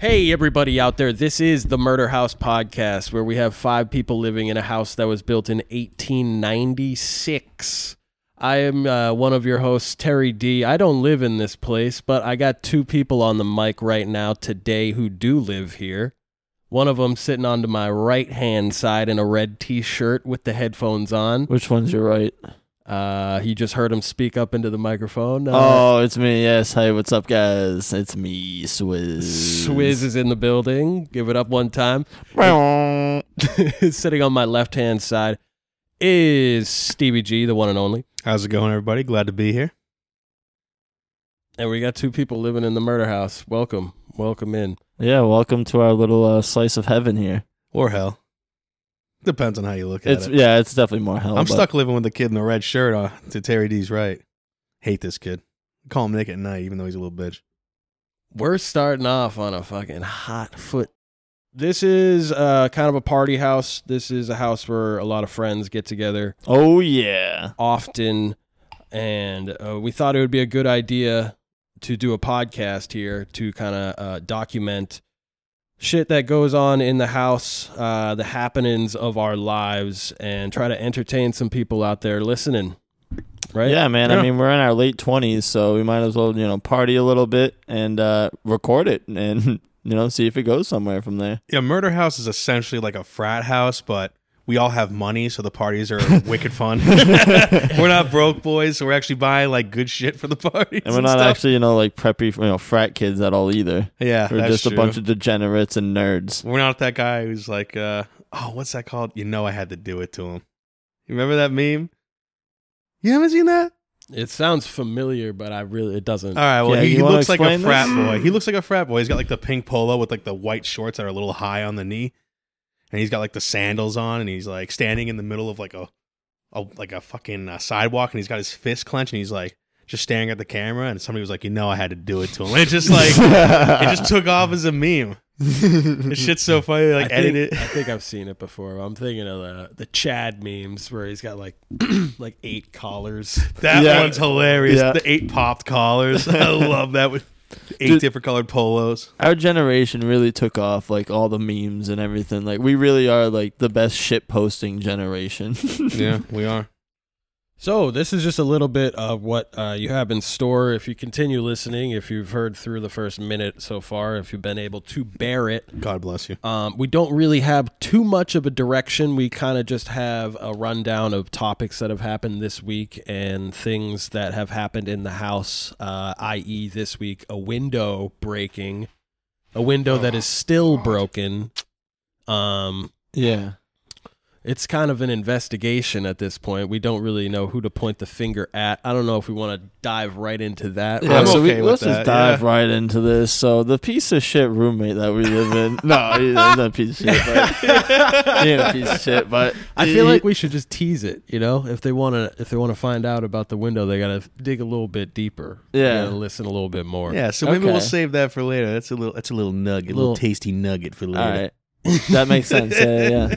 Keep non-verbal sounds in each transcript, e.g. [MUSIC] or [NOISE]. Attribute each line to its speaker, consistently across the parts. Speaker 1: Hey, everybody out there. This is the Murder House Podcast, where we have five people living in a house that was built in 1896. I am uh, one of your hosts, Terry D. I don't live in this place, but I got two people on the mic right now today who do live here. One of them sitting on to my right hand side in a red t shirt with the headphones on.
Speaker 2: Which one's your right?
Speaker 1: Uh, you just heard him speak up into the microphone. Uh,
Speaker 2: Oh, it's me. Yes. Hey, what's up, guys? It's me, Swizz.
Speaker 1: Swizz is in the building. Give it up one time.
Speaker 2: Meow.
Speaker 1: [LAUGHS] sitting on my left hand side is Stevie G, the one and only.
Speaker 3: How's it going, everybody? Glad to be here.
Speaker 1: And we got two people living in the murder house. Welcome. Welcome in.
Speaker 2: Yeah, welcome to our little uh, slice of heaven here.
Speaker 3: Or hell. Depends on how you look at
Speaker 2: it's
Speaker 3: it.
Speaker 2: yeah, it's definitely more hell.
Speaker 3: I'm
Speaker 2: but-
Speaker 3: stuck living with the kid in the red shirt on to Terry D's right. Hate this kid. Call him Nick at night, even though he's a little bitch.
Speaker 1: We're starting off on a fucking hot foot. This is uh, kind of a party house. This is a house where a lot of friends get together
Speaker 2: Oh yeah.
Speaker 1: often. And uh, we thought it would be a good idea to do a podcast here to kind of uh, document shit that goes on in the house, uh, the happenings of our lives, and try to entertain some people out there listening. Right?
Speaker 2: Yeah, man.
Speaker 3: Yeah.
Speaker 2: I mean, we're in our late twenties, so we might as well you know party a little bit and uh, record it and [LAUGHS] you know see if it goes somewhere from there.
Speaker 3: Yeah, Murder House is essentially like a frat house, but we all have money, so the parties [LAUGHS] are wicked fun. we're not broke boys, so we're actually buying like good shit for the parties.
Speaker 2: And we're not
Speaker 3: stuff.
Speaker 2: actually you know like preppy you know frat kids at all either.
Speaker 3: Yeah,
Speaker 2: We're
Speaker 3: that's
Speaker 2: just a
Speaker 3: true.
Speaker 2: bunch of degenerates and nerds.
Speaker 3: We're not that guy who's like, uh, oh, what's that called? You know, I had to do it to him. You remember that meme? You haven't seen that?
Speaker 1: It sounds familiar, but I really, it doesn't.
Speaker 3: All right. Well,
Speaker 2: Yeah,
Speaker 3: he,
Speaker 2: you
Speaker 3: he
Speaker 2: wanna
Speaker 3: looks like a
Speaker 2: explain
Speaker 3: frat
Speaker 2: this?
Speaker 3: boy. He looks like a frat boy. He's got like the pink polo with like the white shorts that are a little high on the knee, and he's got like the sandals on, and he's like standing in the middle of like a, a like a fucking uh, sidewalk, and he's got his fist clenched, and he's like just staring at the camera, and somebody was like, you know, I had to do it to him. And it's
Speaker 2: [LAUGHS]
Speaker 3: just like it just took off as a meme. This shit's so
Speaker 2: [LAUGHS]
Speaker 3: funny. They, Like
Speaker 1: I think,
Speaker 3: edited. [LAUGHS]
Speaker 1: I think I've seen it before. I'm thinking of the the Chad memes where he's got like [CLEARS THROAT] like eight collars.
Speaker 3: That
Speaker 2: Yeah.
Speaker 3: one's hilarious.
Speaker 2: Yeah.
Speaker 3: The eight popped collars. [LAUGHS] I love that. With eight
Speaker 2: Dude.
Speaker 3: different colored polos.
Speaker 2: our generation really took off like all the memes and everything like we really are like the best shit posting generation
Speaker 3: Yeah, we are.
Speaker 1: So this is just a little bit of what uh, you have in store. If you continue listening, if you've heard through the first minute so far, if you've been able to bear it,
Speaker 3: God bless you.
Speaker 1: um, we don't really have too much of a direction. We kind of just have a rundown of topics that have happened this week and things that have happened in the house, uh, i.e., this week a window breaking, a window that is still broken. Um,
Speaker 2: [LAUGHS] yeah
Speaker 1: it's kind of an investigation at this point. We don't really know who to point the finger at. I don't know if we want to dive right into that.
Speaker 2: yeah
Speaker 3: I'm
Speaker 2: so
Speaker 3: okay
Speaker 2: we, let's
Speaker 3: with that,
Speaker 2: just dive right into this so the piece of shit roommate that we live in no he's not a piece of shit but he ain't a piece of shit but
Speaker 1: I feel like we should just tease it, you know. If they want to, if they want to find out about the window, they gotta dig a little bit deeper. They
Speaker 2: Yeah.
Speaker 1: gotta listen a little bit more.
Speaker 3: Yeah, so maybe we'll
Speaker 2: Okay.
Speaker 3: save that for later. That's a little that's a little nugget, a little,
Speaker 1: Little-
Speaker 3: tasty nugget for
Speaker 2: all
Speaker 3: later.
Speaker 2: right that makes sense yeah yeah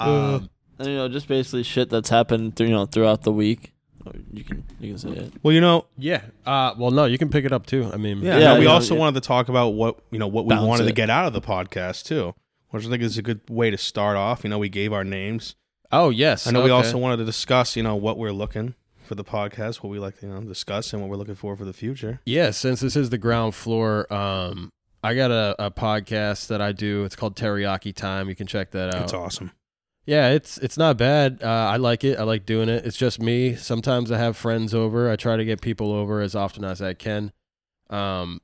Speaker 1: Um,
Speaker 2: and, you know just basically shit that's happened through you know throughout the week Or you can you can say it
Speaker 3: Well, you know,
Speaker 1: yeah. Uh, well, no, you can pick it up too. I mean,
Speaker 3: yeah,
Speaker 2: Mm-hmm. Yeah,
Speaker 3: no, we
Speaker 2: yeah,
Speaker 3: also
Speaker 2: yeah.
Speaker 3: wanted to talk about what you know what we
Speaker 2: Bounce
Speaker 3: wanted to
Speaker 2: it.
Speaker 3: get out of the podcast too, which I think is a good way to start off. You know, we gave our names.
Speaker 1: Oh yes.
Speaker 3: I know
Speaker 1: okay.
Speaker 3: we also wanted to discuss, you know, what we're looking for the podcast, what we like to you know discuss, and what we're looking for for the future.
Speaker 1: Yeah, since this is the ground floor, um, I got a, a podcast that I do. It's called Teriyaki Time. You can check that out.
Speaker 3: That's awesome.
Speaker 1: Yeah, it's it's not bad. Uh, I like it. I like doing it. It's just me. Sometimes I have friends over. I try to get people over as often as I can. Um,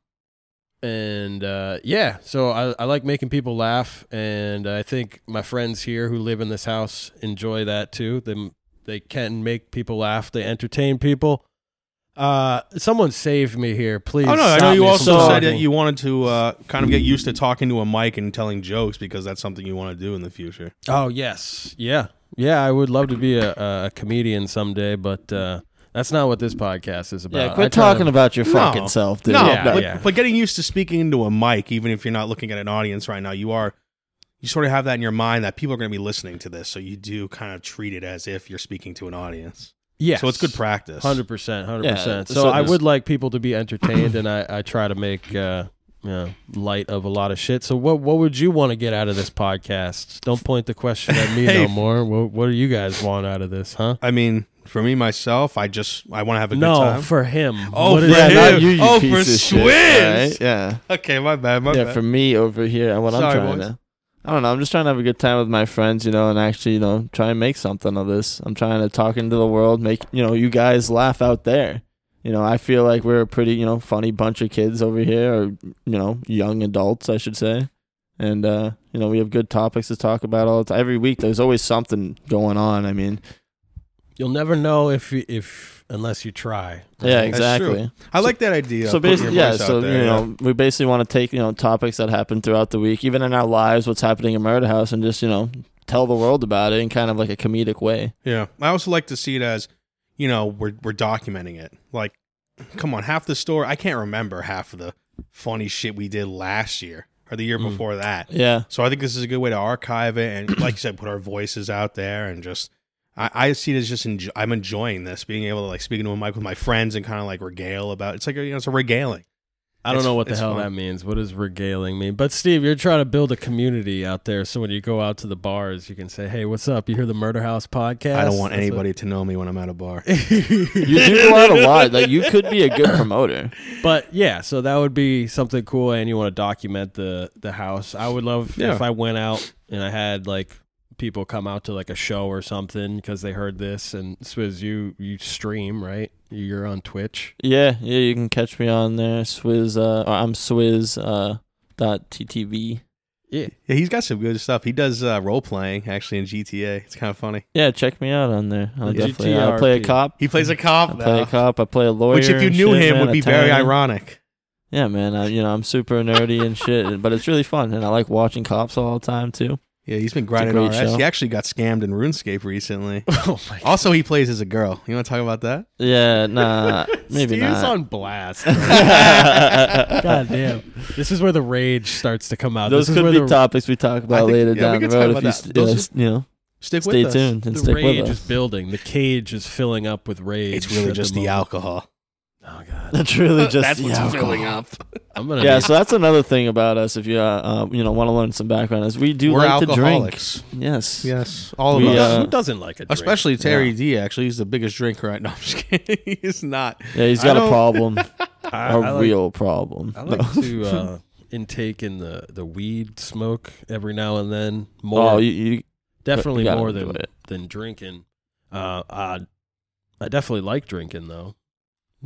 Speaker 1: and uh, yeah, so I, I like making people laugh, and I think my friends here who live in this house enjoy that too. They they can make people laugh. They entertain people. Uh, someone save me here, please.
Speaker 3: Oh no, I know
Speaker 1: Stop
Speaker 3: you
Speaker 1: me
Speaker 3: also
Speaker 1: from
Speaker 3: said that
Speaker 1: talking.
Speaker 3: you wanted to uh, kind of get used to talking to a mic and telling jokes because that's something you want to do in the future.
Speaker 1: Oh yes, yeah, yeah. I would love to be a, a comedian someday, but uh, that's not what this podcast is about.
Speaker 2: yeah quit
Speaker 1: I try to-
Speaker 2: talking about your
Speaker 3: No.
Speaker 2: fucking self dude
Speaker 3: No,
Speaker 1: Yeah,
Speaker 3: but,
Speaker 1: yeah.
Speaker 3: but getting used to speaking into a mic, even if you're not looking at an audience right now, you are. You sort of have that in your mind that people are going to be listening to this, so you do kind of treat it as if you're speaking to an audience.
Speaker 1: Yeah.
Speaker 3: So it's good practice.
Speaker 1: Hundred percent, hundred
Speaker 2: Yeah,
Speaker 1: percent. So
Speaker 2: so
Speaker 1: I
Speaker 2: there's-
Speaker 1: would like people to be entertained, and I, I try to make uh, you know, light of a lot of shit. So what what would you want to get out of this podcast? Don't point the question at me
Speaker 3: [LAUGHS] Hey.
Speaker 1: no more. What, what do you guys want out of this, huh?
Speaker 3: I mean, for me myself, I just I want to have a
Speaker 1: No,
Speaker 3: good time. [LAUGHS]
Speaker 1: for him.
Speaker 3: Oh,
Speaker 1: What is-
Speaker 3: for
Speaker 2: yeah,
Speaker 3: him.
Speaker 2: not you, you
Speaker 3: Oh,
Speaker 2: piece
Speaker 3: for
Speaker 2: of shit,
Speaker 3: Swizz.
Speaker 2: alright? Yeah.
Speaker 3: okay, my bad, my
Speaker 2: yeah,
Speaker 3: bad.
Speaker 2: for me over here, and what I'm
Speaker 3: Sorry,
Speaker 2: trying
Speaker 3: boys.
Speaker 2: to, I don't know. I'm just trying to have a good time with my friends, you know, and actually, you know, try and make something of this. I'm trying to talk into the world, make you know, you guys laugh out there. You know, I feel like we're a pretty, you know, funny bunch of kids over here, or you know, young adults, I should say. And uh, you know, we have good topics to talk about all the time. Every week, there's always something going on. I mean,
Speaker 1: You'll never know if you, if unless you try.
Speaker 2: yeah,
Speaker 1: Right?
Speaker 3: That's true.
Speaker 2: exactly.
Speaker 3: I like that idea.
Speaker 2: so
Speaker 3: of putting
Speaker 2: basically,
Speaker 3: your
Speaker 2: yeah.
Speaker 3: voice out
Speaker 2: So
Speaker 3: there,
Speaker 2: you
Speaker 3: yeah.
Speaker 2: know, we basically want to take you know topics that happen throughout the week, even in our lives, what's happening in Murder House, and just you know tell the world about it in kind of like a comedic way.
Speaker 3: Yeah. I also like to see it as, you know, we're we're documenting it. Like, come on, half the story I can't remember half of the funny shit we did last year or the year
Speaker 1: Mm.
Speaker 3: before that.
Speaker 2: Yeah,
Speaker 3: So I think this is a good way to archive it and like you said, put our voices out there and just I, I see it as just enjoy, I'm enjoying this, being able to like speaking to a mic with my friends and kind of like regale about it's like you know it's a regaling.
Speaker 1: I don't
Speaker 3: It's-
Speaker 1: know what the
Speaker 3: it's
Speaker 1: hell
Speaker 3: fun.
Speaker 1: that means. What does regaling mean? But Steve, you're trying to build a community out there, so when you go out to the bars, you can say, "Hey, what's up? You hear the Murder House podcast?"
Speaker 3: I don't want
Speaker 1: That's what-
Speaker 3: anybody to know me when I'm at a bar.
Speaker 2: [LAUGHS] you do go out a lot. Like you could be a good promoter.
Speaker 1: But yeah, so that would be something cool, and you want to document the the house. I would love
Speaker 3: Yeah.
Speaker 1: if I went out and I had like people come out to like a show or something because they heard this. And Swizz, you you stream right? You're on
Speaker 3: [LAUGHS]
Speaker 1: Twitch.
Speaker 2: Yeah, yeah. You can catch me on there, Swizz. Uh, or I'm Swizz. Uh, dot ttv.
Speaker 1: Yeah,
Speaker 3: [LAUGHS] Yeah, he's got some good stuff. He does uh, role playing actually in GTA. It's kind of funny.
Speaker 2: Yeah, check me out on there. I'll
Speaker 1: Yeah.
Speaker 2: definitely. I play a
Speaker 1: GTRP.
Speaker 2: cop.
Speaker 3: He plays a
Speaker 2: I
Speaker 3: cop.
Speaker 2: play
Speaker 3: now.
Speaker 2: a cop. I play a lawyer.
Speaker 3: Which, if you
Speaker 2: and
Speaker 3: knew
Speaker 2: shit,
Speaker 3: him,
Speaker 2: man,
Speaker 3: would be very
Speaker 2: attorney.
Speaker 3: ironic.
Speaker 2: Yeah, man. I, you know, I'm super nerdy and shit, but it's really fun, and I like watching cops all the time too.
Speaker 3: Yeah, he's been grinding
Speaker 2: great
Speaker 3: our ass.
Speaker 2: show.
Speaker 3: He actually got scammed in RuneScape recently.
Speaker 1: oh my god,
Speaker 3: also, he plays as a girl. You want to talk about that?
Speaker 2: Yeah,
Speaker 3: [LAUGHS]
Speaker 2: nah, maybe
Speaker 1: Steve's
Speaker 2: [LAUGHS] not.
Speaker 1: on blast. God damn, this is where the rage starts to come out.
Speaker 2: Those
Speaker 1: this
Speaker 2: could
Speaker 1: is where
Speaker 2: be
Speaker 1: the,
Speaker 2: topics we talk about
Speaker 3: think-
Speaker 2: later
Speaker 3: yeah, we
Speaker 2: down the
Speaker 3: could
Speaker 2: road.
Speaker 3: talk
Speaker 2: If you,
Speaker 3: about
Speaker 2: st-
Speaker 3: that. Those
Speaker 2: uh,
Speaker 3: are-
Speaker 2: s- you know,
Speaker 3: Stick
Speaker 2: stay
Speaker 3: with us.
Speaker 2: tuned and
Speaker 1: The
Speaker 2: stick
Speaker 1: rage
Speaker 2: with
Speaker 1: is
Speaker 2: us.
Speaker 1: building. The cage is filling up with rage.
Speaker 3: It's really
Speaker 1: at
Speaker 3: just the,
Speaker 1: moment.
Speaker 3: alcohol.
Speaker 1: Oh god,
Speaker 2: [LAUGHS] That's
Speaker 3: [LAUGHS]
Speaker 2: really just
Speaker 3: Uh, That's what's
Speaker 2: yeah,
Speaker 3: filling
Speaker 2: God.
Speaker 3: up.
Speaker 1: I'm gonna.
Speaker 2: Yeah,
Speaker 1: need-
Speaker 2: so that's another thing about us. If you uh, uh, you know want to learn some background, is we do
Speaker 3: We're
Speaker 2: like
Speaker 3: alcoholics.
Speaker 2: to drink. Yes.
Speaker 3: Yes, all of
Speaker 2: We,
Speaker 1: who,
Speaker 3: us.
Speaker 1: does-
Speaker 2: uh,
Speaker 1: who doesn't like a drink?
Speaker 3: Especially Terry D. Actually, he's the biggest drinker. Right now, [LAUGHS] I'm just kidding. he's not.
Speaker 2: Yeah, he's
Speaker 3: I
Speaker 2: got a
Speaker 3: don't- [LAUGHS]
Speaker 2: problem,
Speaker 1: I,
Speaker 2: a
Speaker 1: I like-
Speaker 2: real problem.
Speaker 1: [LAUGHS] I like
Speaker 2: [LAUGHS]
Speaker 1: to uh, intake in the, the weed smoke every now and then. More,
Speaker 2: oh, you, you
Speaker 1: definitely
Speaker 2: gotta
Speaker 1: more
Speaker 2: enjoy
Speaker 1: than
Speaker 2: it.
Speaker 1: than drinking. Uh, I, I definitely like drinking though.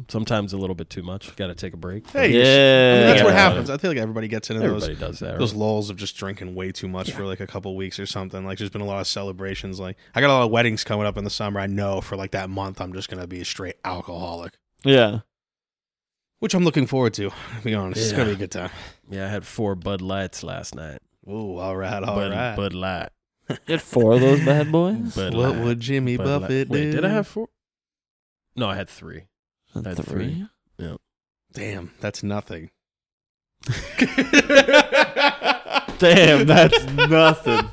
Speaker 1: Sometimes a little bit too much. Got to take a break.
Speaker 3: Hey, you're sh- I
Speaker 2: yeah,
Speaker 3: mean, that's what
Speaker 1: Yeah.
Speaker 3: happens. I feel like everybody gets into those
Speaker 1: Everybody does that.
Speaker 3: those
Speaker 1: right?
Speaker 3: lulls of just drinking way too much for like a couple weeks or something. Like there's been a lot of celebrations. Like I got a lot of weddings coming up in the summer. I know for like that month I'm just gonna be a straight alcoholic,
Speaker 2: Yeah.
Speaker 3: which I'm looking forward to. To be honest, it's
Speaker 1: Yeah.
Speaker 3: gonna be a good time.
Speaker 1: Yeah, I had four Bud Lights last night.
Speaker 3: Ooh, all right, all
Speaker 1: Bud,
Speaker 3: right.
Speaker 1: Bud Light.
Speaker 2: Get four of those bad boys.
Speaker 1: Bud
Speaker 3: what
Speaker 1: Light.
Speaker 3: would Jimmy
Speaker 1: Bud Light.
Speaker 3: Buffett do?
Speaker 1: Wait, did I have four? No, I had three. That's
Speaker 2: Three.
Speaker 1: three.
Speaker 3: Damn, that's nothing.
Speaker 1: [LAUGHS] [LAUGHS]
Speaker 2: Damn, that's nothing.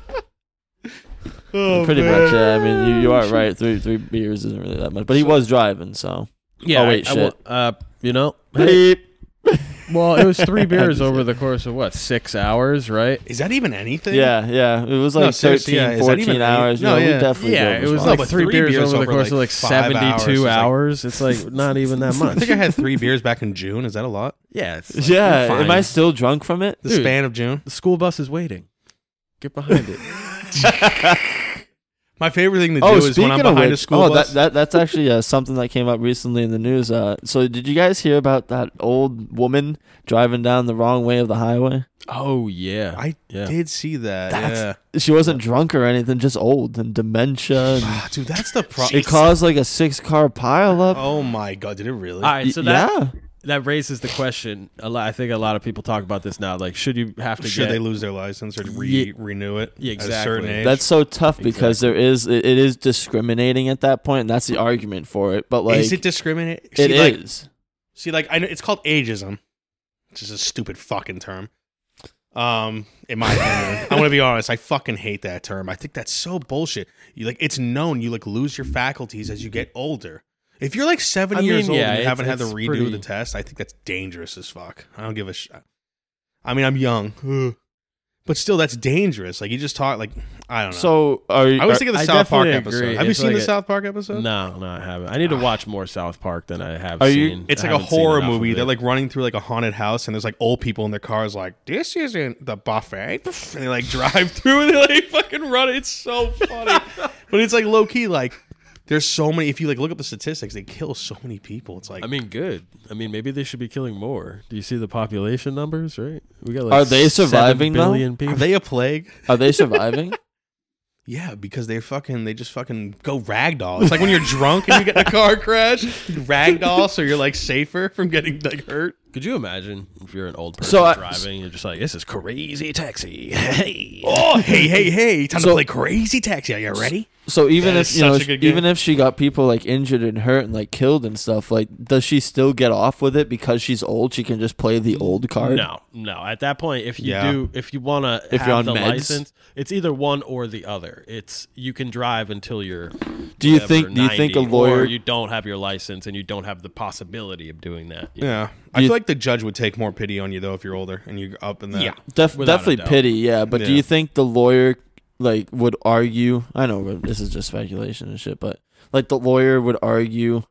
Speaker 3: Oh,
Speaker 2: Pretty
Speaker 3: man.
Speaker 2: much, yeah. I mean, you, you are right. Three three beers isn't really that much, but he was driving, so
Speaker 1: Yeah.
Speaker 2: Oh, wait,
Speaker 1: I- I
Speaker 2: shit.
Speaker 1: wa- uh, you know. hey, [LAUGHS] Well, it was [LAUGHS] three beers over
Speaker 2: [LAUGHS]
Speaker 1: the course of what six hours, right?
Speaker 3: Is that even anything?
Speaker 2: Yeah, yeah. It was
Speaker 3: No,
Speaker 2: like
Speaker 3: seriously,
Speaker 2: 13,
Speaker 3: yeah, is that
Speaker 2: 14
Speaker 3: even-
Speaker 2: hours.
Speaker 3: No,
Speaker 2: No, yeah,
Speaker 3: yeah.
Speaker 2: we definitely
Speaker 1: yeah, it
Speaker 2: drove
Speaker 1: was
Speaker 2: this
Speaker 3: No,
Speaker 1: like
Speaker 2: one.
Speaker 3: but
Speaker 1: three,
Speaker 3: three
Speaker 1: beers,
Speaker 3: beers
Speaker 1: over the
Speaker 3: over,
Speaker 1: course of
Speaker 3: like,
Speaker 1: like
Speaker 3: five hours is
Speaker 1: seventy-two
Speaker 3: like-
Speaker 1: hours. It's [LAUGHS] like not even that
Speaker 3: I
Speaker 1: much.
Speaker 3: think I had
Speaker 2: [LAUGHS]
Speaker 3: three beers back in June. Is that a lot?
Speaker 1: yeah, it's [LAUGHS] like,
Speaker 2: yeah.
Speaker 1: you're
Speaker 2: Am
Speaker 1: fine.
Speaker 2: I still drunk from it?
Speaker 3: The
Speaker 1: Dude.
Speaker 3: span of June.
Speaker 1: the school bus is waiting. Get behind [LAUGHS] it.
Speaker 3: My favorite thing to do
Speaker 2: Oh,
Speaker 3: is when
Speaker 2: speaking
Speaker 3: I'm
Speaker 2: of
Speaker 3: behind
Speaker 2: which,
Speaker 3: a school
Speaker 2: oh, that,
Speaker 3: bus.
Speaker 2: that that's actually uh, something that came up recently in the news. Uh, so did you guys hear about that old woman driving down the wrong way of the highway?
Speaker 1: oh yeah,
Speaker 3: I
Speaker 1: yeah.
Speaker 3: did see that.
Speaker 2: That's- [LAUGHS]
Speaker 3: yeah.
Speaker 2: She wasn't drunk or anything, just old and dementia. And
Speaker 3: Ah, dude, that's the problem.
Speaker 2: it caused like a six-car pileup.
Speaker 3: [LAUGHS] oh my god, did it really?
Speaker 1: All right, so
Speaker 2: Y-
Speaker 1: that
Speaker 2: yeah.
Speaker 1: that raises the question. A lot, I think a lot of people talk about this now. Like, should you have to
Speaker 3: Should
Speaker 1: get?
Speaker 3: they lose their license or re-
Speaker 1: Ye-
Speaker 3: renew it?
Speaker 1: Yeah,
Speaker 3: At a certain
Speaker 1: exactly.
Speaker 3: age?
Speaker 2: That's so tough because there is it, it is discriminating at that point, and that's the argument for it. But like,
Speaker 3: is it discriminate?
Speaker 2: it
Speaker 3: see, like,
Speaker 2: is.
Speaker 3: see, like I know it's called ageism. It's just a stupid fucking term. Um, in my opinion, I'm gonna be honest. I fucking hate that term. I think that's so bullshit. You like, it's known you like lose your faculties as you get older. If you're like seven
Speaker 1: I
Speaker 3: years
Speaker 1: mean,
Speaker 3: old
Speaker 1: yeah,
Speaker 3: and you
Speaker 1: it's-
Speaker 3: haven't had to
Speaker 1: it's
Speaker 3: redo
Speaker 1: pretty-
Speaker 3: the test, I think that's dangerous as fuck. I don't give a shit. I mean, I'm young, Ugh. but still, that's dangerous. Like you just talk like I don't know.
Speaker 2: So are you?
Speaker 3: I
Speaker 2: are-
Speaker 3: was thinking the
Speaker 1: I
Speaker 3: South Park
Speaker 1: definitely
Speaker 3: episode.
Speaker 1: agree.
Speaker 3: Have you
Speaker 1: It's
Speaker 3: seen
Speaker 1: like
Speaker 3: the
Speaker 1: a-
Speaker 3: South Park episode?
Speaker 1: No, no, I haven't. I need to watch more South Park than I have
Speaker 2: Are you-
Speaker 1: seen.
Speaker 3: It's
Speaker 1: I
Speaker 3: like a
Speaker 1: haven't seen
Speaker 3: horror
Speaker 1: enough of
Speaker 3: movie.
Speaker 1: it.
Speaker 3: They're like running through like a haunted house, and there's like old people in their cars, like this isn't the buffet, [LAUGHS] and they like drive [LAUGHS] through and they like fucking run. It's so [LAUGHS] funny, but it's like low key. Like there's so many. If you like look up the statistics, they kill so many people. It's like
Speaker 1: I mean, good. I mean, maybe they should be killing more. Do you see the population numbers? Right? We got.
Speaker 2: Are they
Speaker 1: 7
Speaker 2: surviving, though?
Speaker 1: billion
Speaker 3: are
Speaker 1: people.
Speaker 3: they a plague?
Speaker 2: Are they
Speaker 3: [LAUGHS]
Speaker 2: surviving?
Speaker 3: Yeah, because they fucking they just fucking go ragdoll. It's like when you're drunk and you get in a car [LAUGHS] crash, you ragdoll, so you're like safer from getting like hurt.
Speaker 1: Could you imagine if you're an old person
Speaker 2: So I-
Speaker 1: driving? You're just like, this is crazy taxi. [LAUGHS] Hey.
Speaker 3: Oh, hey, hey, hey! Time to
Speaker 2: So-
Speaker 3: play Crazy Taxi. Are you ready?
Speaker 2: So even
Speaker 3: That
Speaker 2: if
Speaker 3: is
Speaker 2: you know,
Speaker 3: such a good game.
Speaker 2: even if she got people like injured and hurt and like killed and stuff, like does she still get off with it because she's old? She can just play the old card.
Speaker 1: No, no. At that point, if you
Speaker 3: Yeah.
Speaker 1: do, if you want to,
Speaker 2: If
Speaker 1: have
Speaker 2: you're on
Speaker 1: the
Speaker 2: meds?
Speaker 1: license, it's either one or the other. It's you can drive until you're.
Speaker 2: Do you
Speaker 1: whatever,
Speaker 2: think? Do you think a
Speaker 1: 90,
Speaker 2: lawyer?
Speaker 1: Or you don't have your license and you don't have the possibility of doing that.
Speaker 3: Yeah. I
Speaker 2: You-
Speaker 3: feel like the judge would take more pity on you though if you're older and you're up in that.
Speaker 1: Yeah.
Speaker 2: Def-
Speaker 1: Without a
Speaker 2: definitely
Speaker 1: doubt.
Speaker 2: pity, yeah. But do
Speaker 3: Yeah.
Speaker 2: you think the lawyer like would argue? I know we're- this is just speculation and shit, but like the lawyer would argue,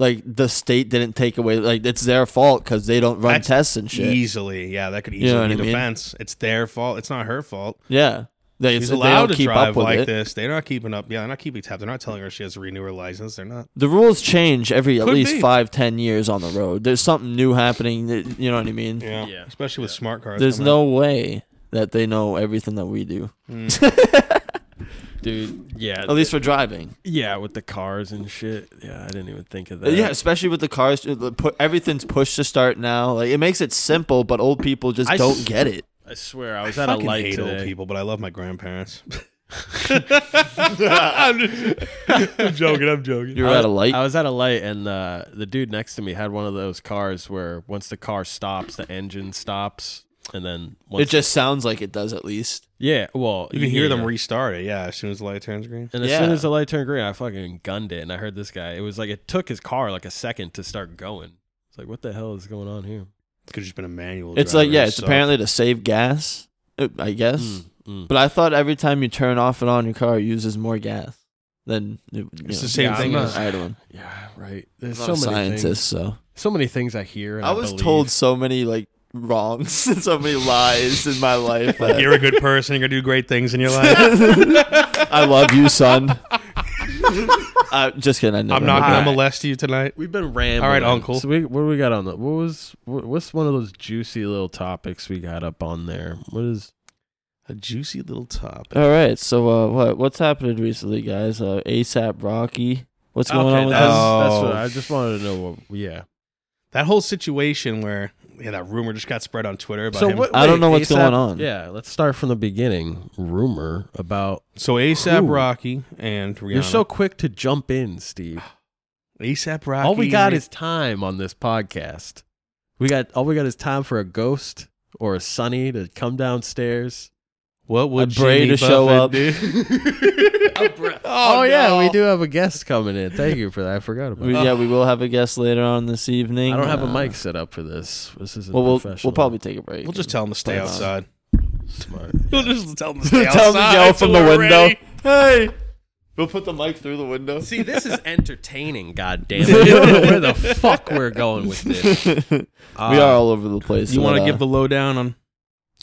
Speaker 2: like the state didn't take away, like it's their fault because they don't run
Speaker 3: That's
Speaker 2: tests and shit.
Speaker 3: Easily, yeah, that could
Speaker 2: You know
Speaker 3: easily
Speaker 2: what
Speaker 3: be
Speaker 2: I mean?
Speaker 3: defense. It's their fault. It's not her fault.
Speaker 2: Yeah, they, if
Speaker 3: She's
Speaker 2: they
Speaker 3: allowed
Speaker 2: don't
Speaker 3: to
Speaker 2: keep
Speaker 3: drive
Speaker 2: up with
Speaker 3: like
Speaker 2: it.
Speaker 3: this. They're not keeping up. Yeah, they're not keeping tabs. They're not telling her she has to renew her license. They're not.
Speaker 2: The rules change every at
Speaker 3: Could
Speaker 2: least
Speaker 3: be.
Speaker 2: five, ten years on the road. There's something new happening. That, you know what I mean?
Speaker 3: Yeah,
Speaker 1: Yeah.
Speaker 3: especially with
Speaker 1: Yeah.
Speaker 3: smart cars.
Speaker 2: There's
Speaker 3: coming
Speaker 2: no way that they know everything that we do.
Speaker 3: out.
Speaker 2: [LAUGHS]
Speaker 3: Mm.
Speaker 1: dude. Yeah,
Speaker 2: At least for driving.
Speaker 1: yeah, with the cars and shit. Yeah, I didn't even think of that.
Speaker 2: Uh, yeah, especially with the cars. it- the pu- Everything's push to start now. Like it makes it simple, but old people just
Speaker 1: I
Speaker 2: don't
Speaker 1: s-
Speaker 2: get it.
Speaker 1: I swear, I
Speaker 3: I
Speaker 1: was at a
Speaker 3: fucking
Speaker 1: light
Speaker 3: hate old
Speaker 1: today.
Speaker 3: people, but I love my grandparents. [LAUGHS] I'm, just, I'm joking. I'm joking.
Speaker 2: You're
Speaker 1: I-
Speaker 2: at a light.
Speaker 1: I was at a light, and uh, the dude next to me had one of those cars where once the car stops, the engine stops, and then once
Speaker 2: it just sounds like it does at least.
Speaker 1: yeah, well,
Speaker 3: you can hear them
Speaker 1: yeah.
Speaker 3: restart it. Yeah, as soon as the light turns green.
Speaker 1: And as soon
Speaker 2: Yeah.
Speaker 1: as the light turned green, I fucking gunned it. And I heard this guy. It was like it took his car like a second to start going. It's like, what the hell is going on here?
Speaker 3: It could just been a manual.
Speaker 2: It's
Speaker 3: driver.
Speaker 2: like yeah,
Speaker 3: It
Speaker 2: it's
Speaker 3: sucked.
Speaker 2: apparently to save gas. uh, I guess.
Speaker 1: Mm, mm.
Speaker 2: But I thought every time you turn off and on your car, it uses more gas than it, you
Speaker 3: It's
Speaker 2: know,
Speaker 3: the same
Speaker 1: Yeah,
Speaker 3: thing.
Speaker 1: I'm
Speaker 3: as,
Speaker 1: not-
Speaker 2: idling.
Speaker 1: Yeah, right. There's
Speaker 2: I'm
Speaker 1: so many
Speaker 2: not a scientist,
Speaker 1: things.
Speaker 2: so
Speaker 1: So many things I hear. and
Speaker 2: I was
Speaker 1: believe.
Speaker 2: told so many like wrongs [LAUGHS] and so many lies in my life. that-
Speaker 3: [LAUGHS] you're a good person. You're gonna do great things
Speaker 2: [LAUGHS]
Speaker 3: in your life.
Speaker 2: I love you, son. I, Uh, just kidding. I never
Speaker 3: I'm not
Speaker 2: heard
Speaker 3: gonna
Speaker 2: that.
Speaker 1: Alright.
Speaker 3: molest you tonight.
Speaker 1: We've been rambling.
Speaker 3: All right, Uncle.
Speaker 1: So we, what do we got on the? What was? What, what's one of those juicy little topics we got up on there? What is?
Speaker 3: A juicy little top.
Speaker 2: All right. So uh, what what's happened recently, guys? Uh, ASAP Rocky. What's going on with
Speaker 1: that's,
Speaker 2: that?
Speaker 3: that?
Speaker 1: that's what
Speaker 3: Oh.
Speaker 1: I just wanted to know. What, yeah.
Speaker 3: That whole situation where yeah, that rumor just got spread on Twitter about him.
Speaker 2: I don't know what's going on.
Speaker 1: Yeah, let's start from the beginning. Rumor about
Speaker 3: So
Speaker 1: Who?
Speaker 3: ASAP Rocky and Rihanna.
Speaker 1: you're so quick to jump in, Steve.
Speaker 3: ASAP Rocky.
Speaker 1: [SIGHS] all we got
Speaker 3: Rih- [LAUGHS]
Speaker 1: is time on this podcast. We got all we got is time for a ghost or a Sunny to come downstairs.
Speaker 3: what would
Speaker 2: a Bray
Speaker 3: Jimmy
Speaker 2: to show
Speaker 3: Buffett
Speaker 2: up.
Speaker 3: do?
Speaker 1: [LAUGHS] Oh, yeah,
Speaker 3: no. [LAUGHS]
Speaker 1: we do have a guest coming in. Thank you for that. I forgot about.
Speaker 2: We,
Speaker 1: that.
Speaker 2: yeah, we will have a guest later on this evening.
Speaker 1: I don't have a
Speaker 2: Uh,
Speaker 1: mic set up for this. This is
Speaker 2: Well, we'll
Speaker 1: professional.
Speaker 2: we'll probably take a break. [LAUGHS]
Speaker 3: We'll just tell him to stay
Speaker 2: That's-
Speaker 3: outside.
Speaker 1: smart.
Speaker 3: [LAUGHS] We'll just tell him to stay
Speaker 2: [LAUGHS] tell them to yell
Speaker 3: outside
Speaker 2: from the
Speaker 3: till we're
Speaker 2: window.
Speaker 3: ready.
Speaker 2: Hey. We'll put the mic through the
Speaker 1: [LAUGHS]
Speaker 2: window.
Speaker 1: See, this is entertaining. God [LAUGHS] damn it! I don't know where the fuck we're going with this?
Speaker 2: [LAUGHS] [LAUGHS]
Speaker 1: Uh,
Speaker 2: we are all over the place. uh,
Speaker 3: You
Speaker 2: want to
Speaker 3: give the lowdown on?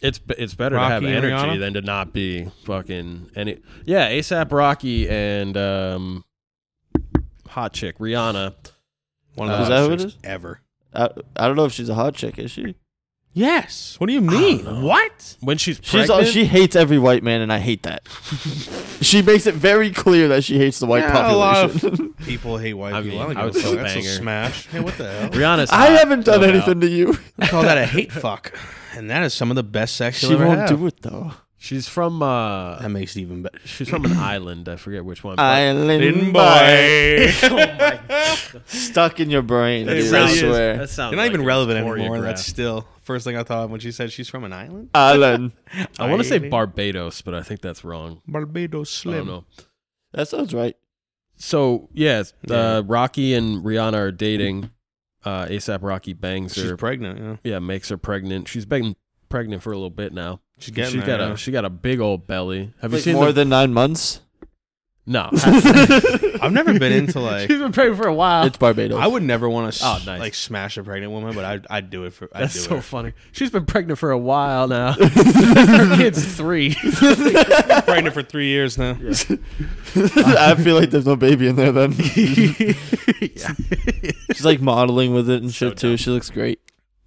Speaker 1: It's it's better
Speaker 3: Rocky
Speaker 1: to
Speaker 3: and
Speaker 1: have energy
Speaker 3: Rihanna?
Speaker 1: than to not be fucking any. Yeah, ASAP Rocky and um, hot chick Rihanna.
Speaker 3: One
Speaker 1: Uh,
Speaker 3: of
Speaker 1: is
Speaker 3: the
Speaker 2: that
Speaker 3: hottest
Speaker 2: who it
Speaker 3: chicks
Speaker 2: is?
Speaker 3: ever.
Speaker 2: I, I don't know if she's a hot chick. Is she?
Speaker 3: Yes. What do you
Speaker 1: know.
Speaker 3: mean? What?
Speaker 1: When she's
Speaker 2: She's
Speaker 1: pregnant,
Speaker 2: she hates every white man, and I hate that. she makes it very clear that she hates the white
Speaker 3: Yeah, a lot of-
Speaker 2: population.
Speaker 3: People hate white
Speaker 1: I
Speaker 3: people.
Speaker 1: mean,
Speaker 3: I don't
Speaker 1: I
Speaker 3: give a
Speaker 1: would say
Speaker 3: fuck. That's a
Speaker 1: banger.
Speaker 3: smash. Hey, what the hell?
Speaker 1: Rihanna's.
Speaker 2: [LAUGHS] I
Speaker 1: hot,
Speaker 2: haven't done
Speaker 1: no doubt.
Speaker 2: anything to you.
Speaker 1: [LAUGHS]
Speaker 3: We call that a hate fuck, and that is some of the best sex
Speaker 2: She
Speaker 3: you'll ever
Speaker 2: won't
Speaker 3: have.
Speaker 2: do it though.
Speaker 1: She's from uh,
Speaker 3: That makes it even better.
Speaker 1: she's from an island. I forget which one. but
Speaker 2: Island
Speaker 3: Didn't
Speaker 2: boy.
Speaker 1: Oh my
Speaker 2: [LAUGHS] Stuck in your brain.
Speaker 3: It
Speaker 2: dude, I
Speaker 3: really is.
Speaker 2: swear.
Speaker 1: That sounds [LAUGHS]
Speaker 3: They're not
Speaker 1: like
Speaker 3: even
Speaker 1: it was
Speaker 3: relevant anymore.
Speaker 1: choreographed.
Speaker 3: That's still first thing I thought of when she said she's from an island.
Speaker 2: Island.
Speaker 1: I want to say Barbados, but I think that's wrong.
Speaker 3: Barbados
Speaker 1: I don't
Speaker 3: Slim.
Speaker 1: know.
Speaker 2: That sounds right.
Speaker 1: So yeah, it's,
Speaker 3: Yeah.
Speaker 1: Uh, Rocky and Rihanna are dating. Uh, ASAP Rocky bangs
Speaker 3: She's
Speaker 1: her.
Speaker 3: pregnant. Yeah,
Speaker 1: yeah, makes her pregnant. She's been pregnant for a little bit now.
Speaker 3: she's
Speaker 1: She's
Speaker 3: getting there,
Speaker 1: got
Speaker 3: yeah.
Speaker 1: a she got a big old belly. Have you
Speaker 2: Like
Speaker 1: seen
Speaker 2: more
Speaker 1: the-
Speaker 2: than nine months. [LAUGHS]
Speaker 1: No,
Speaker 3: [LAUGHS] I've never been into like.
Speaker 1: she's been pregnant for a while.
Speaker 2: It's Barbados.
Speaker 3: I would never want to
Speaker 1: Oh, nice.
Speaker 3: like smash a pregnant woman, but I'd, I'd do it for. I'd
Speaker 1: That's
Speaker 3: do
Speaker 1: so [LAUGHS]
Speaker 3: it.
Speaker 1: funny. She's been pregnant for a while
Speaker 3: [LAUGHS]
Speaker 1: now. her kid's three.
Speaker 3: pregnant for three years now.
Speaker 2: [LAUGHS] I feel like there's no baby in
Speaker 1: [LAUGHS]
Speaker 2: there then. [LAUGHS] She's like modeling with it and shit too. She looks great.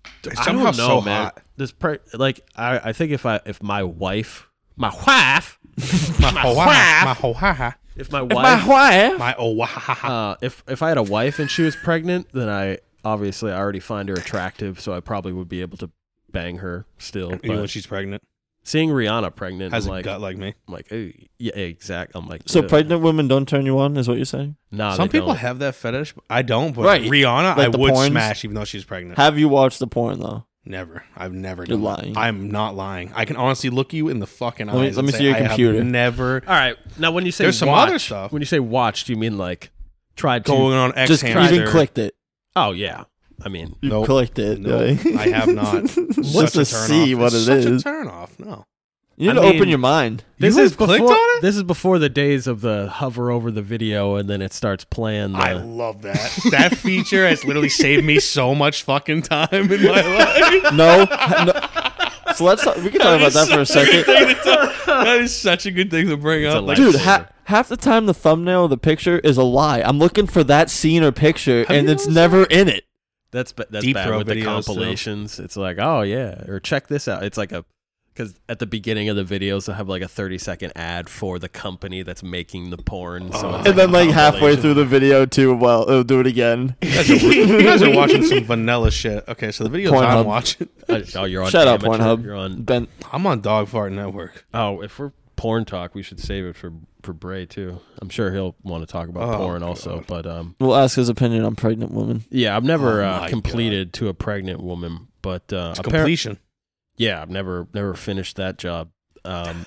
Speaker 1: I don't
Speaker 3: Somehow
Speaker 1: know,
Speaker 3: so
Speaker 1: man.
Speaker 3: hot.
Speaker 1: This pre- like I, I think if I if my wife, my wife,
Speaker 3: [LAUGHS] My
Speaker 1: wife.
Speaker 3: my Hawaii,
Speaker 1: if my wife,
Speaker 3: my Oaxaca.
Speaker 1: uh, if if I had a wife and she was pregnant, then I obviously I already find her attractive, so I probably would be able to bang her still.
Speaker 3: Even when
Speaker 1: But
Speaker 3: she's pregnant,
Speaker 1: seeing Rihanna pregnant,
Speaker 3: has
Speaker 1: I'm
Speaker 3: a
Speaker 1: like,
Speaker 3: gut like me.
Speaker 1: I'm like, "Ooh, yeah, exact. I'm like,
Speaker 2: So
Speaker 1: "Ugh."
Speaker 2: pregnant women don't turn you on, is what you're saying?
Speaker 1: Nah,
Speaker 3: Some
Speaker 1: they
Speaker 3: people
Speaker 1: don't.
Speaker 3: have that fetish. but I don't, but
Speaker 2: Right.
Speaker 3: Rihanna,
Speaker 2: Like
Speaker 3: I
Speaker 2: the
Speaker 3: would
Speaker 2: porns?
Speaker 3: smash even though she's pregnant.
Speaker 2: Have you watched the porn though?
Speaker 3: Never. I've never
Speaker 2: You're
Speaker 3: done that.
Speaker 2: lying.
Speaker 3: I'm not lying. I can honestly look you in the fucking
Speaker 2: me-
Speaker 3: eyes.
Speaker 2: let
Speaker 3: and
Speaker 2: me
Speaker 3: say
Speaker 2: see your
Speaker 3: I have
Speaker 2: computer. [LAUGHS]
Speaker 3: never
Speaker 1: All right, now when you say
Speaker 3: There's some
Speaker 1: watch,
Speaker 3: other stuff.
Speaker 1: When you say watch, do you mean like tried to?
Speaker 3: going on X
Speaker 2: Just
Speaker 3: hamster.
Speaker 2: even clicked it.
Speaker 1: Oh yeah, I mean,
Speaker 2: You
Speaker 3: Nope.
Speaker 2: clicked it. [LAUGHS]
Speaker 3: [LAUGHS] Nope.
Speaker 2: right?
Speaker 3: I have not.
Speaker 2: Just to
Speaker 3: Such a turn
Speaker 2: see
Speaker 3: off.
Speaker 2: what
Speaker 3: it's
Speaker 2: it
Speaker 3: such
Speaker 2: is.
Speaker 3: a turn off. No.
Speaker 2: You
Speaker 1: I
Speaker 2: need to
Speaker 1: mean-
Speaker 2: open your mind.
Speaker 1: This
Speaker 3: You
Speaker 1: is
Speaker 3: clicked
Speaker 1: before,
Speaker 3: on it?
Speaker 1: This is before the days of the hover over the video and then it starts playing. The,
Speaker 3: I love that. that feature has literally saved me so much fucking time in my [LAUGHS] life.
Speaker 2: No. no. So let's we can talk about that for a second.
Speaker 3: that is such a good thing to bring
Speaker 1: a
Speaker 3: up. Like,
Speaker 1: life-
Speaker 2: Dude, ha- half the time the thumbnail of the picture is a lie. I'm looking for that scene or picture, and it's never in it.
Speaker 1: that's ba- that's
Speaker 3: Deep
Speaker 1: bad
Speaker 3: throat
Speaker 1: with the
Speaker 3: videos, too.
Speaker 1: compilations. It's like, oh yeah, or check this out. It's like a because at the beginning of the videos they will have like a thirty second ad for the company that's making the porn.
Speaker 3: Oh.
Speaker 1: So it's
Speaker 2: And then, like halfway
Speaker 1: compilation.
Speaker 2: through the video, too, well, it'll do it again.
Speaker 3: you, guys are, you
Speaker 2: [LAUGHS]
Speaker 3: guys are watching some vanilla shit. Okay, so the videos
Speaker 2: Pornhub.
Speaker 3: I'm watching,
Speaker 1: Uh, oh, you're on.
Speaker 2: Shut up,
Speaker 1: amateur,
Speaker 2: Pornhub.
Speaker 1: You're on.
Speaker 2: Ben,
Speaker 3: I'm on Dog Fart Network.
Speaker 1: Oh, if we're porn talk, we should save it for for Bray too. I'm sure he'll want to talk about
Speaker 3: Oh,
Speaker 1: porn also. But um,
Speaker 2: we'll ask his opinion on pregnant women.
Speaker 1: yeah, I've never
Speaker 3: Oh,
Speaker 1: uh,
Speaker 3: my
Speaker 1: completed to a pregnant woman, but uh,
Speaker 3: It's
Speaker 1: apparently.
Speaker 3: completion.
Speaker 1: yeah, I've never never finished that job. Um,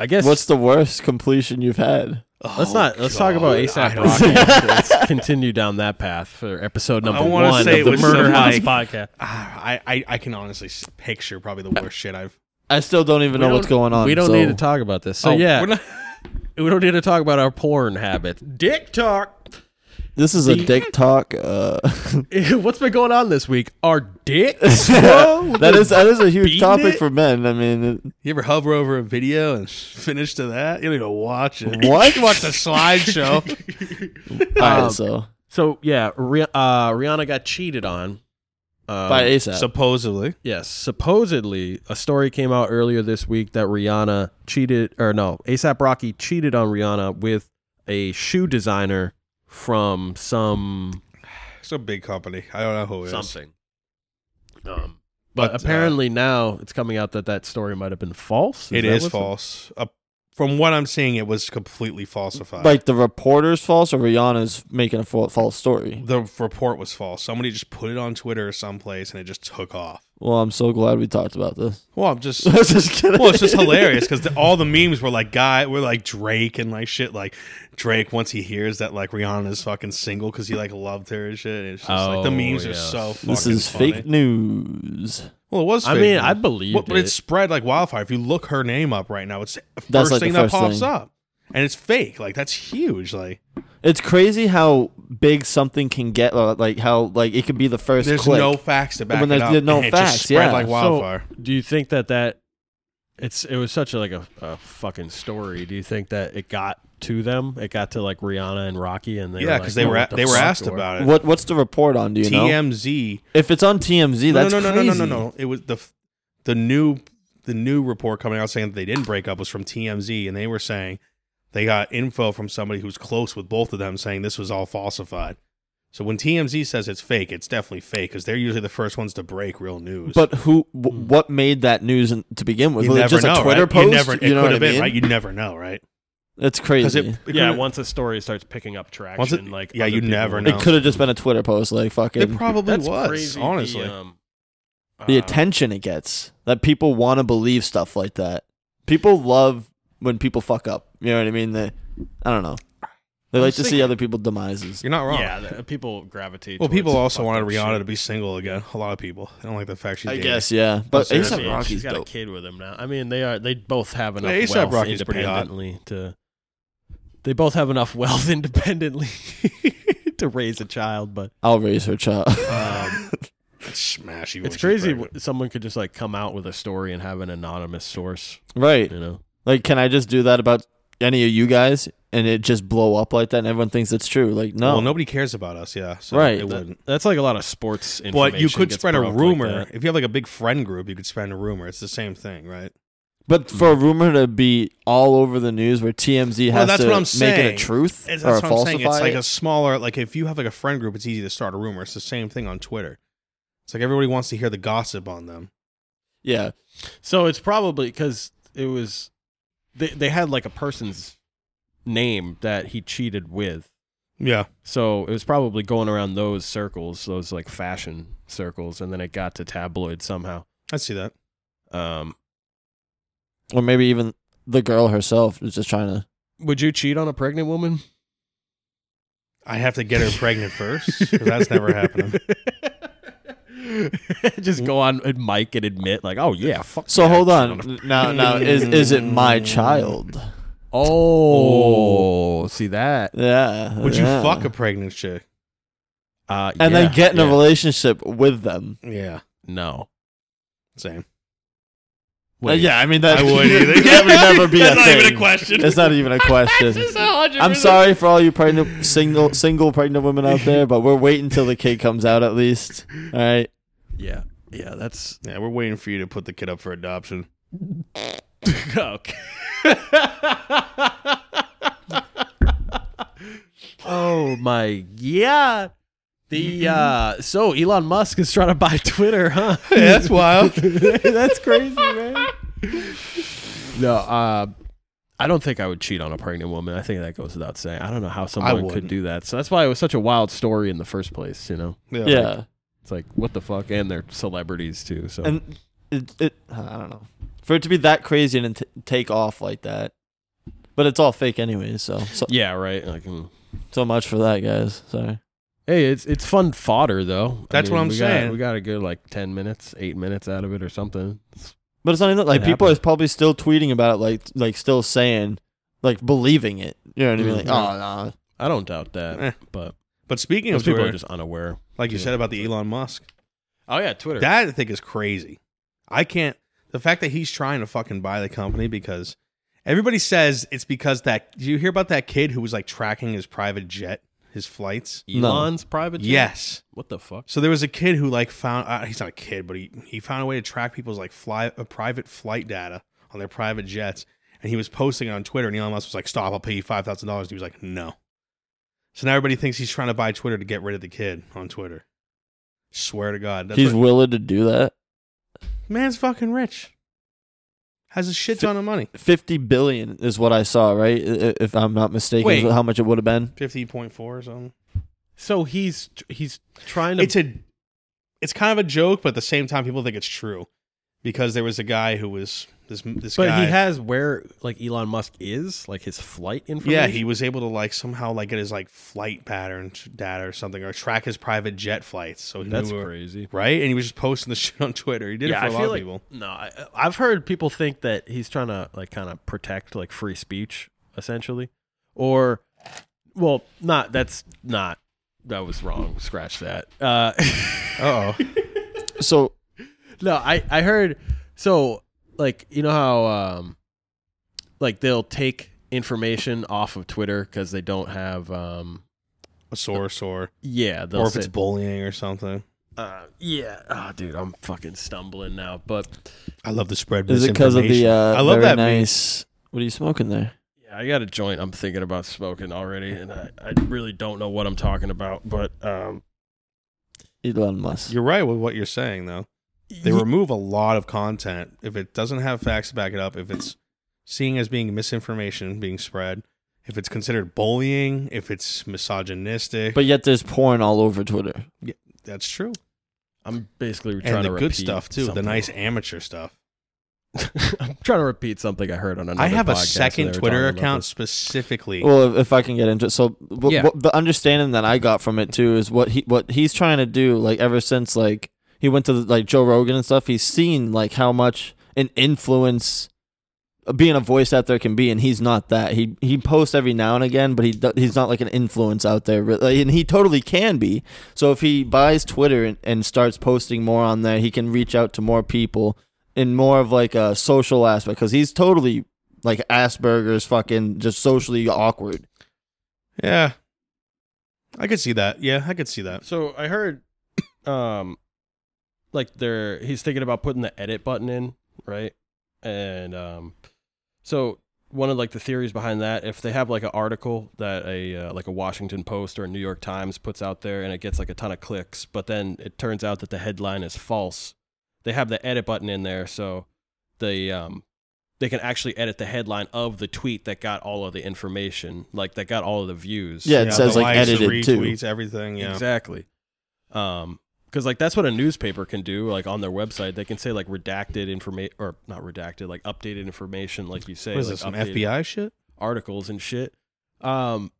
Speaker 1: I guess
Speaker 2: What's the worst completion you've had?
Speaker 1: let's not let's talk about ASAP
Speaker 2: [LAUGHS]
Speaker 1: Rocky.
Speaker 2: don't-
Speaker 1: let's continue down that path for episode number
Speaker 3: I wanna
Speaker 1: one of
Speaker 3: say it
Speaker 1: the
Speaker 3: was
Speaker 1: Murder
Speaker 3: some,
Speaker 1: House
Speaker 3: like-
Speaker 1: podcast.
Speaker 3: Ah, I, I I can honestly s- picture probably the worst shit I've.
Speaker 2: I still don't even know what's going on.
Speaker 1: We don't
Speaker 2: so-
Speaker 1: need to talk about this. So yeah,
Speaker 3: Oh, We're not-
Speaker 1: we don't need to talk about our porn habits. Dick talk.
Speaker 2: This is a dick talk. Uh,
Speaker 1: [LAUGHS]
Speaker 2: [LAUGHS]
Speaker 1: What's been going on this week? Our
Speaker 2: [LAUGHS]
Speaker 1: dicks.
Speaker 2: that is that is a huge
Speaker 1: Beating
Speaker 2: topic
Speaker 1: it?
Speaker 2: for men. I mean,
Speaker 3: you ever hover over a video and finish to that? You don't even watch
Speaker 2: [LAUGHS]
Speaker 3: it.
Speaker 2: What?
Speaker 3: You watch the slideshow.
Speaker 2: [LAUGHS] it, all
Speaker 3: Um,
Speaker 2: right, so
Speaker 1: so yeah, Rih- uh, Rihanna got cheated on. Um,
Speaker 2: by ASAP.
Speaker 3: Supposedly,
Speaker 1: Yes, supposedly a story came out earlier this week that Rihanna cheated, or no, ASAP Rocky cheated on Rihanna with a shoe designer from some
Speaker 3: it's a big company. I don't know who it is.
Speaker 1: Um, but,
Speaker 3: But, uh,
Speaker 1: apparently now it's coming out that that story might have been false.
Speaker 3: It
Speaker 1: that
Speaker 3: is
Speaker 1: what's-
Speaker 3: false. Uh, from what I'm seeing, it was completely falsified.
Speaker 2: like the reporter's false or Rihanna's making a fa- false story.
Speaker 3: the report was false. Somebody just put it on Twitter or someplace, and it just took off.
Speaker 2: Well, I'm so glad we talked about this. [LAUGHS]
Speaker 3: Well, I'm just.
Speaker 2: I'm just kidding.
Speaker 3: Well, it's just hilarious
Speaker 2: [LAUGHS]
Speaker 3: because all the memes were like guy, were like Drake and like shit. Like Drake, once he hears that like Rihanna's fucking single because he like loved her and shit. And it's just like the
Speaker 1: Oh,
Speaker 3: memes are
Speaker 1: yes.
Speaker 3: so. Fucking
Speaker 2: This is
Speaker 3: funny.
Speaker 2: fake news.
Speaker 3: Well, it was.
Speaker 1: I
Speaker 3: fake
Speaker 1: mean,
Speaker 3: news.
Speaker 1: I believed
Speaker 3: But, but
Speaker 1: it.
Speaker 3: it's spread like wildfire. If you look her name up right now, it's the first
Speaker 2: That's, like, the
Speaker 3: thing
Speaker 2: first
Speaker 3: that pops
Speaker 2: thing.
Speaker 3: up, and it's fake. Like that's huge. Like
Speaker 2: It's crazy how big something can get. uh, Like how like it could be the first
Speaker 3: there's
Speaker 2: click.
Speaker 3: no facts to back
Speaker 2: When
Speaker 3: it
Speaker 2: there's
Speaker 3: up.
Speaker 2: no
Speaker 3: and it
Speaker 2: facts,
Speaker 3: just spread
Speaker 2: yeah.
Speaker 3: like
Speaker 2: So-
Speaker 3: wildfire.
Speaker 1: Do you think that that it's it was such a, like a, a fucking story? Do you think that it got to them? It got to like Rihanna and Rocky, and they
Speaker 3: yeah,
Speaker 1: because
Speaker 3: because they were a- they were asked about it.
Speaker 2: What what's the report on? Do you know?
Speaker 3: TMZ.
Speaker 2: If it's on TMZ,
Speaker 3: No,
Speaker 2: that's
Speaker 3: no, no,
Speaker 2: crazy.
Speaker 3: no, no, no, no. It was the f- the new the new report coming out saying that they didn't break up was from TMZ, and they were saying they got info from somebody who's close with both of them saying this was all falsified. So when TMZ says it's fake, it's definitely fake because they're usually the first ones to break real news.
Speaker 2: But who? W- what made that news in, to begin with?
Speaker 3: you
Speaker 2: Was
Speaker 3: never
Speaker 2: it just
Speaker 3: know,
Speaker 2: a Twitter
Speaker 3: right?
Speaker 2: post?
Speaker 3: You, never, it
Speaker 2: know
Speaker 3: could
Speaker 2: what I
Speaker 3: have been,
Speaker 2: mean?
Speaker 3: right? You never know, right?
Speaker 2: That's
Speaker 3: Because
Speaker 2: crazy.
Speaker 3: it,
Speaker 2: It,
Speaker 3: it
Speaker 4: yeah,
Speaker 3: could've-
Speaker 4: once a story starts picking up traction,
Speaker 3: Once it-
Speaker 4: like
Speaker 3: yeah,
Speaker 4: other
Speaker 3: you
Speaker 4: people
Speaker 3: never
Speaker 4: will-
Speaker 3: know.
Speaker 2: could have just been a Twitter post, like
Speaker 3: it
Speaker 2: fucking
Speaker 3: probably
Speaker 1: That's
Speaker 3: was.
Speaker 1: crazy. the,
Speaker 3: honestly,
Speaker 1: um,
Speaker 2: the
Speaker 1: uh,
Speaker 2: attention it gets. That people want to believe stuff like that. People love when people fuck up. You know what I mean? They, I don't know. They
Speaker 1: I
Speaker 2: like
Speaker 1: was
Speaker 2: to see
Speaker 1: thinking-
Speaker 2: other people demises.
Speaker 3: you're not wrong.
Speaker 4: Yeah,
Speaker 1: uh,
Speaker 4: the, people gravitate.
Speaker 3: Well,
Speaker 4: towards
Speaker 3: people also
Speaker 4: fucked
Speaker 3: wanted
Speaker 4: up
Speaker 3: Rihanna
Speaker 4: shit.
Speaker 3: to be single again. A lot of people. They don't like the fact she's.
Speaker 2: I
Speaker 3: dating.
Speaker 2: guess, yeah. But
Speaker 3: That's
Speaker 2: ASAP
Speaker 3: it.
Speaker 2: Rocky's
Speaker 1: She's got
Speaker 2: dope.
Speaker 1: a kid with him now. I mean, they are they both have enough
Speaker 3: A$AP
Speaker 1: wealth
Speaker 3: Rocky's pretty hot.
Speaker 1: independently to. They both have enough [LAUGHS] wealth independently [LAUGHS] to raise a child, but
Speaker 2: I'll raise her
Speaker 3: [LAUGHS]
Speaker 2: child.
Speaker 3: Um, smash you. when
Speaker 1: it's
Speaker 3: she's
Speaker 1: crazy.
Speaker 3: pregnant.
Speaker 1: wh- Someone could just like come out with a story and have an anonymous source.
Speaker 2: right.
Speaker 1: You know,
Speaker 2: Like, can I just do that about any of you guys and it just blow up like that and everyone thinks it's true? Like, no.
Speaker 3: Well, nobody cares about us. Yeah. So
Speaker 2: Right.
Speaker 3: It
Speaker 1: That-
Speaker 3: wouldn't.
Speaker 1: that's like a lot of sports. Information
Speaker 3: But you could
Speaker 1: gets
Speaker 3: spread a
Speaker 1: broke like
Speaker 3: rumor.
Speaker 1: that.
Speaker 3: if you have like a big friend group, you could spread a rumor. It's the same thing, right?
Speaker 2: But for a rumor to be all over the news where TMZ
Speaker 3: Well,
Speaker 2: has
Speaker 3: that's
Speaker 2: to
Speaker 3: what I'm
Speaker 2: make it
Speaker 3: saying.
Speaker 2: a truth
Speaker 3: It's,
Speaker 2: or
Speaker 3: that's what I'm
Speaker 2: falsify
Speaker 3: saying. It's like
Speaker 2: it.
Speaker 3: a smaller. Like if you have like a friend group, it's easy to start a rumor. It's the same thing on Twitter. It's like everybody wants to hear the gossip on them.
Speaker 2: yeah,
Speaker 1: So it's probably because it was they they had like a person's name that he cheated with.
Speaker 3: Yeah.
Speaker 1: So it was probably going around those circles, those like fashion circles, and then it got to tabloid somehow.
Speaker 3: I see that.
Speaker 1: Um,
Speaker 2: or maybe even the girl herself was just trying to.
Speaker 1: would you cheat on a pregnant woman?
Speaker 3: I have to get her pregnant first 'cause that's never [LAUGHS] happening.
Speaker 1: [LAUGHS] Just go on and mic and admit, like, oh yeah, fuck.
Speaker 2: So
Speaker 1: yeah,
Speaker 2: hold
Speaker 1: I cheated a-
Speaker 2: on.
Speaker 3: [LAUGHS]
Speaker 2: Now, now is is it my child?
Speaker 1: Oh, see that?
Speaker 2: Yeah.
Speaker 3: Would you
Speaker 2: yeah.
Speaker 3: fuck a pregnant chick?
Speaker 1: Uh,
Speaker 2: and
Speaker 1: yeah,
Speaker 2: then get in a
Speaker 1: yeah.
Speaker 2: relationship with them?
Speaker 3: Yeah.
Speaker 1: No.
Speaker 3: [LAUGHS] Same.
Speaker 2: Uh, yeah, I mean that [LAUGHS]
Speaker 3: I wouldn't [LAUGHS] either.
Speaker 2: that would never be
Speaker 3: That's
Speaker 2: a
Speaker 3: not
Speaker 2: thing.
Speaker 3: even a question.
Speaker 2: It's not even a question. I'm sorry for all you pregnant single single pregnant women out there, but we're waiting till the kid comes out at least. All right.
Speaker 1: Yeah. Yeah. That's
Speaker 3: [LAUGHS] Yeah, we're waiting for you to put the kid up for adoption.
Speaker 1: okay. oh my god. The uh so Elon Musk is trying to buy Twitter,
Speaker 3: [LAUGHS]
Speaker 1: huh?
Speaker 3: that's
Speaker 1: [LAUGHS]
Speaker 3: wild. [LAUGHS]
Speaker 1: That's crazy, man. No, uh I don't think I would cheat on a pregnant woman. I think that goes without saying. I don't know how someone could
Speaker 3: wouldn't.
Speaker 1: do that. So that's why it was such a wild story in the first place, you know.
Speaker 2: Yeah.
Speaker 1: It's like what the fuck and they're celebrities too. So
Speaker 2: and it, it I don't know for it to be that crazy and t- take off like that, but it's all fake anyway. So so,
Speaker 1: yeah, right. Like mm.
Speaker 2: so much for that, guys. Sorry.
Speaker 1: Hey, it's it's fun fodder though.
Speaker 3: That's what I'm
Speaker 1: we got-
Speaker 3: saying.
Speaker 1: we got a good like ten minutes, eight minutes out of it or something. It's-
Speaker 2: But it's not even that, like
Speaker 1: It
Speaker 2: people
Speaker 1: happened.
Speaker 2: are probably still tweeting about it, like like still saying, like believing it. You know what I mean? Like
Speaker 1: Mhm.
Speaker 2: oh no,
Speaker 1: I don't doubt that,
Speaker 3: Eh.
Speaker 1: but
Speaker 3: But speaking
Speaker 1: those
Speaker 3: of
Speaker 1: people
Speaker 3: Twitter,
Speaker 1: are just unaware.
Speaker 3: like you said about the Elon Musk,
Speaker 1: Oh yeah, Twitter.
Speaker 3: that I think is crazy. I can't. The fact that he's trying to fucking buy the company because everybody says it's because that. Did you hear about that kid who was like tracking his private jet, his flights?
Speaker 2: No.
Speaker 1: Elon's private. jet?
Speaker 3: Yes.
Speaker 1: What the fuck?
Speaker 3: So there was a kid who like found. Uh, he's not a kid, but he he found a way to track people's like fly uh, private flight data on their private jets, and he was posting it on Twitter. And Elon Musk was like, "Stop! I'll pay you five thousand dollars." He was like, "No." So now everybody thinks he's trying to buy Twitter to get rid of the kid on Twitter. Swear to God, that's
Speaker 2: he's
Speaker 3: what-
Speaker 2: willing to do that.
Speaker 3: man's fucking rich. Has a shit ton of money.
Speaker 2: Fifty billion is what I saw, right? I- i- If I'm not mistaken, is
Speaker 1: Wait.
Speaker 2: how much it would have been.
Speaker 3: Fifty point four or something.
Speaker 1: So he's he's trying to.
Speaker 3: It's a, it's kind of a joke, but at the same time, people think it's true, because there was a guy who was this this
Speaker 1: but
Speaker 3: guy.
Speaker 1: he has where like Elon Musk is, like his flight information.
Speaker 3: Yeah, he was able to like somehow like get his like flight pattern t- data or something, or track his private jet flights. So he
Speaker 1: That's
Speaker 3: knew where-
Speaker 1: crazy.
Speaker 3: right? And he was just posting the [LAUGHS] shit on Twitter. He did it for a lot of
Speaker 1: like,
Speaker 3: people.
Speaker 1: No, I, I've heard people think that he's trying to like kind of protect like free speech essentially, or well, not that's not that was wrong. Scratch that. Uh, [LAUGHS]
Speaker 3: Uh oh,
Speaker 2: So
Speaker 1: no, I I heard so like you know how um like they'll take information off of Twitter because they don't have um
Speaker 3: a source
Speaker 2: [LAUGHS]
Speaker 3: or
Speaker 1: yeah they'll
Speaker 3: or if
Speaker 1: say-
Speaker 3: it's bullying or something.
Speaker 1: uh, yeah oh dude I'm fucking stumbling now but
Speaker 3: I love the spread.
Speaker 2: is it because of the? Uh,
Speaker 3: I love
Speaker 2: very
Speaker 3: that. meme.
Speaker 2: nice. What are you smoking there?
Speaker 1: yeah I got a joint I'm thinking about smoking already, and I, I really don't know what I'm talking about, but um,
Speaker 2: Elon Musk.
Speaker 3: You're right with what you're saying, though. They
Speaker 1: ye-
Speaker 3: remove a lot of content if it doesn't have facts to back it up. If it's seen as being misinformation being spread, if it's considered bullying, if it's misogynistic.
Speaker 2: But yet there's porn all over Twitter.
Speaker 3: that's true.
Speaker 1: I'm basically trying
Speaker 3: And the
Speaker 1: to
Speaker 3: good
Speaker 1: repeat
Speaker 3: stuff too,
Speaker 1: something.
Speaker 3: the nice amateur stuff.
Speaker 1: I'm trying to repeat something I heard on another.
Speaker 3: I have a
Speaker 1: podcast, and they
Speaker 3: second
Speaker 1: were
Speaker 3: Twitter
Speaker 1: talking about
Speaker 3: account
Speaker 1: this.
Speaker 3: specifically.
Speaker 2: Well, if- if I can get into it, so w-
Speaker 1: Yeah.
Speaker 2: what, the understanding that I got from it too is what he what he's trying to do. Like ever since like he went to like Joe Rogan and stuff, he's seen like how much an influence uh, being a voice out there can be, and he's not that. He he posts every now and again, but he do- he's not like an influence out there, re- like, and he totally can be. So if he buys Twitter and, and starts posting more on there, he can reach out to more people in more of like a social aspect because he's totally like Asperger's fucking just socially awkward.
Speaker 3: yeah, I could see that. Yeah, I could see that.
Speaker 1: So I heard, um, like they're he's thinking about putting the edit button in, right? And um, so one of like the theories behind that, if they have like an article that a uh, like a Washington Post or a New York Times puts out there, and it gets like a ton of clicks, but then it turns out that the headline is false, they have the edit button in there, so the um. They can actually edit the headline of the tweet that got all of the information, like that got all of the views.
Speaker 2: Yeah, it
Speaker 3: the
Speaker 2: says, like,
Speaker 3: likes, the
Speaker 2: edited, too.
Speaker 3: retweets, everything. Yeah,
Speaker 1: Exactly. Um, because like that's what a newspaper can do. Like on their website, they can say like redacted information or not redacted, like updated information, like you say,
Speaker 3: What is
Speaker 1: like
Speaker 3: this? Some
Speaker 1: updated [LAUGHS]
Speaker 3: FBI shit?
Speaker 1: articles and shit. Um,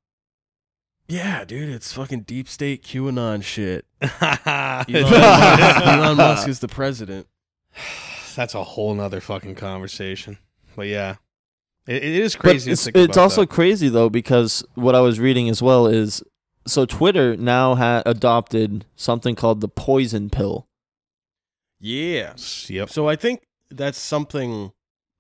Speaker 1: yeah, dude, it's fucking deep state QAnon
Speaker 3: [LAUGHS]
Speaker 1: shit. Elon, Musk, Elon Musk is the president.
Speaker 3: [SIGHS] That's a whole nother fucking conversation. But yeah, it, it is
Speaker 2: But
Speaker 3: crazy. to
Speaker 2: it's
Speaker 3: think
Speaker 2: it's
Speaker 3: about
Speaker 2: also
Speaker 3: that.
Speaker 2: crazy though because what I was reading as well is so Twitter now ha- adopted something called the poison pill.
Speaker 1: Yeah.
Speaker 3: Yep.
Speaker 1: So I think that's something.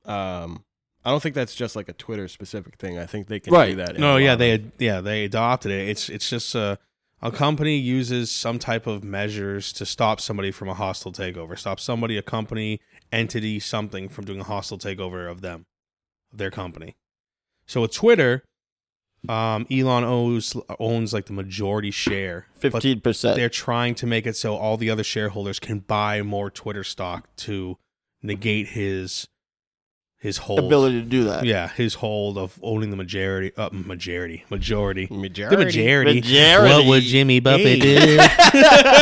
Speaker 1: Um, I don't think that's just like a Twitter specific thing. I think they can do
Speaker 2: Right.
Speaker 1: that. in
Speaker 3: No,
Speaker 1: a
Speaker 3: yeah,
Speaker 1: lot
Speaker 3: they
Speaker 1: of-
Speaker 3: ad- yeah they adopted it. It's it's just a a company uses some type of measures to stop somebody from a hostile takeover, stop somebody, a company, entity, something from doing a hostile takeover of them, of their company. So with Twitter, um, Elon owns owns like the majority share, but
Speaker 2: Fifteen percent.
Speaker 3: they're trying to make it so all the other shareholders can buy more Twitter stock to negate his his hold
Speaker 2: Ability to do that.
Speaker 3: Yeah, his hold of owning the majority, uh, majority, majority,
Speaker 1: Majority.
Speaker 3: the majority.
Speaker 2: Majority.
Speaker 3: What would Jimmy
Speaker 2: [LAUGHS]
Speaker 3: Buffett do?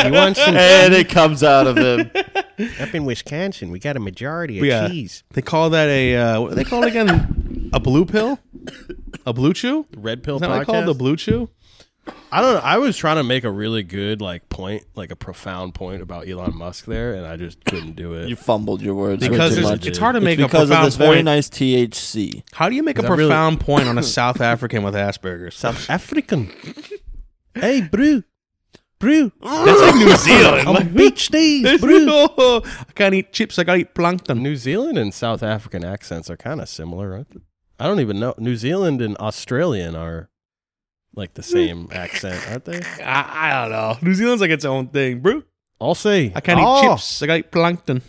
Speaker 1: You want some-
Speaker 3: [LAUGHS]
Speaker 2: and it comes out of him.
Speaker 1: Up in Wisconsin, we got a majority
Speaker 3: of Yeah.
Speaker 1: cheese.
Speaker 3: They call that a uh, what do they call it again? a blue pill, a blue chew.
Speaker 1: Red Pill
Speaker 3: Is that what they call it?
Speaker 1: podcast.
Speaker 3: the blue chew?
Speaker 1: I don't know. I was trying to make a really good like point, like a profound point about Elon Musk there, and I just couldn't do it. [LAUGHS]
Speaker 2: You fumbled your words
Speaker 3: Because
Speaker 2: way too
Speaker 1: it's-
Speaker 2: much.
Speaker 3: it's, it's hard to make a
Speaker 2: because of
Speaker 3: profound
Speaker 2: this very
Speaker 3: point.
Speaker 2: nice THC.
Speaker 3: How do you make a
Speaker 1: Is that really-
Speaker 3: profound point on a South African with Asperger's?
Speaker 1: African. [LAUGHS] hey, brew, brew.
Speaker 3: [LAUGHS] That's
Speaker 1: [LAUGHS]
Speaker 2: [LAUGHS]
Speaker 3: like New Zealand.
Speaker 1: beach days,
Speaker 3: [LAUGHS] I can't eat chips. I gotta eat plankton.
Speaker 1: New Zealand and South African accents are kind of similar. Aren't they? I don't even know. New Zealand and Australian are like the same accent, aren't they?
Speaker 3: I, I don't know. New Zealand's like its own thing, bro.
Speaker 1: I'll say.
Speaker 3: I can't eat
Speaker 2: Oh.
Speaker 3: chips. I gotta eat plankton.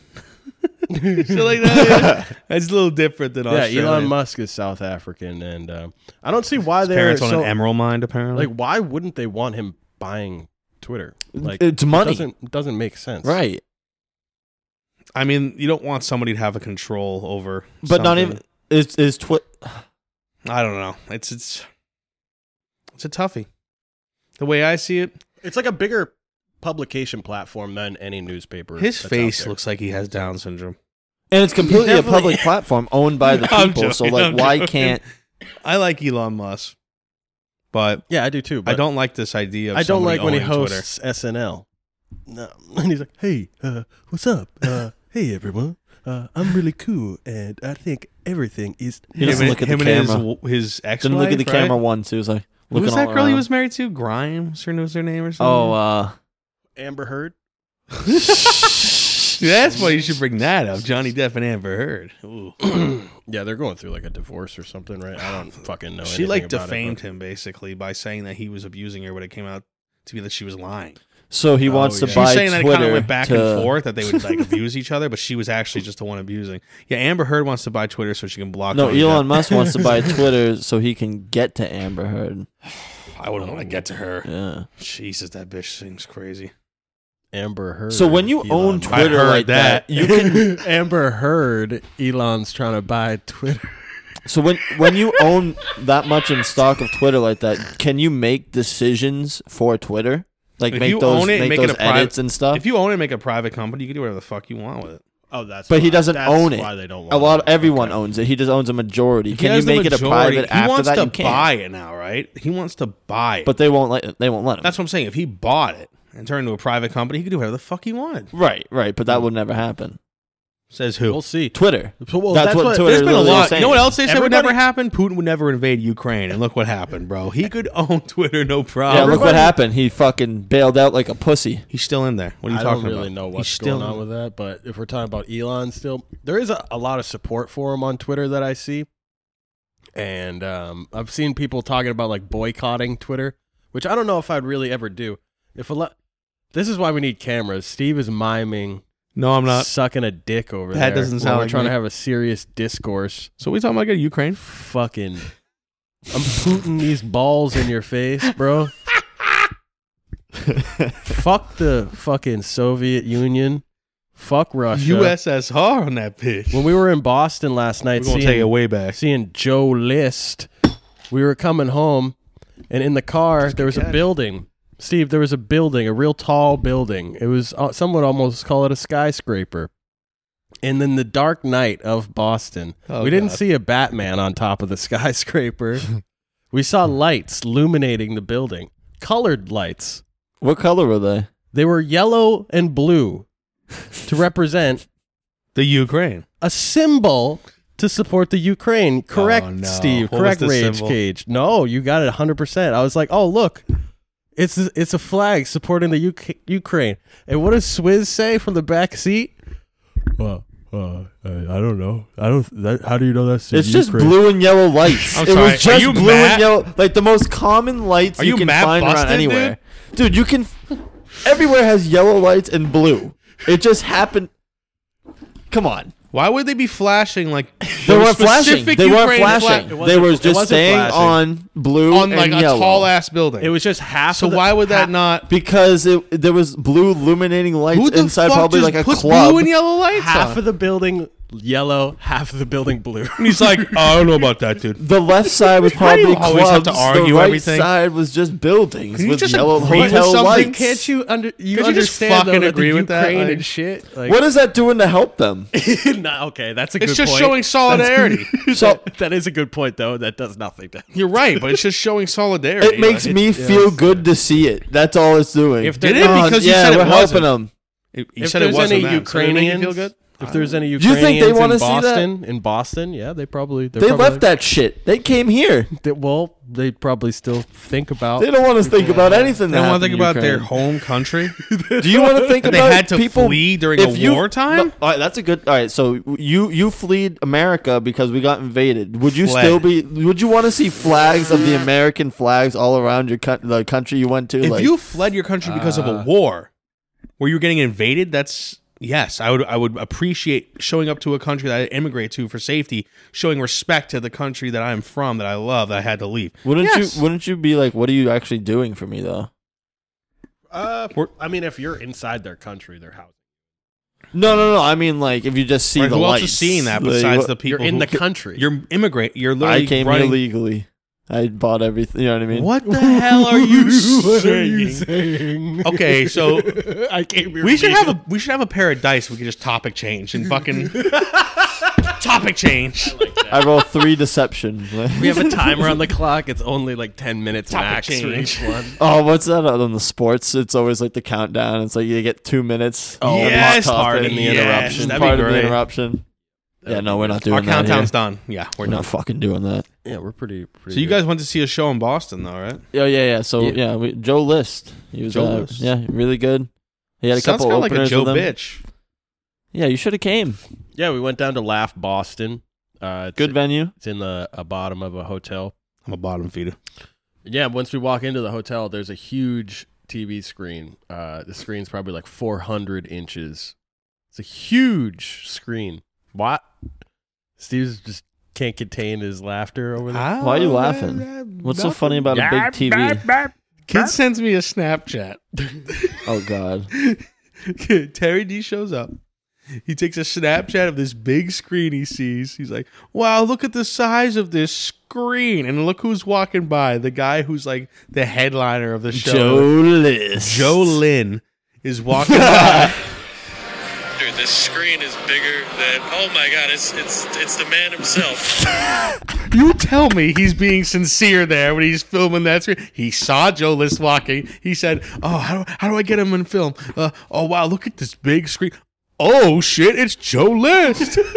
Speaker 3: [LAUGHS] Shit like that. yeah.
Speaker 2: [LAUGHS]
Speaker 3: That's a little different than
Speaker 1: Yeah,
Speaker 3: Australia.
Speaker 1: Elon Musk is South African, and um, I don't see why
Speaker 3: His
Speaker 1: they're
Speaker 3: parents on
Speaker 1: so
Speaker 3: an emerald mind, apparently.
Speaker 1: Like, why wouldn't they want him buying Twitter? Like, it
Speaker 2: it's money,
Speaker 1: doesn't doesn't make sense,
Speaker 2: right?
Speaker 3: I mean, you don't want somebody to have a control over.
Speaker 2: But not even
Speaker 3: something.
Speaker 2: is is Twi-
Speaker 3: I don't know. It's it's it's a toughie. The way I see it,
Speaker 1: It's like a bigger publication platform than any newspaper.
Speaker 3: his
Speaker 1: that's out
Speaker 3: face
Speaker 1: there.
Speaker 3: looks like he has Down syndrome.
Speaker 2: and it's completely a
Speaker 3: definitely-
Speaker 2: public platform owned by the
Speaker 3: [LAUGHS] I'm
Speaker 2: people. so
Speaker 3: joking,
Speaker 2: like,
Speaker 3: I'm
Speaker 2: why
Speaker 3: joking.
Speaker 2: can't
Speaker 3: I like Elon Musk, but,
Speaker 1: Yeah, I do too. But
Speaker 3: I don't like this idea. Of
Speaker 1: I don't
Speaker 3: somebody
Speaker 1: like when he
Speaker 3: owning Twitter.
Speaker 1: hosts SNL. No, [LAUGHS] and he's like, "Hey, uh, what's up?
Speaker 2: [LAUGHS]
Speaker 1: Uh, hey, everyone. Uh, I'm really cool, and I think everything is."
Speaker 2: He doesn't
Speaker 3: him
Speaker 2: look at
Speaker 3: and,
Speaker 2: the
Speaker 3: him and
Speaker 2: camera.
Speaker 3: his his ex.
Speaker 2: Didn't look at the camera once. He was like,
Speaker 3: Who
Speaker 2: looking
Speaker 3: was that
Speaker 2: all
Speaker 3: girl he
Speaker 2: around.
Speaker 3: was married to? Grimes, her was her name or
Speaker 2: Oh,
Speaker 3: something.
Speaker 2: uh,
Speaker 1: Amber Heard.
Speaker 3: that's why you should bring that up. Johnny Depp and Amber Heard. Ooh.
Speaker 1: [CLEARS THROAT] yeah, they're going through like a divorce or something, right?
Speaker 4: [SIGHS]
Speaker 1: I don't fucking know.
Speaker 3: she like
Speaker 1: anything about it,
Speaker 3: defamed
Speaker 1: but-
Speaker 3: him basically by saying that he was abusing her, but it came out to be that she was lying.
Speaker 2: So he
Speaker 4: Oh,
Speaker 2: wants to
Speaker 4: yeah.
Speaker 3: She's
Speaker 2: buy
Speaker 3: saying that it
Speaker 2: Twitter.
Speaker 3: kind of went back
Speaker 2: to-
Speaker 3: and forth that they
Speaker 2: [LAUGHS]
Speaker 3: would like abuse each other, but she was actually just the one abusing. Yeah, Amber Heard wants to buy Twitter so she can block.
Speaker 2: No,
Speaker 3: Johnny Depp.
Speaker 2: Elon Musk wants to
Speaker 3: [LAUGHS]
Speaker 2: buy Twitter so he can get to Amber Heard.
Speaker 3: I wouldn't want to get to her.
Speaker 2: Yeah.
Speaker 3: Jesus, that bitch seems crazy.
Speaker 1: Amber Heard.
Speaker 2: So when you
Speaker 1: Elon
Speaker 2: own
Speaker 1: Musk.
Speaker 2: Twitter
Speaker 3: heard
Speaker 2: like that,
Speaker 3: that.
Speaker 2: you can
Speaker 4: [LAUGHS]
Speaker 1: [LAUGHS] Amber Heard. Elon's trying to buy Twitter.
Speaker 2: So when when you own that much in stock of Twitter like that, can you make decisions for Twitter? Like
Speaker 3: If
Speaker 2: make
Speaker 3: you
Speaker 2: those
Speaker 3: own it,
Speaker 2: make,
Speaker 3: make it
Speaker 2: those
Speaker 3: a private-
Speaker 2: edits and stuff.
Speaker 3: If you own it, make a private company. You can do whatever the fuck you want with it.
Speaker 4: Oh, that's.
Speaker 2: But he
Speaker 4: why-
Speaker 2: doesn't
Speaker 4: that's
Speaker 2: own it.
Speaker 4: Why they don't.
Speaker 2: a lot
Speaker 4: want
Speaker 2: of
Speaker 4: it.
Speaker 2: everyone
Speaker 4: Okay.
Speaker 2: owns it. He just owns a majority.
Speaker 3: If he
Speaker 2: Can you
Speaker 3: has the
Speaker 2: make it a
Speaker 3: majority-
Speaker 2: private
Speaker 3: He
Speaker 2: after
Speaker 3: wants
Speaker 2: that?
Speaker 3: to
Speaker 2: You can't.
Speaker 3: buy it now, right? He wants to buy it.
Speaker 2: But they won't let they won't let him.
Speaker 3: that's what I'm saying. If he bought it and turned into a private company, he could do whatever the fuck he wanted.
Speaker 2: right, right. But that would never happen.
Speaker 3: Says who?
Speaker 1: We'll see.
Speaker 2: Twitter.
Speaker 1: So, well,
Speaker 2: That's what Twitter
Speaker 3: There's been a
Speaker 2: literally
Speaker 3: lot.
Speaker 2: was
Speaker 3: You know what else they said would
Speaker 1: Everybody-
Speaker 3: never happen? Putin would never invade Ukraine, and look what happened, bro. He could [LAUGHS] own Twitter, no
Speaker 2: Yeah,
Speaker 3: problem.
Speaker 2: look what happened. He fucking bailed out like a pussy.
Speaker 3: He's still in there. What are you
Speaker 1: I
Speaker 3: talking
Speaker 1: don't really
Speaker 3: about?
Speaker 1: know
Speaker 3: He's
Speaker 1: what's
Speaker 3: still
Speaker 1: going
Speaker 3: in
Speaker 1: on with that, but if we're talking about Elon, still there is a, a lot of support for him on Twitter that I see, and um, I've seen people talking about like boycotting Twitter, which I don't know if I'd really ever do. If a lot, this is why we need cameras. Steve is miming
Speaker 3: No, I'm not.
Speaker 1: sucking a dick over there.
Speaker 3: That doesn't
Speaker 1: while
Speaker 3: sound
Speaker 1: We're
Speaker 3: like
Speaker 1: trying
Speaker 3: me.
Speaker 1: to have a serious discourse.
Speaker 3: So we talking about again, Ukraine?
Speaker 1: Fucking, I'm putting these balls in your face,
Speaker 3: [LAUGHS]
Speaker 1: bro. Fuck the fucking Soviet Union. Fuck Russia.
Speaker 3: USSR on that bitch.
Speaker 1: When we were in Boston last night,
Speaker 3: We're gonna
Speaker 1: seeing,
Speaker 3: take it way back.
Speaker 1: seeing Joe List, we were coming home, and in the car there was a building. Steve, there was a building, a real tall building. It was uh, some would almost call it a skyscraper. And then the dark night of Boston,
Speaker 3: Oh,
Speaker 1: we didn't
Speaker 3: God.
Speaker 1: see a Batman on top of the [LAUGHS] skyscraper. we saw lights illuminating the building, colored lights.
Speaker 2: What color were they?
Speaker 1: They were yellow and blue to represent
Speaker 3: The Ukraine.
Speaker 1: a symbol to support the Ukraine. Correct,
Speaker 3: Oh, no.
Speaker 1: Steve.
Speaker 3: What was
Speaker 1: correct,
Speaker 3: the
Speaker 1: Rage
Speaker 3: symbol?
Speaker 1: Cage. No, you got it 100%. I was like, oh, look. It's a, it's a flag supporting the UK, Ukraine. And what does Swizz say from the back seat? Well, uh, I don't know. I don't. That, how do you know that's
Speaker 2: It's just blue and yellow lights.
Speaker 3: [LAUGHS] I'm
Speaker 2: it
Speaker 3: sorry, are
Speaker 2: was just
Speaker 3: you
Speaker 2: blue
Speaker 3: Matt?
Speaker 2: and yellow, like the most common lights
Speaker 3: Are
Speaker 2: you,
Speaker 3: you
Speaker 2: can
Speaker 3: Matt
Speaker 2: find around
Speaker 3: Bustin,
Speaker 2: anywhere. Dude? you can. Everywhere has yellow lights and blue. It just happened. Come on,
Speaker 3: Why would they be flashing
Speaker 2: [LAUGHS]
Speaker 3: like
Speaker 2: they
Speaker 3: there were
Speaker 2: weren't flashing.
Speaker 3: specific
Speaker 2: They weren't
Speaker 3: Ukraine fla-
Speaker 2: flashing.
Speaker 1: It
Speaker 2: they
Speaker 1: wasn't-
Speaker 2: were
Speaker 1: it
Speaker 2: just
Speaker 1: wasn't
Speaker 2: staying
Speaker 1: flashing.
Speaker 2: on blue
Speaker 3: on like
Speaker 2: and
Speaker 3: a
Speaker 2: yellow.
Speaker 3: tall ass building?
Speaker 1: It was just half.
Speaker 3: so
Speaker 1: of the-
Speaker 3: why would that
Speaker 1: ha-
Speaker 3: not?
Speaker 2: because it, there was blue illuminating lights
Speaker 3: Who the
Speaker 2: inside
Speaker 3: fuck
Speaker 2: probably
Speaker 3: just
Speaker 2: like a
Speaker 3: puts
Speaker 2: club.
Speaker 3: blue and yellow lights
Speaker 1: half
Speaker 3: on?
Speaker 1: of the building yellow, half of the building blue?
Speaker 3: He's like, "Oh, I don't know about that, dude.
Speaker 2: the left side was
Speaker 3: [LAUGHS] Why do
Speaker 2: probably
Speaker 3: you always have
Speaker 2: clubs.
Speaker 3: to argue
Speaker 2: the right
Speaker 3: everything?
Speaker 2: side was just buildings
Speaker 3: Can you
Speaker 2: with
Speaker 3: just
Speaker 2: yellow
Speaker 3: agree with
Speaker 2: hotel
Speaker 3: something,
Speaker 2: lights.
Speaker 1: Can't you under? You
Speaker 3: Could you just
Speaker 1: understand
Speaker 3: fucking
Speaker 1: though,
Speaker 3: agree
Speaker 1: that the
Speaker 3: with that?
Speaker 1: Ukraine
Speaker 3: Like-
Speaker 1: and [LAUGHS] shit. Like,
Speaker 2: What is that doing to help
Speaker 3: [LAUGHS]
Speaker 2: them?
Speaker 1: Nah, okay, that's a good.
Speaker 3: It's just
Speaker 1: point.
Speaker 3: showing solidarity.
Speaker 2: So
Speaker 1: [LAUGHS] that is a good point though. That does nothing. To-
Speaker 3: [LAUGHS] You're right, but it's just showing solidarity.
Speaker 2: it makes
Speaker 3: Like,
Speaker 2: me feel good to see it. That's all it's doing.
Speaker 1: If
Speaker 3: Did
Speaker 1: there-
Speaker 3: it
Speaker 2: Oh,
Speaker 3: because you
Speaker 2: yeah,
Speaker 3: said it
Speaker 2: we're
Speaker 3: wasn't.
Speaker 2: helping them.
Speaker 3: You
Speaker 1: if
Speaker 3: said it
Speaker 1: there's
Speaker 3: wasn't
Speaker 1: any
Speaker 3: them, so it make you
Speaker 1: Ukrainians,
Speaker 3: feel good?
Speaker 1: if there's any
Speaker 2: think
Speaker 1: Ukrainians
Speaker 2: they wanna
Speaker 1: in
Speaker 2: see that?
Speaker 1: Boston, in Boston, yeah, they probably
Speaker 2: They left that shit. They came here.
Speaker 1: that. Well, they probably still think about.
Speaker 2: They don't want us to think about anything.
Speaker 3: They
Speaker 2: that
Speaker 3: don't want
Speaker 2: happened
Speaker 3: to think
Speaker 2: in
Speaker 3: about their
Speaker 2: Ukraine.
Speaker 3: home [LAUGHS] country.
Speaker 2: Do you want to think
Speaker 3: And [LAUGHS] they
Speaker 2: about
Speaker 3: had to
Speaker 2: people
Speaker 3: flee during
Speaker 2: if
Speaker 3: a
Speaker 2: you-
Speaker 3: wartime?
Speaker 2: No, all right, that's a good. All right, so you you fled America because we got invaded. Would you
Speaker 3: Fled.
Speaker 2: still be? Would you want to see flags of the American flags all around your coun- the country you went to?
Speaker 3: if
Speaker 2: like,
Speaker 3: you fled your country because of a
Speaker 1: Uh,
Speaker 3: war where you were getting invaded that's yes i would i would appreciate showing up to a country that i immigrate to for safety showing respect to the country that i'm from that i love that i had to leave
Speaker 2: wouldn't
Speaker 3: Yes.
Speaker 2: you wouldn't you be like, what are you actually doing for me though?
Speaker 1: Uh,
Speaker 3: We're-
Speaker 1: I mean, if you're inside their country, their house,
Speaker 2: No, no, no. I mean, like, if you just see
Speaker 3: Right,
Speaker 2: the
Speaker 3: who
Speaker 2: lights.
Speaker 3: else is seeing that
Speaker 2: Like,
Speaker 3: besides
Speaker 2: what-
Speaker 3: the people
Speaker 1: you're in
Speaker 3: who-
Speaker 1: the country.
Speaker 3: you're immigrant you're literally
Speaker 2: I came
Speaker 3: running
Speaker 2: here legally. I bought everything. You know what I mean?
Speaker 3: [LAUGHS] what the hell are you
Speaker 1: [LAUGHS] What are you
Speaker 3: saying
Speaker 1: [LAUGHS] saying?
Speaker 3: okay [LAUGHS] so
Speaker 1: I came here.
Speaker 3: we should have
Speaker 1: vegan.
Speaker 3: a we should have a pair of dice we could just topic change and fucking topic change
Speaker 2: I rolled three deception.
Speaker 1: We have a timer on the clock. It's only like ten minutes
Speaker 3: Topic
Speaker 1: max for
Speaker 3: change.
Speaker 1: each one. [LAUGHS]
Speaker 2: oh, what's that on the sports? It's always like the countdown. It's like you get two minutes.
Speaker 1: Oh,
Speaker 2: and
Speaker 3: yes,
Speaker 2: hot
Speaker 1: part
Speaker 2: topic.
Speaker 1: in the
Speaker 3: yes,
Speaker 1: interruption.
Speaker 3: that'd be
Speaker 2: part of the
Speaker 3: great.
Speaker 2: interruption. Yeah, no, we're not doing
Speaker 3: our
Speaker 2: that.
Speaker 3: countdown's
Speaker 2: here.
Speaker 3: done yeah we're
Speaker 2: We're
Speaker 3: done
Speaker 2: not fucking doing that.
Speaker 1: Yeah, we're pretty. pretty
Speaker 3: so you
Speaker 1: good.
Speaker 3: guys went to see a show in boston though right
Speaker 2: Oh yeah, yeah. So
Speaker 1: Yeah.
Speaker 2: yeah, we, Joe List. He was
Speaker 3: Joe
Speaker 2: uh,
Speaker 3: List.
Speaker 2: yeah, really good. He had a
Speaker 3: Sounds
Speaker 2: couple
Speaker 3: kinda
Speaker 2: openers
Speaker 3: like a Joe
Speaker 2: with him.
Speaker 3: bitch.
Speaker 2: Yeah, you should have came.
Speaker 1: Yeah, we went down to Laugh Boston. Uh, it's,
Speaker 2: Good venue.
Speaker 1: It's in the a bottom of a hotel.
Speaker 3: I'm a bottom feeder.
Speaker 1: Yeah, once we walk into the hotel, there's a huge TV screen. Uh, the screen's probably like 400 inches. It's a huge screen. What? Steve's just can't contain his laughter over there.
Speaker 2: Why are you laughing? What's so funny about a big TV?
Speaker 3: Kid sends me a Snapchat.
Speaker 2: Oh
Speaker 3: [LAUGHS]
Speaker 2: God.
Speaker 3: Terry D shows up. He takes a Snapchat of this big screen he sees. He's like, "Wow, look at the size of this screen!" And look who's walking by. The guy who's like the headliner of the show,
Speaker 2: List.
Speaker 3: Joe Lynn, is walking by.
Speaker 5: Dude, this screen is bigger than. Oh my God! It's it's it's the man
Speaker 1: [LAUGHS]
Speaker 5: himself.
Speaker 3: You tell me he's being sincere there when he's filming that screen. He saw Joe List walking. He said, "Oh, how do, how do I get him in film? Uh, oh wow, look at this big screen. Oh shit, it's Joe List." [LAUGHS]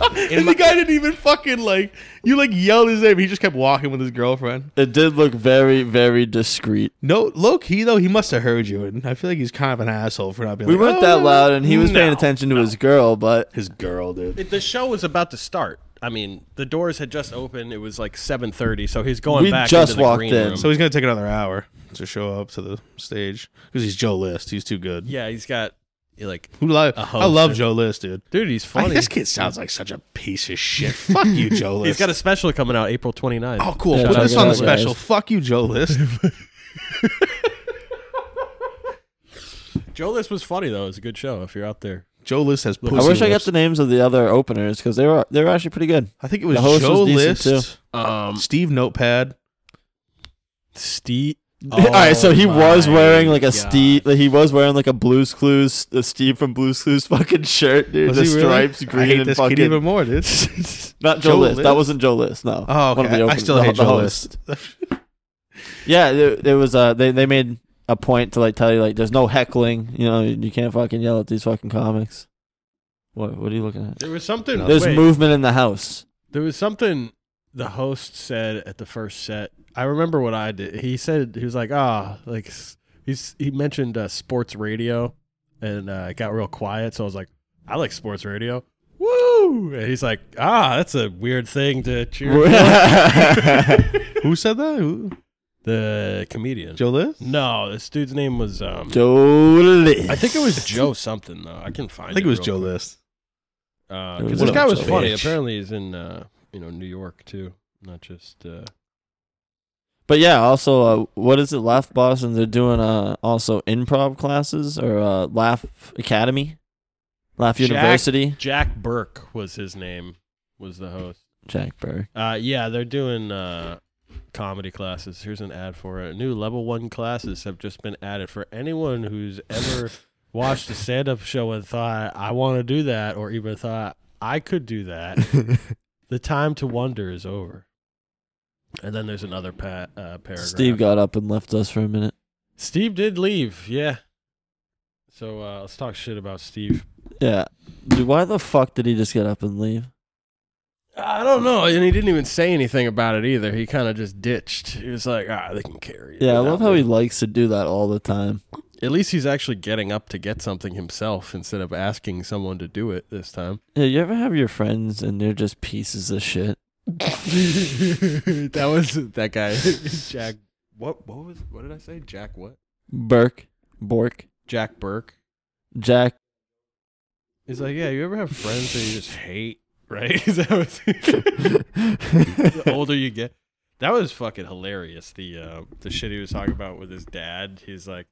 Speaker 3: and the guy didn't even fucking like you like yelled his name. He just kept walking with his girlfriend.
Speaker 2: It did look very, very discreet.
Speaker 3: No, low key though, he must have heard you, and I feel like he's kind of an asshole for not being.
Speaker 2: We
Speaker 3: like,
Speaker 2: weren't
Speaker 3: "Oh,
Speaker 2: that
Speaker 3: no."
Speaker 2: loud, and he was paying
Speaker 4: No,
Speaker 2: attention to his girl. But
Speaker 3: His girl, dude.
Speaker 1: It- the show was about to start. I mean, the doors had just opened. It was like 7:30, so he's going
Speaker 2: We
Speaker 1: back
Speaker 2: just
Speaker 1: into the
Speaker 2: walked
Speaker 1: green
Speaker 2: in.
Speaker 1: room.
Speaker 3: So he's gonna take another hour to show up to the stage because he's Joe List. He's too good.
Speaker 1: yeah, he's got like,
Speaker 3: Who li- I
Speaker 1: host,
Speaker 3: love
Speaker 1: dude.
Speaker 3: Joe List, dude.
Speaker 1: dude, he's
Speaker 3: I-
Speaker 1: funny.
Speaker 3: this kid sounds like such a piece of [LAUGHS] shit. Fuck you, Joe List.
Speaker 1: he's got a special coming out April 29th.
Speaker 3: oh, cool.
Speaker 2: Yeah,
Speaker 3: Put
Speaker 2: shout
Speaker 3: this
Speaker 2: out
Speaker 3: on the
Speaker 2: to Joe List.
Speaker 3: special. Fuck you,
Speaker 2: [LAUGHS]
Speaker 3: Joe List.
Speaker 1: Joe List was funny though. It was a good show. If you're out there,
Speaker 3: Joe List has pussy
Speaker 2: I wish I got
Speaker 3: lips.
Speaker 2: the names of the other openers because they were they were actually pretty [LAUGHS] good.
Speaker 3: I think it was
Speaker 2: the host
Speaker 3: Joe
Speaker 2: was
Speaker 3: List,
Speaker 2: decent,
Speaker 1: um,
Speaker 3: Steve Notepad.
Speaker 1: Steve.
Speaker 2: All right, so he
Speaker 1: Oh
Speaker 2: was
Speaker 1: my
Speaker 2: wearing like a
Speaker 1: God.
Speaker 2: Steve. Like, he was wearing like a Blue's Clues, a Steve from Blue's Clues fucking shirt, dude.
Speaker 3: Was
Speaker 2: the
Speaker 3: he really?
Speaker 2: stripes
Speaker 3: I
Speaker 2: green
Speaker 3: hate
Speaker 2: and
Speaker 3: this
Speaker 2: fucking.
Speaker 3: kid even
Speaker 2: [LAUGHS]
Speaker 3: more, dude.
Speaker 2: not Joe,
Speaker 3: Joe
Speaker 2: List. That
Speaker 3: List?
Speaker 2: wasn't Joe List. No.
Speaker 3: Oh, okay.
Speaker 2: One of the
Speaker 3: I
Speaker 2: open-
Speaker 3: still
Speaker 2: the-
Speaker 3: hate
Speaker 2: the
Speaker 3: Joe
Speaker 2: host.
Speaker 3: List.
Speaker 2: [LAUGHS] Yeah, there, there was uh they, they made a point to like tell you like there's no heckling, you know, you can't fucking yell at these fucking comics. What what are you looking at?
Speaker 1: There was something.
Speaker 3: No.
Speaker 2: There's
Speaker 1: wait,
Speaker 2: movement in the house.
Speaker 1: There was something the host said at the first set. I remember what I did. He said he was like, ah, like s- he's he mentioned uh, sports radio, and uh, it got real quiet. So I was like, I like sports radio. Woo! And he's like, ah, that's a weird thing to
Speaker 2: [LAUGHS]
Speaker 3: [LAUGHS]
Speaker 1: cheer.
Speaker 3: Who said that? Who?
Speaker 1: the comedian.
Speaker 3: Joe List?
Speaker 1: No, this dude's name was. Um,
Speaker 2: Joe List.
Speaker 1: I think it was Joe something though. I can find.
Speaker 3: I think it was
Speaker 1: real
Speaker 3: Joe
Speaker 1: quick.
Speaker 3: [LAUGHS] List.
Speaker 1: Uh,
Speaker 2: It
Speaker 1: 'cause
Speaker 2: was
Speaker 1: this
Speaker 2: a
Speaker 1: guy was
Speaker 2: bitch.
Speaker 1: funny. Apparently, he's in uh, you know New York too, not just. Uh,
Speaker 2: But yeah, also uh, what is it, Laugh Boston? They're doing uh also improv classes or uh Laugh Academy. Laugh
Speaker 1: Jack-
Speaker 2: University.
Speaker 1: Jack Burke was his name, was the host.
Speaker 2: Jack Burke.
Speaker 1: Uh, yeah, they're doing uh, comedy classes. Here's an ad for it. New level one classes have just been added for anyone who's
Speaker 2: [LAUGHS]
Speaker 1: ever watched a stand up show and thought, I want to do that, or even thought, I could do
Speaker 2: [LAUGHS]
Speaker 1: that. the time to wonder is over. And then there's another pa- uh, paragraph.
Speaker 2: Steve got up and left us for a minute.
Speaker 1: Steve did leave, yeah. So uh, let's talk shit about Steve.
Speaker 2: Yeah. Dude, why the fuck did he just get up and leave?
Speaker 1: I don't know. And he didn't even say anything about it either. He kind of just ditched. He was like, ah, they can carry it.
Speaker 2: Yeah, I
Speaker 1: without
Speaker 2: love how
Speaker 1: me."
Speaker 2: he likes to do that all the time.
Speaker 1: At least he's actually getting up to get something himself instead of asking someone to do it this time. [LAUGHS]
Speaker 2: Yeah, you ever have your friends and they're just pieces of shit?
Speaker 1: that was
Speaker 3: [LAUGHS]
Speaker 1: that guy, [LAUGHS] Jack. What? What was? What did I say? Jack? What?
Speaker 2: Burke, Bork,
Speaker 1: Jack Burke.
Speaker 2: Jack.
Speaker 1: He's like, yeah. You ever have friends that you just hate? Right? [LAUGHS] Is that what- the older you get. That was fucking hilarious. The uh, the shit he was talking about with his dad. He's like,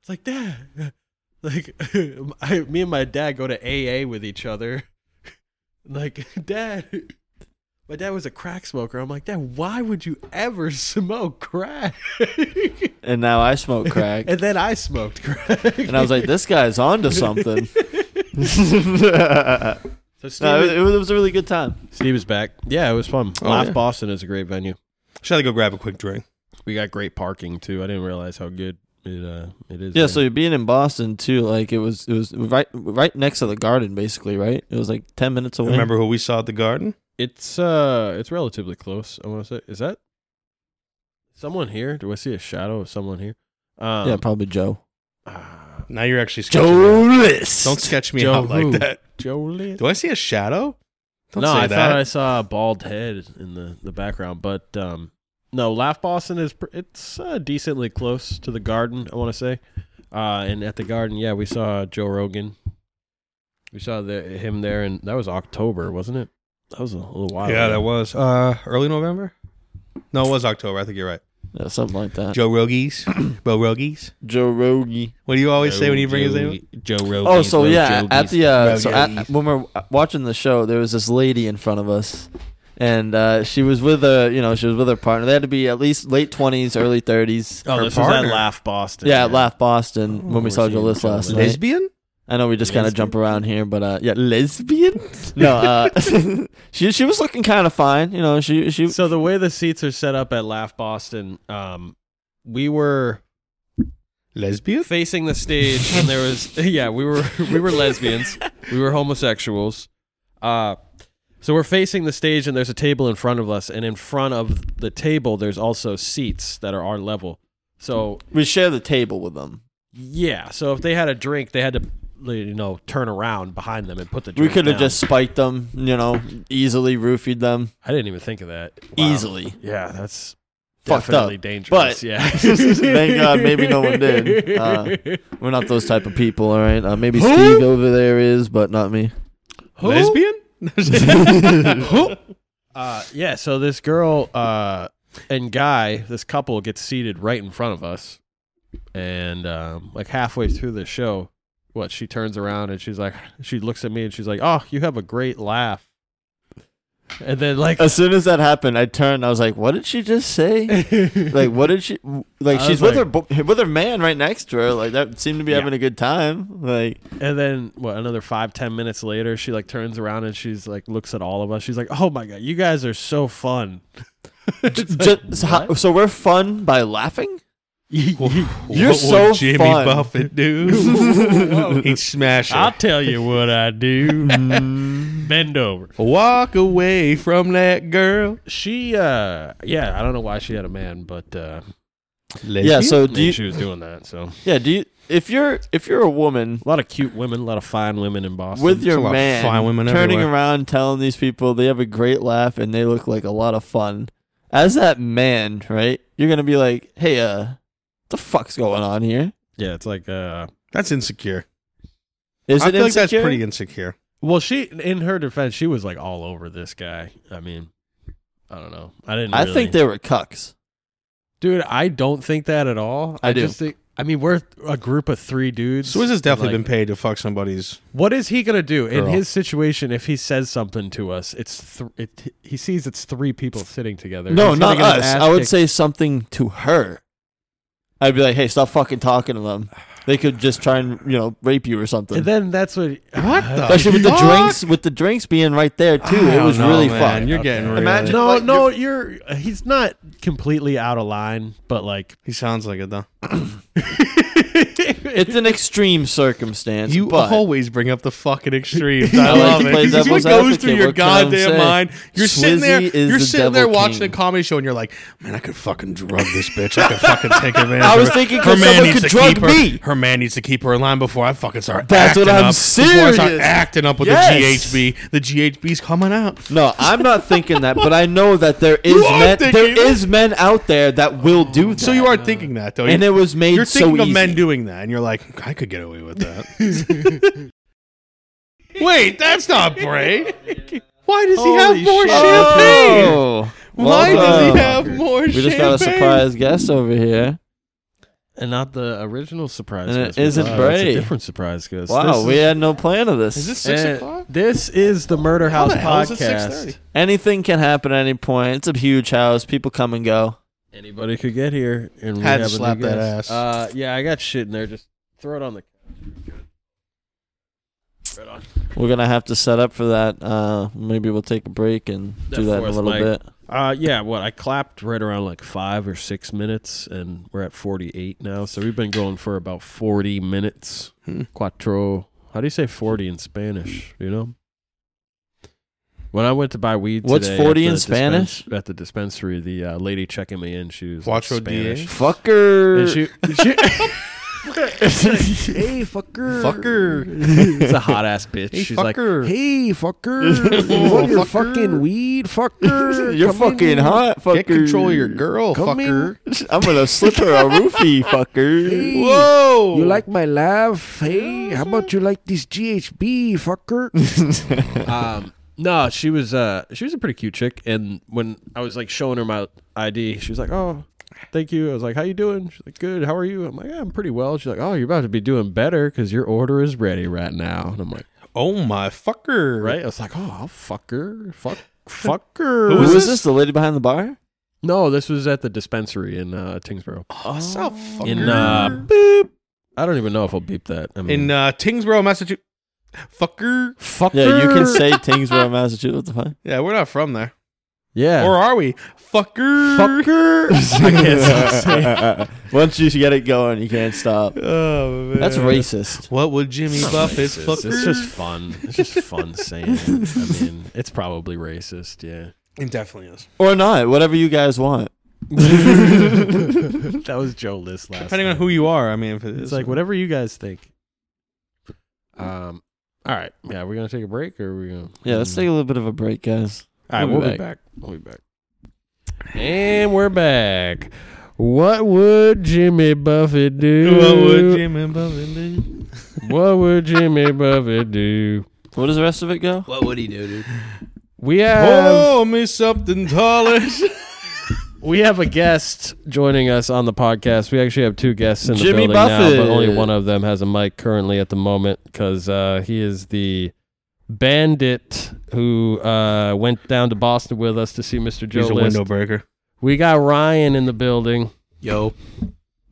Speaker 1: it's like dad, [LAUGHS] like I, me and my dad go to AA with each other. [LAUGHS] Like [LAUGHS] dad, my dad was a crack smoker. I'm like, dad, why would you ever smoke crack? [LAUGHS]
Speaker 2: and now I smoke crack.
Speaker 1: and then I smoked crack,
Speaker 2: and I was like, this guy's onto something.
Speaker 1: [LAUGHS]
Speaker 2: [LAUGHS]
Speaker 1: so Steve,
Speaker 2: No,
Speaker 1: is,
Speaker 2: it, was, it was a really good time.
Speaker 1: Steve is back. Yeah, it was fun.
Speaker 3: Oh,
Speaker 1: Laugh
Speaker 3: yeah.
Speaker 1: Boston is a great venue.
Speaker 3: Should I go grab a quick drink?
Speaker 1: We got great parking too. I didn't realize how good it uh it is.
Speaker 2: Yeah,
Speaker 1: there.
Speaker 2: so you're being in Boston too, like it was it was right right next to the garden basically, right? It was like ten minutes away.
Speaker 3: Remember who we saw at the garden?
Speaker 1: It's uh, it's relatively close. I want to say, is that someone here? Do I see a shadow of someone here? Um,
Speaker 2: yeah, probably Joe.
Speaker 1: ah,
Speaker 3: Now you're actually sketching me out.
Speaker 2: Joeless.
Speaker 3: Don't sketch me
Speaker 1: Joe
Speaker 3: out like
Speaker 1: who?
Speaker 3: that.
Speaker 1: Joe List.
Speaker 3: Do I see a shadow? Don't
Speaker 1: no,
Speaker 3: say
Speaker 1: I
Speaker 3: that.
Speaker 1: thought I saw a bald head in the the background, but um, No, Laugh Boston is pr- it's uh, decently close to the Garden. I want to say, uh, and at the Garden, yeah, we saw Joe Rogan. We saw the, him there, and that was October, wasn't it? That was a little while.
Speaker 3: yeah,
Speaker 1: ago.
Speaker 3: that was uh, early November. No, it was October. I think
Speaker 1: [CLEARS THROAT]
Speaker 3: you're right.
Speaker 2: Yeah, something like that. Joe,
Speaker 3: Joe Rogies, Bo Rogies.
Speaker 2: Rogi.
Speaker 3: What do you always say when you bring his name? up?
Speaker 4: Joe Rogan.
Speaker 2: Oh, so yeah, at the uh,
Speaker 3: Rogies.
Speaker 2: so at, when we're watching the show, there was this lady in front of us, and uh, she was with a you know she was with her partner. They had to be at least late twenties, early thirties.
Speaker 4: oh,
Speaker 3: her
Speaker 4: this is
Speaker 3: partner.
Speaker 4: at Laugh Boston.
Speaker 2: Yeah, at Laugh Boston when we saw
Speaker 1: seeing
Speaker 2: Jalissa
Speaker 1: Joe Liss.
Speaker 2: last night.
Speaker 3: Lesbian?
Speaker 2: I know we just kind of jump around here, but uh, yeah, lesbian. [LAUGHS] no, uh, she she was looking kind of fine. You know, she she
Speaker 1: So the way the seats are set up at Laugh Boston, um, we were [LAUGHS]
Speaker 3: Lesbian?
Speaker 1: facing the stage, and there was [LAUGHS] yeah, we were we were lesbians, we were homosexuals, uh, so we're facing the stage, and there's a table in front of us, and in front of the table, there's also seats that are our level. So
Speaker 2: [LAUGHS] we share the table with them.
Speaker 1: yeah, so if they had a drink, they had to you know turn around behind them and put the
Speaker 2: We
Speaker 1: drink.
Speaker 2: could have
Speaker 1: down.
Speaker 2: just spiked them. You know, easily roofied them
Speaker 1: I didn't even think of that.
Speaker 2: easily.
Speaker 1: Yeah, that's
Speaker 2: Fucked
Speaker 1: definitely
Speaker 2: up.
Speaker 1: dangerous.
Speaker 2: But-
Speaker 1: yeah.
Speaker 2: [LAUGHS] Thank God, maybe no one
Speaker 1: [LAUGHS]
Speaker 2: did. Uh, we're not those type of people, all right. Uh, maybe Steve over there is, but not me.
Speaker 1: Who?
Speaker 3: Lesbian?
Speaker 1: [LAUGHS] Uh, yeah, so this girl uh, and guy, this couple gets seated right in front of us. And um, like halfway through the show, what she turns around and she's like, she looks at me and she's like, oh, you have a great laugh. And then like,
Speaker 2: As soon as that happened, I turned. I was like, "What did she just [LAUGHS] say?
Speaker 1: [LAUGHS]
Speaker 2: like, what did she? Like,
Speaker 1: I
Speaker 2: she's
Speaker 1: was
Speaker 2: with her
Speaker 1: like-
Speaker 2: bo- with her man right next to her. Like, that seemed to be having a good time. [LAUGHS] Like,
Speaker 1: and then what? Another five ten minutes later, she like turns around and she's like looks at all of us. She's like, "Oh my god, you guys are so fun." [LAUGHS]
Speaker 2: just, so, how- so we're fun by laughing. You're
Speaker 3: what
Speaker 2: so
Speaker 3: would Jimmy
Speaker 2: fun. [LAUGHS]
Speaker 3: Buffett do? He'd smash
Speaker 1: I'll
Speaker 3: it.
Speaker 1: tell you what I do. [LAUGHS]
Speaker 2: Mm.
Speaker 1: Bend over.
Speaker 3: Walk away from that girl.
Speaker 1: She, uh, yeah, I don't know why she had a man, but uh,
Speaker 2: Yeah. So do
Speaker 1: maybe
Speaker 2: you?
Speaker 1: she was doing that. So
Speaker 2: Yeah. Do you? If you're if you're a woman
Speaker 1: a lot of cute women, a lot of fine women in Boston.
Speaker 2: with your
Speaker 3: a lot of
Speaker 2: man,
Speaker 3: fine women
Speaker 2: turning
Speaker 3: everywhere.
Speaker 2: around telling these people they have a great laugh and they look like a lot of fun. As that man, right? You're gonna be like, "Hey, uh, the fuck's going on here?
Speaker 1: yeah, it's like, uh,
Speaker 3: that's insecure.
Speaker 2: Is
Speaker 3: I
Speaker 2: it
Speaker 3: feel like that's
Speaker 2: insecure?"
Speaker 3: pretty insecure.
Speaker 1: well, she, in her defense, she was like all over this guy. I mean, I don't know. I didn't.
Speaker 2: I
Speaker 1: really-
Speaker 2: think they were cucks.
Speaker 1: dude, I don't think that at all.
Speaker 2: I do.
Speaker 1: Just think, I mean, we're a group of three dudes.
Speaker 3: Swizz has definitely
Speaker 1: Like,
Speaker 3: been paid to fuck somebody's.
Speaker 1: What is he gonna do in
Speaker 3: Girl.
Speaker 1: his situation if he says something to us? It's th- it, he sees it's three people sitting together.
Speaker 2: No,
Speaker 1: He's gonna
Speaker 2: not
Speaker 1: get his
Speaker 2: us.
Speaker 1: ass
Speaker 2: I would
Speaker 1: kicked.
Speaker 2: say something to her. I'd be like, "Hey, stop fucking talking to them. They could just try and you know rape you or something."
Speaker 1: And then that's what.
Speaker 3: What the
Speaker 2: Especially with the
Speaker 3: fuck?
Speaker 2: drinks, with the drinks being right there too. It
Speaker 3: I
Speaker 2: was
Speaker 3: don't know,
Speaker 2: really
Speaker 3: man.
Speaker 2: fun.
Speaker 3: You're getting real.
Speaker 2: Imagine-
Speaker 1: No,
Speaker 2: Like,
Speaker 1: no, you're, He's not completely out of line, but like [LAUGHS]
Speaker 3: He sounds like it though.
Speaker 2: It's an extreme circumstance.
Speaker 3: You
Speaker 2: but
Speaker 3: always bring up the fucking
Speaker 2: [LAUGHS]
Speaker 3: extremes.
Speaker 2: I
Speaker 3: I
Speaker 2: like
Speaker 3: love
Speaker 2: to
Speaker 3: it.
Speaker 2: play
Speaker 3: This is
Speaker 2: devil's
Speaker 3: what goes
Speaker 2: advocate.
Speaker 3: through your
Speaker 2: What can I say?
Speaker 3: goddamn mind. You're sitting there.
Speaker 2: Swizzy is
Speaker 3: You're
Speaker 2: the
Speaker 3: sitting there
Speaker 2: devil
Speaker 3: watching a
Speaker 2: king.
Speaker 3: comedy show, and you're like, "Man, I could fucking drug this bitch. I could fucking take
Speaker 2: [LAUGHS]
Speaker 3: advantage."
Speaker 2: I
Speaker 3: of [LAUGHS]
Speaker 2: was
Speaker 3: her.
Speaker 2: thinking,
Speaker 3: her
Speaker 2: 'cause
Speaker 3: man
Speaker 2: someone
Speaker 3: needs
Speaker 2: could
Speaker 3: to
Speaker 2: drug
Speaker 3: keep her.
Speaker 2: me.
Speaker 3: Her man needs to keep her in line before I fucking start.
Speaker 2: That's what
Speaker 3: acting
Speaker 2: I'm
Speaker 3: up, Before I start
Speaker 2: serious.
Speaker 3: acting up with
Speaker 2: Yes.
Speaker 3: the GHB. The GHB's coming out.
Speaker 2: No, I'm not thinking that, but I know that there is
Speaker 3: [LAUGHS] You are
Speaker 2: men. There
Speaker 3: thinking that.
Speaker 2: is men out there that will do that.
Speaker 3: So you are thinking that though,
Speaker 2: and it was made
Speaker 3: you're
Speaker 2: so
Speaker 3: thinking
Speaker 2: easy.
Speaker 3: of men doing that, and you're like, I could get away with that. [LAUGHS] Wait, that's not brave. Why does he have
Speaker 1: Holy
Speaker 3: more
Speaker 1: shit.
Speaker 3: champagne?
Speaker 2: Oh,
Speaker 3: Why does
Speaker 2: welcome.
Speaker 3: he have more
Speaker 2: We just got a surprise guest over here.
Speaker 1: and not the original surprise.
Speaker 2: And it
Speaker 1: guest we
Speaker 2: isn't
Speaker 1: got.
Speaker 2: Bray.
Speaker 1: It's a different surprise guest.
Speaker 2: Wow,
Speaker 1: This
Speaker 2: we
Speaker 1: is-
Speaker 2: had no plan of this.
Speaker 3: Is this six
Speaker 1: and [LAUGHS]
Speaker 3: o'clock?
Speaker 1: This is the Murder
Speaker 3: How
Speaker 1: House
Speaker 3: the hell is it
Speaker 1: podcast.
Speaker 3: 6:30?
Speaker 2: Anything can happen at any point. It's a huge house. People come and go.
Speaker 1: Anybody could get here and we
Speaker 3: Had to
Speaker 1: have a new
Speaker 3: slap that
Speaker 1: guest.
Speaker 3: ass.
Speaker 1: Uh, yeah, I got shit in there. Just throw it on the. Right on.
Speaker 2: We're gonna have to set up for that. Uh, maybe we'll take a break and
Speaker 1: That
Speaker 2: do that in a
Speaker 1: fourth
Speaker 2: little
Speaker 1: mic.
Speaker 2: bit.
Speaker 1: Uh, yeah, what I clapped right around like five or six minutes, and we're at forty-eight now. So we've been going for about forty minutes.
Speaker 3: Hmm.
Speaker 1: Cuatro. How do you say forty in Spanish? You know. When I went to buy weed,
Speaker 2: What's
Speaker 1: today at
Speaker 2: 40 in
Speaker 1: the dispens-
Speaker 2: Spanish?
Speaker 1: At the dispensary, the uh, lady checking me in, she was like,
Speaker 3: Cuatro
Speaker 1: Spanish. [LAUGHS]
Speaker 3: DA?
Speaker 1: And
Speaker 2: Fucker.
Speaker 1: she, she-
Speaker 2: hey, fucker.
Speaker 1: Fucker. it's a hot ass bitch.
Speaker 3: Hey,
Speaker 1: She's
Speaker 3: fucker.
Speaker 1: like, hey, fucker. you want your fucking weed, fucker?
Speaker 2: [LAUGHS] You're
Speaker 1: Come in
Speaker 2: fucking
Speaker 1: here.
Speaker 2: hot, fucker.
Speaker 3: Get control of your girl,
Speaker 1: Come in.
Speaker 3: fucker.
Speaker 2: I'm gonna slip her a [LAUGHS] roofie, fucker.
Speaker 1: Hey,
Speaker 3: Whoa!
Speaker 1: You like my laugh? Hey, how about you like this GHB,
Speaker 2: [LAUGHS]
Speaker 1: fucker? um, no, she was uh, she was a pretty cute chick, and when I was like showing her my ID, she was like, "Oh, thank you." I was like, "How you doing?" She's like, "Good. How are you?" I'm like, yeah, "I'm pretty well." She's like, "Oh, you're about to be doing better because your order is ready right now." And I'm like,
Speaker 3: Oh my fucker!
Speaker 1: "Right?" I was like, "Oh, I'll fuck her, fuck, fuck her."
Speaker 2: Who was this? The lady behind the bar?
Speaker 1: No, this was at the dispensary in uh, Tingsboro.
Speaker 3: What's up,
Speaker 2: Oh.
Speaker 3: fucker?
Speaker 1: In uh, beep. I don't even know if I'll beep that. I mean,
Speaker 3: in uh, Tingsboro, Massachusetts. Fucker.
Speaker 1: fucker.
Speaker 2: Yeah, you can say Tingsboro, Massachusetts. What the fuck?
Speaker 3: Yeah, we're not from there.
Speaker 1: Yeah. [LAUGHS]
Speaker 3: Or are we? Fucker.
Speaker 1: fucker. I guess I'll say-
Speaker 2: [LAUGHS] Once you get it going, you can't stop.
Speaker 3: [LAUGHS] Oh, man.
Speaker 2: That's racist.
Speaker 3: What would Jimmy Buffett's
Speaker 1: Racist.
Speaker 3: fucker?
Speaker 1: It's just fun. It's just [LAUGHS] fun saying it. I mean, it's probably racist, yeah.
Speaker 3: It definitely is.
Speaker 2: Or not, whatever you guys want.
Speaker 1: [LAUGHS] that was Joe List last
Speaker 3: Depending on
Speaker 1: night.
Speaker 3: who you are, I mean, if it
Speaker 1: It's
Speaker 3: is
Speaker 1: like whatever you guys think. Um all right. Yeah, we're gonna take a break or we're gonna
Speaker 2: Yeah, let's take a little bit of a break, guys.
Speaker 1: All right,
Speaker 2: We'll
Speaker 1: we'll,
Speaker 2: be
Speaker 1: be back. We'll be back. And we're back. What would Jimmy Buffett do?
Speaker 3: What would Jimmy Buffett do?
Speaker 1: what would Jimmy Buffett do?
Speaker 2: What does the rest of it go?
Speaker 6: What would he do, dude?
Speaker 1: We have
Speaker 3: Oh, me something tallish.
Speaker 1: We have a guest joining us on the podcast. We actually have two guests in the
Speaker 2: Jimmy
Speaker 1: building now,
Speaker 2: Buffett.
Speaker 1: but only one of them has a mic currently at the moment because uh, he is the bandit who uh, went down to Boston with us to see Mr. Joe
Speaker 3: He's a
Speaker 1: List.
Speaker 3: window breaker.
Speaker 1: We got Ryan in the building.
Speaker 6: Yo,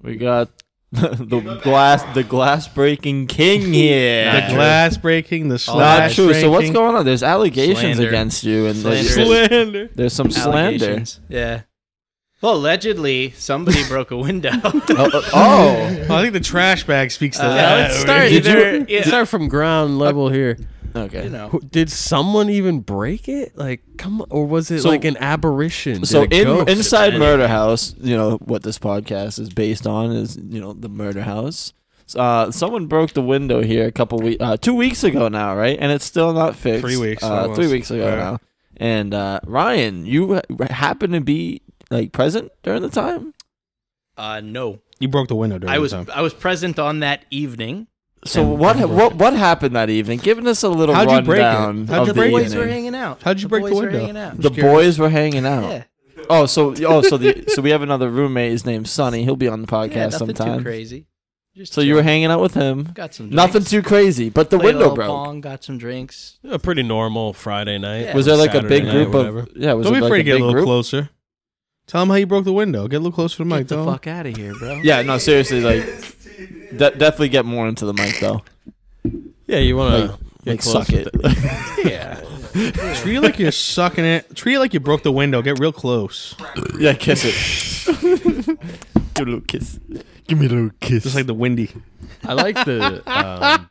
Speaker 2: We got [LAUGHS] the glass, the glass breaking king here.
Speaker 6: Not
Speaker 3: the
Speaker 6: true. Oh,
Speaker 3: glass breaking, the
Speaker 2: Not
Speaker 3: slash
Speaker 2: true. So what's
Speaker 3: breaking.
Speaker 2: going on? There's allegations
Speaker 6: Slander.
Speaker 2: against you, and there's,
Speaker 6: Slander.
Speaker 3: Slander.
Speaker 2: there's some slander.
Speaker 6: allegations. Yeah. Well, allegedly,
Speaker 2: [LAUGHS]
Speaker 6: somebody broke a window. [LAUGHS]
Speaker 2: Oh,
Speaker 3: I think the trash bag speaks to
Speaker 6: Uh,
Speaker 3: that.
Speaker 6: let's start
Speaker 1: Did
Speaker 6: either.
Speaker 1: you
Speaker 6: yeah,
Speaker 1: start from ground level here?
Speaker 6: you
Speaker 2: oh, okay.
Speaker 6: know,
Speaker 1: Who- Did someone even break it? Like, come, on, or was it
Speaker 2: So-
Speaker 1: like an aberration? Did
Speaker 2: So
Speaker 1: a
Speaker 2: in,
Speaker 1: ghost?
Speaker 2: inside Murder House, you know what this podcast is based on is you know the Murder House. So, Uh, someone broke the window here a couple weeks, uh, two weeks ago now, right? And it's still not fixed.
Speaker 3: Three weeks,
Speaker 2: Uh, three
Speaker 3: almost.
Speaker 2: weeks ago
Speaker 3: Yeah.
Speaker 2: now. And uh, Ryan, you ha- happened to be like present during the time.
Speaker 6: uh, no,
Speaker 3: You broke the window during
Speaker 6: I was
Speaker 3: the time.
Speaker 6: I was present on that evening.
Speaker 2: So what what what happened that evening? Giving us a little
Speaker 3: How'd you break it?
Speaker 2: rundown
Speaker 3: How'd
Speaker 2: of
Speaker 3: you
Speaker 2: the
Speaker 3: break it?
Speaker 6: Boys
Speaker 2: evening.
Speaker 6: were hanging out.
Speaker 3: How'd you break the
Speaker 6: boys were
Speaker 3: window?
Speaker 6: hanging out.
Speaker 2: the boys were hanging out.
Speaker 6: Yeah,
Speaker 2: Oh, so oh, so the so we have another roommate. His name's Sonny. He'll be on the podcast
Speaker 6: yeah, nothing
Speaker 2: sometime.
Speaker 6: too crazy. Just
Speaker 2: So you were
Speaker 6: chilling.
Speaker 2: hanging out with him.
Speaker 6: got some
Speaker 2: Nothing
Speaker 6: drinks,
Speaker 2: too crazy, but the
Speaker 6: played a
Speaker 2: window
Speaker 6: little
Speaker 2: broke.
Speaker 6: Pong, got some drinks.
Speaker 1: a pretty normal Friday night.
Speaker 6: Yeah.
Speaker 2: Was there like
Speaker 1: Saturday
Speaker 2: a big
Speaker 1: night,
Speaker 2: group
Speaker 1: whatever.
Speaker 2: of yeah? Was
Speaker 3: Don't be
Speaker 2: it like
Speaker 3: afraid to
Speaker 2: a
Speaker 3: get a
Speaker 2: big
Speaker 3: little
Speaker 2: group?
Speaker 3: closer. Tell him how you broke the window. Get a little closer to the mic,
Speaker 6: Get the
Speaker 3: though.
Speaker 6: fuck out of here, bro.
Speaker 2: Yeah, no, seriously, like de- definitely get more into the mic though.
Speaker 1: Yeah, you want
Speaker 2: Like-
Speaker 1: to
Speaker 2: Like suck it.
Speaker 1: Yeah.
Speaker 3: Treat it like you're sucking it. Treat it like you broke the window. Get real close.
Speaker 2: [LAUGHS] yeah, kiss it. Give me a little kiss. Give me a little kiss.
Speaker 3: Just like the windy.
Speaker 1: I like
Speaker 2: [LAUGHS]
Speaker 1: the um,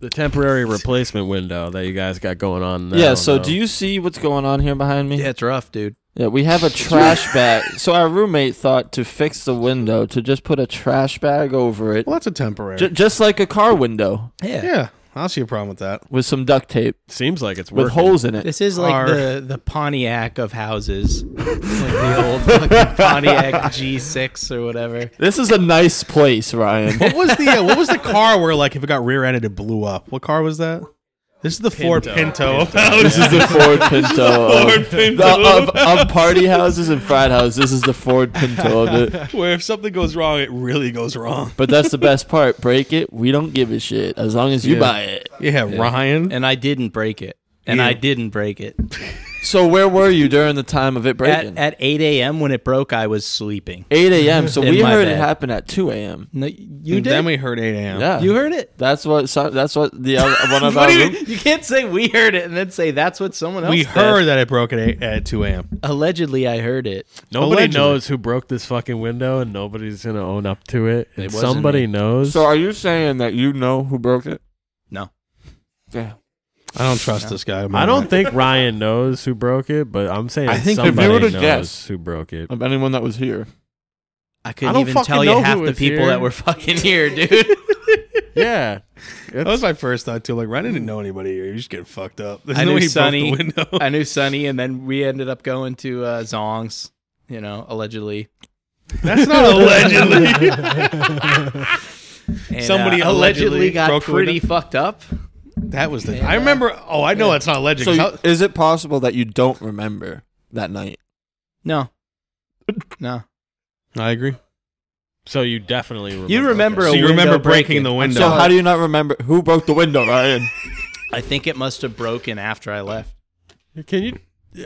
Speaker 1: the temporary replacement window that you guys got going on. Now,
Speaker 2: yeah. So
Speaker 1: though.
Speaker 2: do you see what's going on here behind me?
Speaker 6: Yeah, it's rough, dude.
Speaker 2: Yeah, we have a trash bag. So our roommate thought to fix the window to just put a trash bag over it,
Speaker 3: Well, that's a temporary.
Speaker 2: J- just like a car window
Speaker 6: Yeah.
Speaker 3: yeah, I don't see a problem with that.
Speaker 2: with some duct tape
Speaker 1: Seems like it's
Speaker 2: with
Speaker 1: working.
Speaker 2: holes in it.
Speaker 6: This is like
Speaker 3: Are-
Speaker 6: the, the Pontiac of
Speaker 2: [LAUGHS]
Speaker 6: houses, like the old fucking Pontiac G6 or whatever.
Speaker 2: This is a nice place, Ryan.
Speaker 3: What was the uh, what was the car where like if it got rear-ended it blew up? What car was that? This is the Ford Pinto.
Speaker 2: this is the Ford Pinto. of- the- of, of party houses and frat houses. This is the Ford Pinto of it.
Speaker 3: [LAUGHS] where if something goes wrong, it really goes wrong.
Speaker 2: But that's the best part. Break it. We don't give a shit as long as you
Speaker 3: Yeah.
Speaker 2: buy it.
Speaker 3: [LAUGHS] Yeah, Ryan.
Speaker 6: And I didn't break it. And
Speaker 3: Yeah.
Speaker 6: I didn't break it.
Speaker 2: So where were you during the time of it breaking?
Speaker 6: At, at 8 a.m. when it broke, I was sleeping.
Speaker 2: 8 a.m. So
Speaker 6: [LAUGHS] In
Speaker 2: we
Speaker 6: my
Speaker 2: heard it
Speaker 6: bed.
Speaker 2: happen at 2 a.m.
Speaker 6: No, you
Speaker 3: And Then
Speaker 6: did.
Speaker 3: we heard 8 a.m.
Speaker 2: Yeah.
Speaker 6: you heard
Speaker 3: [LAUGHS]
Speaker 6: it.
Speaker 2: That's what. So, that's what the other one of
Speaker 6: [LAUGHS] What
Speaker 2: our
Speaker 6: do you,
Speaker 2: room-
Speaker 6: mean? you can't say we heard it and then say that's what someone else
Speaker 3: We
Speaker 6: said.
Speaker 3: heard Oh, that it broke at 8, at 2 a.m.
Speaker 6: Allegedly, I heard it.
Speaker 1: Nobody
Speaker 3: Allegedly.
Speaker 1: knows who broke this fucking window, and nobody's gonna own up to it. And
Speaker 6: It wasn't
Speaker 1: somebody
Speaker 6: me.
Speaker 1: knows.
Speaker 2: So are you saying that you know who broke it?
Speaker 6: No.
Speaker 2: Yeah.
Speaker 3: I don't trust this guy.
Speaker 1: I don't think Ryan knows who broke it, but I'm saying
Speaker 2: I think if you
Speaker 1: somebody
Speaker 2: would've
Speaker 1: knows
Speaker 2: guessed-
Speaker 1: who broke it.
Speaker 2: Of anyone that was here.
Speaker 6: I
Speaker 3: I
Speaker 6: couldn't
Speaker 3: don't
Speaker 6: even
Speaker 3: fucking
Speaker 6: tell you
Speaker 3: know
Speaker 6: half
Speaker 3: who
Speaker 6: the
Speaker 3: is
Speaker 6: people
Speaker 3: here.
Speaker 6: that
Speaker 3: [LAUGHS]
Speaker 6: were fucking here, dude.
Speaker 1: Yeah.
Speaker 3: That was my first thought too. Like, Ryan didn't know anybody here. You're just getting fucked up. [LAUGHS] There's
Speaker 6: I
Speaker 3: no
Speaker 6: knew
Speaker 3: way he
Speaker 6: Sonny.
Speaker 3: broke the
Speaker 6: [LAUGHS]
Speaker 3: window. [LAUGHS]
Speaker 6: I knew Sonny, and then we ended up going to uh, Zong's. You know, allegedly.
Speaker 3: That's not allegedly.
Speaker 6: And,
Speaker 3: Somebody
Speaker 6: uh,
Speaker 3: allegedly
Speaker 6: allegedly, got
Speaker 3: broke the
Speaker 6: pretty
Speaker 3: window?
Speaker 6: fucked up.
Speaker 3: [LAUGHS] that was the. I remember. Oh, I know that's not alleged.
Speaker 2: So
Speaker 3: 'cause
Speaker 2: you- is it possible that you don't remember that night?
Speaker 6: No, no.
Speaker 3: how- I agree.
Speaker 4: So you definitely remember.
Speaker 6: You remember?
Speaker 3: So
Speaker 6: a
Speaker 3: you remember
Speaker 6: window
Speaker 3: breaking the window?
Speaker 2: So how do you not remember who broke the window, Ryan?
Speaker 6: I think it must have broken after I left.
Speaker 1: Can you?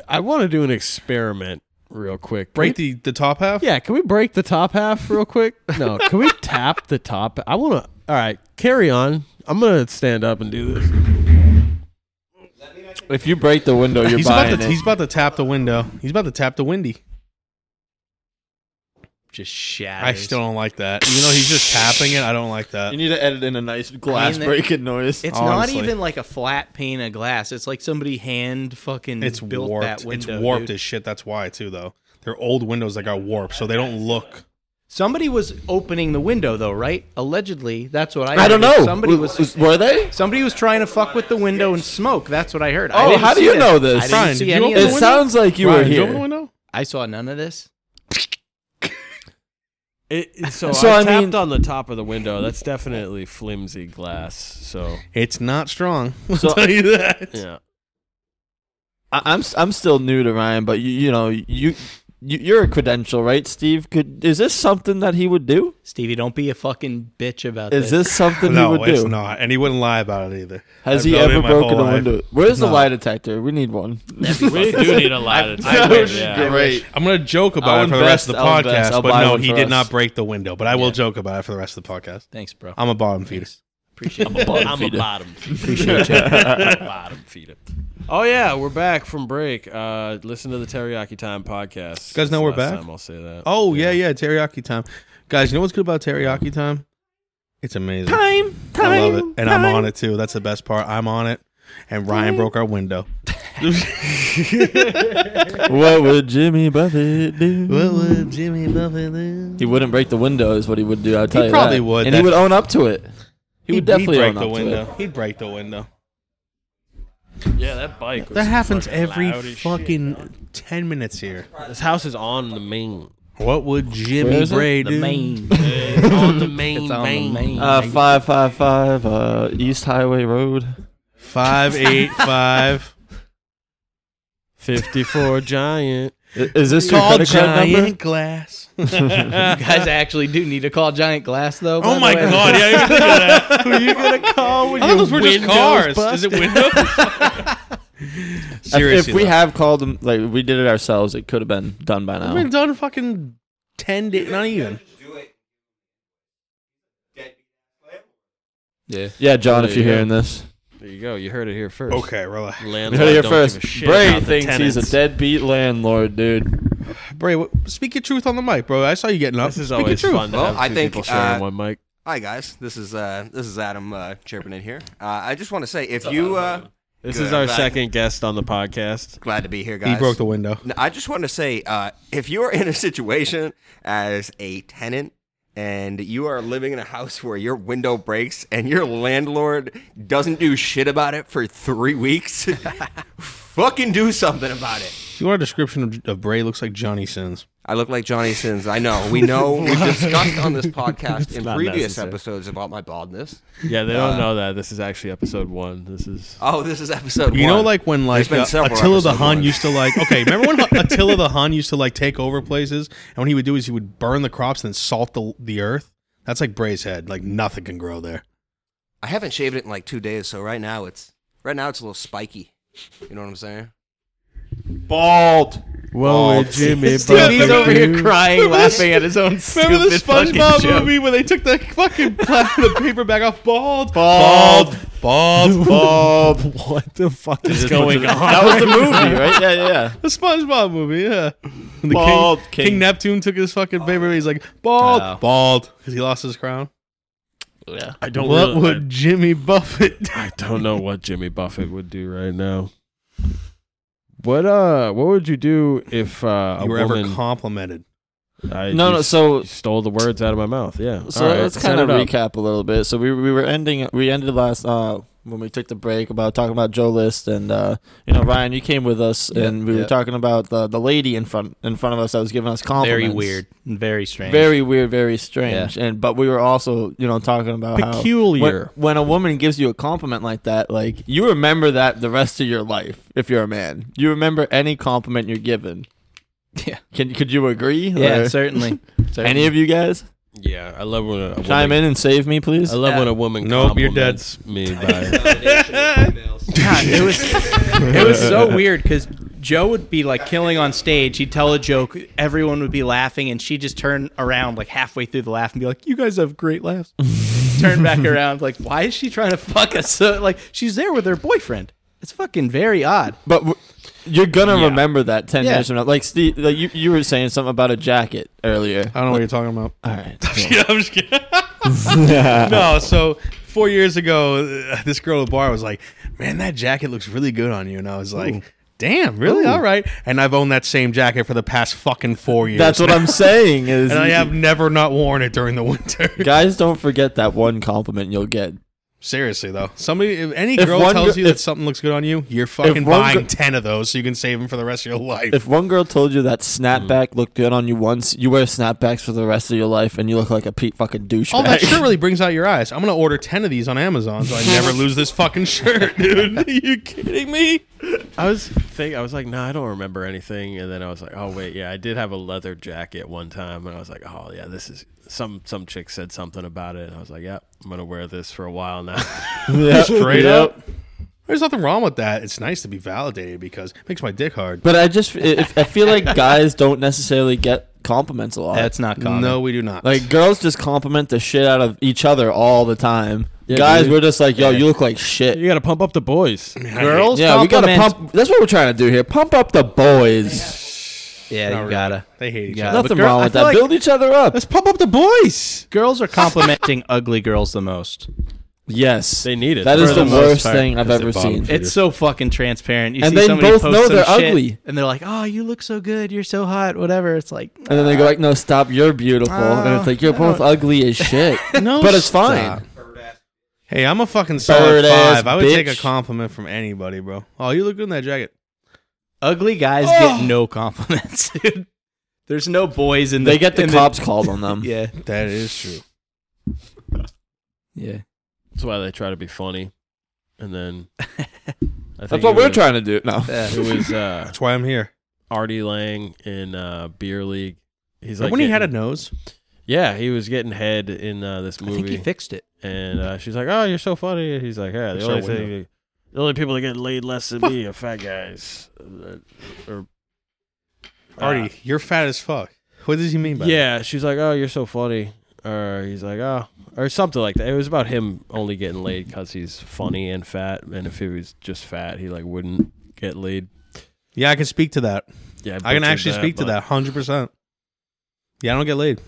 Speaker 1: I want to do an experiment real quick. Can
Speaker 3: break
Speaker 1: we-
Speaker 3: the, the top half?
Speaker 1: Yeah, can we break the top half real quick? No, can [LAUGHS] we tap the top? I want to. All right, carry on. I'm gonna stand up and do this.
Speaker 2: if you break the window, you're
Speaker 3: he's about
Speaker 2: buying
Speaker 3: to
Speaker 2: it.
Speaker 3: he's about to tap the window. He's about to tap the windy.
Speaker 6: Just shatters.
Speaker 3: I still don't like that. Even though he's just tapping it, I don't like that.
Speaker 2: you need to edit in a nice glass
Speaker 6: that-
Speaker 2: breaking noise.
Speaker 6: It's
Speaker 3: Honestly.
Speaker 6: not even like a flat pane of glass. It's like somebody hand fucking
Speaker 3: It's
Speaker 6: built
Speaker 3: warped.
Speaker 6: that window.
Speaker 3: it's warped
Speaker 6: dude.
Speaker 3: as shit. That's why too though. They're old windows that got warped, so they don't look.
Speaker 6: Somebody was opening the window though, right? Allegedly, that's what I.
Speaker 2: I don't
Speaker 6: heard.
Speaker 2: know.
Speaker 6: Somebody was,
Speaker 2: were they?
Speaker 6: somebody was trying to fuck with the window and smoke. That's what I heard. I
Speaker 2: Oh,
Speaker 6: didn't
Speaker 2: how do
Speaker 6: see
Speaker 2: you
Speaker 6: that.
Speaker 2: know
Speaker 6: I
Speaker 2: this?
Speaker 6: didn't
Speaker 3: Brian,
Speaker 6: see
Speaker 3: did you
Speaker 6: any
Speaker 3: open
Speaker 6: of
Speaker 3: the
Speaker 2: It
Speaker 6: this.
Speaker 3: window?
Speaker 2: sounds like you
Speaker 3: Ryan,
Speaker 2: were
Speaker 3: did
Speaker 2: here.
Speaker 3: open the window?
Speaker 6: I saw none of this.
Speaker 1: It, so,
Speaker 2: So,
Speaker 1: I,
Speaker 2: I
Speaker 1: tapped
Speaker 2: mean-
Speaker 1: on the top of the window. That's definitely flimsy glass. So
Speaker 3: It's not strong. [LAUGHS] I'll
Speaker 2: So-
Speaker 3: tell you that.
Speaker 1: yeah,
Speaker 2: I, I'm s- I'm still new to Ryan, but you you know you. you- You're a credential, right, Steve? Could is this something that he would do?
Speaker 6: Stevie, don't be a fucking bitch about
Speaker 2: Is this something he
Speaker 3: No,
Speaker 2: would
Speaker 3: it's
Speaker 2: do?
Speaker 3: not, and he wouldn't lie about it either.
Speaker 2: Has
Speaker 3: I've
Speaker 2: he
Speaker 3: known him
Speaker 2: ever
Speaker 3: my
Speaker 2: broken a
Speaker 3: whole life.
Speaker 2: window? Where's the
Speaker 3: No.
Speaker 2: lie detector? We need one. [LAUGHS]
Speaker 4: We do need a lot
Speaker 1: [LAUGHS]
Speaker 4: of
Speaker 3: [LAUGHS]
Speaker 4: time. yeah.
Speaker 2: Great.
Speaker 3: I'm gonna joke about
Speaker 2: I'll
Speaker 3: it for the rest of the
Speaker 2: invest, I'll invest,
Speaker 3: podcast,
Speaker 2: I'll
Speaker 3: but
Speaker 2: buy
Speaker 3: no,
Speaker 2: one
Speaker 3: he
Speaker 2: for
Speaker 3: did
Speaker 2: us.
Speaker 3: not break the window. But I will joke about it for the rest of the podcast.
Speaker 6: Thanks, bro.
Speaker 3: I'm a bottom feeder.
Speaker 6: Appreciate it.
Speaker 4: I'm a [LAUGHS]
Speaker 2: feeder.
Speaker 4: bottom feeder. Appreciate you.
Speaker 1: [LAUGHS]
Speaker 4: bottom feeder.
Speaker 1: Oh yeah, we're back from break. Uh, listen to the Teriyaki Time podcast.
Speaker 3: guys know
Speaker 1: It's
Speaker 3: we're
Speaker 1: last
Speaker 3: back?
Speaker 1: Time I'll say that.
Speaker 3: Oh yeah, yeah, teriyaki time, guys. You know what's good about teriyaki time? It's amazing.
Speaker 2: Time,
Speaker 3: I love it, and I'm on it too. That's the best part. I'm on it, and Ryan broke our window.
Speaker 2: What would Jimmy Buffett do?
Speaker 3: would Jimmy Buffett do?
Speaker 2: He wouldn't break the window, is what he would do. I tell you,
Speaker 3: probably
Speaker 2: that.
Speaker 3: would.
Speaker 2: and he
Speaker 3: That-
Speaker 2: would own up to it. He would definitely own
Speaker 3: break the
Speaker 2: up to it.
Speaker 3: window. He'd break the window.
Speaker 4: Yeah, that bike. Was
Speaker 3: That happens
Speaker 4: fucking
Speaker 3: every
Speaker 4: loud as
Speaker 3: fucking ten minutes here.
Speaker 4: shit. This house is on the main.
Speaker 3: What would
Speaker 2: Where
Speaker 3: Jimmy
Speaker 2: is it?
Speaker 3: Bray
Speaker 6: The
Speaker 3: do?
Speaker 6: main.
Speaker 4: It's on the main.
Speaker 6: It's on the
Speaker 4: main.
Speaker 6: main.
Speaker 2: Uh, five five five uh, East Highway Road.
Speaker 3: Five eight five.
Speaker 1: Fifty-four giant.
Speaker 2: I- Is this your credit card number?
Speaker 3: glass.
Speaker 6: you guys actually do need to call Giant Glass though. by
Speaker 3: Oh
Speaker 6: the
Speaker 3: my
Speaker 6: way. [LAUGHS]
Speaker 3: god! Yeah, I didn't think of that.
Speaker 1: Who you gonna call when
Speaker 3: I thought those were just cars. Is it [LAUGHS] windows?
Speaker 2: If- If,
Speaker 3: Seriously,
Speaker 2: we
Speaker 3: though.
Speaker 2: have called him, like we did it ourselves, it could have been done by
Speaker 3: I've been
Speaker 2: now.
Speaker 3: done fucking ten days, not even.
Speaker 6: Yeah.
Speaker 2: Yeah, John, if
Speaker 1: There you
Speaker 2: you're
Speaker 1: go.
Speaker 2: hearing this,
Speaker 1: There you go. You heard it here first.
Speaker 3: Okay, relax.
Speaker 2: you
Speaker 1: Landlord
Speaker 2: heard it here
Speaker 1: don't give a
Speaker 2: first.
Speaker 1: shit
Speaker 2: Bray
Speaker 1: about the
Speaker 2: thinks he's a
Speaker 1: tenants.
Speaker 2: deadbeat landlord,
Speaker 3: [LAUGHS]
Speaker 2: dude.
Speaker 3: Bray, what, speak your truth on the mic, bro. I saw you getting up.
Speaker 1: This is
Speaker 3: speak
Speaker 1: always
Speaker 3: your truth.
Speaker 1: fun. To
Speaker 7: Well,
Speaker 1: have
Speaker 7: I
Speaker 1: two
Speaker 7: think,
Speaker 1: people sharing
Speaker 7: uh,
Speaker 1: one mic.
Speaker 7: Hi guys, this is uh, this is Adam uh, chirping in here. Uh, I just want to say if you uh,
Speaker 1: This
Speaker 7: Good,
Speaker 1: is our
Speaker 7: right.
Speaker 1: second guest on the podcast.
Speaker 7: glad to be here,
Speaker 3: He
Speaker 7: guys.
Speaker 3: broke the window.
Speaker 7: No, I just want to say uh, if you are [LAUGHS] in a situation as a tenant and you are living in a house where your window breaks and your landlord doesn't do shit about it for three weeks, [LAUGHS] fucking do something about it.
Speaker 3: You want a description of, of Bray? Looks like Johnny Sins.
Speaker 7: I look like Johnny Sins. I know. We
Speaker 3: [LAUGHS]
Speaker 7: know. We've discussed on this podcast in
Speaker 1: not
Speaker 7: previous
Speaker 1: necessary.
Speaker 7: episodes about my baldness.
Speaker 1: Yeah, they don't know that. This is actually episode one. This is
Speaker 7: Oh, this is episode
Speaker 3: You know,
Speaker 7: one.
Speaker 3: like when like
Speaker 7: been
Speaker 3: uh,
Speaker 7: several
Speaker 3: Attila the
Speaker 7: episode
Speaker 3: Hun
Speaker 7: ones.
Speaker 3: used to like. Okay, remember when Attila the Hun used to like take over places, and what he would do is he would burn the crops and then salt the the earth. That's like Bray's head. Like nothing can grow there.
Speaker 7: I haven't shaved it in like two days, so right now it's right now it's a little spiky. You know what I'm saying?
Speaker 2: Bald.
Speaker 1: well, Jimmy.
Speaker 6: Stevie's over here crying, laughing at his own stupid
Speaker 3: Remember the
Speaker 6: fucking
Speaker 3: SpongeBob
Speaker 6: joke.
Speaker 3: movie where they took the fucking pla- the paper bag off? Bald, bald, bald, bald.
Speaker 1: [LAUGHS] what the fuck is
Speaker 4: going on?
Speaker 2: That was the movie, right? Yeah, yeah, yeah.
Speaker 3: The SpongeBob movie, yeah. When the
Speaker 2: Bald
Speaker 3: king,
Speaker 2: king.
Speaker 3: King Neptune took his fucking paper. He's like bald,
Speaker 6: Oh.
Speaker 3: bald, because he lost his crown.
Speaker 1: I don't.
Speaker 3: what
Speaker 1: really-
Speaker 3: would Jimmy Buffett? do?
Speaker 1: I don't know what Jimmy Buffett would do right now. What uh? What would you do if uh, a
Speaker 3: you were ever
Speaker 1: woman-
Speaker 3: complimented?
Speaker 1: I,
Speaker 2: No,
Speaker 1: you
Speaker 2: no,
Speaker 1: s-
Speaker 2: so-
Speaker 1: you stole the words out of my mouth. Yeah.
Speaker 2: So
Speaker 1: All right,
Speaker 2: let's
Speaker 1: set
Speaker 2: kind of
Speaker 1: it up.
Speaker 2: recap a little bit. So we we were ending we ended last uh when we took the break about talking about Joe List and uh you know Ryan you came with us and we were
Speaker 6: yeah.
Speaker 2: talking about the the lady in front in front of us that was giving us compliments.
Speaker 6: Very weird. and Very strange.
Speaker 2: Very weird, very strange. And but we were also, you know, talking about how when-
Speaker 1: Peculiar.
Speaker 2: when, a woman gives you a compliment like that, like you remember that the rest of your life if you're a man. You remember any compliment you're given.
Speaker 6: Yeah.
Speaker 2: Can could you agree?
Speaker 6: Yeah,
Speaker 2: Or-
Speaker 6: certainly. [LAUGHS] certainly.
Speaker 2: any of you guys?
Speaker 4: Yeah, I love when a woman,
Speaker 2: Chime in and save me, please.
Speaker 4: I love when a woman
Speaker 3: Nope, you're dead.
Speaker 4: compliments me
Speaker 3: [LAUGHS]
Speaker 4: by
Speaker 6: God, it was it was so weird because Joe would be like killing on stage. He'd tell a joke, everyone would be laughing, and she'd just turn around like halfway through the laugh and be like, "You guys have great laughs." turn back around like, "Why is she trying to fuck us?" So like, she's there with her boyfriend. It's fucking very odd.
Speaker 2: But w- you're gonna remember that ten
Speaker 6: Yeah.
Speaker 2: years from now. Like Steve, like you, you were saying something about a jacket earlier.
Speaker 3: I don't know what you're talking about.
Speaker 2: All right.
Speaker 3: Yeah, [LAUGHS] I'm just kidding.
Speaker 2: [LAUGHS]
Speaker 3: [LAUGHS] no, so four years ago, uh, this girl at the bar was like, "Man, that jacket looks really good on you," and I was like. Damn, really? All right. And I've owned that same jacket for the past fucking four years.
Speaker 2: That's what I'm saying. Is
Speaker 3: [LAUGHS] And I have never not worn it during the winter. [LAUGHS]
Speaker 2: guys don't forget that one compliment you'll get.
Speaker 3: Seriously though, somebody if any
Speaker 2: If
Speaker 3: girl
Speaker 2: one
Speaker 3: tells
Speaker 2: gir-
Speaker 3: you that
Speaker 2: if-
Speaker 3: something looks good on you, you're fucking
Speaker 2: one
Speaker 3: buying
Speaker 2: gir-
Speaker 3: ten of those so you can save them for the rest of your life.
Speaker 2: If one girl told you that snapback
Speaker 1: Mm-hmm.
Speaker 2: looked good on you once, you wear snapbacks for the rest of your life, and you look like a Pete fucking douchebag. [LAUGHS]
Speaker 3: Oh, that shirt really brings out your eyes. I'm gonna order ten of these on Amazon so I
Speaker 2: [LAUGHS]
Speaker 3: never lose this fucking shirt, dude. [LAUGHS] Are you kidding me?
Speaker 1: I was think I was like, no, I don't remember anything, and then I was like, oh wait, yeah, I did have a leather jacket one time, and I was like, oh yeah, this is some some chick said something about it, and I was like, yep, I'm gonna wear this for a while now. [LAUGHS]
Speaker 2: Yeah.
Speaker 3: [LAUGHS] Straight
Speaker 2: Yep.
Speaker 3: up. There's nothing wrong with that. It's nice to be validated because it makes my dick hard.
Speaker 2: But I just, if, I feel like guys don't necessarily get compliments a lot.
Speaker 6: That's not
Speaker 3: [LAUGHS]
Speaker 6: common.
Speaker 3: No, we do not. [LAUGHS]
Speaker 2: Like girls just compliment the shit out of each other all the time.
Speaker 1: Yeah,
Speaker 2: Guys,
Speaker 1: dude.
Speaker 2: we're just like, yo, you look like shit.
Speaker 1: you gotta pump up the boys.
Speaker 6: girls.
Speaker 2: Yeah, we gotta
Speaker 6: compliment-
Speaker 2: pump. That's what we're trying to do here. Pump up the boys.
Speaker 6: Yeah, you gotta.
Speaker 3: they hate each
Speaker 6: Yeah.
Speaker 3: other.
Speaker 6: But
Speaker 2: Nothing
Speaker 6: girl-
Speaker 2: wrong
Speaker 6: I
Speaker 2: with
Speaker 6: feel
Speaker 2: that.
Speaker 6: like-
Speaker 2: Build each other up.
Speaker 3: Let's pump up the boys.
Speaker 6: Girls are complimenting [LAUGHS] ugly girls the most.
Speaker 2: Yes,
Speaker 1: They need it.
Speaker 2: That
Speaker 1: For
Speaker 2: is
Speaker 1: the
Speaker 2: the,
Speaker 6: most
Speaker 2: worst
Speaker 6: part,
Speaker 2: thing I've
Speaker 3: because they're
Speaker 2: ever seen.
Speaker 3: bottom
Speaker 6: It's so fucking transparent. You
Speaker 2: And
Speaker 6: see
Speaker 2: they
Speaker 6: somebody
Speaker 2: both
Speaker 6: post
Speaker 2: know
Speaker 6: some
Speaker 2: they're
Speaker 6: shit,
Speaker 2: ugly.
Speaker 6: and they're like, "Oh, you look so good. You're so hot. Whatever." It's like,
Speaker 2: and then they go like, "No, stop! You're beautiful." and it's like, "You're both ugly as shit."
Speaker 3: No,
Speaker 2: but it's
Speaker 3: stop.
Speaker 2: fine.
Speaker 3: Hey, I'm a fucking solid
Speaker 2: Bird ass
Speaker 3: five. I would take a
Speaker 2: bitch.
Speaker 3: compliment from anybody, bro. Oh, you look good in that jacket.
Speaker 6: ugly guys
Speaker 3: Oh.
Speaker 6: get no compliments. [LAUGHS] dude. There's no boys in. The,
Speaker 2: They get the
Speaker 6: in
Speaker 2: cops called on them.
Speaker 6: [LAUGHS] yeah,
Speaker 3: That is true.
Speaker 6: yeah.
Speaker 1: That's why they try to be funny, and [LAUGHS] then I think
Speaker 2: That's what
Speaker 1: it
Speaker 2: we're
Speaker 1: was-
Speaker 2: trying to do. No,
Speaker 1: It was uh,
Speaker 3: That's why I'm here.
Speaker 1: Artie Lang in uh, Beer League. He's like
Speaker 3: Remember when he had a
Speaker 1: getting-
Speaker 3: nose,
Speaker 1: yeah, he was getting head in uh, this movie.
Speaker 6: I think he fixed it.
Speaker 1: And uh, she's like, "Oh, you're so funny." And he's like, "Yeah, the
Speaker 3: It's our
Speaker 1: only thing, the only people that get laid less than me are fat guys." Uh, Or uh,
Speaker 3: Artie, you're fat as fuck. What does he mean by
Speaker 1: yeah, she's like, "Oh, you're so funny," or he's like, "Oh," or something like that. It was about him only getting laid because he's funny and fat, and if he was just fat, he like wouldn't get laid.
Speaker 3: that? Yeah, I can speak to that.
Speaker 1: Yeah,
Speaker 3: I can
Speaker 1: butchered
Speaker 3: actually speak to
Speaker 1: but-
Speaker 3: that 100%. Yeah, I don't get laid.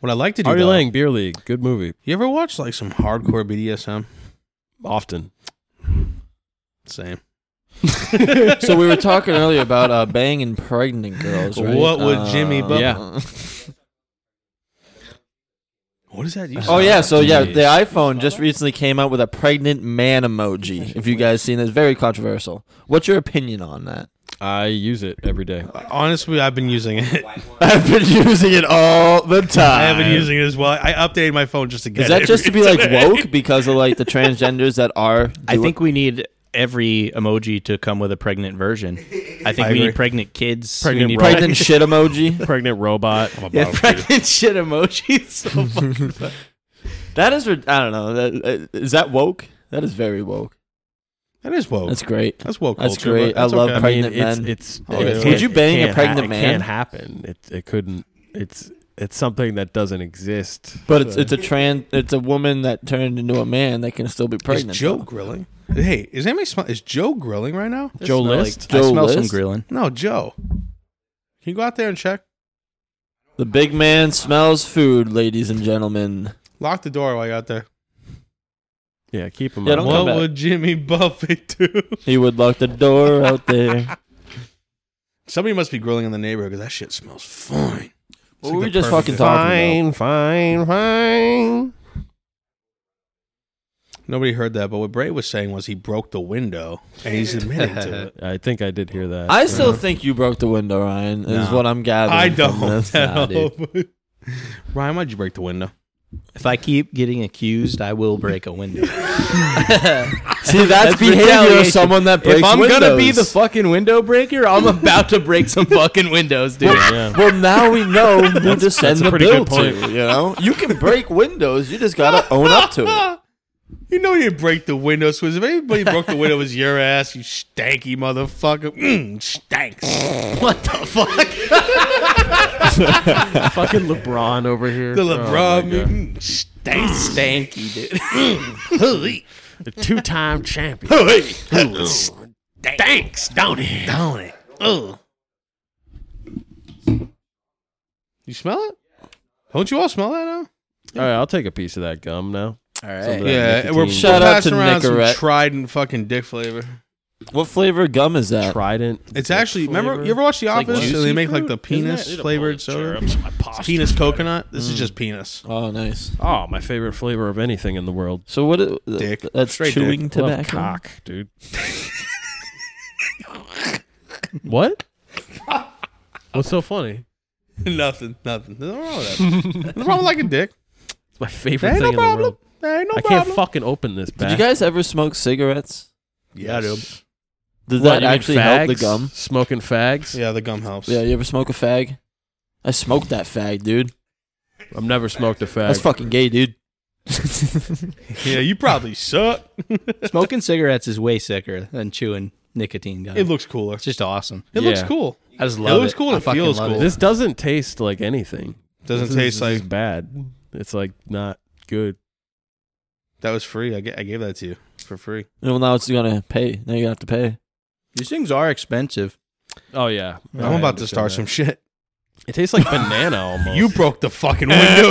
Speaker 3: What I like to do,
Speaker 1: Artie
Speaker 3: though,
Speaker 1: Lang, Beer League, good movie.
Speaker 3: you ever watch like some hardcore BDSM?
Speaker 1: Often,
Speaker 3: Same.
Speaker 2: [LAUGHS] so we were talking earlier about uh, banging pregnant girls. Right?
Speaker 3: What would
Speaker 2: Uh,
Speaker 3: Jimmy Butler-
Speaker 1: Yeah.
Speaker 3: What is that? You
Speaker 2: Oh
Speaker 3: said?
Speaker 2: yeah, so yeah,
Speaker 1: Jeez.
Speaker 2: the iPhone just recently came out with a pregnant man emoji. If you guys seen this, very controversial. What's your opinion on that?
Speaker 1: I use it every day.
Speaker 3: Honestly, I've been using it. [LAUGHS]
Speaker 2: I've been using it all the time.
Speaker 3: I have been using it as well. I updated my phone just to get
Speaker 2: Is
Speaker 3: it
Speaker 2: that just to be like
Speaker 3: today.
Speaker 2: woke because of like the transgenders that are?
Speaker 6: [LAUGHS] I
Speaker 2: [LAUGHS]
Speaker 6: think we need every emoji to come with a pregnant version. I think
Speaker 3: I
Speaker 6: we
Speaker 3: agree.
Speaker 6: need pregnant kids.
Speaker 1: Pregnant
Speaker 6: we need
Speaker 1: right.
Speaker 2: pregnant
Speaker 6: [LAUGHS]
Speaker 2: shit emoji.
Speaker 1: Pregnant robot.
Speaker 6: Yeah, pregnant shit emojis. Oh So fucking funny.
Speaker 2: That is, re- I don't know. That, uh, is that woke? That is very woke.
Speaker 3: That is woke.
Speaker 2: That's
Speaker 3: That's,
Speaker 2: great.
Speaker 3: woke.
Speaker 2: That's
Speaker 3: culture,
Speaker 2: great.
Speaker 3: but
Speaker 2: I
Speaker 3: that's
Speaker 2: love
Speaker 3: okay.
Speaker 1: I mean,
Speaker 2: Pregnant
Speaker 1: it's
Speaker 2: men.
Speaker 1: it's.
Speaker 3: Oh,
Speaker 1: it
Speaker 3: yeah.
Speaker 1: can't-
Speaker 2: Would you
Speaker 1: it
Speaker 2: bang a
Speaker 1: can't
Speaker 2: pregnant
Speaker 1: ha-
Speaker 2: man?
Speaker 1: It can't happen. It it couldn't. It's it's something that doesn't exist.
Speaker 2: But it's it's a trans it's a woman that turned into a man that can still be
Speaker 3: Is
Speaker 2: pregnant.
Speaker 3: Joe
Speaker 2: though.
Speaker 3: grilling? Hey, is anybody smell? Is Joe grilling right now?
Speaker 1: Joe
Speaker 6: Smell like-
Speaker 1: List.
Speaker 2: Joe
Speaker 6: I smell some
Speaker 2: List?
Speaker 6: grilling.
Speaker 3: No, Joe. Can you go out there and check?
Speaker 2: The big man smells food, ladies and gentlemen.
Speaker 3: Lock the door while you're out there.
Speaker 1: yeah, keep him.
Speaker 2: Yeah,
Speaker 1: Yeah,
Speaker 2: don't come
Speaker 3: What
Speaker 2: back.
Speaker 3: [LAUGHS] would Jimmy Buffett do?
Speaker 2: He would lock the door out there.
Speaker 3: Somebody must be grilling in the neighborhood because that shit smells fine. It's
Speaker 2: What
Speaker 3: like
Speaker 2: were we
Speaker 3: the
Speaker 2: just
Speaker 3: perfect-
Speaker 2: fucking talking
Speaker 1: fine, fine.
Speaker 3: Nobody heard that, but what Bray was saying was he broke the window and he's admitting to
Speaker 2: [LAUGHS]
Speaker 3: it.
Speaker 1: [LAUGHS] I think I did hear that.
Speaker 2: about? I still think you broke the window, Ryan. Is
Speaker 3: No.
Speaker 2: what I'm gathering.
Speaker 3: I
Speaker 2: from
Speaker 3: don't
Speaker 2: this. Nah, dude.
Speaker 3: [LAUGHS] know. Ryan, why'd you break the window?
Speaker 6: If I keep getting accused, I will break a window.
Speaker 2: See, [LAUGHS] that's, behavior of
Speaker 6: retaliation.
Speaker 2: someone that breaks
Speaker 6: if I'm gonna be the
Speaker 2: windows.
Speaker 6: fucking window breaker, I'm about to break some fucking windows, dude.
Speaker 2: well, now we know who to send
Speaker 1: that's a
Speaker 2: the
Speaker 1: pretty
Speaker 2: bill
Speaker 1: good point.
Speaker 2: to. You know, you can break windows. You just gotta own up [LAUGHS] to it.
Speaker 3: [LAUGHS] You know you break the window, so if anybody broke the window, it was your ass, you stanky motherfucker. Mm, stanks.
Speaker 6: [LAUGHS] What the fuck?
Speaker 1: fucking LeBron over here.
Speaker 3: The
Speaker 1: Oh,
Speaker 3: LeBron,
Speaker 1: my God.
Speaker 3: mm, stanks.
Speaker 6: [LAUGHS] Stanky,
Speaker 3: [LAUGHS]
Speaker 6: dude.
Speaker 3: Hey,
Speaker 1: the two-time champion.
Speaker 3: hey, hey, Stanks, don't it? Don't it? Ugh. You smell it? Don't you all smell that now?
Speaker 1: All right, I'll take a piece of that gum now.
Speaker 6: All
Speaker 1: Some of
Speaker 6: right.
Speaker 1: that
Speaker 3: Yeah,
Speaker 1: nicotine
Speaker 3: we're
Speaker 2: Shout out
Speaker 3: passing
Speaker 2: to
Speaker 3: around some
Speaker 2: Nicorette.
Speaker 3: Trident fucking dick flavor.
Speaker 2: What flavor of gum is that?
Speaker 1: Trident.
Speaker 3: It's actually remember you ever watch The
Speaker 1: like
Speaker 3: Office? and they
Speaker 1: juicy
Speaker 3: make like
Speaker 1: fruit,
Speaker 3: the
Speaker 1: isn't it?
Speaker 3: penis
Speaker 1: It'll pull
Speaker 3: flavored
Speaker 1: the
Speaker 3: soda,
Speaker 1: germs. My
Speaker 3: It's
Speaker 1: posture.
Speaker 3: penis coconut. This
Speaker 1: Mm.
Speaker 3: is just penis.
Speaker 2: Oh, nice.
Speaker 1: Oh, my favorite flavor of anything in the world.
Speaker 2: So what? It,
Speaker 3: Dick.
Speaker 2: That's
Speaker 3: Straight
Speaker 2: chewing
Speaker 1: Love
Speaker 2: tobacco.
Speaker 1: cock, dude. [LAUGHS] what? What's so funny?
Speaker 3: [LAUGHS] nothing, nothing. Nothing wrong
Speaker 1: [LAUGHS]
Speaker 3: with that. Nothing wrong with like a dick.
Speaker 1: It's my favorite thing
Speaker 3: There ain't no
Speaker 1: in the
Speaker 3: problem.
Speaker 1: world.
Speaker 3: There ain't no
Speaker 1: I
Speaker 3: problem.
Speaker 1: can't fucking open this. Back.
Speaker 2: Did you guys ever smoke cigarettes?
Speaker 3: yeah, dude.
Speaker 2: Did
Speaker 1: What,
Speaker 2: that
Speaker 1: you mean
Speaker 2: actually help the
Speaker 1: fags?
Speaker 2: gum?
Speaker 1: Smoking fags.
Speaker 3: Yeah, the gum helps.
Speaker 2: Yeah, you ever smoke a fag? I smoked that fag, dude.
Speaker 1: I've never smoked a fag.
Speaker 2: That's fucking gay, dude. [LAUGHS]
Speaker 3: yeah. You
Speaker 1: [LAUGHS]
Speaker 3: probably suck.
Speaker 6: Smoking cigarettes is way sicker than chewing nicotine gum.
Speaker 3: It looks cooler.
Speaker 6: it's just awesome.
Speaker 3: It looks
Speaker 1: Yeah.
Speaker 3: cool.
Speaker 6: I just love it.
Speaker 3: looks cool and
Speaker 6: I
Speaker 3: it
Speaker 6: fucking
Speaker 3: feels
Speaker 6: love
Speaker 3: cool.
Speaker 6: It.
Speaker 1: This doesn't taste like anything.
Speaker 3: Doesn't
Speaker 1: This
Speaker 3: taste
Speaker 1: is-
Speaker 3: like
Speaker 1: this is bad. It's like not good.
Speaker 3: that was free. I, ga- I gave that to you for free.
Speaker 2: well, now it's gonna pay. Now you have to pay.
Speaker 6: These things are expensive.
Speaker 1: Oh yeah,
Speaker 3: I'm about to start some shit.
Speaker 1: It tastes like banana almost.
Speaker 3: [LAUGHS] You broke the fucking window.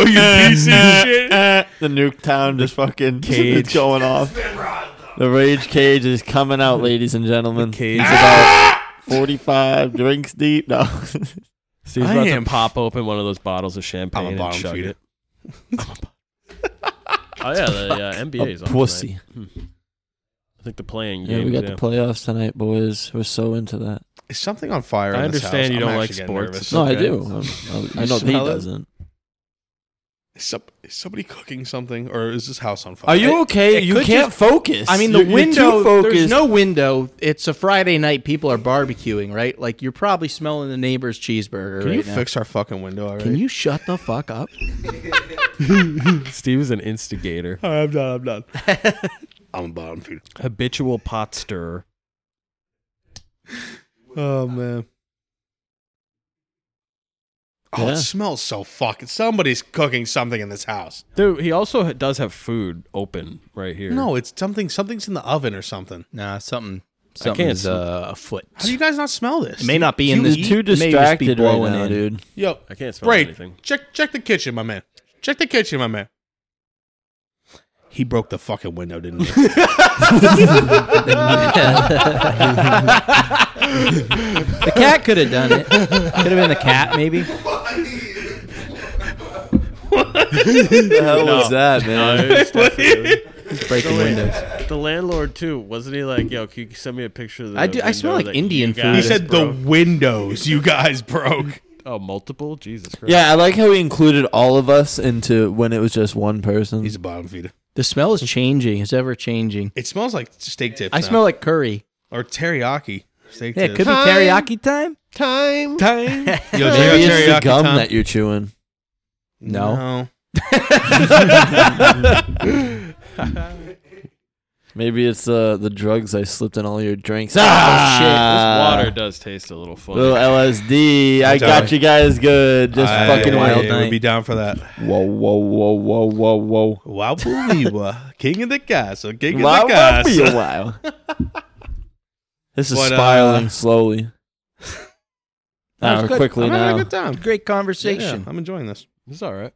Speaker 1: [LAUGHS]
Speaker 3: You piece of shit.
Speaker 2: The nuke town just fucking [LAUGHS] cage it's going off. The rage cage is coming out, ladies and gentlemen.
Speaker 1: cage.
Speaker 2: He's about forty-five drinks deep.
Speaker 6: [LAUGHS]
Speaker 2: No,
Speaker 1: Steve's
Speaker 3: I
Speaker 1: about to
Speaker 3: am-
Speaker 1: pop open one of those bottles of
Speaker 3: I'm a
Speaker 1: champagne and
Speaker 3: bottom
Speaker 1: chug
Speaker 3: feeder.
Speaker 1: it. Oh yeah, the uh, NBA is on
Speaker 2: pussy.
Speaker 1: tonight. Hmm. I think the playing
Speaker 2: Yeah,
Speaker 1: game.
Speaker 2: we got the playoffs tonight, boys. We're so into that.
Speaker 3: Is something on fire?
Speaker 1: I
Speaker 3: in this
Speaker 1: understand
Speaker 3: house?
Speaker 1: you don't
Speaker 3: I'm
Speaker 1: like
Speaker 3: actually getting
Speaker 1: sports.
Speaker 3: nervous.
Speaker 2: No, I
Speaker 3: Okay.
Speaker 2: do. I'm- I, I know he
Speaker 3: smell it?
Speaker 2: doesn't.
Speaker 3: Is, some, is somebody cooking something, or is this house on fire?
Speaker 2: Are you okay?
Speaker 6: it
Speaker 2: you
Speaker 6: could
Speaker 2: can't
Speaker 6: just-
Speaker 2: focus.
Speaker 6: I mean, the
Speaker 2: You're- you're too
Speaker 6: window.
Speaker 2: focused.
Speaker 6: There's no window. It's a Friday night. People are barbecuing, right? Like you're probably smelling the neighbor's cheeseburger
Speaker 3: Can
Speaker 6: right
Speaker 3: you
Speaker 6: now.
Speaker 3: fix our fucking window already?
Speaker 6: Can you shut the fuck up?
Speaker 1: Steve's an instigator,
Speaker 3: All right, [LAUGHS] I'm done. I'm done.
Speaker 1: [LAUGHS]
Speaker 3: I'm a bottom feeder.
Speaker 1: habitual pot stirrer.
Speaker 3: Oh man. Oh,
Speaker 2: Yeah.
Speaker 3: it smells so fucking. Somebody's cooking something in this house.
Speaker 1: Dude, he also ha- does have food open right here.
Speaker 3: No, it's something. Something's in the oven or something.
Speaker 6: Nah, something.
Speaker 1: can't
Speaker 6: Something's
Speaker 1: sm-
Speaker 6: uh, afoot.
Speaker 3: How do you guys not smell this?
Speaker 6: It may not be in
Speaker 2: He's
Speaker 6: this.
Speaker 2: too
Speaker 6: it may just be
Speaker 2: distracted right
Speaker 6: blowing
Speaker 2: now,
Speaker 6: in.
Speaker 2: dude. [LAUGHS]
Speaker 3: Yo,
Speaker 1: I can't smell
Speaker 3: Bray,
Speaker 1: anything.
Speaker 3: check check the kitchen, my man. Check the kitchen, my man. He broke the fucking window,
Speaker 1: [LAUGHS]
Speaker 3: didn't he?
Speaker 6: [LAUGHS] The cat could have done it. Could have been the cat, maybe.
Speaker 2: the hell was that, man?
Speaker 6: Breaking windows.
Speaker 1: The landlord too, wasn't he like, "Yo, can you send me a picture of the
Speaker 6: I do- I
Speaker 1: window
Speaker 6: smell like
Speaker 1: that
Speaker 6: Indian
Speaker 1: you
Speaker 6: food.
Speaker 1: guys
Speaker 3: he said
Speaker 1: broke?"
Speaker 3: the windows you guys broke.
Speaker 1: "Oh, multiple, Jesus Christ."
Speaker 2: [LAUGHS] Yeah, I like how he included all of us into when it was just one person.
Speaker 3: He's a bottom feeder.
Speaker 6: The smell is changing. It's ever changing.
Speaker 3: It smells like steak tips.
Speaker 6: I
Speaker 3: now.
Speaker 6: smell like curry.
Speaker 3: or teriyaki steak
Speaker 6: Yeah, it
Speaker 3: tips.
Speaker 6: could be teriyaki time.
Speaker 1: Time.
Speaker 2: [LAUGHS]
Speaker 3: time. Yo,
Speaker 2: Maybe
Speaker 3: teriyaki
Speaker 2: it's the gum
Speaker 3: time.
Speaker 2: that you're chewing.
Speaker 6: No. [LAUGHS]
Speaker 2: Maybe it's uh, the the drugs I slipped in all your drinks.
Speaker 1: Oh
Speaker 2: Ah,
Speaker 1: shit, this water does taste a little funny.
Speaker 2: Little LSD. I
Speaker 3: I'm
Speaker 2: got
Speaker 3: sorry.
Speaker 2: you guys good. Just
Speaker 3: I
Speaker 2: fucking wild
Speaker 3: would
Speaker 2: night.
Speaker 3: be down for that.
Speaker 2: Whoa, whoa, whoa, whoa, whoa, whoa.
Speaker 3: Wow, Wiwa, king of the castle, king of
Speaker 2: Wow,
Speaker 3: the
Speaker 2: wow, be a
Speaker 3: castle.
Speaker 2: while. This is
Speaker 3: But, uh,
Speaker 2: spiraling slowly.
Speaker 3: That
Speaker 2: Now,
Speaker 3: was good.
Speaker 2: quickly
Speaker 3: I'm
Speaker 2: now.
Speaker 3: having a good time.
Speaker 6: Great
Speaker 3: Yeah,
Speaker 6: conversation.
Speaker 3: I'm enjoying this.
Speaker 1: It's all right.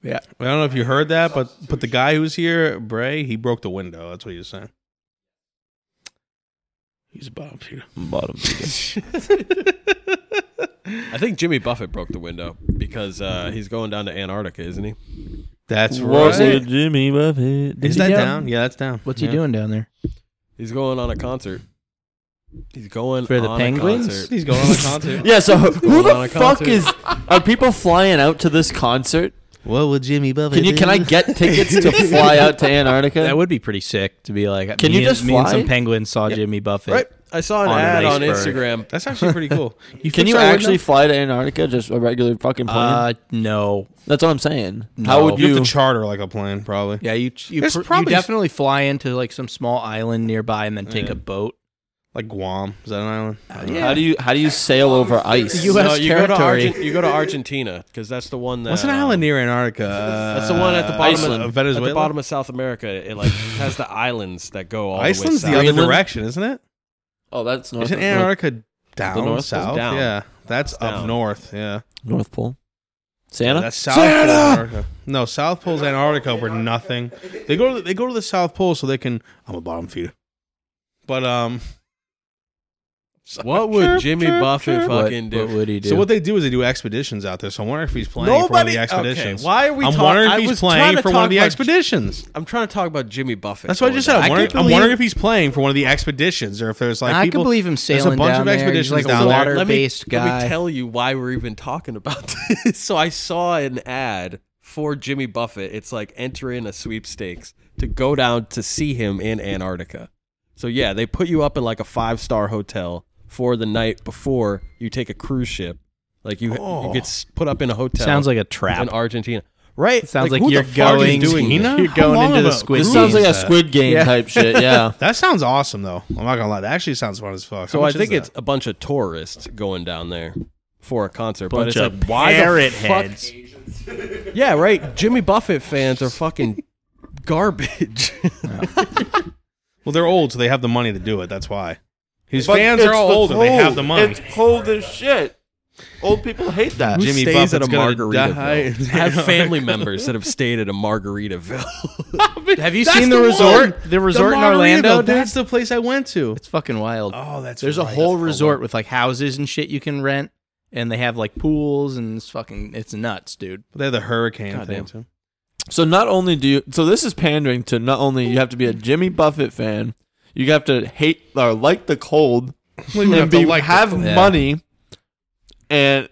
Speaker 6: Yeah.
Speaker 3: I don't know if you heard that, but but the guy who's here, Bray, he broke the window. That's what he was saying. He's a bottom feeder.
Speaker 2: Bottom. [LAUGHS]
Speaker 1: I think Jimmy Buffett broke the window because uh, he's going down to Antarctica, isn't he?
Speaker 3: That's
Speaker 2: Wasn't Jimmy Buffett.
Speaker 3: Is
Speaker 6: he
Speaker 3: that
Speaker 6: down?
Speaker 3: down? Yeah, that's down.
Speaker 6: What's
Speaker 3: Yeah.
Speaker 6: he doing down there?
Speaker 1: He's going on a concert. He's going
Speaker 6: For the
Speaker 1: on
Speaker 6: Penguins?
Speaker 1: A concert.
Speaker 3: He's going on a concert.
Speaker 2: Yeah, so who
Speaker 1: Going on
Speaker 2: the
Speaker 1: a
Speaker 2: fuck
Speaker 1: concert.
Speaker 2: is? Are people flying out to this concert?
Speaker 3: [LAUGHS] What would Jimmy Buffett?
Speaker 2: Can you? Can I
Speaker 3: do?
Speaker 2: get tickets to fly out to Antarctica?
Speaker 6: That would be pretty sick to be like.
Speaker 2: Can
Speaker 6: me
Speaker 2: you
Speaker 6: and-
Speaker 2: just
Speaker 6: me and
Speaker 2: fly?
Speaker 6: some penguins saw Jimmy Buffett.
Speaker 1: Right. I saw an
Speaker 6: On an
Speaker 1: ad on
Speaker 6: iceberg.
Speaker 1: Instagram.
Speaker 3: That's actually pretty cool.
Speaker 2: Can
Speaker 3: fix
Speaker 2: you
Speaker 3: our window?
Speaker 2: actually fly to Antarctica? Just a regular fucking plane?
Speaker 6: Uh, no.
Speaker 2: That's what I'm saying. How
Speaker 6: no.
Speaker 2: would
Speaker 3: [LAUGHS] You
Speaker 2: you?
Speaker 3: have to charter like a plane, probably.
Speaker 6: Yeah, you you,
Speaker 3: There's
Speaker 6: pr- you
Speaker 3: probably-
Speaker 6: definitely fly into like some small island nearby and then take a boat.
Speaker 3: Like Guam. Is that an island?
Speaker 2: How do you? How do you sail over ice?
Speaker 6: US
Speaker 1: no, you go to
Speaker 6: territory.
Speaker 1: Argent- you go to Argentina because that's the one that.
Speaker 3: What's an
Speaker 1: uh,
Speaker 3: island near Antarctica? Uh,
Speaker 1: That's the one at the bottom
Speaker 2: Iceland.
Speaker 1: of
Speaker 3: Of Venezuela.
Speaker 1: At the bottom of South America, it like has the islands that go all
Speaker 3: Iceland's
Speaker 1: the way south.
Speaker 3: the other
Speaker 2: Greenland?
Speaker 3: direction, isn't it?
Speaker 2: oh, that's north.
Speaker 3: Isn't
Speaker 2: North,
Speaker 3: Antarctica down
Speaker 1: north one's
Speaker 3: south?
Speaker 1: down.
Speaker 3: Yeah, that's
Speaker 1: It's
Speaker 3: up
Speaker 1: down.
Speaker 3: north. Yeah,
Speaker 2: North Pole. Santa.
Speaker 3: that's south. Pole Antarctica. No, South Pole's Antarctica where nothing. They go to the, they go to the South Pole so they can. I'm a bottom feeder, but um.
Speaker 1: What would Jimmy Buffett fucking do?
Speaker 6: What would he do?
Speaker 3: So what they do is they do expeditions out there. So I'm wondering if he's playing for one of the expeditions.
Speaker 1: Okay, why are we?
Speaker 3: I'm
Speaker 1: talk-
Speaker 3: wondering
Speaker 1: I
Speaker 3: if he's
Speaker 1: was trying
Speaker 3: playing
Speaker 1: to
Speaker 3: for one
Speaker 1: talk
Speaker 3: of the
Speaker 1: about-
Speaker 3: expeditions.
Speaker 1: I'm trying to talk about Jimmy Buffett.
Speaker 3: That's what I
Speaker 1: going
Speaker 3: just said.
Speaker 1: down.
Speaker 3: I'm wondering,
Speaker 6: could
Speaker 3: I'm
Speaker 6: believe-
Speaker 3: wondering if he's playing for one of the expeditions or if there's like
Speaker 6: I
Speaker 3: people.
Speaker 6: can believe him
Speaker 3: a
Speaker 6: sailing
Speaker 3: bunch
Speaker 6: down
Speaker 3: of
Speaker 6: there.
Speaker 3: expeditions
Speaker 6: He's like
Speaker 3: down
Speaker 6: a
Speaker 3: there.
Speaker 1: Let me-
Speaker 6: water-based
Speaker 1: Let me
Speaker 6: guy.
Speaker 1: tell you why we're even talking about [LAUGHS] this. so I saw an ad for Jimmy Buffett. It's like entering a sweepstakes to go down to see him in Antarctica. So yeah, they put you up in like a five star hotel for the night before you take a cruise ship. Like you, you get s- put up in a hotel.
Speaker 6: Sounds like a
Speaker 1: in
Speaker 6: trap.
Speaker 1: Argentina, right?
Speaker 6: It sounds like,
Speaker 1: who
Speaker 6: you're
Speaker 1: the fuck is
Speaker 6: going
Speaker 1: doing this?
Speaker 6: you're going
Speaker 3: long
Speaker 6: into
Speaker 3: of
Speaker 6: the
Speaker 3: a-
Speaker 6: squid.
Speaker 2: this sounds
Speaker 6: game.
Speaker 2: like a
Speaker 3: Means that-
Speaker 2: Squid Game
Speaker 6: Yeah.
Speaker 2: type shit.
Speaker 3: [LAUGHS]
Speaker 2: Yeah.
Speaker 3: that sounds awesome though. I'm not gonna lie. That actually sounds fun as fuck.
Speaker 1: So
Speaker 3: How
Speaker 1: I
Speaker 3: much is
Speaker 1: think
Speaker 3: that?
Speaker 1: it's a bunch of tourists going down there for a concert. but it's
Speaker 6: Bunch of
Speaker 1: like, why
Speaker 6: parrot
Speaker 1: the fuck?
Speaker 6: heads.
Speaker 1: Yeah, right. Jimmy Buffett fans are fucking garbage. [LAUGHS]
Speaker 3: well, they're old, so they have the money to do it. That's why. His
Speaker 2: But
Speaker 3: fans
Speaker 2: it's
Speaker 3: are all
Speaker 2: the
Speaker 3: older. They have
Speaker 2: cold.
Speaker 3: the money.
Speaker 2: It's cold as shit. Old people hate that.
Speaker 1: Who
Speaker 3: Jimmy
Speaker 1: stays at
Speaker 3: Buffett's
Speaker 1: a
Speaker 3: gonna
Speaker 1: Margaritaville?
Speaker 3: die.
Speaker 1: I [LAUGHS] have family members that have stayed at a Margaritaville.
Speaker 6: Have you
Speaker 3: That's
Speaker 6: seen the,
Speaker 3: the
Speaker 6: resort?
Speaker 3: one.
Speaker 6: The
Speaker 3: The
Speaker 6: resort in
Speaker 3: Margaritaville,
Speaker 6: Orlando? dude?
Speaker 3: That's the place I went to.
Speaker 6: It's fucking wild.
Speaker 3: Oh, that's
Speaker 6: There's a
Speaker 3: right,
Speaker 6: whole
Speaker 3: that's the
Speaker 6: resort
Speaker 3: one.
Speaker 6: with like houses and shit you can rent, and they have like pools and it's fucking it's nuts, dude.
Speaker 3: They have the hurricane
Speaker 1: God
Speaker 3: thing
Speaker 1: damn.
Speaker 3: too.
Speaker 2: So not only do you, so this is pandering to not only you have to be a Jimmy Buffett fan, you have to hate or like the cold
Speaker 3: you
Speaker 2: and
Speaker 3: have to
Speaker 2: be,
Speaker 3: like the
Speaker 2: have
Speaker 3: cold.
Speaker 2: money. And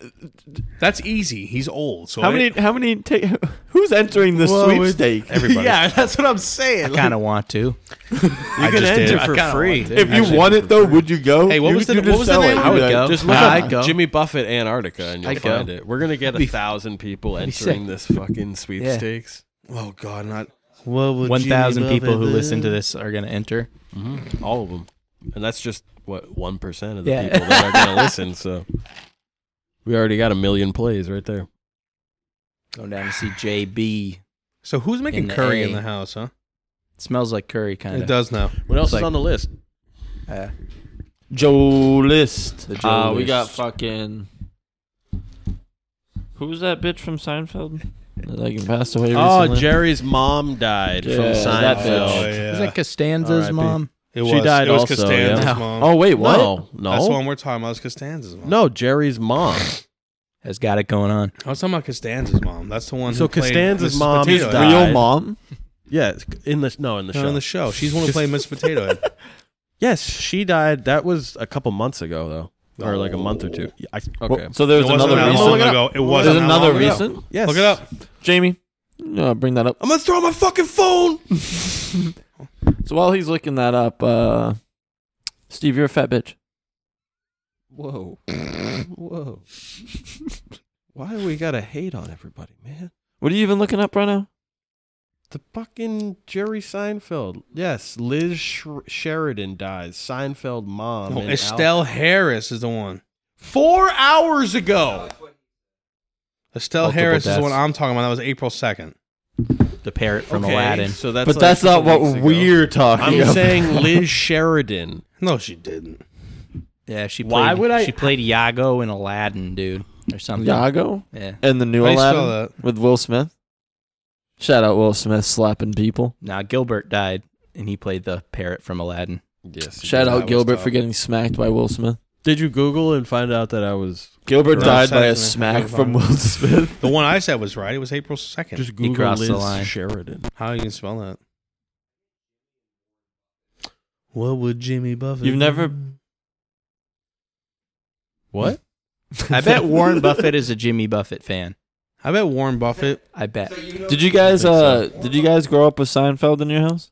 Speaker 3: That's easy. He's old. So
Speaker 2: how
Speaker 3: it-
Speaker 2: many? How many? Take, [LAUGHS] who's entering this
Speaker 6: Well, it-
Speaker 2: sweepstake?
Speaker 3: Everybody.
Speaker 6: Yeah, that's what I'm saying. I kind of want to.
Speaker 3: I
Speaker 1: can
Speaker 3: just did.
Speaker 1: enter for
Speaker 6: kinda
Speaker 1: free.
Speaker 6: want
Speaker 2: If you
Speaker 3: Actually,
Speaker 2: won it though, would you go?
Speaker 3: Hey, what
Speaker 2: You-
Speaker 3: was the-
Speaker 2: you
Speaker 3: what
Speaker 2: just
Speaker 3: was the
Speaker 2: sell it.
Speaker 3: name?
Speaker 2: You'd
Speaker 6: I
Speaker 2: be
Speaker 6: would
Speaker 2: like,
Speaker 6: go.
Speaker 1: Just look
Speaker 6: Nah,
Speaker 1: up
Speaker 6: I'd go.
Speaker 1: Jimmy Buffett Antarctica and you'll
Speaker 6: I'd go.
Speaker 1: find it. We're gonna get a thousand people entering this fucking sweepstakes.
Speaker 3: Oh God, not. What would
Speaker 6: One thousand
Speaker 3: Jimmy
Speaker 6: people who
Speaker 3: Buffett
Speaker 6: listen to
Speaker 3: do?
Speaker 6: this are gonna enter.
Speaker 1: All of them, and that's just what one percent of the
Speaker 6: Yeah.
Speaker 1: people that are gonna listen. So we already got a million plays right there.
Speaker 6: Go down to see JB.
Speaker 3: So who's making
Speaker 6: In the
Speaker 3: curry
Speaker 6: A.
Speaker 3: in the house, huh?
Speaker 6: smells like curry, kind
Speaker 3: It
Speaker 6: of.
Speaker 3: does now.
Speaker 1: What else
Speaker 6: It's
Speaker 1: is
Speaker 6: like-
Speaker 1: on the list?
Speaker 2: Joe List.
Speaker 6: The Joe
Speaker 2: Uh, we
Speaker 6: List.
Speaker 2: got fucking. Who was that bitch from Seinfeld? That like passed away
Speaker 1: Oh,
Speaker 2: recently.
Speaker 1: Jerry's mom died
Speaker 2: Yeah,
Speaker 1: from
Speaker 2: that
Speaker 1: Seinfeld.
Speaker 2: bitch.
Speaker 6: Is that Costanza's
Speaker 1: R.I.P.
Speaker 6: mom?
Speaker 3: It
Speaker 1: She
Speaker 3: was.
Speaker 1: died
Speaker 3: it was
Speaker 1: also,
Speaker 3: Costanza's
Speaker 1: yeah.
Speaker 3: mom.
Speaker 2: Oh wait, what?
Speaker 1: No, no,
Speaker 3: That's the one we're talking about. Is Costanza's mom?
Speaker 1: no. Jerry's
Speaker 3: [SIGHS]
Speaker 1: mom.
Speaker 6: Has got it going on.
Speaker 3: I was talking about Costanza's mom. That's the one.
Speaker 1: So
Speaker 3: who played
Speaker 1: Costanza's
Speaker 3: Mrs.
Speaker 1: mom
Speaker 3: Potato
Speaker 1: is
Speaker 3: Head.
Speaker 1: dying.
Speaker 2: Real
Speaker 1: died.
Speaker 2: mom.
Speaker 1: Yes, in the no, in the
Speaker 3: No,
Speaker 1: show.
Speaker 3: on the show. Oh, She's the one who played Miss Potato [LAUGHS] Head.
Speaker 1: yes, she died. That was a couple months ago though, or like a month or
Speaker 3: Oh.
Speaker 1: two. I, okay.
Speaker 2: So there's
Speaker 3: it wasn't
Speaker 2: another
Speaker 3: that
Speaker 2: reason.
Speaker 3: long
Speaker 2: Look it up.
Speaker 3: ago. It wasn't
Speaker 2: There's
Speaker 3: that
Speaker 2: another
Speaker 3: long ago.
Speaker 2: reason.
Speaker 1: yes.
Speaker 3: Look it up.
Speaker 2: Jamie, no, bring that up.
Speaker 1: I'm gonna throw my fucking phone.
Speaker 2: So while he's looking that up, uh, Steve, you're a fat bitch.
Speaker 1: [LAUGHS] Whoa, whoa. Why do we gotta hate on everybody, man?
Speaker 2: What are you even looking up right now?
Speaker 1: The fucking Jerry Seinfeld. Yes, Liz Sher- Sheridan dies. Seinfeld mom.
Speaker 3: No,
Speaker 1: and Al-
Speaker 3: Oh, Estelle Harris is the one.
Speaker 1: Four hours
Speaker 3: [LAUGHS]
Speaker 1: ago.
Speaker 3: Estelle
Speaker 6: Multiple
Speaker 3: Harris is the one
Speaker 6: deaths.
Speaker 3: I'm talking about. That was April second.
Speaker 6: The parrot from
Speaker 1: Okay,
Speaker 6: Aladdin.
Speaker 1: So that's
Speaker 2: but
Speaker 1: like
Speaker 2: that's
Speaker 1: a
Speaker 2: not
Speaker 1: couple
Speaker 2: what
Speaker 1: weeks ago.
Speaker 2: we're talking
Speaker 1: I'm
Speaker 2: about.
Speaker 1: saying Liz Sheridan.
Speaker 3: No, she didn't.
Speaker 6: Yeah, she. Played,
Speaker 1: Why would I-
Speaker 6: She played Yago in Aladdin, dude, or something.
Speaker 3: [LAUGHS]
Speaker 2: Yago
Speaker 6: Yeah.
Speaker 2: and the new
Speaker 3: How do you spell
Speaker 2: Aladdin with Will Smith. Shout out Will Smith slapping people.
Speaker 6: Now Gilbert died, and he played the parrot from Aladdin.
Speaker 1: Yes.
Speaker 2: Shout
Speaker 3: That
Speaker 2: out
Speaker 3: was
Speaker 2: Gilbert for
Speaker 3: tough.
Speaker 2: getting smacked by Will Smith.
Speaker 1: Did you Google and find out that I was
Speaker 2: Gilbert died
Speaker 3: Correct.
Speaker 2: by a
Speaker 3: Sex and
Speaker 2: smack
Speaker 3: violence.
Speaker 2: from Will Smith.
Speaker 3: [LAUGHS] The one I said was right. It was April 2nd.
Speaker 1: just
Speaker 2: He
Speaker 1: Google
Speaker 2: crossed
Speaker 1: Liz
Speaker 2: the line.
Speaker 1: Sheridan?
Speaker 3: How you can spell that? What would Jimmy Buffett?
Speaker 2: You've never-
Speaker 3: do?
Speaker 1: What?
Speaker 6: I bet Warren Buffett is a Jimmy Buffett fan.
Speaker 3: I bet Warren Buffett.
Speaker 6: I bet.
Speaker 2: Did you guys uh did you guys grow up with Seinfeld in your house?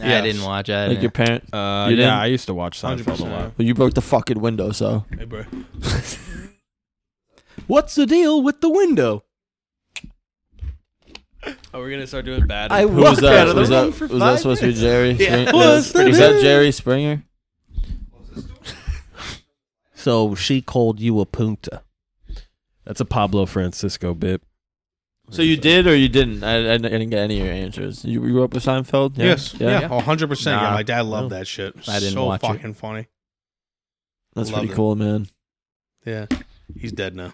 Speaker 6: I didn't watch it. I
Speaker 2: Like your
Speaker 6: didn't.
Speaker 2: parents?
Speaker 1: Uh,
Speaker 2: You didn't?
Speaker 1: yeah, I used to watch Seinfeld a
Speaker 3: 100%.
Speaker 1: lot.
Speaker 2: Well, you broke the fucking window, so
Speaker 3: Hey, bro.
Speaker 6: What's the deal with the window?
Speaker 4: Oh, we're gonna start doing bad.
Speaker 6: I
Speaker 2: who was that? Was that, was that supposed to be Jerry? Springer?
Speaker 6: Was
Speaker 2: Was, that Jerry Springer?
Speaker 4: so she called you a punta.
Speaker 1: That's a Pablo Francisco bit.
Speaker 2: So you did or you didn't? I, I didn't get any of your answers. You you grew up with Seinfeld? Yeah?
Speaker 3: Yes.
Speaker 2: Yeah.
Speaker 3: Yeah. hundred percent. Yeah.
Speaker 6: Nah.
Speaker 3: My dad loved that shit.
Speaker 6: I didn't
Speaker 3: so
Speaker 6: watch it.
Speaker 3: fucking funny.
Speaker 2: That's
Speaker 3: Love
Speaker 2: pretty
Speaker 3: it.
Speaker 2: cool, man.
Speaker 3: Yeah. He's dead now.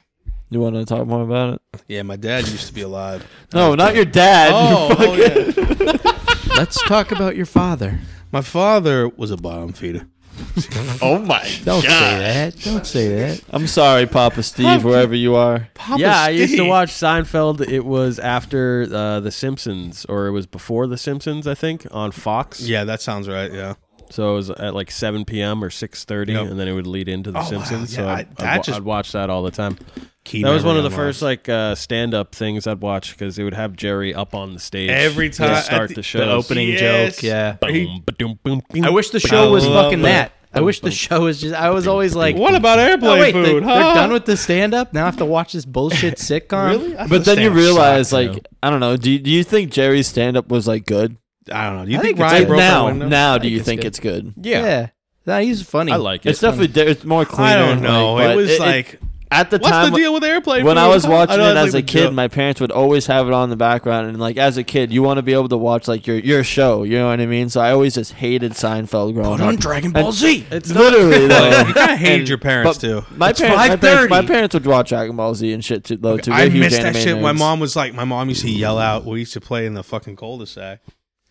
Speaker 2: You want to talk more about it?
Speaker 3: Yeah, my dad used to be alive.
Speaker 2: No, not your dad.
Speaker 3: Oh, oh,
Speaker 6: Let's talk about your father.
Speaker 3: My father was a bottom feeder.
Speaker 6: [LAUGHS] Don't say that. Don't say that.
Speaker 2: I'm sorry, Papa Steve, wherever you are.
Speaker 1: yeah, I used to watch Seinfeld. It was after uh, The Simpsons, or it was before The Simpsons, I think, on Fox.
Speaker 3: Yeah, that sounds right. Yeah.
Speaker 1: So it was at like 7 p.m. or 6:30,
Speaker 3: Yep.
Speaker 1: and then it would lead into The
Speaker 3: Oh, wow.
Speaker 1: Simpsons.
Speaker 3: Yeah,
Speaker 1: so
Speaker 3: I-
Speaker 1: I'd,
Speaker 3: that
Speaker 1: I'd, wa-
Speaker 3: just-
Speaker 1: I'd watch that all the time. that was one of the first like uh, stand-up things I'd watch because they would have Jerry up on the stage
Speaker 3: Every time-
Speaker 1: to
Speaker 3: at
Speaker 1: start the,
Speaker 3: the- the
Speaker 1: show.
Speaker 6: The opening
Speaker 3: Yes.
Speaker 6: joke. Yeah.
Speaker 1: Boom, ba-doom, boom, boom.
Speaker 6: I wish the show was
Speaker 3: Love
Speaker 6: fucking
Speaker 3: it.
Speaker 6: that. I wish the show was just. I was always like,
Speaker 3: What about airplane
Speaker 6: Oh, wait,
Speaker 3: food?
Speaker 6: they, are
Speaker 3: huh?
Speaker 6: done with the stand up. Now I have to watch this [LAUGHS] bullshit sitcom.
Speaker 3: Really? I
Speaker 2: But
Speaker 3: thought
Speaker 2: then you
Speaker 3: stand-up
Speaker 2: realize,
Speaker 3: sucked,
Speaker 2: like, I don't know. Do you, do you think Jerry's stand up was like good?
Speaker 3: though. I don't know. Do you
Speaker 6: I
Speaker 3: think,
Speaker 6: think it's
Speaker 3: Ryan
Speaker 2: Like,
Speaker 3: broke
Speaker 2: now,
Speaker 3: that window?
Speaker 2: now, do
Speaker 6: think
Speaker 2: you
Speaker 6: it's
Speaker 2: think
Speaker 6: good.
Speaker 2: it's good?
Speaker 1: yeah.
Speaker 6: Nah, he's funny.
Speaker 1: I like it.
Speaker 2: It's definitely di- it's more clean.
Speaker 3: I don't know. it was like,
Speaker 2: at the
Speaker 3: what's
Speaker 2: time
Speaker 3: the deal with airplane?
Speaker 2: when
Speaker 3: food?
Speaker 2: I was watching
Speaker 3: know,
Speaker 2: it
Speaker 3: it's
Speaker 2: as
Speaker 3: like
Speaker 2: a
Speaker 3: the
Speaker 2: kid,
Speaker 3: joke.
Speaker 2: my parents would always have it on in the background, and like as a kid, you want to be able to watch like your your show. You know what I mean? So I always just hated Seinfeld growing up.
Speaker 6: Dragon Ball Z.
Speaker 2: It's literally though.
Speaker 3: [LAUGHS] you kind of hated
Speaker 2: And-
Speaker 3: your parents
Speaker 2: but
Speaker 3: too.
Speaker 2: My
Speaker 6: It's
Speaker 2: parents, my parents,
Speaker 6: 5:30.
Speaker 2: my parents would watch Dragon Ball Z and shit too. Though too,
Speaker 3: I
Speaker 2: They're huge
Speaker 3: missed that
Speaker 2: anime
Speaker 3: shit. My
Speaker 2: nerds.
Speaker 3: mom was like, my mom used to yell out. We used to play in the fucking cul-de-sac.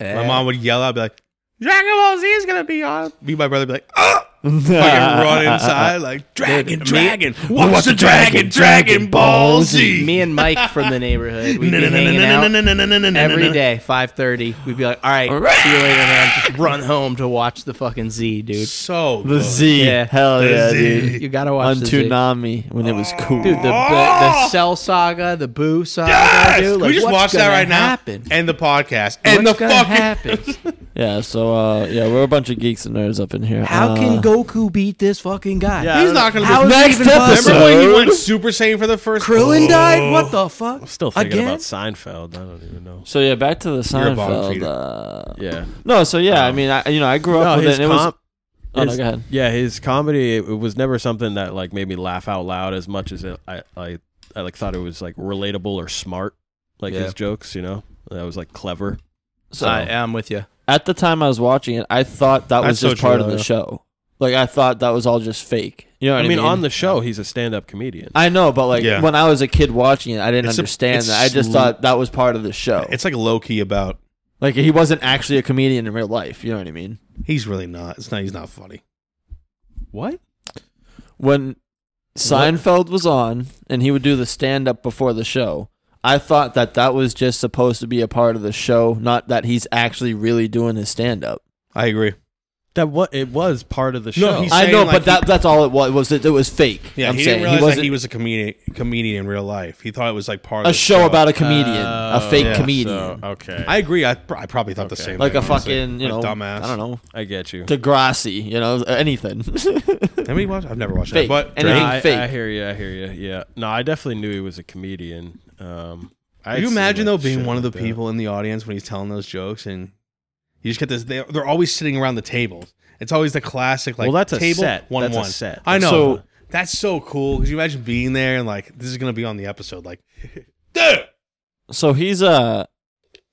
Speaker 3: My mom would yell out, be like, "Dragon Ball Z is gonna be on." Me, and my brother, be like, "Ah!" fucking run inside, like dragon, dragon, watch, the dragon, Dragon Ball Z.
Speaker 6: Me and Mike from the neighborhood, [LAUGHS] we'd be hanging out every
Speaker 3: Every
Speaker 6: day, five thirty. We'd be like, "All right, see you later, man." Just run home to watch the fucking Z, dude.
Speaker 3: So
Speaker 2: the
Speaker 3: good.
Speaker 2: Z,
Speaker 6: Yeah.
Speaker 2: hell
Speaker 3: The
Speaker 2: yeah,
Speaker 3: Z.
Speaker 2: dude.
Speaker 6: You gotta watch
Speaker 2: On
Speaker 6: the Z.
Speaker 2: Toonami when it was cool.
Speaker 6: Dude, the, the, the Cell Saga, the Boo Saga,
Speaker 3: Oh! Yes!
Speaker 6: dude.
Speaker 3: Can
Speaker 6: Like,
Speaker 3: we just
Speaker 6: what's
Speaker 3: watch that
Speaker 6: gonna
Speaker 3: right
Speaker 6: happen?
Speaker 3: now. End the podcast. End
Speaker 6: what's
Speaker 3: the
Speaker 6: gonna
Speaker 3: fucking.
Speaker 6: happen?
Speaker 3: [LAUGHS]
Speaker 2: yeah, so uh, yeah, we're a bunch of geeks and nerds up in here.
Speaker 6: How
Speaker 2: uh,
Speaker 6: can Goku beat this fucking guy?
Speaker 1: Yeah,
Speaker 3: He's not gonna.
Speaker 6: How
Speaker 3: be-
Speaker 6: is it
Speaker 2: Next
Speaker 6: even possible?
Speaker 2: episode.
Speaker 3: Remember when he went Super Saiyan for the first?
Speaker 6: Krillin died?
Speaker 3: Oh.
Speaker 6: What the fuck?
Speaker 1: I'm still thinking
Speaker 6: Again?
Speaker 1: about Seinfeld. I don't even know.
Speaker 2: So yeah, back to the
Speaker 3: You're a bottom
Speaker 2: Seinfeld.
Speaker 3: feeder.
Speaker 2: Uh,
Speaker 1: Yeah.
Speaker 2: no, so yeah, I mean, I you know, I grew up
Speaker 1: No,
Speaker 2: with it.
Speaker 1: his
Speaker 2: And it was
Speaker 1: comp.
Speaker 2: oh, no,
Speaker 1: his-
Speaker 2: go ahead.
Speaker 1: Yeah, his comedy it, it was never something that like made me laugh out loud as much as it, I I I like thought it was like relatable or smart, like
Speaker 6: Yeah.
Speaker 1: his jokes. You know, that was like clever.
Speaker 2: So
Speaker 6: am with you.
Speaker 2: at the time I was watching it, I thought that was
Speaker 3: That's so
Speaker 2: just part
Speaker 3: true,
Speaker 2: of the
Speaker 3: though.
Speaker 2: show. Like I thought that was all just fake. You know what
Speaker 1: I
Speaker 2: I
Speaker 1: mean, on the show, he's a stand-up comedian.
Speaker 2: I know, but like
Speaker 3: Yeah.
Speaker 2: when I was a kid watching it, I didn't
Speaker 3: It's a-
Speaker 2: understand
Speaker 3: it's
Speaker 2: that. I just
Speaker 3: sl-
Speaker 2: thought that was part of the show.
Speaker 3: It's like low key about.
Speaker 2: like he wasn't actually a comedian in real life. You know what I mean?
Speaker 3: He's really not. It's not. He's not funny.
Speaker 1: What?
Speaker 2: When Seinfeld was on and he would do the stand up before the show, I thought that that was just supposed to be a part of the show, not that he's actually really doing his stand up.
Speaker 3: I agree.
Speaker 1: That what it was part of the show.
Speaker 3: No, he's-
Speaker 2: I
Speaker 3: saying,
Speaker 2: know,
Speaker 3: like,
Speaker 2: but that, that's all it was. was it, it was fake.
Speaker 3: Yeah,
Speaker 2: I'm
Speaker 3: he
Speaker 2: saying
Speaker 3: didn't realize
Speaker 2: he wasn't
Speaker 3: that he was a comedian. Comedian in real life. He thought it was like part
Speaker 2: a
Speaker 3: of the
Speaker 2: show about a comedian, a
Speaker 1: Oh,
Speaker 2: fake
Speaker 3: yeah,
Speaker 2: comedian,
Speaker 1: So, okay,
Speaker 3: I
Speaker 1: I,
Speaker 3: agree. I, pr- I probably thought the
Speaker 1: Okay.
Speaker 3: same.
Speaker 2: like
Speaker 3: thing,
Speaker 2: a
Speaker 3: honestly.
Speaker 2: fucking you know,
Speaker 3: Like dumbass.
Speaker 2: I don't know,
Speaker 1: I get you.
Speaker 2: Degrassi, you know, anything. [LAUGHS]
Speaker 3: How many watch? I've never watched
Speaker 2: Fake.
Speaker 3: that. But
Speaker 2: And- anything
Speaker 1: I,
Speaker 2: fake.
Speaker 1: I hear you. I hear you. Yeah. No, I definitely knew he was a comedian. Um, I
Speaker 3: Can you
Speaker 1: had seen,
Speaker 3: imagine though
Speaker 1: like,
Speaker 3: being
Speaker 1: shit
Speaker 3: one of the
Speaker 1: like that.
Speaker 3: people in the audience when he's telling those jokes and you just get this? They, they're always sitting around the tables. It's always the classic like
Speaker 1: Well, that's a
Speaker 3: table
Speaker 1: set.
Speaker 3: one
Speaker 1: That's a
Speaker 3: one
Speaker 1: set.
Speaker 3: I know.
Speaker 2: So-
Speaker 3: that's so cool. Could you imagine being there and like this is gonna be on the episode? Like, [LAUGHS] dude,
Speaker 2: so he's uh,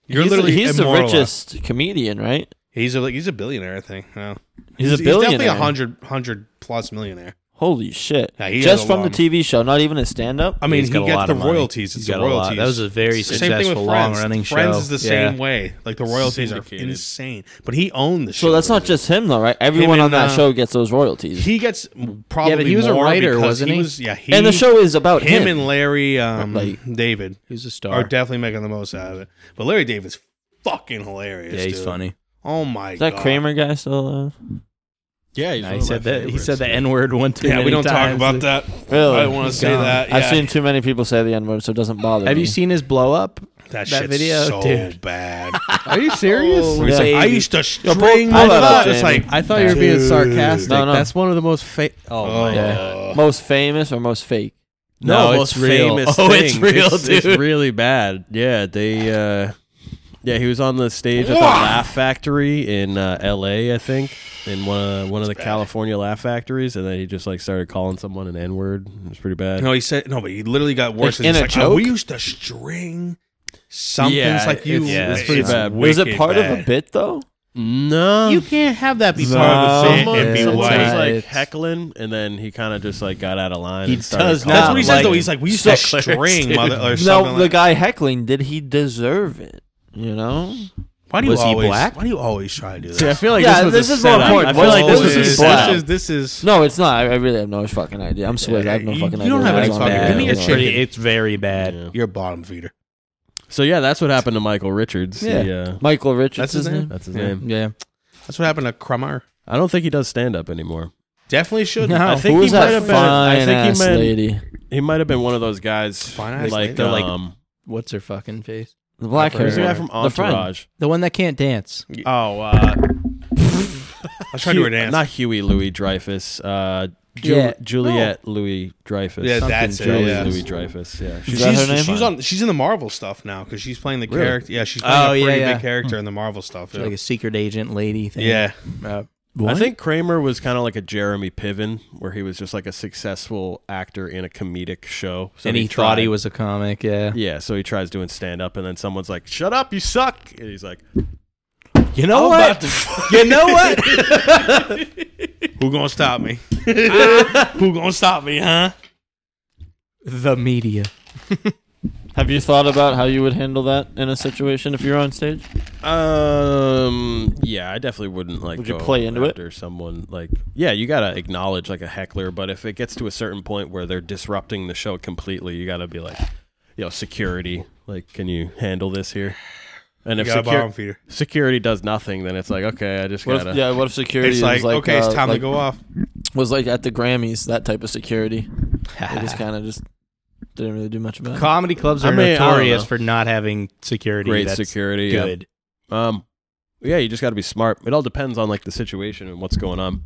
Speaker 3: you're
Speaker 2: he's,
Speaker 3: literally
Speaker 2: he's the
Speaker 3: immortalized.
Speaker 2: richest comedian, right?
Speaker 3: He's a, like he's a billionaire. I think. No.
Speaker 2: He's a billionaire.
Speaker 3: He's definitely a hundred hundred plus millionaire.
Speaker 2: Holy shit!
Speaker 3: Yeah, he has
Speaker 2: Just
Speaker 3: a
Speaker 2: from the
Speaker 3: long-
Speaker 2: TV show, not even a stand-up.
Speaker 3: I mean,
Speaker 8: He's
Speaker 3: he
Speaker 8: got a
Speaker 3: gets
Speaker 8: lot
Speaker 3: the
Speaker 8: of money.
Speaker 3: royalties.
Speaker 8: He's
Speaker 3: It's the
Speaker 8: got a lot.
Speaker 3: royalties.
Speaker 8: That was a very
Speaker 3: It's the same thing
Speaker 8: successful
Speaker 3: with Friends.
Speaker 8: long-running
Speaker 3: Friends
Speaker 8: show.
Speaker 3: is the
Speaker 8: Yeah.
Speaker 3: same way. Like the royalties are
Speaker 4: Syndicated.
Speaker 3: insane, but he owned the show.
Speaker 2: So that's not just him though, right? Everyone
Speaker 3: and,
Speaker 2: on that
Speaker 3: uh,
Speaker 2: show gets those royalties,
Speaker 3: He gets m- probably.
Speaker 8: he was a
Speaker 3: more
Speaker 8: writer,
Speaker 3: because
Speaker 8: wasn't he?
Speaker 3: Was, yeah, he
Speaker 2: and the show is about
Speaker 3: him,
Speaker 2: him.
Speaker 3: and Larry um,
Speaker 2: Like-
Speaker 3: David
Speaker 8: He's a star.
Speaker 3: are definitely making the most out of it. But Larry David's fucking hilarious.
Speaker 8: yeah, he's
Speaker 3: dude.
Speaker 8: funny.
Speaker 3: Oh my
Speaker 2: is that
Speaker 3: god,
Speaker 2: Kramer guy still? alive?
Speaker 1: Yeah, he's
Speaker 8: Nah,
Speaker 1: one
Speaker 8: he
Speaker 1: of my
Speaker 8: said that. He
Speaker 1: favorites.
Speaker 8: said the N word one too
Speaker 3: Yeah, we
Speaker 8: many
Speaker 3: don't talk
Speaker 8: times.
Speaker 3: about that.
Speaker 2: Really?
Speaker 3: I don't want to
Speaker 2: He's
Speaker 3: say
Speaker 2: gone.
Speaker 3: that.
Speaker 2: I've
Speaker 3: Yeah.
Speaker 2: seen too many people say the N word, so it doesn't bother
Speaker 6: Have
Speaker 2: me.
Speaker 6: you seen his blow up?
Speaker 3: that,
Speaker 6: that
Speaker 3: shit's
Speaker 6: video?
Speaker 3: so
Speaker 2: [LAUGHS]
Speaker 6: Dude.
Speaker 3: bad.
Speaker 1: Are you serious?
Speaker 3: It's like,
Speaker 6: Yeah.
Speaker 3: I used to string
Speaker 2: pull
Speaker 3: my
Speaker 2: that up,
Speaker 3: thought. It's
Speaker 2: Jamie.
Speaker 3: like
Speaker 1: I thought you were being
Speaker 3: Dude.
Speaker 1: sarcastic.
Speaker 2: No, no.
Speaker 1: That's one of the most fa- Oh,
Speaker 3: oh,
Speaker 1: my God.
Speaker 2: [LAUGHS] most famous or most fake?
Speaker 1: No,
Speaker 8: No,
Speaker 1: most
Speaker 8: it's real.
Speaker 1: [LAUGHS] famous.
Speaker 8: Oh, it's
Speaker 1: thing.
Speaker 8: real,
Speaker 1: it's, it's
Speaker 8: dude.
Speaker 1: really bad. Yeah, they. uh Yeah, he was on the stage at the Laugh Factory in uh, L.A. I think in one of, one of the California Laugh Factories, and then he just like started calling someone an N-word. It was pretty bad.
Speaker 3: No, he said no, but he literally got worse.
Speaker 2: Like,
Speaker 3: and
Speaker 2: in
Speaker 3: he's
Speaker 2: a
Speaker 3: like, "Oh, we
Speaker 2: joke?
Speaker 3: used to string something's
Speaker 1: Yeah,
Speaker 3: like you.
Speaker 1: it's- yeah, it's pretty bad.
Speaker 2: Was it
Speaker 3: wicked
Speaker 2: part of a
Speaker 3: bad.
Speaker 2: bit though?
Speaker 1: No,
Speaker 6: You can't have that be
Speaker 3: It's
Speaker 6: part of
Speaker 3: hard to say
Speaker 1: someone,
Speaker 3: and be
Speaker 1: someone
Speaker 3: white.
Speaker 1: was like
Speaker 8: It's-
Speaker 1: heckling, and then he kind of just like got out of line.
Speaker 6: He
Speaker 1: and started
Speaker 6: does
Speaker 1: calling
Speaker 3: That's what
Speaker 6: not
Speaker 3: he
Speaker 1: them.
Speaker 3: says
Speaker 6: like
Speaker 3: though.
Speaker 6: it.
Speaker 3: He's like, we [LAUGHS] used to
Speaker 8: Sticklers,
Speaker 3: string
Speaker 8: dude.
Speaker 3: mother or
Speaker 2: No,
Speaker 3: something.
Speaker 2: the
Speaker 3: like,
Speaker 2: guy heckling, did he deserve it? You know?
Speaker 3: why do you
Speaker 8: was he
Speaker 3: always?
Speaker 8: black?
Speaker 3: Why do you always try to do
Speaker 1: See, I
Speaker 3: that?
Speaker 1: feel like this,
Speaker 2: Yeah,
Speaker 1: was
Speaker 2: this
Speaker 1: a
Speaker 2: is more
Speaker 1: setup.
Speaker 2: important.
Speaker 1: I feel
Speaker 2: What
Speaker 1: like
Speaker 2: was
Speaker 1: this
Speaker 2: his
Speaker 1: was a
Speaker 2: black?
Speaker 1: setup.
Speaker 3: this is this is.
Speaker 2: No, it's not. I, I really have no fucking idea. I'm swig. I have no
Speaker 3: you-
Speaker 2: fucking
Speaker 3: you
Speaker 2: idea.
Speaker 3: don't have
Speaker 2: what
Speaker 3: any
Speaker 2: was
Speaker 3: fucking-
Speaker 2: on
Speaker 3: give
Speaker 2: that.
Speaker 3: me your
Speaker 2: Yeah.
Speaker 8: it's, pretty,
Speaker 3: chicken.
Speaker 8: it's very bad.
Speaker 1: Yeah.
Speaker 3: You're a bottom feeder.
Speaker 1: So yeah, that's what happened to Michael Richards.
Speaker 2: Yeah.
Speaker 1: He, uh,
Speaker 2: Michael Richards.
Speaker 3: That's his
Speaker 2: is
Speaker 3: name?
Speaker 1: that's his
Speaker 3: Yeah.
Speaker 1: name.
Speaker 8: Yeah.
Speaker 3: That's what happened to Kramer.
Speaker 1: I don't think he does stand up anymore.
Speaker 3: Definitely
Speaker 6: [LAUGHS]
Speaker 3: should.
Speaker 1: I
Speaker 2: Who
Speaker 1: think
Speaker 2: was
Speaker 1: he might
Speaker 2: that
Speaker 1: have been. I
Speaker 2: fine
Speaker 1: think
Speaker 2: ass
Speaker 1: he might.
Speaker 2: lady?
Speaker 1: He might have been one of those guys.
Speaker 3: Fine-ass
Speaker 1: like
Speaker 3: lady.
Speaker 1: the
Speaker 3: They're
Speaker 8: like-
Speaker 1: um,
Speaker 8: What's her fucking face?
Speaker 2: The black hair.
Speaker 1: who's the guy
Speaker 2: one.
Speaker 1: from
Speaker 2: The friend.
Speaker 1: Entourage?
Speaker 8: The one that can't dance.
Speaker 1: Oh, uh,
Speaker 3: I was trying to do an
Speaker 1: Hugh-
Speaker 3: answer.
Speaker 1: not Huey Louis Dreyfus. Uh, Ju-
Speaker 2: Yeah.
Speaker 1: Juliet Louis Dreyfus.
Speaker 3: yeah, that's it.
Speaker 1: Juliet
Speaker 3: Yeah.
Speaker 1: Louis Dreyfus. Yeah,
Speaker 2: Is
Speaker 1: she's
Speaker 2: that her
Speaker 3: She's,
Speaker 2: name?
Speaker 3: she's on. She's in the Marvel stuff now because she's playing the
Speaker 1: Really?
Speaker 3: character. Yeah, she's playing
Speaker 8: Oh,
Speaker 3: a
Speaker 8: yeah,
Speaker 3: pretty
Speaker 8: yeah.
Speaker 3: big character in the Marvel stuff.
Speaker 8: Like
Speaker 3: Yeah,
Speaker 8: a secret agent lady thing.
Speaker 3: yeah.
Speaker 8: Uh,
Speaker 1: I think Kramer was kind of like a Jeremy Piven, where he was just like a successful actor in a comedic show. So
Speaker 8: and he, thought he
Speaker 1: tried-
Speaker 8: was a comic. Yeah.
Speaker 1: Yeah, so he tries doing stand up, and then someone's like, "Shut up, you suck!" And he's like,
Speaker 8: You know what? [LAUGHS] you
Speaker 1: [LAUGHS]
Speaker 8: know what?
Speaker 3: Who gonna stop me? [LAUGHS] Who gonna stop me? Huh?
Speaker 8: the media.
Speaker 2: Have you thought about how you would handle that in a situation if you're on stage?
Speaker 1: Um. Yeah, I definitely wouldn't like.
Speaker 2: Would you
Speaker 1: go
Speaker 2: play into it?
Speaker 1: after someone like? Yeah, you gotta acknowledge like a heckler, but if it gets to a certain point where they're disrupting the show completely, you gotta be like, yo, security, like, can you handle this here? And
Speaker 3: You
Speaker 1: if
Speaker 3: got a bottom
Speaker 1: secu-
Speaker 3: feeder.
Speaker 1: security does nothing, then it's like, okay, I just
Speaker 2: What
Speaker 1: gotta.
Speaker 2: if, yeah, what if security
Speaker 3: It's like,
Speaker 2: was like
Speaker 3: okay, it's
Speaker 2: uh,
Speaker 3: time
Speaker 2: like-
Speaker 3: to go off.
Speaker 2: Was like at the Grammys, that type of security. they
Speaker 6: Ah.
Speaker 2: just
Speaker 8: [LAUGHS]
Speaker 2: kind of just didn't really do much about it.
Speaker 6: comedy clubs
Speaker 1: I
Speaker 6: are
Speaker 1: mean, I don't
Speaker 6: notorious
Speaker 1: know.
Speaker 6: for not having security.
Speaker 1: Great
Speaker 6: that's
Speaker 1: security. yeah.
Speaker 6: Good.
Speaker 1: Um. Yeah, you just got to be smart. It all depends on like the situation and what's going on.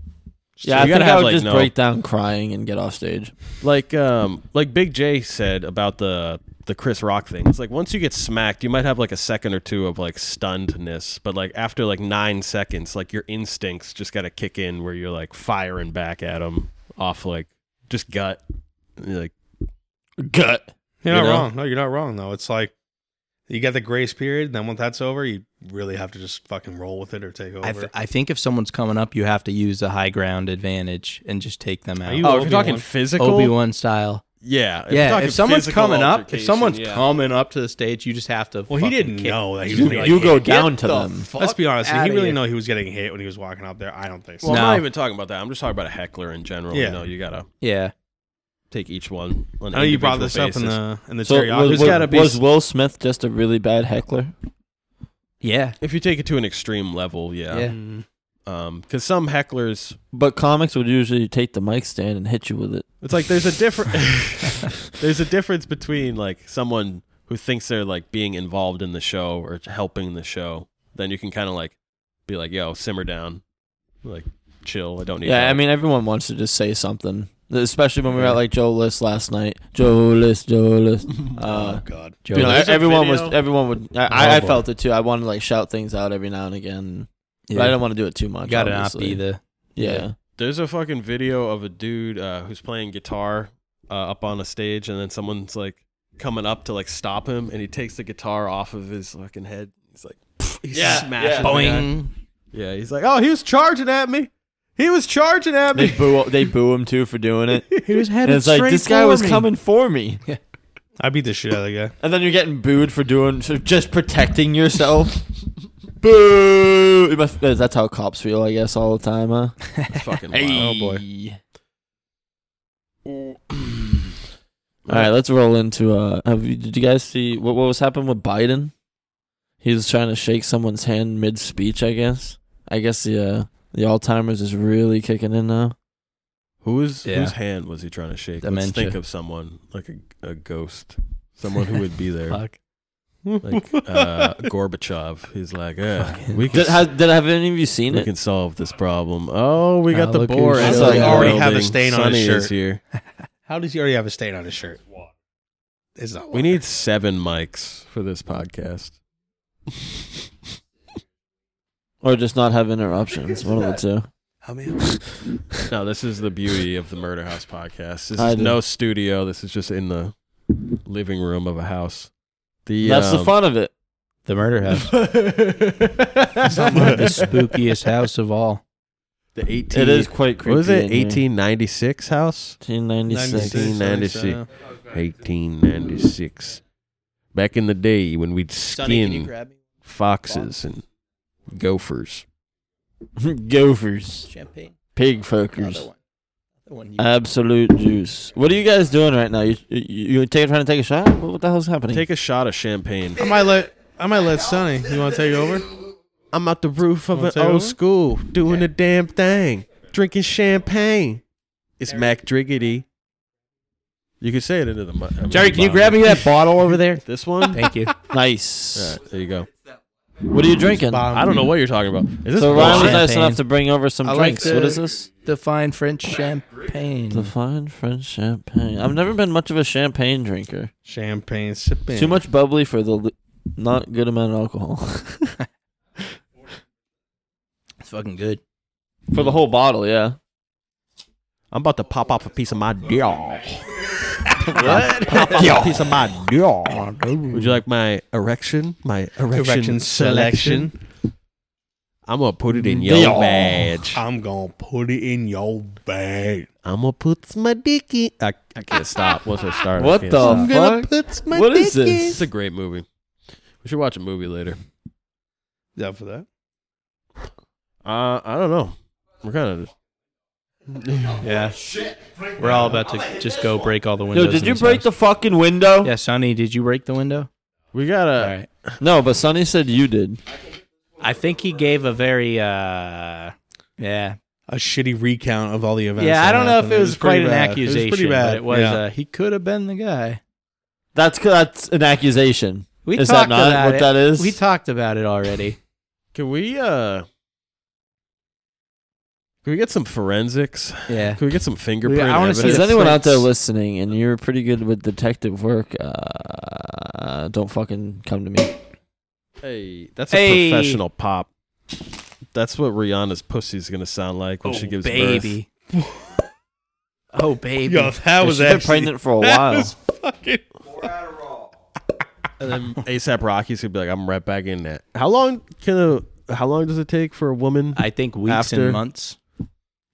Speaker 2: Yeah,
Speaker 1: you gotta
Speaker 2: I think I
Speaker 1: have,
Speaker 2: would
Speaker 1: like,
Speaker 2: just
Speaker 1: no-
Speaker 2: break down crying and get off stage.
Speaker 1: like um like Big J said about the the Chris Rock thing. It's like once you get smacked, you might have like a second or two of like stunnedness, but like after like 9 seconds, like your instincts just got to kick in where you're like firing back at him off like just gut like
Speaker 2: Gut.
Speaker 3: You're
Speaker 1: You
Speaker 3: not
Speaker 1: know?
Speaker 3: wrong. No, you're not wrong though. It's like you got the grace period. Then once that's over, you really have to just fucking roll with it or take over.
Speaker 8: I, th- I think if someone's coming up, you have to use a high ground advantage and just take them out.
Speaker 3: you
Speaker 1: Oh,
Speaker 3: Oh,
Speaker 1: if you're
Speaker 3: Obi-Wan.
Speaker 1: talking physical,
Speaker 8: Obi Wan style.
Speaker 1: yeah. you're
Speaker 8: Yeah,
Speaker 1: talking
Speaker 8: if someone's
Speaker 1: physical
Speaker 8: coming up, if
Speaker 1: altercation,
Speaker 8: someone's
Speaker 1: yeah.
Speaker 8: coming up to the stage, you just have to.
Speaker 3: well, he
Speaker 8: fucking
Speaker 3: didn't
Speaker 8: kick.
Speaker 3: know that he was.
Speaker 2: You,
Speaker 3: gonna
Speaker 2: you
Speaker 3: get
Speaker 2: go
Speaker 3: hit.
Speaker 2: down to them.
Speaker 3: Let's be honest. He
Speaker 8: outta
Speaker 3: didn't really
Speaker 8: here.
Speaker 3: know he was getting hit when he was walking out there. I don't think so.
Speaker 1: Well,
Speaker 8: No.
Speaker 1: I'm not even talking about that. I'm just talking about a heckler in general. You
Speaker 3: Yeah.
Speaker 1: know, you got to
Speaker 8: Yeah,
Speaker 1: take each one on
Speaker 3: I know Oh, you brought
Speaker 1: individual
Speaker 3: this up in
Speaker 1: basis.
Speaker 3: the in the
Speaker 2: So
Speaker 3: Terry
Speaker 2: was,
Speaker 3: Ocker-
Speaker 2: was-
Speaker 1: There's gotta be
Speaker 2: was
Speaker 1: s-
Speaker 2: Will Smith just a really bad heckler?
Speaker 8: yeah,
Speaker 1: if you take it to an extreme level, yeah.
Speaker 8: yeah.
Speaker 1: Um, cuz some hecklers
Speaker 2: But comics would usually take the mic stand and hit you with it.
Speaker 1: It's like there's a
Speaker 3: [LAUGHS]
Speaker 8: [LAUGHS]
Speaker 1: different [LAUGHS] there's a difference between like someone who thinks they're like being involved in the show or helping the show. Then you can kind of like be like, "Yo, simmer down, like chill. I don't need."
Speaker 2: Yeah,
Speaker 1: that.
Speaker 2: I mean everyone wants to just say something, especially when we were at like Joe List last night. Joe List, Joe List.
Speaker 1: [LAUGHS]
Speaker 2: Uh,
Speaker 3: Oh God.
Speaker 8: Joe,
Speaker 2: you know,
Speaker 1: There's a
Speaker 2: everyone was
Speaker 1: video-
Speaker 2: everyone would. I, I, I
Speaker 8: Oh, boy.
Speaker 2: felt it too. I wanted to like shout things out every now and again,
Speaker 8: yeah.
Speaker 2: but I didn't want to do it too much.
Speaker 8: You gotta
Speaker 2: obviously.
Speaker 8: not be the.
Speaker 2: Yeah.
Speaker 8: yeah.
Speaker 1: there's a fucking video of a dude uh, who's playing guitar uh, up on a stage, and then someone's like coming up to like stop him, and he takes the guitar off of his fucking head. [LAUGHS] He's like, he smashes. the guy.
Speaker 8: Boing.
Speaker 1: Yeah, he's like, "Oh, he was charging at me.
Speaker 4: He was charging at
Speaker 2: [LAUGHS] They
Speaker 8: [LAUGHS]
Speaker 4: me.
Speaker 2: boo they boo him too for doing [LAUGHS] it.
Speaker 6: He was
Speaker 2: And
Speaker 6: headed
Speaker 2: it's like this guy was coming for
Speaker 8: [LAUGHS]
Speaker 2: me.
Speaker 3: I beat the shit out of the guy.
Speaker 2: And then you're getting booed for doing for just protecting
Speaker 8: [LAUGHS]
Speaker 2: yourself. Boo! It must- that's how cops feel, I guess, all the time, huh?
Speaker 4: It's fucking
Speaker 2: Oh
Speaker 4: wild.
Speaker 2: boy. All right, let's roll into. Uh, have you, did you guys see what what was happening with Biden? He was trying to shake someone's hand mid speech. I guess. I guess the uh, the Alzheimer's is really kicking in now.
Speaker 1: Whose
Speaker 8: Yeah.
Speaker 1: whose hand was he trying to shake?
Speaker 8: Dementia.
Speaker 1: Let's think of someone like a, a ghost, someone who would
Speaker 8: [LAUGHS]
Speaker 1: be there,
Speaker 8: Fuck.
Speaker 1: like
Speaker 3: [LAUGHS]
Speaker 1: uh, Gorbachev. He's like, yeah, we can
Speaker 2: Did, has, did have any of you seen
Speaker 1: we
Speaker 2: it?
Speaker 1: can solve this problem. Oh, we got
Speaker 8: Ah,
Speaker 1: the
Speaker 8: look
Speaker 1: boar.
Speaker 8: who's
Speaker 1: in
Speaker 2: showing
Speaker 1: the
Speaker 2: up.
Speaker 3: Already have a
Speaker 1: building.
Speaker 3: stain on his
Speaker 1: Sonny is
Speaker 3: shirt.
Speaker 1: here.
Speaker 3: How does he already have a stain on his shirt? It's not.
Speaker 1: We need seven mics for this podcast.
Speaker 2: Or just not have interruptions? One of the two.
Speaker 3: How many? Hours?
Speaker 1: No, this is the beauty of the Murder House podcast. This
Speaker 2: I
Speaker 1: is
Speaker 2: do.
Speaker 1: no studio. This is just in the living room of a house. The
Speaker 2: That's the
Speaker 1: [LAUGHS] um,
Speaker 2: fun of it.
Speaker 8: The murder house.
Speaker 1: [LAUGHS]
Speaker 8: the spookiest house of all.
Speaker 1: The eighteen.
Speaker 2: It is quite creepy.
Speaker 1: What was
Speaker 2: in
Speaker 1: it?
Speaker 2: here.
Speaker 1: Eighteen ninety six house.
Speaker 2: 1896.
Speaker 1: 1896. 1896. Back in the day when we'd skin
Speaker 6: grab me
Speaker 1: foxes and gophers.
Speaker 2: [LAUGHS] Gophers.
Speaker 6: champagne?
Speaker 2: Pig fuckers.
Speaker 6: Another one. Another one you-
Speaker 8: Uh,
Speaker 2: Absolute juice. What are you guys doing right now? You you, you take, trying to take a shot? What, what the hell's happening?
Speaker 1: Take a shot of champagne.
Speaker 3: I might let. I might let Sonny. You want to take over?
Speaker 1: I'm out the roof of
Speaker 3: Wanna
Speaker 1: an
Speaker 3: take
Speaker 1: old
Speaker 3: over?
Speaker 1: school doing the damn thing, drinking champagne. It's Mac Driggity. You can say it into the mic. I mean,
Speaker 6: Jerry, can you
Speaker 1: bottom.
Speaker 6: grab me that bottle over there?
Speaker 1: This one?
Speaker 8: [LAUGHS] Thank you.
Speaker 2: [LAUGHS] nice.
Speaker 1: All right, there you go.
Speaker 2: What are you drinking?
Speaker 1: I don't know what you're talking about. Is this
Speaker 2: So Ryan was
Speaker 1: bullshit?
Speaker 2: nice
Speaker 8: Champagne.
Speaker 2: enough to bring over some
Speaker 8: I like
Speaker 2: drinks.
Speaker 8: to-
Speaker 2: what is this?
Speaker 8: The fine French champagne.
Speaker 2: The fine French champagne. I've never been much of a champagne drinker.
Speaker 3: Champagne sipping.
Speaker 2: Too much bubbly for the li- not good amount of alcohol [LAUGHS]
Speaker 8: It's fucking good.
Speaker 2: for the whole bottle. Yeah.
Speaker 1: I'm about to pop off a piece of my deal. what? [LAUGHS] Pop off a piece of my deal. Would you like my erection? My erection,
Speaker 3: Direction
Speaker 1: selection.
Speaker 3: selection.
Speaker 1: I'm gonna put it in your
Speaker 2: Deal.
Speaker 1: badge.
Speaker 3: I'm gonna put it in your bag.
Speaker 1: I'm gonna put my dick in. I, I can't stop. [LAUGHS] What's her start? I
Speaker 2: What the
Speaker 1: can't stop.
Speaker 2: fuck?
Speaker 3: put my
Speaker 2: What
Speaker 1: It's
Speaker 2: is this?
Speaker 1: a great movie. We should watch a movie later.
Speaker 3: Yeah, for that.
Speaker 1: Uh, I don't know. We're kind of.
Speaker 8: Yeah. We're all about to just go break all the windows.
Speaker 2: Yo, did
Speaker 8: in
Speaker 2: you
Speaker 8: this
Speaker 2: break
Speaker 8: house.
Speaker 2: the fucking window?
Speaker 8: Yeah, Sonny, did you break the window?
Speaker 1: We gotta.
Speaker 8: all right.
Speaker 2: No, but Sonny said you did.
Speaker 8: I think he gave a very uh yeah.
Speaker 3: A shitty recount of all the events.
Speaker 8: Yeah, I
Speaker 3: that
Speaker 8: don't know if
Speaker 3: happened.
Speaker 8: it was, quite
Speaker 3: pretty
Speaker 8: an
Speaker 3: bad.
Speaker 8: accusation.
Speaker 3: It was pretty bad.
Speaker 8: But it was
Speaker 3: Yeah.
Speaker 8: uh, he could have been the guy.
Speaker 2: That's that's an accusation.
Speaker 8: We
Speaker 2: Is that
Speaker 8: talked
Speaker 2: not
Speaker 8: about
Speaker 2: what
Speaker 8: it.
Speaker 2: that is?
Speaker 8: We talked about it already.
Speaker 1: Can we? uh Can we get some forensics?
Speaker 8: Yeah.
Speaker 1: Can we get some fingerprint?
Speaker 8: I wanna see
Speaker 1: evidence?
Speaker 2: Is
Speaker 8: the
Speaker 2: anyone out there
Speaker 8: prints.
Speaker 2: listening and you're pretty good with detective work, uh, don't fucking come to me.
Speaker 1: Hey, that's
Speaker 8: Hey.
Speaker 1: a professional pop. That's what Rihanna's pussy's gonna sound like when she gives birth.
Speaker 8: baby. [LAUGHS] oh baby.
Speaker 3: Yo, that was
Speaker 2: She's been
Speaker 3: actually
Speaker 2: pregnant
Speaker 3: [LAUGHS]
Speaker 2: for a while.
Speaker 1: And then ASAP Rocky's gonna be like, "I'm right back in that." How long can a? How long does it take for a woman?
Speaker 8: I think weeks
Speaker 1: After-
Speaker 8: and months.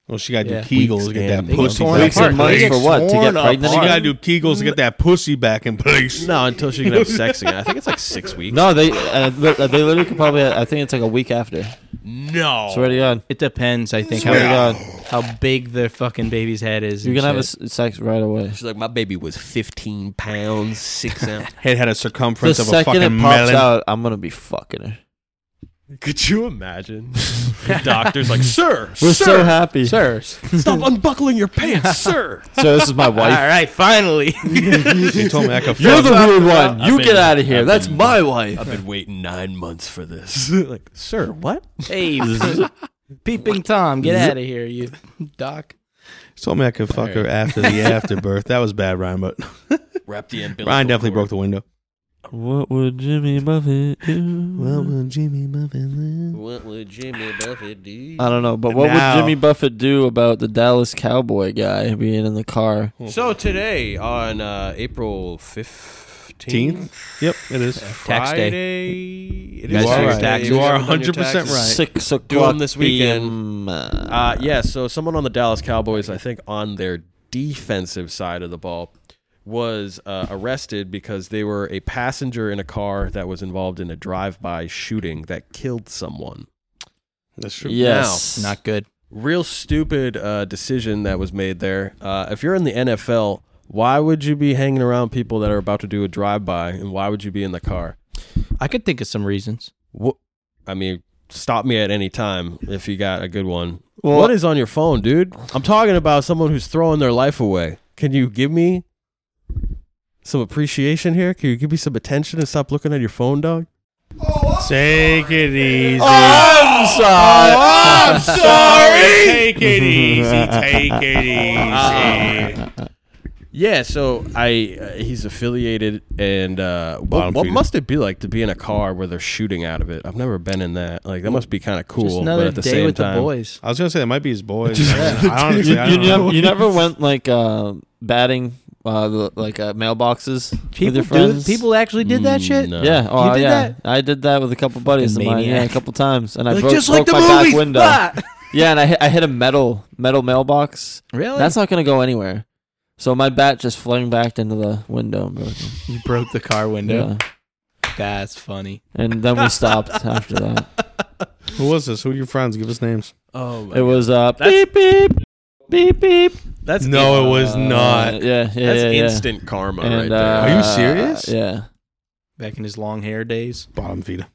Speaker 3: Well, she got to
Speaker 8: Yeah.
Speaker 3: do Kegels to get that
Speaker 1: Weeks
Speaker 3: pussy
Speaker 8: and-
Speaker 3: back.
Speaker 2: Weeks and months for what? To get pregnant
Speaker 3: She got to
Speaker 2: again?
Speaker 3: do Kegels to get that pussy back in place.
Speaker 1: No, until she can have sex again. I think it's like six weeks.
Speaker 2: No, they uh, li- uh, they literally could probably. I think it's like a week after.
Speaker 1: no.
Speaker 2: Swear to God,
Speaker 8: It depends, I think,
Speaker 2: swear to
Speaker 8: how,
Speaker 2: God,
Speaker 8: how big the fucking baby's head is.
Speaker 2: you're
Speaker 8: and
Speaker 2: gonna have a
Speaker 8: shit.
Speaker 2: s- sex right away.
Speaker 4: She's like, my baby was 15 pounds, six
Speaker 1: [LAUGHS]
Speaker 4: ounces.
Speaker 3: It had a
Speaker 2: The
Speaker 3: circumference of a
Speaker 2: second
Speaker 3: fucking
Speaker 2: it pops
Speaker 3: melon.
Speaker 2: out, I'm gonna be fucking her.
Speaker 1: Could you imagine? The doctor's like, "Sir,
Speaker 2: We're
Speaker 1: sir,
Speaker 2: so happy.
Speaker 8: Sir.
Speaker 1: stop unbuckling your pants, sir."
Speaker 2: So this is my
Speaker 8: All
Speaker 2: wife. [LAUGHS]
Speaker 8: right, finally.
Speaker 3: [LAUGHS] She told me I could
Speaker 2: You're the weird one.
Speaker 1: I've
Speaker 2: You
Speaker 1: been-
Speaker 2: get out of here.
Speaker 1: I've
Speaker 2: That's
Speaker 1: been- [LAUGHS]
Speaker 2: my wife.
Speaker 1: I've been waiting nine months for this. [LAUGHS] like, sir, what?
Speaker 8: [LAUGHS] hey, peeping Tom, get out of here, you doc.
Speaker 3: She told me I could fuck her after the afterbirth. That was bad, Ryan, but
Speaker 4: Wrap the umbilical
Speaker 3: Ryan definitely
Speaker 4: cord.
Speaker 3: broke the window.
Speaker 2: What would Jimmy Buffett do?
Speaker 3: Jimmy Muffin
Speaker 4: What would Jimmy Buffett do?
Speaker 1: Uh,
Speaker 2: I don't know, but what
Speaker 3: Now-
Speaker 2: would Jimmy Buffett do about the Dallas Cowboy guy being in the car?
Speaker 4: So today on uh, April 5th,
Speaker 3: 15th? Yep, it is.
Speaker 9: Tax day.
Speaker 1: Friday. It
Speaker 9: You
Speaker 1: is
Speaker 9: are
Speaker 1: tax
Speaker 9: right.
Speaker 1: day.
Speaker 3: You are
Speaker 1: haven't done your
Speaker 3: 100%
Speaker 1: taxes.
Speaker 3: right.
Speaker 2: Six o'clock.
Speaker 1: them this weekend.
Speaker 2: PM, uh,
Speaker 1: Uh, yeah, so someone on the Dallas Cowboys, I think on their defensive side of the ball, was uh, arrested because they were a passenger in a car that was involved in a drive-by shooting that killed someone.
Speaker 3: That's true.
Speaker 2: yes. [LAUGHS]
Speaker 9: Not good.
Speaker 1: Real stupid uh, decision that was made there. Uh, if you're in the NFL, why would you be hanging around people that are about to do a drive-by, and why would you be in the car?
Speaker 9: I could think of some reasons.
Speaker 1: What? I mean, stop me at any time if you got a good one.
Speaker 2: Well-
Speaker 1: what is on your phone, dude? I'm talking about someone who's throwing their life away. Can you give me some appreciation here? Can you give me some attention and stop looking at your phone, dog?
Speaker 3: Take it easy.
Speaker 1: Oh,
Speaker 2: I'm
Speaker 1: [LAUGHS]
Speaker 2: sorry.
Speaker 3: I'm sorry. Take it easy. Take it easy.
Speaker 1: Yeah, so I uh, he's affiliated, and uh, what,
Speaker 3: Bottom
Speaker 1: what
Speaker 3: feeder.
Speaker 1: must it be like to be in a car where they're shooting out of it? I've never been in that. Like that must be kind of cool.
Speaker 9: Just
Speaker 1: but
Speaker 9: another
Speaker 1: at the
Speaker 9: day
Speaker 1: same
Speaker 9: with
Speaker 1: time,
Speaker 9: the boys.
Speaker 3: I was gonna say it might be his boys. I honestly,
Speaker 2: you,
Speaker 3: I
Speaker 2: you
Speaker 3: don't know.
Speaker 2: never, you
Speaker 3: [LAUGHS]
Speaker 2: never went like uh, batting uh, the, like uh, mailboxes with
Speaker 6: People
Speaker 2: your
Speaker 6: do,
Speaker 2: friends.
Speaker 6: people actually did that shit.
Speaker 1: No.
Speaker 2: Yeah. Oh,
Speaker 6: You did
Speaker 2: yeah.
Speaker 6: that?
Speaker 2: I did that with a couple buddies of
Speaker 9: Fucking
Speaker 2: mine. Yeah, a
Speaker 9: maniac.
Speaker 2: couple times, and I
Speaker 6: Like,
Speaker 2: broke,
Speaker 6: just like the
Speaker 2: broke my back
Speaker 6: movies. [LAUGHS]
Speaker 2: window.
Speaker 6: Ah!
Speaker 2: Yeah, and I hit, I hit a metal metal mailbox.
Speaker 9: Really?
Speaker 2: That's not gonna go anywhere. So my bat just flung back into the window. and broke it.
Speaker 9: you broke the car window.
Speaker 2: Yeah.
Speaker 9: That's funny.
Speaker 2: And then we stopped after
Speaker 3: [LAUGHS]
Speaker 2: that.
Speaker 3: Who was this? Who are your friends? Give us names.
Speaker 1: Oh, my
Speaker 2: It was uh
Speaker 1: That's-
Speaker 2: beep beep beep beep.
Speaker 1: that's
Speaker 3: No, it was
Speaker 2: Uh,
Speaker 3: not.
Speaker 2: Yeah, yeah,
Speaker 1: that's
Speaker 2: yeah, yeah.
Speaker 1: instant karma right
Speaker 2: And,
Speaker 1: there.
Speaker 2: uh,
Speaker 3: Are you serious?
Speaker 2: Yeah.
Speaker 9: Back in his long hair days.
Speaker 3: Bottom feeder.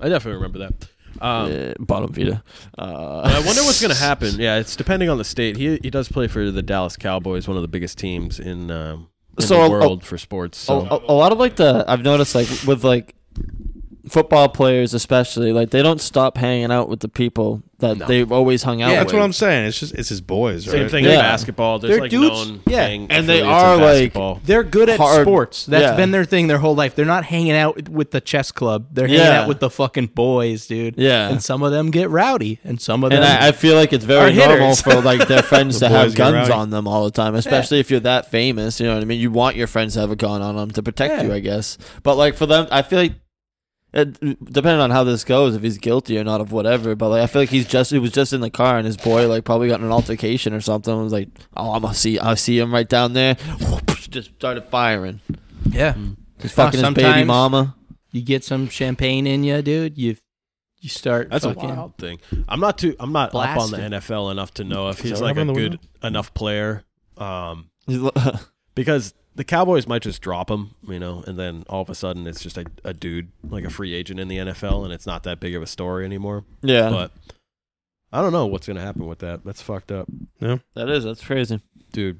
Speaker 1: I definitely remember that. Um,
Speaker 2: yeah, bottom feeder. Uh,
Speaker 1: but I wonder what's going to happen. Yeah, it's depending on the state. He he does play for the Dallas Cowboys, one of the biggest teams in, um, in
Speaker 2: So, oh,
Speaker 1: the
Speaker 2: a-
Speaker 1: world for sports.
Speaker 2: [LAUGHS] a,
Speaker 1: So
Speaker 2: a, a lot of like the I've noticed like with like football players especially like they don't stop hanging out with the people that
Speaker 1: No.
Speaker 2: they've always hung out
Speaker 1: Yeah,
Speaker 2: with.
Speaker 3: That's what I'm saying. It's just it's his boys, right?
Speaker 1: same thing
Speaker 2: Yeah.
Speaker 1: in basketball. There's
Speaker 6: They're
Speaker 1: like
Speaker 6: dudes-
Speaker 1: known
Speaker 6: yeah,
Speaker 1: gang
Speaker 2: and they
Speaker 1: affiliates in
Speaker 2: are, like-
Speaker 1: basketball.
Speaker 6: They're good at
Speaker 2: Hard-
Speaker 6: sports. That's
Speaker 2: yeah.
Speaker 6: been their thing their whole life. They're not hanging out with the chess club. They're hanging
Speaker 2: Yeah.
Speaker 6: out with the fucking boys, dude.
Speaker 2: Yeah.
Speaker 6: And some of them get rowdy, and some of them.
Speaker 2: And I, I feel like it's
Speaker 6: Our
Speaker 2: very
Speaker 6: hitters.
Speaker 2: normal for like
Speaker 6: [LAUGHS]
Speaker 2: their friends
Speaker 3: The
Speaker 2: to have
Speaker 3: boys get
Speaker 2: guns
Speaker 3: rowdy.
Speaker 2: on them all the time, especially if you're that famous. You know what I mean? You want your friends to have a gun on them to protect
Speaker 6: Yeah.
Speaker 2: you, I guess. But like for them, I feel like. It, depending on how this goes, if he's guilty or not of whatever, but like I feel like he's just he was just in the car and his boy like probably got in an altercation or something. was like, oh, I'm gonna see, I see him right down there. [LAUGHS] Just started firing.
Speaker 3: Ah,
Speaker 9: Yeah.
Speaker 2: He's Mm. fucking his baby
Speaker 9: sometimes-
Speaker 2: mama. [LAUGHS]
Speaker 9: You get some champagne in you, dude. You you start
Speaker 1: That's a
Speaker 9: fucking
Speaker 1: wild thing. I'm not too. I'm not up on
Speaker 9: Blasted.
Speaker 1: the NFL enough to know if
Speaker 3: that
Speaker 1: he's
Speaker 3: what
Speaker 1: like a
Speaker 3: happened on the
Speaker 1: good enough player. Um,
Speaker 2: yeah,
Speaker 1: because the Cowboys might just drop him, you know, and then all of a sudden it's just a, a dude like a free agent in the NFL, and it's not that big of a story anymore. But I don't know what's gonna happen with that. That's fucked up,
Speaker 2: that is that's crazy.
Speaker 1: dude.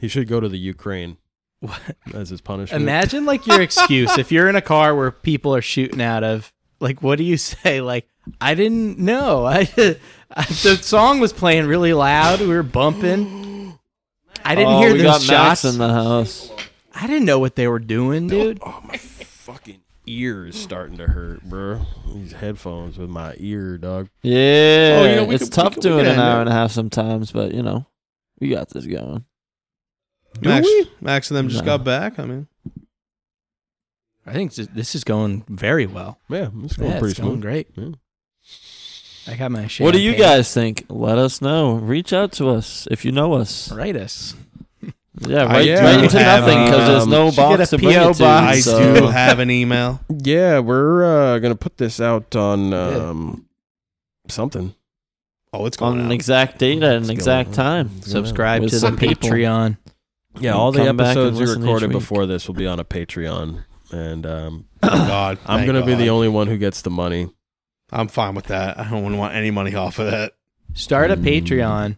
Speaker 1: He should go to the Ukraine
Speaker 6: [LAUGHS]
Speaker 1: as his punishment.
Speaker 6: Imagine like your excuse if you're in a car where people are shooting out of. Like, what do you say? Like, I didn't know. [LAUGHS] I the song was playing really loud. We were bumping.
Speaker 1: [GASPS]
Speaker 6: I didn't
Speaker 2: oh,
Speaker 6: hear
Speaker 2: we
Speaker 6: those
Speaker 2: got Max
Speaker 6: shots.
Speaker 2: in the house.
Speaker 6: I didn't know what they were doing, dude.
Speaker 1: oh my fucking ears starting to hurt, bro. These headphones with my ear, dog.
Speaker 2: Yeah,
Speaker 3: Oh, you know, we
Speaker 2: it's
Speaker 3: could- we
Speaker 2: tough
Speaker 3: could- we
Speaker 2: doing an
Speaker 3: could end
Speaker 2: hour
Speaker 3: it.
Speaker 2: and a half sometimes, but you know, we got this going.
Speaker 3: Max, Max and them just
Speaker 2: No.
Speaker 3: got back. I mean,
Speaker 9: I think this- this is going very well.
Speaker 1: Yeah, it's going
Speaker 9: Yeah,
Speaker 1: pretty
Speaker 9: it's going
Speaker 1: smooth.
Speaker 9: great.
Speaker 1: Yeah.
Speaker 9: I got my
Speaker 2: What do you
Speaker 9: champagne.
Speaker 2: guys think? Let us know. Reach out to us if you know us.
Speaker 9: Write us.
Speaker 2: Yeah,
Speaker 3: I
Speaker 2: right,
Speaker 3: do
Speaker 2: right into
Speaker 3: have,
Speaker 2: nothing because there's
Speaker 3: um,
Speaker 2: no
Speaker 6: should get
Speaker 2: box
Speaker 6: a
Speaker 2: to bring
Speaker 6: PO
Speaker 2: it to.
Speaker 6: box.
Speaker 3: I
Speaker 2: so-
Speaker 3: do have an email.
Speaker 1: Yeah, we're uh, gonna put this out on um, something.
Speaker 3: Oh, it's [LAUGHS] going
Speaker 2: on
Speaker 3: on.
Speaker 2: an exact date at an exact time.
Speaker 9: Subscribe
Speaker 2: With
Speaker 9: to the
Speaker 2: some people.
Speaker 9: Patreon.
Speaker 2: [COUGHS]
Speaker 1: Yeah, all the
Speaker 2: Come back and
Speaker 1: episodes we
Speaker 2: listen each
Speaker 1: recorded
Speaker 2: week.
Speaker 1: before this will be on a Patreon, and um,
Speaker 3: [COUGHS] God,
Speaker 1: I'm
Speaker 3: thank
Speaker 1: gonna be the
Speaker 3: God.
Speaker 1: only one who gets the money.
Speaker 3: I'm fine with that. I don't want any money off of that.
Speaker 9: Start a
Speaker 1: Mm.
Speaker 9: Patreon,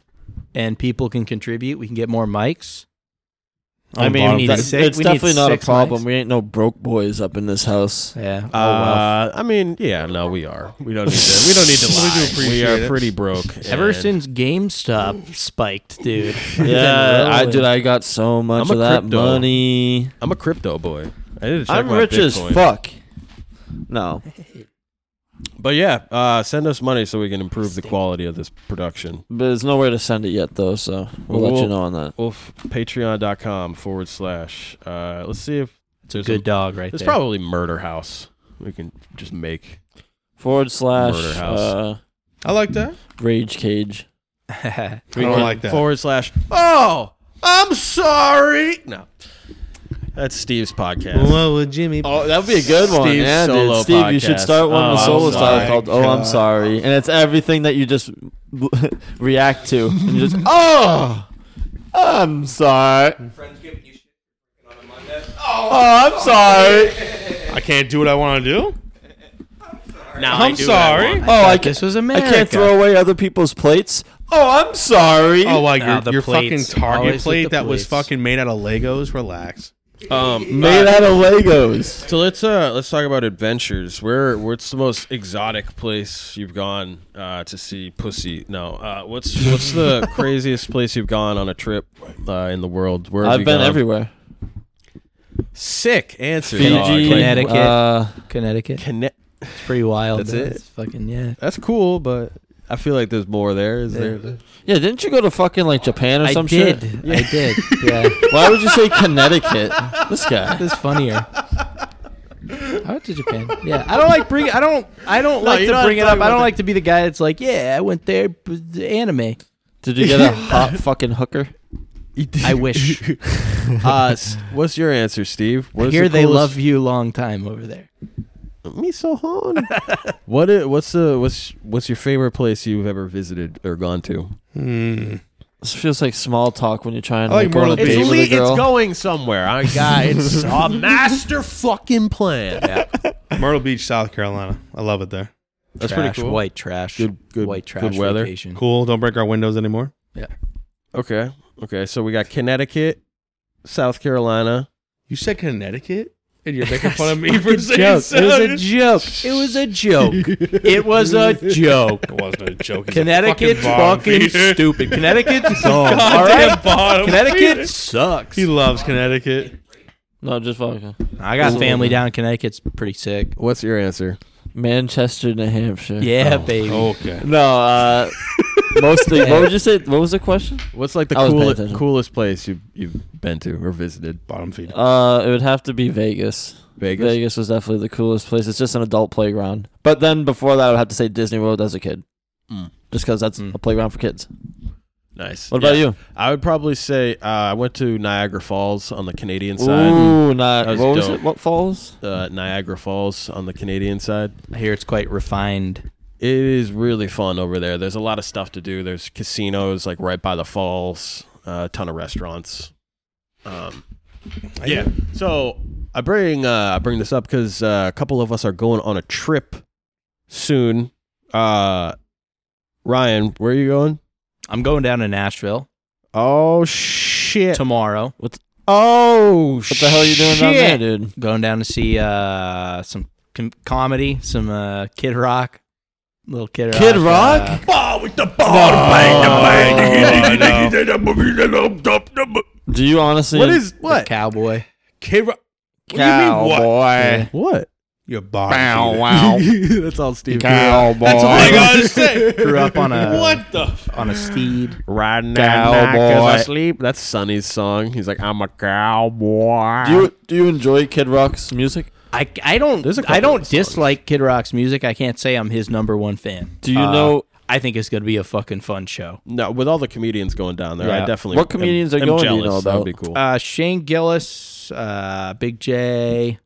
Speaker 9: and people can contribute. We can get more mics.
Speaker 2: I
Speaker 3: I'm
Speaker 2: mean,
Speaker 3: bottom
Speaker 2: that-
Speaker 3: feeder.
Speaker 9: six-
Speaker 2: it's
Speaker 9: we need
Speaker 2: definitely not a
Speaker 9: six
Speaker 2: problem.
Speaker 9: mics.
Speaker 2: We ain't no broke boys up in this
Speaker 6: [LAUGHS]
Speaker 2: house.
Speaker 9: Yeah. Oh, well.
Speaker 1: Uh, I mean, yeah, no, we are. We don't need to. [LAUGHS] We don't need to
Speaker 3: We do
Speaker 1: lie. We, are
Speaker 3: appreciate it.
Speaker 1: pretty broke.
Speaker 9: Ever
Speaker 1: and
Speaker 9: since GameStop spiked, dude.
Speaker 2: Yeah, I
Speaker 9: Really?
Speaker 2: did. I got so much
Speaker 1: I'm a
Speaker 2: of that
Speaker 1: crypto.
Speaker 2: money.
Speaker 1: I'm a crypto boy. I did check
Speaker 2: I'm
Speaker 1: my
Speaker 2: rich as
Speaker 1: Bitcoin.
Speaker 2: fuck. No,
Speaker 1: But yeah, uh, send us money so we can improve the quality of this production.
Speaker 2: but there's nowhere to send it yet, though. So we'll let
Speaker 1: Well,
Speaker 2: you know on that.
Speaker 1: Oof, patreon.com forward slash. Uh, let's see if There's
Speaker 6: Good
Speaker 1: a-
Speaker 6: dog right
Speaker 1: There's
Speaker 6: there.
Speaker 1: probably Murder House. We can just make
Speaker 2: Forward slash
Speaker 1: Murder house.
Speaker 2: uh,
Speaker 3: [LAUGHS] I like that.
Speaker 2: rage cage.
Speaker 3: I don't like that.
Speaker 1: forward slash. Oh, I'm sorry. No, that's Steve's podcast.
Speaker 3: would Jimmy?
Speaker 2: Oh, that would be a good one.
Speaker 1: Steve's
Speaker 2: yeah,
Speaker 1: solo
Speaker 2: dude. Steve, you should
Speaker 1: podcast.
Speaker 2: start one
Speaker 1: Oh,
Speaker 2: with solo
Speaker 1: I'm
Speaker 2: style
Speaker 3: sorry.
Speaker 2: called "Oh, I'm
Speaker 3: God.
Speaker 2: Sorry," and it's everything that you just [LAUGHS] react to, and [LAUGHS] you just oh, I'm sorry. Oh, I'm sorry.
Speaker 3: I can't do what I want to do.
Speaker 10: Now
Speaker 3: I'm sorry.
Speaker 2: Oh, I can
Speaker 6: this was
Speaker 2: I
Speaker 6: America.
Speaker 2: can't throw away other people's plates. Oh, I'm sorry.
Speaker 3: Oh, like
Speaker 6: Nah,
Speaker 3: your,
Speaker 6: the
Speaker 3: your fucking
Speaker 6: plates. Always
Speaker 3: Target
Speaker 6: with
Speaker 3: plate
Speaker 6: the
Speaker 3: that was
Speaker 6: plates.
Speaker 3: fucking made out of Legos. Relax.
Speaker 1: Um,
Speaker 2: Made out of Legos.
Speaker 1: so let's uh let's talk about adventures. Where what's the most exotic place you've gone uh, to see pussy? No, uh, what's what's the
Speaker 2: [LAUGHS]
Speaker 1: craziest place you've gone on a trip uh, in the world? Where have
Speaker 2: I've
Speaker 1: you
Speaker 2: been
Speaker 1: gone?
Speaker 2: everywhere.
Speaker 1: Sick answer.
Speaker 2: Fiji,
Speaker 1: dog. Like,
Speaker 6: Connecticut.
Speaker 2: uh,
Speaker 6: Connecticut.
Speaker 1: Conne-
Speaker 6: It's pretty wild.
Speaker 1: That's
Speaker 6: though.
Speaker 1: it?
Speaker 6: It's fucking yeah.
Speaker 1: that's cool, but I feel like there's more there. Is there?
Speaker 2: yeah, didn't you go to fucking like Japan or
Speaker 6: I
Speaker 2: some
Speaker 6: did.
Speaker 2: shit?
Speaker 6: I
Speaker 2: [LAUGHS]
Speaker 6: did. Yeah.
Speaker 2: Why would you
Speaker 1: [LAUGHS]
Speaker 2: say Connecticut? This guy.
Speaker 6: This is funnier. I went to Japan. Yeah, I don't like bring. I don't. I don't like to bring it up. I don't like to be the guy that's like, yeah, I went there. b- The anime.
Speaker 2: Did you
Speaker 6: [LAUGHS]
Speaker 2: get a hot fucking hooker?
Speaker 6: I wish.
Speaker 1: Uh, s- what's your answer, Steve? Where's
Speaker 6: Here
Speaker 1: the
Speaker 6: they
Speaker 1: coolest-
Speaker 6: love you long time over there.
Speaker 1: [LAUGHS] me so hard. what i- what's the what's what's your favorite place you've ever visited or gone to?
Speaker 3: Hmm.
Speaker 2: This feels like small talk when you're trying to
Speaker 3: I like
Speaker 2: make one
Speaker 3: Myrtle
Speaker 2: a date
Speaker 3: Beach.
Speaker 2: with a girl.
Speaker 1: going somewhere. I got [LAUGHS] it's a master fucking plan.
Speaker 3: Myrtle Beach, South Carolina. I love it there.
Speaker 1: That's
Speaker 6: trash,
Speaker 1: pretty cool.
Speaker 6: White trash.
Speaker 1: Good- good-
Speaker 6: white
Speaker 1: good
Speaker 6: trash
Speaker 1: weather.
Speaker 3: [LAUGHS]
Speaker 6: vacation.
Speaker 3: Cool. Don't break our windows anymore.
Speaker 1: Okay. Okay. So we got Connecticut, South Carolina.
Speaker 3: You said Connecticut, and you're making fun of me for
Speaker 6: It
Speaker 3: saying
Speaker 6: was a
Speaker 3: Southern.
Speaker 6: joke. It was a joke. It was a
Speaker 3: [LAUGHS]
Speaker 6: joke.
Speaker 3: It wasn't a joke. It's a
Speaker 6: [LAUGHS] Connecticut's
Speaker 3: bottom [LAUGHS]
Speaker 6: fucking
Speaker 3: feeder.
Speaker 6: stupid. Connecticut's dumb. All
Speaker 3: Goddamn
Speaker 6: right.
Speaker 3: bottom
Speaker 6: Connecticut
Speaker 3: feeder. [LAUGHS]
Speaker 6: sucks.
Speaker 3: He loves Connecticut.
Speaker 2: No, just fucking
Speaker 6: I got family down in Connecticut's pretty sick.
Speaker 1: What's your answer?
Speaker 2: Manchester, New Hampshire.
Speaker 6: Yeah, baby.
Speaker 3: Okay.
Speaker 2: No, uh, [LAUGHS] mostly. What would you say? What was the question?
Speaker 1: What's like the
Speaker 2: I was paying
Speaker 1: coolest
Speaker 2: attention.
Speaker 1: coolest place you you've been to or visited?
Speaker 3: Bottom feeder.
Speaker 2: Uh, it would have to be Vegas.
Speaker 1: Vegas.
Speaker 2: Vegas was definitely the coolest place. It's just an adult playground. But then before that, I would have to say Disney World as a kid,
Speaker 6: Hmm.
Speaker 1: Mm.
Speaker 2: just because that's
Speaker 1: Mm.
Speaker 2: a playground for kids.
Speaker 1: Nice.
Speaker 2: What
Speaker 1: Yeah.
Speaker 2: about you?
Speaker 1: I would probably say uh, I went to Niagara Falls on the Canadian side.
Speaker 2: Ooh,
Speaker 1: That
Speaker 2: not
Speaker 1: was
Speaker 2: what was
Speaker 1: dope.
Speaker 2: it? What falls?
Speaker 1: Uh, Niagara Falls on the Canadian side.
Speaker 6: I hear it's quite refined.
Speaker 1: It is really fun over there. There's a lot of stuff to do. There's casinos like right by the falls, uh, a ton of restaurants. Um, yeah. So I bring uh, I bring this up because uh, a couple of us are going on a trip soon. Uh, Ryan, where are you going?
Speaker 6: I'm going down to Nashville
Speaker 1: Oh shit!
Speaker 6: tomorrow.
Speaker 1: Oh
Speaker 2: What the hell are you doing down there, dude?
Speaker 6: Going down to see uh, some com- comedy, some uh, Kid Rock, little Kid Rock.
Speaker 2: Kid Rock?
Speaker 6: uh,
Speaker 3: [LAUGHS] Oh, no.
Speaker 2: Do you honestly?
Speaker 1: What is
Speaker 6: the
Speaker 1: what?
Speaker 6: cowboy.
Speaker 3: Kid Rock.
Speaker 2: cowboy?
Speaker 1: What?
Speaker 3: You're bottom feeder.
Speaker 1: [LAUGHS]
Speaker 2: wow.
Speaker 1: That's all Steve.
Speaker 2: Cowboy.
Speaker 3: That's all I gotta say.
Speaker 6: [LAUGHS] Grew up on a
Speaker 3: What the?
Speaker 6: on a steed.
Speaker 1: Riding that night 'cause I
Speaker 2: Cowboy.
Speaker 1: sleep. That's Sonny's song. He's like, I'm a cowboy.
Speaker 2: Do you do you enjoy Kid Rock's music?
Speaker 6: I, I don't
Speaker 1: There's a couple
Speaker 6: I
Speaker 1: of
Speaker 6: don't
Speaker 1: songs.
Speaker 6: dislike Kid Rock's music. I can't say I'm his number one fan.
Speaker 2: Do you
Speaker 6: Uh,
Speaker 2: know
Speaker 6: I think it's gonna be a fucking fun show.
Speaker 1: No, with all the comedians going down there, I
Speaker 6: Yeah.
Speaker 1: definitely.
Speaker 2: What comedians are
Speaker 1: am
Speaker 2: going, do you
Speaker 1: Jealous.
Speaker 2: know
Speaker 1: that would
Speaker 2: about?
Speaker 1: be cool.
Speaker 6: Uh, Shane Gillis, uh, Big J,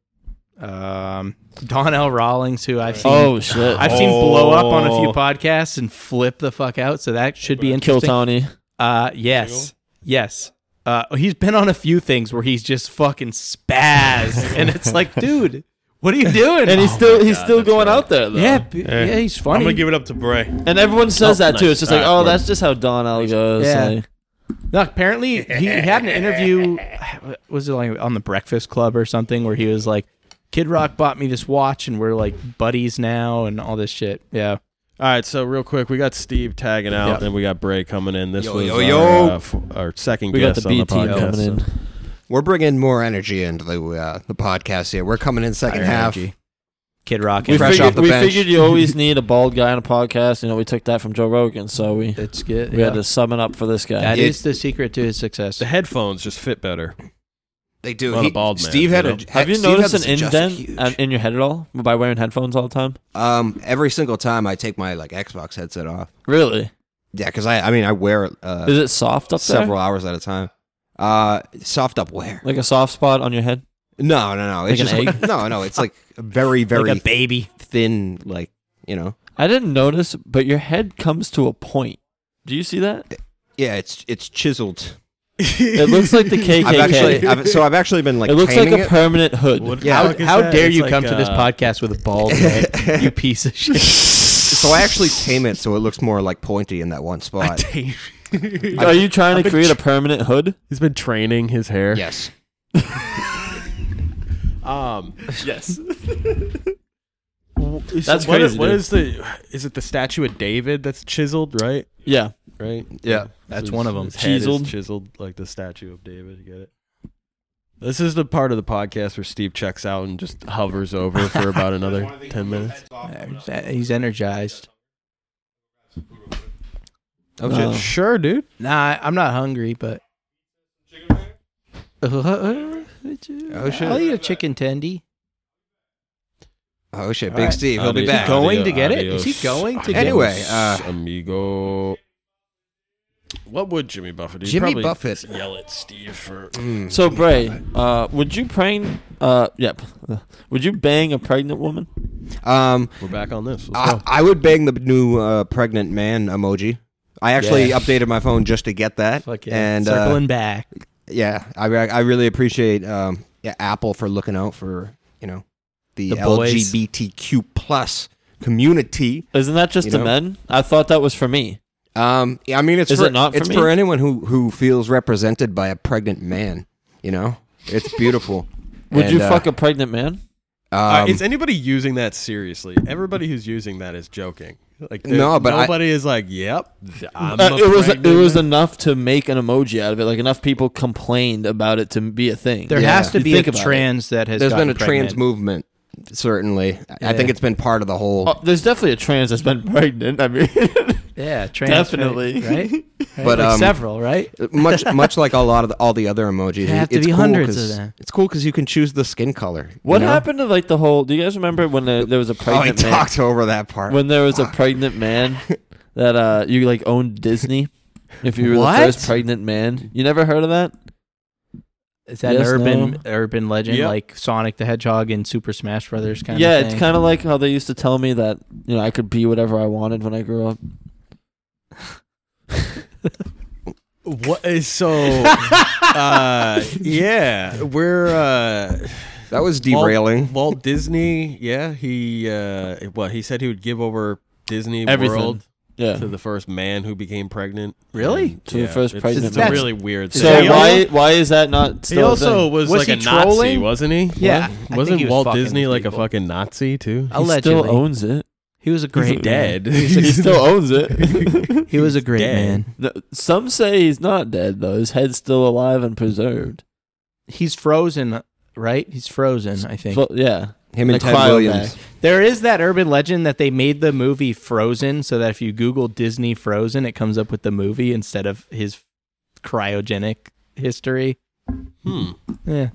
Speaker 6: um, Donnell Rawlings, who I've seen.
Speaker 2: Oh shit!
Speaker 6: I've seen blow up on
Speaker 3: Oh.
Speaker 6: a few podcasts and flip the fuck out, so that should be
Speaker 2: Kill
Speaker 6: interesting.
Speaker 2: Tony.
Speaker 6: Uh, yes, yes. Uh, he's been on a few things where he's just fucking spaz, and it's
Speaker 3: [LAUGHS]
Speaker 6: like, dude, what are you doing?
Speaker 2: And he's still he's still going out there though.
Speaker 6: yeah, b- yeah, he's
Speaker 3: I'm
Speaker 6: funny.
Speaker 3: gonna give it up to Bray.
Speaker 2: And everyone says that too.
Speaker 1: nice.
Speaker 2: It's just
Speaker 1: All
Speaker 2: like,
Speaker 1: right,
Speaker 2: oh,
Speaker 1: cool.
Speaker 2: that's just how Donnell goes.
Speaker 6: Yeah.
Speaker 2: Like,
Speaker 6: No, apparently he had an
Speaker 11: [LAUGHS]
Speaker 6: interview. Was it like on the Breakfast Club or something where he was like, "Kid Rock bought me this watch, and we're like buddies now, and all this shit." Yeah,
Speaker 1: all right, so real quick, we got Steve tagging out, and we got Bray coming in. This
Speaker 11: Yo,
Speaker 1: was
Speaker 11: yo,
Speaker 1: our,
Speaker 11: yo.
Speaker 1: uh, f- our second
Speaker 2: we got
Speaker 1: guest
Speaker 2: the
Speaker 1: on the
Speaker 2: B team
Speaker 1: podcast.
Speaker 2: coming in.
Speaker 1: so-
Speaker 11: We're bringing more energy into the uh, the podcast here. We're coming in second half.
Speaker 6: energy. Kid Rock.
Speaker 11: We
Speaker 6: and
Speaker 11: Fresh
Speaker 2: figured,
Speaker 11: off the
Speaker 2: we
Speaker 11: bench.
Speaker 2: figured you always need a bald guy on a podcast. You know, we took that from Joe Rogan, so we
Speaker 6: It's good.
Speaker 2: we
Speaker 6: yeah.
Speaker 2: had to sum it up for this guy.
Speaker 6: That
Speaker 11: It-
Speaker 6: is uh, the secret to his success.
Speaker 1: The headphones just fit better.
Speaker 11: They do.
Speaker 12: Well,
Speaker 11: He-
Speaker 12: the bald man,
Speaker 11: Steve had
Speaker 12: you
Speaker 11: a.
Speaker 12: know?
Speaker 2: Have you
Speaker 11: Steve had
Speaker 2: noticed
Speaker 11: this
Speaker 2: an
Speaker 11: adjusted
Speaker 2: indent
Speaker 11: huge.
Speaker 2: uh, in your head at all by wearing headphones all the time?
Speaker 11: Um, every single time I take my like Xbox headset off.
Speaker 2: Really?
Speaker 11: Yeah, because I I mean I wear it uh,
Speaker 2: Is it soft up there?
Speaker 11: several hours at a time. Uh, soft up wear.
Speaker 2: Like a soft spot on your head?
Speaker 11: No, no, no. It's
Speaker 2: Like
Speaker 11: just
Speaker 2: an
Speaker 11: no, no. It's like very, very
Speaker 6: like a baby.
Speaker 11: thin. Like you know,
Speaker 2: I didn't notice, but your head comes to a point. Do you see that?
Speaker 11: yeah. It's it's chiseled.
Speaker 2: It looks like the KKK.
Speaker 11: [LAUGHS] I've actually, I've, so I've actually been like.
Speaker 2: it looks like
Speaker 11: taming
Speaker 2: a
Speaker 11: it.
Speaker 2: permanent hood.
Speaker 11: Yeah.
Speaker 6: How,
Speaker 11: Fuck
Speaker 6: how dare you
Speaker 1: like,
Speaker 6: come to this
Speaker 1: uh,
Speaker 6: podcast with a [LAUGHS] bald head, you piece of shit?
Speaker 11: so I actually tame it so it looks more like pointy in that
Speaker 1: [LAUGHS]
Speaker 11: one spot.
Speaker 2: Are you trying to create a permanent hood?
Speaker 12: He's been training his hair.
Speaker 11: yes.
Speaker 12: Um,
Speaker 2: Yes.
Speaker 12: that's
Speaker 2: That's
Speaker 12: what is-
Speaker 2: crazy,
Speaker 12: what
Speaker 2: dude.
Speaker 12: is the? Is it the statue of David that's chiseled? Right.
Speaker 2: Yeah.
Speaker 12: Right.
Speaker 11: Yeah.
Speaker 12: That's
Speaker 6: one of 'em.
Speaker 2: Chiseled.
Speaker 12: chiseled, chiseled like the statue of David. You get it? This is the part of the podcast where Steve checks out and just hovers
Speaker 11: [LAUGHS]
Speaker 12: over for about another ten minutes.
Speaker 6: He's energized.
Speaker 2: Oh,
Speaker 11: Uh-huh.
Speaker 1: Um,
Speaker 12: Sure, dude.
Speaker 6: Nah, I'm not hungry, but.
Speaker 11: Oh shit.
Speaker 6: I'll eat a chicken tendy.
Speaker 11: Oh shit.
Speaker 6: All
Speaker 11: Big
Speaker 6: right.
Speaker 11: Steve. He'll be
Speaker 12: Adios,
Speaker 11: back.
Speaker 6: Going
Speaker 12: adio-
Speaker 6: to get it? Is he
Speaker 12: adios,
Speaker 6: going to
Speaker 11: get Anyway, it? uh,
Speaker 12: amigo. What would Jimmy Buffett do? He'd
Speaker 11: Jimmy
Speaker 12: probably
Speaker 11: Buffett.
Speaker 12: yell at Steve for
Speaker 11: Hmm.
Speaker 2: So Bray, uh, would you prang? Uh, yep. [LAUGHS] Would you bang a pregnant woman?
Speaker 11: Um,
Speaker 12: We're back on this. Let's
Speaker 11: I,
Speaker 12: go.
Speaker 11: I would bang the new uh, pregnant man emoji. I actually updated my phone just to get that.
Speaker 6: Fuck yeah.
Speaker 11: And uh,
Speaker 6: Circling back.
Speaker 11: yeah, I re- I really appreciate um, yeah, Apple for looking out for you know the,
Speaker 6: The boys.
Speaker 11: LGBTQ plus community.
Speaker 2: Isn't that just
Speaker 11: You
Speaker 2: the
Speaker 11: know-
Speaker 2: men? I thought that was for me.
Speaker 11: Um, yeah, I mean, it's
Speaker 2: Is
Speaker 11: for,
Speaker 2: it not for
Speaker 11: it's
Speaker 2: me?
Speaker 11: for anyone who who feels represented by a pregnant man. You know, it's
Speaker 2: [LAUGHS]
Speaker 11: beautiful.
Speaker 2: Would you
Speaker 11: And, uh,
Speaker 2: fuck a pregnant man?
Speaker 1: Uh,
Speaker 11: um,
Speaker 1: is anybody using that seriously? Everybody who's using that is joking. Like there-
Speaker 11: No, but I-
Speaker 1: nobody is like, "Yep, th- I'm
Speaker 2: Uh,
Speaker 1: a
Speaker 2: it was it
Speaker 1: pregnant
Speaker 2: was
Speaker 1: man."
Speaker 2: enough to make an emoji out of it. Like enough people complained about it to be a thing.
Speaker 6: There
Speaker 11: Yeah.
Speaker 6: has to
Speaker 2: You
Speaker 6: be a
Speaker 2: think about it.
Speaker 6: trans that has
Speaker 11: There's been
Speaker 6: gotten
Speaker 11: a trans
Speaker 6: pregnant.
Speaker 11: movement, certainly. I- I think
Speaker 6: Yeah.
Speaker 11: it's been part of the whole.
Speaker 2: Oh, there's definitely a trans that's been [LAUGHS] pregnant. I mean,
Speaker 6: Yeah, trans.
Speaker 2: definitely. [LAUGHS]
Speaker 6: Right? right?
Speaker 11: But,
Speaker 6: Like
Speaker 11: um,
Speaker 6: several, right?
Speaker 2: Oh.
Speaker 11: much much like a lot of the, all the other
Speaker 6: [LAUGHS]
Speaker 11: emojis.
Speaker 6: There have to
Speaker 11: it's
Speaker 6: be
Speaker 11: cool
Speaker 6: hundreds
Speaker 11: 'cause-
Speaker 6: of them.
Speaker 11: It's cool because you can choose the skin color. you
Speaker 2: What
Speaker 11: know?
Speaker 2: happened to like the whole? Do you guys remember when the, there was a
Speaker 11: Oh, he
Speaker 2: pregnant man?
Speaker 11: talked over that part.
Speaker 2: When there
Speaker 11: [LAUGHS]
Speaker 2: was a pregnant man that uh you like owned Disney. If you were
Speaker 6: What?
Speaker 2: the first pregnant man, you never heard of that?
Speaker 6: Is that
Speaker 2: Yes,
Speaker 6: an urban
Speaker 2: no.
Speaker 6: urban legend
Speaker 1: Yep.
Speaker 6: like Sonic the Hedgehog and Super Smash Brothers kind
Speaker 2: yeah,
Speaker 6: of
Speaker 2: it's kind of like how they used to tell me that you know I could be whatever I wanted when I grew up.
Speaker 1: What is so? [LAUGHS] uh, yeah, we're uh,
Speaker 11: that
Speaker 1: Walt-
Speaker 11: was derailing.
Speaker 1: Walt Disney. Yeah, he uh, what he said he would give over Disney
Speaker 2: Everything.
Speaker 1: World
Speaker 2: Yeah.
Speaker 1: to the first man who became pregnant.
Speaker 6: Really?
Speaker 2: To the first
Speaker 1: it's,
Speaker 2: pregnant
Speaker 1: It's
Speaker 2: man.
Speaker 1: a really weird.
Speaker 2: So
Speaker 1: story.
Speaker 6: that
Speaker 2: why why is that not still
Speaker 1: he also
Speaker 2: a thing?
Speaker 1: was, like
Speaker 6: Was he
Speaker 1: a Nazi,
Speaker 6: trolling?
Speaker 1: wasn't he?
Speaker 6: Yeah, I- I think
Speaker 1: wasn't
Speaker 6: he was
Speaker 1: Walt
Speaker 6: fucking
Speaker 1: Disney
Speaker 6: with
Speaker 1: like a
Speaker 6: people.
Speaker 1: fucking Nazi too?
Speaker 2: he
Speaker 6: allegedly.
Speaker 2: still owns it.
Speaker 6: he was a great
Speaker 1: He's dead.
Speaker 2: he
Speaker 1: [LAUGHS]
Speaker 2: still owns it.
Speaker 6: [LAUGHS] Man. He was a great
Speaker 1: dead.
Speaker 6: man.
Speaker 2: No, Some say he's not dead though. His head's still alive and preserved.
Speaker 6: He's frozen, right? He's frozen, I think.
Speaker 2: But, yeah.
Speaker 11: Him
Speaker 2: The
Speaker 11: and Ted
Speaker 2: cryo
Speaker 11: Williams.
Speaker 2: bag.
Speaker 6: There is that urban legend that they made the movie Frozen so that if you Google Disney Frozen, it comes up with the movie instead of his cryogenic history.
Speaker 1: Hmm.
Speaker 6: Yeah.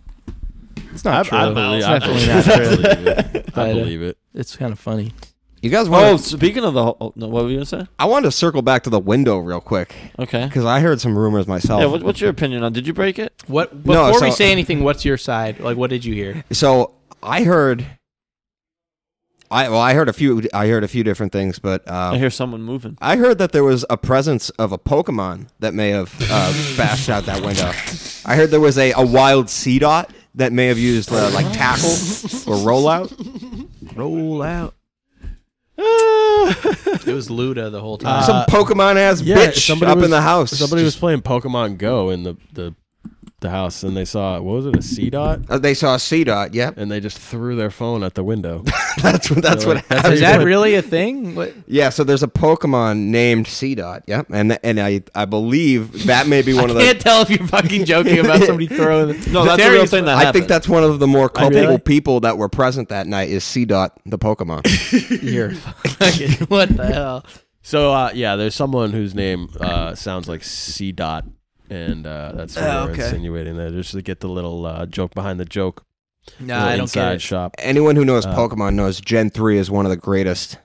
Speaker 6: It's not true.
Speaker 1: I believe,
Speaker 6: it's
Speaker 1: I
Speaker 6: definitely
Speaker 1: believe-
Speaker 6: not
Speaker 1: I
Speaker 6: true.
Speaker 1: [LAUGHS] believe it. I
Speaker 6: But, uh,
Speaker 1: believe it.
Speaker 6: It's kind of funny.
Speaker 11: You guys want?
Speaker 2: Oh,
Speaker 11: to
Speaker 2: speaking of the whole, oh, no, what were you gonna say?
Speaker 11: I wanted to circle back to the window real quick
Speaker 2: Okay.
Speaker 11: because I heard some rumors myself.
Speaker 2: Yeah. What, what's your opinion on? Did you break it?
Speaker 6: What before
Speaker 11: No,
Speaker 6: we
Speaker 11: so-
Speaker 6: say anything, what's your side? Like what did you hear?
Speaker 11: so I heard. I well, I heard a few. I heard a few different things, but
Speaker 2: I
Speaker 11: uh,
Speaker 2: hear someone moving.
Speaker 11: I heard that there was a presence of a Pokemon that may have uh, bashed out that window. I heard there was a, a wild Sea Dot that may have used uh, like tackle or rollout.
Speaker 6: Roll out. it was Luda the whole time.
Speaker 11: Some Pokemon ass
Speaker 1: yeah,
Speaker 11: bitch
Speaker 1: somebody
Speaker 11: up in
Speaker 1: was-
Speaker 11: the house.
Speaker 1: Somebody was
Speaker 11: Just-
Speaker 1: playing Pokemon Go in the the the house, and they saw what was it a C dot,
Speaker 11: uh, they saw C dot. Yep, [LAUGHS]
Speaker 1: and they just threw their phone at the window.
Speaker 11: that's what that's
Speaker 1: So,
Speaker 11: what
Speaker 1: like,
Speaker 11: happened.
Speaker 1: how
Speaker 6: is
Speaker 1: you
Speaker 6: that
Speaker 1: doing?
Speaker 6: really a thing? What?
Speaker 11: Yeah, so there's a Pokemon named C dot. Yep, and and I I believe that
Speaker 2: [LAUGHS]
Speaker 11: may be one of
Speaker 6: Can't
Speaker 11: the.
Speaker 6: tell if you're fucking joking about somebody throwing.
Speaker 2: No, that's a real
Speaker 6: Terry's-
Speaker 2: thing that
Speaker 11: I think
Speaker 2: happened.
Speaker 11: that's one of the more culpable
Speaker 2: really?
Speaker 11: people that were present that night is C dot the Pokemon.
Speaker 2: [LAUGHS]
Speaker 6: You're fucking. What the hell?
Speaker 1: So uh, yeah, there's someone whose name uh, sounds like C dot and uh, that's what
Speaker 11: Oh,
Speaker 1: we
Speaker 11: okay.
Speaker 1: we're insinuating there, just to get the little uh, joke behind the joke,
Speaker 6: No,
Speaker 1: little
Speaker 6: I don't
Speaker 1: inside
Speaker 6: get it.
Speaker 1: shop.
Speaker 11: Anyone who
Speaker 2: Oh.
Speaker 11: knows
Speaker 1: Uh,
Speaker 11: Pokemon knows Gen 3 is one of the greatest.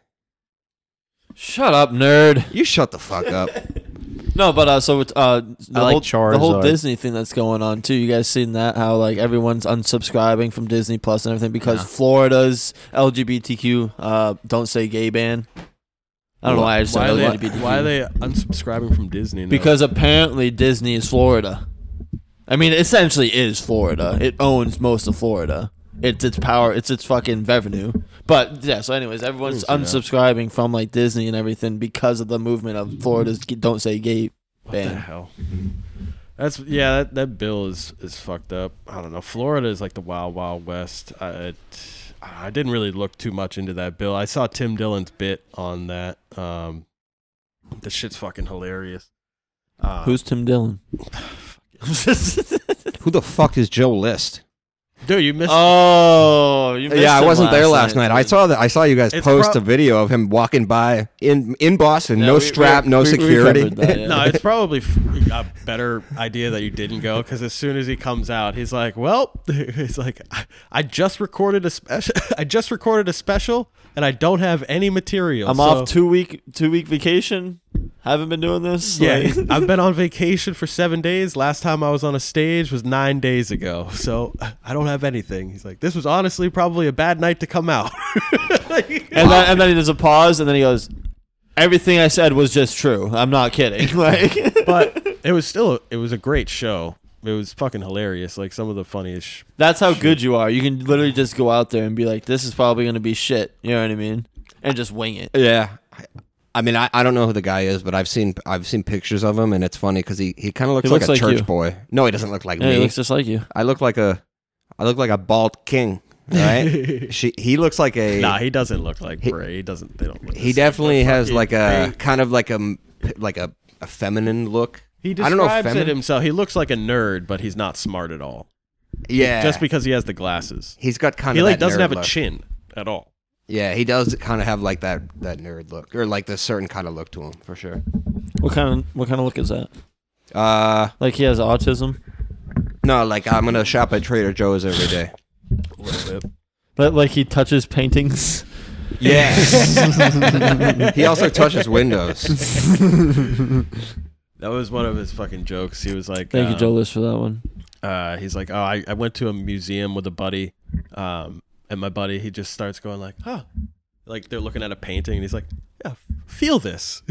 Speaker 2: Shut up, nerd.
Speaker 11: You shut the
Speaker 2: [LAUGHS]
Speaker 11: fuck up.
Speaker 2: No, but uh, so it's, uh, the,
Speaker 6: like
Speaker 2: whole, the whole
Speaker 6: Charizard.
Speaker 2: Disney thing that's going on too. You guys seen that? How like everyone's unsubscribing from Disney Plus and everything because Florida's LGBTQ uh, don't say gay ban. I don't know why I just said
Speaker 1: Why are, they,
Speaker 2: LGBTQ.
Speaker 1: why are they unsubscribing from Disney? Now?
Speaker 2: Because apparently Disney is Florida. I mean, it essentially is Florida. It owns most of Florida. It's its power. It's its fucking revenue. But yeah. So, anyways, everyone's unsubscribing from like Disney and everything because of the movement of Florida's g- don't say gay
Speaker 1: What the
Speaker 2: ban.
Speaker 1: hell? That's yeah. That, that bill is is fucked up. I don't know. Florida is like the wild wild west. I, it, I didn't really look too much into that bill. I saw Tim Dillon's bit on that. Um, the shit's fucking hilarious. Uh,
Speaker 2: Who's Tim
Speaker 1: [SIGHS]
Speaker 2: Dillon? [LAUGHS]
Speaker 11: Who the fuck is Joe List?
Speaker 1: dude? You missed. [LAUGHS]
Speaker 2: oh, you missed
Speaker 11: yeah, I
Speaker 2: him
Speaker 11: wasn't there last night. I saw that. I saw you guys
Speaker 1: It's
Speaker 11: post
Speaker 1: prob-
Speaker 11: a video of him walking by in in Boston,
Speaker 2: Yeah,
Speaker 11: no
Speaker 2: we-
Speaker 11: strap,
Speaker 2: we-
Speaker 11: no
Speaker 2: we- we
Speaker 11: security.
Speaker 2: covered
Speaker 11: [LAUGHS]
Speaker 2: that, yeah.
Speaker 1: no, it's probably f- a better idea that you didn't go because as soon as he comes out, he's like, "Well, [LAUGHS] he's like, I, I just recorded a special. [LAUGHS] I just recorded a special, and I don't have any material.
Speaker 2: I'm
Speaker 1: so-
Speaker 2: off two week two week vacation. Haven't been doing this.
Speaker 1: Yeah,
Speaker 2: Like-
Speaker 1: [LAUGHS] he's- I've been on vacation for seven days. Last time I was on a stage was nine days ago, [LAUGHS] so [SIGHS] I don't have anything. He's like, this was honestly probably a bad night to come out. [LAUGHS]
Speaker 2: and [LAUGHS] then and then he does a pause and then he goes, "Everything I said was just true. I'm not [LAUGHS] kidding." Like.
Speaker 1: [LAUGHS] but it was still, it was a great show. It was fucking hilarious. Like some of the funniest. sh-
Speaker 2: That's how good you are. You can literally just go out there and be like, "This is probably going to be shit." You know what I mean? And just wing it.
Speaker 11: yeah, I- I mean, I, I don't know who the guy is, but I've seen I've seen pictures of him, and it's funny because he, he kind of looks
Speaker 2: He
Speaker 11: like
Speaker 2: looks
Speaker 11: a
Speaker 2: like
Speaker 11: church
Speaker 2: you.
Speaker 11: boy. No, he doesn't look like
Speaker 2: Yeah,
Speaker 11: me.
Speaker 2: he looks just like you.
Speaker 11: I look like a I look like a bald king,
Speaker 1: [LAUGHS]
Speaker 11: right? she he looks like a
Speaker 1: Nah, he doesn't look like Bray. He doesn't. They don't. Look
Speaker 11: he definitely has like a kind of like a m- like a, a feminine look.
Speaker 1: He
Speaker 11: I
Speaker 1: describes
Speaker 11: don't know if
Speaker 1: it
Speaker 11: feminine-
Speaker 1: himself. He looks like a nerd, but he's not smart at all.
Speaker 11: Yeah,
Speaker 1: Just because he has the glasses,
Speaker 11: he's got kind
Speaker 1: he
Speaker 11: of
Speaker 1: like
Speaker 11: that
Speaker 1: doesn't
Speaker 11: nerd
Speaker 1: have a
Speaker 11: look.
Speaker 1: chin at all.
Speaker 11: Yeah, he does kind of have like that that nerd look or like this certain kind of look to him for sure.
Speaker 2: What kind of what kind of look is that?
Speaker 11: Uh,
Speaker 2: Like he has autism.
Speaker 11: no, like I'm gonna shop at Trader Joe's every day.
Speaker 2: But like he touches paintings.
Speaker 11: Yes. [LAUGHS] he also touches windows.
Speaker 1: That was one of his fucking jokes. He was like,
Speaker 2: Thank you,
Speaker 1: um,
Speaker 2: Joe List, for that one.
Speaker 1: uh, he's like, oh, I, I went to a museum with a buddy, um, and my buddy he just starts going like, huh, like they're looking at a painting, and he's like, yeah, f- feel this,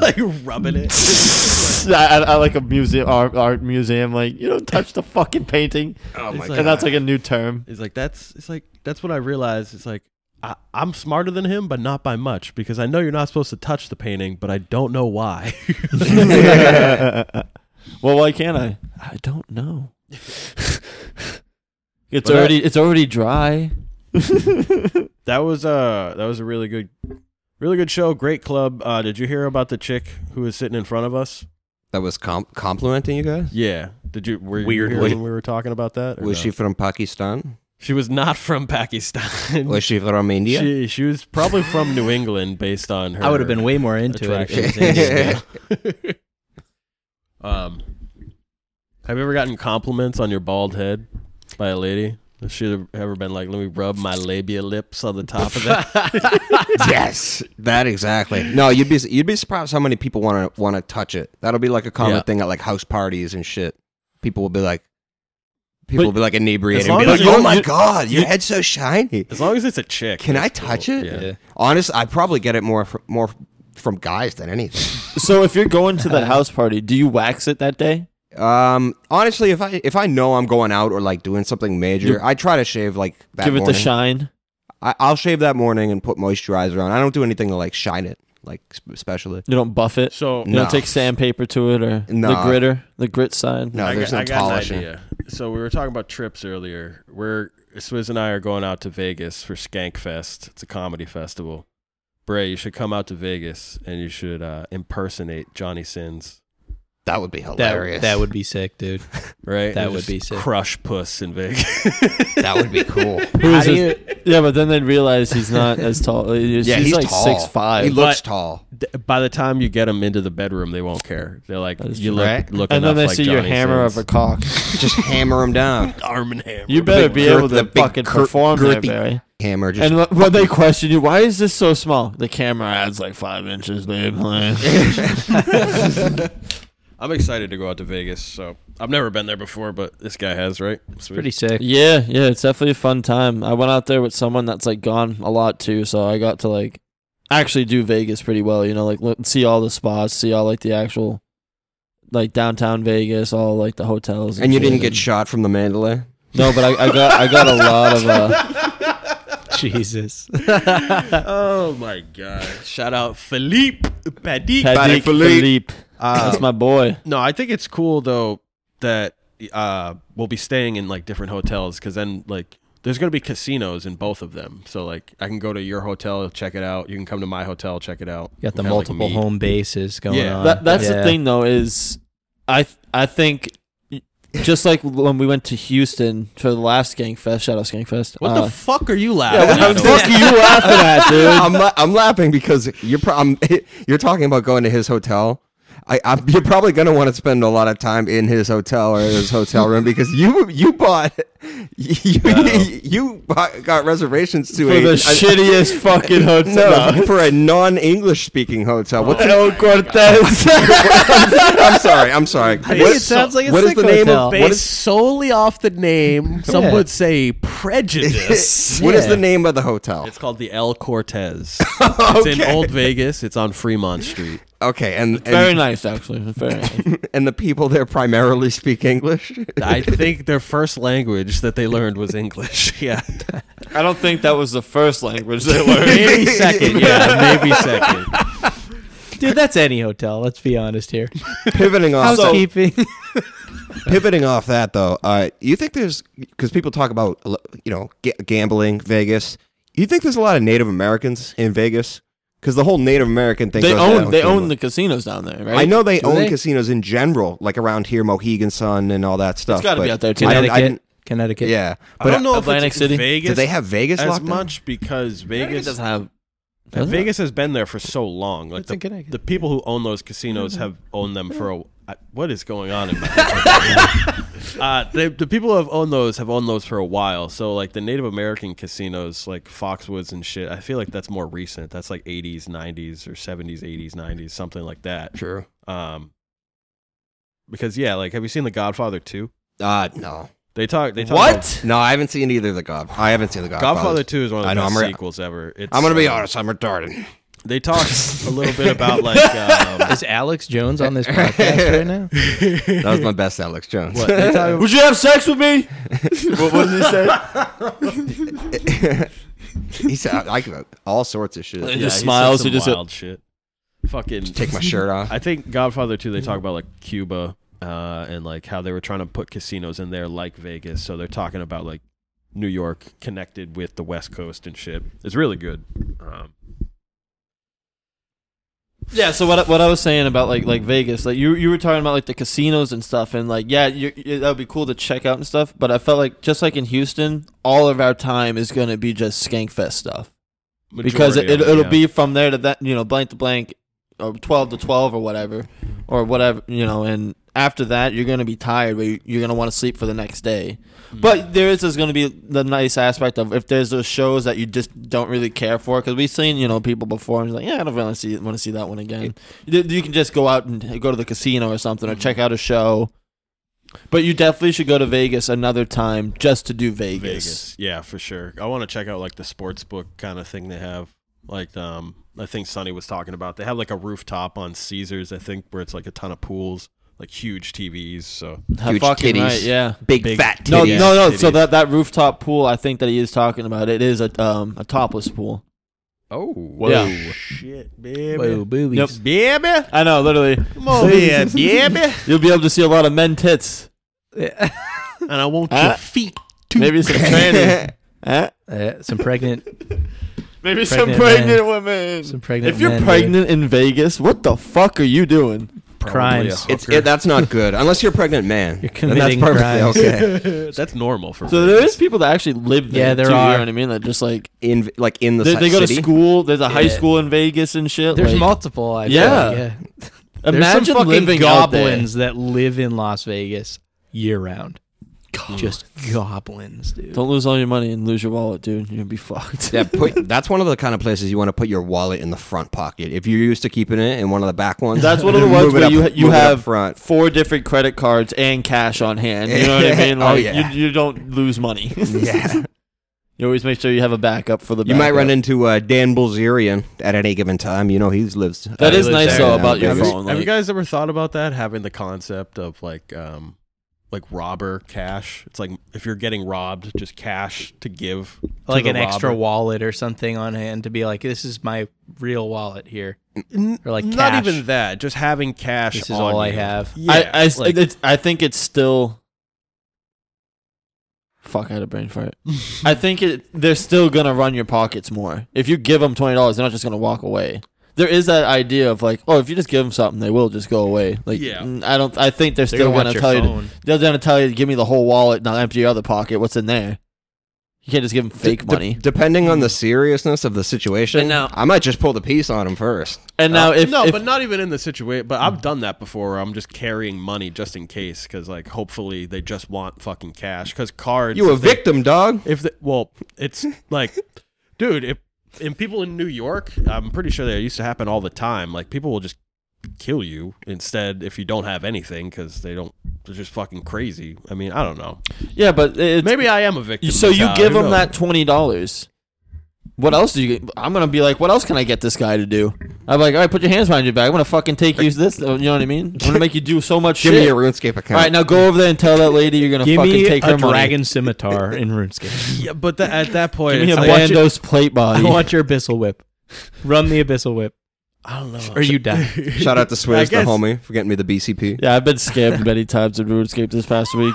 Speaker 1: [LAUGHS] like rubbing it.
Speaker 2: [LAUGHS] I, I, I like a museum art, art museum. Like you don't touch the fucking painting,
Speaker 11: Oh my
Speaker 1: It's
Speaker 11: god.
Speaker 2: and that's like a new term.
Speaker 1: [LAUGHS]
Speaker 2: [LAUGHS]
Speaker 1: He's like, that's it's like that's what I realized. It's like I, I'm smarter than him, but not by much because I know you're not supposed to touch the painting, but I don't know why. [LAUGHS]
Speaker 2: Well, why can't I? I don't know. [LAUGHS] it's
Speaker 1: But I-
Speaker 2: already it's already dry.
Speaker 1: that was uh that was a really good, really good show. Great club. Uh, did you hear about the chick who was sitting in front of us?
Speaker 11: that was com- complimenting you guys.
Speaker 1: Yeah. Did you were you
Speaker 11: Weird.
Speaker 1: here
Speaker 11: Was-
Speaker 1: when we were talking about that? or
Speaker 11: Was
Speaker 1: no?
Speaker 11: she from Pakistan?
Speaker 1: She was not from Pakistan.
Speaker 11: Was she from India? [LAUGHS]
Speaker 1: She she was probably from New England based on her.
Speaker 6: I would have been way more into it. if
Speaker 1: attraction.
Speaker 6: it. was
Speaker 11: [LAUGHS]
Speaker 6: Indian.
Speaker 1: Um, have you ever gotten compliments on your bald head by a lady? Has she ever been like, "Let me rub my labia lips on the top of
Speaker 11: [LAUGHS]
Speaker 1: that"?
Speaker 11: yes, that exactly. No, you'd be you'd be surprised how many people want to want to touch it. That'll be like a common
Speaker 1: Yeah.
Speaker 11: thing at like house parties and shit. People will be like, people will be like inebriated.
Speaker 1: As long
Speaker 11: And be
Speaker 1: as
Speaker 11: like,
Speaker 1: you-
Speaker 11: oh my
Speaker 1: you-
Speaker 11: god, your head's so shiny.
Speaker 1: As long as it's a chick.
Speaker 11: Can I
Speaker 1: that's
Speaker 11: touch
Speaker 1: cool.
Speaker 11: it?
Speaker 1: Yeah.
Speaker 11: Honest, I probably get it more fr- more from guys than anything.
Speaker 2: [LAUGHS] So if you're going to
Speaker 11: [LAUGHS]
Speaker 2: that house party, do you wax it that day?
Speaker 11: um, honestly, if I if I know I'm going out or like doing something major,
Speaker 2: You-
Speaker 11: I try to shave like that.
Speaker 2: Give it the
Speaker 11: morning.
Speaker 2: shine.
Speaker 11: I, I'll shave that morning and put moisturizer on. I don't do anything to like shine it, like sp- especially.
Speaker 2: You don't buff it.
Speaker 1: So
Speaker 2: Oh, You
Speaker 11: No.
Speaker 2: don't take sandpaper to it or the
Speaker 11: Nah.
Speaker 2: gritter, the grit side.
Speaker 11: No,
Speaker 1: I
Speaker 11: there's
Speaker 1: got,
Speaker 11: no
Speaker 1: I got
Speaker 11: polishing.
Speaker 1: an idea. So we were talking about trips earlier. We're Swizz and I are going out to Vegas for Skank Fest. It's a comedy festival. Bray, you should come out to Vegas and you should uh, impersonate Johnny Sins.
Speaker 11: That would be
Speaker 6: That,
Speaker 11: hilarious.
Speaker 6: that would be sick, dude.
Speaker 1: right?
Speaker 6: That
Speaker 1: And
Speaker 6: would
Speaker 1: just
Speaker 6: be sick.
Speaker 1: crush puss in [LAUGHS] Vegas.
Speaker 11: that would [LAUGHS] be cool.
Speaker 2: Who's his- yeah, but then they'd realize he's not as tall. He's,
Speaker 11: [LAUGHS] Yeah,
Speaker 2: he's,
Speaker 11: he's,
Speaker 2: like
Speaker 11: tall.
Speaker 2: six five.
Speaker 11: He looks
Speaker 1: But-
Speaker 11: tall.
Speaker 1: By the time you get them into the bedroom, they won't care. They're like, you look
Speaker 11: Right.
Speaker 1: look
Speaker 2: and then
Speaker 1: enough
Speaker 2: they
Speaker 1: like
Speaker 2: see your
Speaker 1: Johnny
Speaker 2: hammer
Speaker 1: Sins."
Speaker 2: of a [LAUGHS] cock.
Speaker 11: Just hammer
Speaker 2: [LAUGHS]
Speaker 11: him down.
Speaker 1: arm and hammer.
Speaker 2: You better be
Speaker 11: Girth-
Speaker 2: able
Speaker 11: the
Speaker 2: to
Speaker 11: big
Speaker 2: fucking
Speaker 11: cur-
Speaker 2: perform there,
Speaker 11: girthy
Speaker 2: Barry.
Speaker 11: Hammer. Just
Speaker 2: And wh- when they question you, why is this so small? The camera adds like five inches, [LAUGHS] babe.
Speaker 1: [LAUGHS] I'm excited to go out to Vegas. So I've never been there before, but this guy has, right? It's [LAUGHS]
Speaker 2: [LAUGHS]
Speaker 6: Pretty sick.
Speaker 2: yeah, yeah, it's definitely a fun time. I went out there with someone that's like gone a lot too, so I got to like actually do Vegas pretty well. You know, like look, see all the spots, see all like the actual like downtown Vegas, all like the hotels.
Speaker 11: and you
Speaker 2: shit,
Speaker 11: didn't get shot from the Mandalay.
Speaker 2: no, but I, I got I got a lot of
Speaker 11: [LAUGHS]
Speaker 2: uh,
Speaker 6: Jesus.
Speaker 1: Oh my god! Shout out Philippe Padik.
Speaker 2: Padik
Speaker 11: Philippe. Ah.
Speaker 2: Philippe.
Speaker 11: Uh,
Speaker 2: That's my boy.
Speaker 1: No, I think it's cool though that uh, we'll be staying in like different hotels because then like there's gonna be casinos in both of them. So like I can go to your hotel, check it out. You can come to my hotel, check it out.
Speaker 6: Got the
Speaker 1: Kinda like
Speaker 6: multiple
Speaker 1: meet.
Speaker 6: home bases going
Speaker 1: Yeah.
Speaker 6: on.
Speaker 2: That, that's
Speaker 6: Yeah.
Speaker 2: the thing, though, is I th- I think just like when we went to Houston for the last Gang Fest, shout out Gang Fest.
Speaker 1: What
Speaker 2: uh,
Speaker 1: the fuck are you laughing?
Speaker 2: what
Speaker 1: at
Speaker 2: the fuck are you laughing at, dude?
Speaker 11: [LAUGHS] I'm, la- I'm laughing because you're pro- I'm, [LAUGHS] you're talking about going to his hotel. I, I, you're probably going to want to spend a lot of time in his hotel or his hotel room because you you bought [LAUGHS] you, [LAUGHS] you bought, got reservations to
Speaker 2: For
Speaker 11: a,
Speaker 2: the
Speaker 11: a-
Speaker 2: shittiest [LAUGHS] fucking hotel.
Speaker 11: no [LAUGHS] for a non-English speaking hotel. What's the,
Speaker 2: El Cortez. Oh,
Speaker 11: [LAUGHS] I'm sorry, I'm sorry. [LAUGHS] What-
Speaker 6: it sounds like a
Speaker 11: what is
Speaker 6: sick
Speaker 11: the name
Speaker 6: hotel.
Speaker 11: of
Speaker 1: Based
Speaker 11: what is,
Speaker 1: solely off the
Speaker 6: [LAUGHS]
Speaker 1: name, some
Speaker 6: Yeah.
Speaker 1: would say
Speaker 6: [LAUGHS]
Speaker 1: prejudice.
Speaker 11: what is the name of the hotel?
Speaker 1: It's called the El Cortez. It's in Old Vegas. It's on Fremont Street.
Speaker 11: Okay,
Speaker 2: [LAUGHS]
Speaker 11: and
Speaker 2: Very
Speaker 11: and,
Speaker 2: nice, actually. Very nice.
Speaker 11: and the people there primarily speak English. [LAUGHS]
Speaker 1: I think their first language that they learned was English. [LAUGHS] Yeah.
Speaker 2: I don't think that was the first language
Speaker 11: [LAUGHS]
Speaker 2: they learned.
Speaker 6: Maybe
Speaker 1: [LAUGHS]
Speaker 6: second, yeah.
Speaker 1: Maybe second.
Speaker 6: Dude, that's any hotel. Let's be honest here.
Speaker 11: Pivoting off
Speaker 6: Housekeeping.
Speaker 11: pivoting off that though, uh, you think there's because people talk about you know g- gambling Vegas. You think there's a lot of Native Americans in Vegas because the whole Native American thing.
Speaker 2: They
Speaker 11: goes down
Speaker 2: own
Speaker 11: with
Speaker 2: they
Speaker 11: gambling.
Speaker 2: own the casinos down there, right?
Speaker 11: I know they own
Speaker 2: they?
Speaker 11: casinos in general, like around here, Mohegan Sun and all that stuff.
Speaker 2: It's got to
Speaker 11: but
Speaker 2: be out there too.
Speaker 11: I don't- I
Speaker 6: Connecticut.
Speaker 11: didn't-
Speaker 6: Connecticut.
Speaker 11: yeah, uh,
Speaker 1: I don't know
Speaker 2: Atlantic
Speaker 1: if it's
Speaker 2: City?
Speaker 1: Vegas
Speaker 11: do they have Vegas
Speaker 1: as
Speaker 11: locked down?
Speaker 1: much because Vegas
Speaker 2: doesn't have.
Speaker 1: Vegas has been there for so long. Like
Speaker 6: It's in
Speaker 1: the,
Speaker 6: Connecticut.
Speaker 1: the people who own those casinos
Speaker 11: Mm-hmm.
Speaker 1: have owned them for a. I- What is going on? In my
Speaker 11: [LAUGHS]
Speaker 1: [LAUGHS] uh, the the people who have owned those have owned those for a while. So like the Native American casinos, like Foxwoods and shit. I feel like that's more recent. That's like 80s, 90s, or 70s, 80s, 90s, something like that.
Speaker 11: True.
Speaker 1: Um, because yeah, like have you seen The Godfather 2?
Speaker 11: Uh, no,
Speaker 1: They talk. They talk about-
Speaker 2: What?
Speaker 11: no, I haven't seen either of the God. I haven't seen the Godfather.
Speaker 1: Godfather 2 is one of the
Speaker 11: I know,
Speaker 1: best
Speaker 11: I'm re-
Speaker 1: sequels ever. It's,
Speaker 11: I'm gonna be
Speaker 1: uh,
Speaker 11: honest. I'm retarded.
Speaker 1: They talk a little bit about
Speaker 11: [LAUGHS]
Speaker 1: like um, [LAUGHS]
Speaker 6: Is Alex Jones on
Speaker 2: [LAUGHS]
Speaker 6: this podcast right now?
Speaker 11: That was my best, Alex Jones.
Speaker 1: [LAUGHS] what they
Speaker 11: [LAUGHS]
Speaker 1: talk
Speaker 2: Would you have sex with me? what, what did he say?
Speaker 11: he said I, I could- all sorts of shit.
Speaker 2: He just smiles. He
Speaker 1: Some
Speaker 2: just
Speaker 1: wild shit. Fucking
Speaker 11: Take my
Speaker 2: [LAUGHS]
Speaker 11: shirt off.
Speaker 1: I think Godfather 2 they talk about like Cuba uh, and like how they were trying to put casinos in there like Vegas. So they're talking about like New York connected with the West Coast and shit. It's really good. Um,
Speaker 2: Yeah, so what I- what I was saying about like like Vegas, like you you were talking about like the casinos and stuff, and like yeah, you, you, that would be cool to check out and stuff. But I felt like just like in Houston, all of our time is gonna be just Skankfest stuff because it,
Speaker 1: majority
Speaker 2: it
Speaker 1: of
Speaker 2: it'll
Speaker 1: yeah.
Speaker 2: be from there to that you know blank to blank, or twelve to twelve or whatever, or whatever you know. And after that, you're gonna be tired, but you- you're gonna want to sleep for the next day.
Speaker 1: Mm.
Speaker 2: But there is is gonna be the nice aspect of if there's those shows that you just don't really care for because we've seen you know people before and it's like yeah I don't really see want to see that one again. You, you can just go out and go to the casino or something or check out a show. But you definitely should go to Vegas another time just to do
Speaker 1: Vegas. Yeah, for sure. I want to check out like the sports book kind of thing they have. Like um I think Sonny was talking about. They have like a rooftop on Caesars, I think, where it's like a ton of pools, like huge TVs. So
Speaker 2: Have
Speaker 11: Huge
Speaker 2: fucking
Speaker 11: titties.
Speaker 2: right, yeah.
Speaker 11: big,
Speaker 1: Big-
Speaker 11: fat
Speaker 2: No,
Speaker 11: titties.
Speaker 2: no, no. So
Speaker 1: Titties.
Speaker 2: that, that rooftop pool, I think that he is talking about. It is a um a topless pool.
Speaker 1: Oh
Speaker 2: Whoa. Yeah.
Speaker 1: shit, baby.
Speaker 6: Whoa, boobies.
Speaker 2: Yep.
Speaker 1: Baby.
Speaker 2: I know, literally.
Speaker 1: Come on, yeah, baby.
Speaker 2: You'll be able to see a lot of men tits.
Speaker 1: And I want
Speaker 2: Huh?
Speaker 1: your feet.
Speaker 2: Maybe some
Speaker 11: [LAUGHS]
Speaker 2: tranny. Huh?
Speaker 6: [LAUGHS] Uh, some pregnant,
Speaker 2: Maybe
Speaker 6: Pregnant men.
Speaker 2: women.
Speaker 6: some pregnant.
Speaker 2: If you're
Speaker 6: men, dude.
Speaker 2: pregnant in Vegas, what the fuck are you doing?
Speaker 1: Probably a
Speaker 6: Crimes.
Speaker 11: It's
Speaker 1: hooker.
Speaker 11: it, that's not good unless you're a pregnant man. You're
Speaker 6: committing
Speaker 11: that's
Speaker 6: crimes.
Speaker 11: perfectly okay.
Speaker 4: That's normal for
Speaker 2: So there is people that actually live there.
Speaker 6: Yeah, there
Speaker 2: too, You
Speaker 6: are.
Speaker 2: know what I mean? That just like
Speaker 11: In like in the
Speaker 2: they,
Speaker 11: ci-
Speaker 2: they go to
Speaker 11: city?
Speaker 2: school. There's a high
Speaker 6: Yeah.
Speaker 2: school in Vegas and shit.
Speaker 6: There's
Speaker 2: like,
Speaker 6: multiple. I feel
Speaker 2: Yeah.
Speaker 6: like, yeah.
Speaker 2: Imagine
Speaker 6: There's some fucking
Speaker 2: living out there.
Speaker 6: goblins that live in Las Vegas year round. Just goblins, dude.
Speaker 2: Don't lose all your money and lose your wallet, dude. You're gonna be fucked. [LAUGHS]
Speaker 11: Yeah, put, that's one of the kind of places you want to put your wallet in the front pocket. If you're used to keeping it in one of the back ones,
Speaker 2: That's one of the
Speaker 11: move
Speaker 2: ones
Speaker 11: it
Speaker 2: where
Speaker 11: up-
Speaker 2: you ha- you
Speaker 11: move it up
Speaker 2: have [LAUGHS]
Speaker 11: front.
Speaker 2: four different credit cards and cash on hand. You know [LAUGHS] what I mean?
Speaker 11: Oh,
Speaker 2: Like
Speaker 11: yeah.
Speaker 2: you, you don't lose money.
Speaker 11: Yeah,
Speaker 2: [LAUGHS] you always make sure you have a backup for the.
Speaker 11: [LAUGHS] you might run
Speaker 2: backup.
Speaker 11: into uh, Dan Bilzerian at any given time. You know he lives.
Speaker 2: That
Speaker 11: uh,
Speaker 2: is
Speaker 11: lives
Speaker 2: nice
Speaker 11: there
Speaker 2: though
Speaker 11: now,
Speaker 2: about your
Speaker 1: Have
Speaker 11: but-
Speaker 1: you-
Speaker 2: phone.
Speaker 1: have you
Speaker 2: like-
Speaker 1: guys ever thought about that? Having the concept of like, um, like robber cash. It's like if you're getting robbed, just cash to give. to
Speaker 6: like
Speaker 1: the
Speaker 6: an extra
Speaker 1: robber.
Speaker 6: wallet or something on hand to be like, this is my real wallet here.
Speaker 1: N-
Speaker 6: or like
Speaker 1: not
Speaker 6: cash.
Speaker 1: even that. Just having cash.
Speaker 6: This is
Speaker 1: on
Speaker 6: all I
Speaker 1: you.
Speaker 6: have.
Speaker 1: Yeah,
Speaker 2: I I, s-
Speaker 1: like-
Speaker 2: it's, I think it's still. Fuck, I had a brain [LAUGHS] fart. I think it, they're still gonna run your pockets more. If you give them twenty dollars, they're not just gonna walk away. There is that idea of like, oh, if you just give them something, they will just go away. Like,
Speaker 1: Yeah.
Speaker 2: mm, I don't. I think they're
Speaker 6: They're
Speaker 2: still
Speaker 6: gonna
Speaker 2: gonna,
Speaker 6: want your
Speaker 2: tell you.
Speaker 6: phone.
Speaker 2: To, they're gonna tell you to give me the whole wallet, not empty your other pocket. What's in there? You can't just give them fake
Speaker 11: De-
Speaker 2: money.
Speaker 11: depending on the seriousness of the situation,
Speaker 2: And now-
Speaker 11: I might just pull the piece on him first.
Speaker 2: and now, if,
Speaker 1: Uh, no,
Speaker 2: if
Speaker 1: but not even in the situation. But I've done that before. Where I'm just carrying money just in case, because like hopefully they just want fucking cash. Because cards.
Speaker 11: You a
Speaker 1: if they-
Speaker 11: victim, dog.
Speaker 1: If the, well, it's like, [LAUGHS] dude, if and people in New York, I'm pretty sure they used to happen all the time. Like people will just kill you instead if you don't have anything because they don't. They're just fucking crazy. I mean, I don't know.
Speaker 2: yeah, but it's,
Speaker 1: Maybe I am a victim.
Speaker 2: So
Speaker 1: this
Speaker 2: you
Speaker 1: time.
Speaker 2: give
Speaker 1: Who
Speaker 2: him
Speaker 1: knows?
Speaker 2: that twenty dollars. What else do you? Get? I'm gonna be like, what else can I get this guy to do? I'm like, all right, put your hands behind your back. I'm gonna fucking take you this. You know what I mean? I'm gonna make you do so much
Speaker 11: [LAUGHS] Give
Speaker 2: shit.
Speaker 11: me your RuneScape account.
Speaker 2: all right, now go over there and tell that lady you're gonna
Speaker 6: Give
Speaker 2: fucking
Speaker 6: me
Speaker 2: take
Speaker 6: a
Speaker 2: her
Speaker 6: dragon scimitar in RuneScape.
Speaker 1: Yeah, but tha- at that point,
Speaker 2: money. Give me a
Speaker 1: it's like,
Speaker 6: want you-
Speaker 2: Bandos plate
Speaker 6: [LAUGHS] I
Speaker 2: body.
Speaker 6: want your abyssal whip. Run the abyssal whip,
Speaker 1: I don't know.
Speaker 6: or you
Speaker 11: [LAUGHS]
Speaker 6: die.
Speaker 11: Shout out
Speaker 1: [LAUGHS]
Speaker 11: to
Speaker 1: I
Speaker 11: Swizz, the
Speaker 1: guess-
Speaker 11: homie, for getting me the BCP.
Speaker 2: yeah, I've been scammed many times in RuneScape this past week.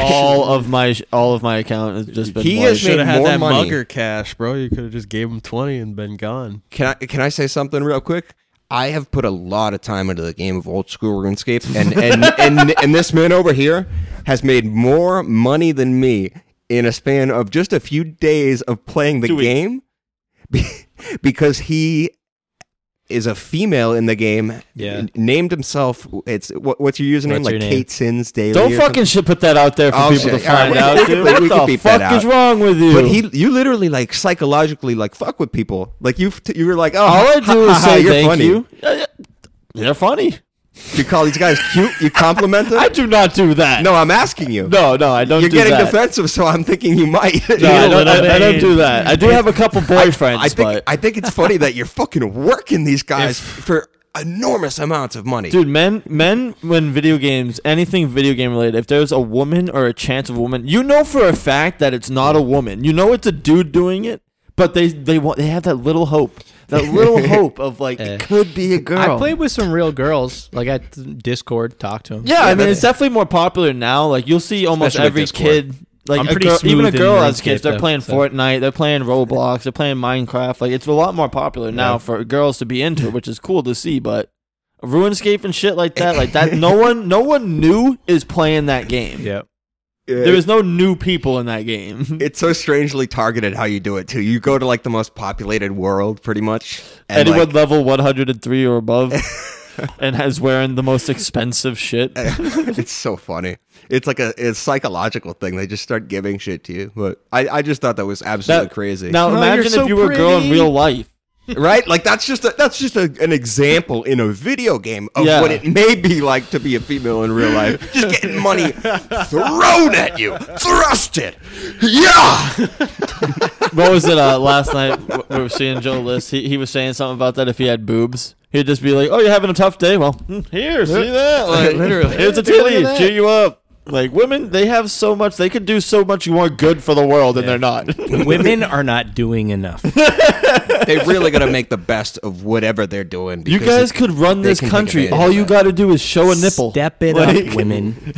Speaker 2: all of my all of my account has just been.
Speaker 11: He
Speaker 2: wiped.
Speaker 11: is
Speaker 1: Should have had
Speaker 11: more
Speaker 1: that
Speaker 11: money.
Speaker 1: mugger cash, bro. You could have just gave him twenty and been gone.
Speaker 11: Can I can I say something real quick? I have put a lot of time into the game of old school RuneScape, and and and, and this man over here has made more money than me in a span of just a few days of playing the game, be- because he is a female in the game.
Speaker 6: Yeah.
Speaker 11: n- named himself. It's what, what's your username?
Speaker 6: What's
Speaker 11: like
Speaker 6: your name?
Speaker 11: Kate Sins Daily.
Speaker 2: Don't
Speaker 11: or
Speaker 2: fucking shit put that out there for
Speaker 11: Oh,
Speaker 2: people to
Speaker 11: shit. All right,
Speaker 2: find
Speaker 11: we-
Speaker 2: out,
Speaker 11: we
Speaker 2: dude.
Speaker 11: could- we
Speaker 2: What
Speaker 11: could
Speaker 2: the
Speaker 11: beep that
Speaker 2: fuck is
Speaker 11: out.
Speaker 2: wrong with you?
Speaker 11: But he, you literally like psychologically like fuck with people. Like you, f- you were like, oh,
Speaker 2: all
Speaker 11: [LAUGHS]
Speaker 2: I
Speaker 11: ha-
Speaker 2: do [LAUGHS]
Speaker 11: ha-
Speaker 2: is
Speaker 11: ha,
Speaker 2: say
Speaker 11: you're
Speaker 2: thank
Speaker 11: funny.
Speaker 2: you. Yeah, yeah. They're funny.
Speaker 11: You call these guys cute. You compliment them.
Speaker 2: I do not do that.
Speaker 11: no, I'm asking you.
Speaker 2: no, no, I don't.
Speaker 11: you're
Speaker 2: do
Speaker 11: getting
Speaker 2: that.
Speaker 11: defensive, so I'm thinking [LAUGHS] you might.
Speaker 2: No, I,
Speaker 6: little
Speaker 2: don't, I- I don't
Speaker 6: bit.
Speaker 2: do that. I do have a couple boyfriends,
Speaker 11: [LAUGHS] I think
Speaker 2: but
Speaker 11: I think it's funny that you're fucking working these guys for enormous amounts of money.
Speaker 2: dude, men, men, when video games, anything video game related, if there's a woman or a chance of a woman, you know for a fact that it's not a woman. You know it's a dude doing it, but they they want they have that little hope, that
Speaker 6: [LAUGHS]
Speaker 2: little hope of like it could be a girl.
Speaker 6: I played with some real girls. Like I Discord, talked to them.
Speaker 2: Yeah, I mean, it's definitely more popular now. Like you'll see almost
Speaker 11: Especially with
Speaker 2: every
Speaker 11: Discord.
Speaker 2: kid, like
Speaker 6: I'm
Speaker 2: a
Speaker 6: pretty
Speaker 2: girl, even
Speaker 6: smooth
Speaker 2: a
Speaker 6: in
Speaker 2: girl has
Speaker 6: RuneScape,
Speaker 2: kids. They're
Speaker 6: though,
Speaker 2: playing
Speaker 6: so.
Speaker 2: Fortnite, they're playing Roblox, they're playing Minecraft. Like it's a lot more popular now for girls to be into, which is cool to see. But RuneScape and shit like that, like that, no one, no one new is playing that game.
Speaker 6: yeah.
Speaker 2: There is no new people in that game.
Speaker 11: It's so strangely targeted how you do it too. You go to like the most populated world, pretty much. and,
Speaker 2: [LAUGHS] Anyone
Speaker 11: like,
Speaker 2: level 103 or above. And has wearing the most expensive shit.
Speaker 11: it's so funny. It's like a it's psychological thing. They just start giving shit to you. But I, I just thought that was absolutely
Speaker 2: That-
Speaker 11: crazy.
Speaker 2: Now
Speaker 6: Oh, you're
Speaker 2: imagine
Speaker 6: so
Speaker 2: if you were a girl in
Speaker 6: pretty.
Speaker 2: real life.
Speaker 11: right? Like that's just a, that's just a, an example in a video game of
Speaker 2: Yeah.
Speaker 11: what it may be like to be a female in
Speaker 2: [LAUGHS]
Speaker 11: real life. Just getting money thrown at you, thrusted. Yeah,
Speaker 2: what was it uh, last night? w- We were seeing Joe List. He, he was saying something about that. If he had boobs, he'd just be like, "Oh, you're having a tough day. Well, hmm, here, see that? [LAUGHS] Like,
Speaker 11: Literally.
Speaker 2: here's a
Speaker 11: Look at
Speaker 2: titty,
Speaker 11: that."
Speaker 2: cheer you up." Like women, they have so much. They could do so much more good for the world, and they're
Speaker 11: [LAUGHS]
Speaker 2: not.
Speaker 6: [LAUGHS] Women are not
Speaker 2: [LAUGHS]
Speaker 6: doing enough.
Speaker 11: [LAUGHS] they really gotta make the best of whatever they're doing.
Speaker 2: you guys
Speaker 11: because it-
Speaker 2: could run
Speaker 11: they
Speaker 2: this
Speaker 11: can take
Speaker 2: country.
Speaker 11: advantage
Speaker 2: All
Speaker 11: of
Speaker 2: you
Speaker 11: that.
Speaker 2: got to do is show a nipple.
Speaker 6: Step it
Speaker 2: Like- [LAUGHS]
Speaker 6: up, women.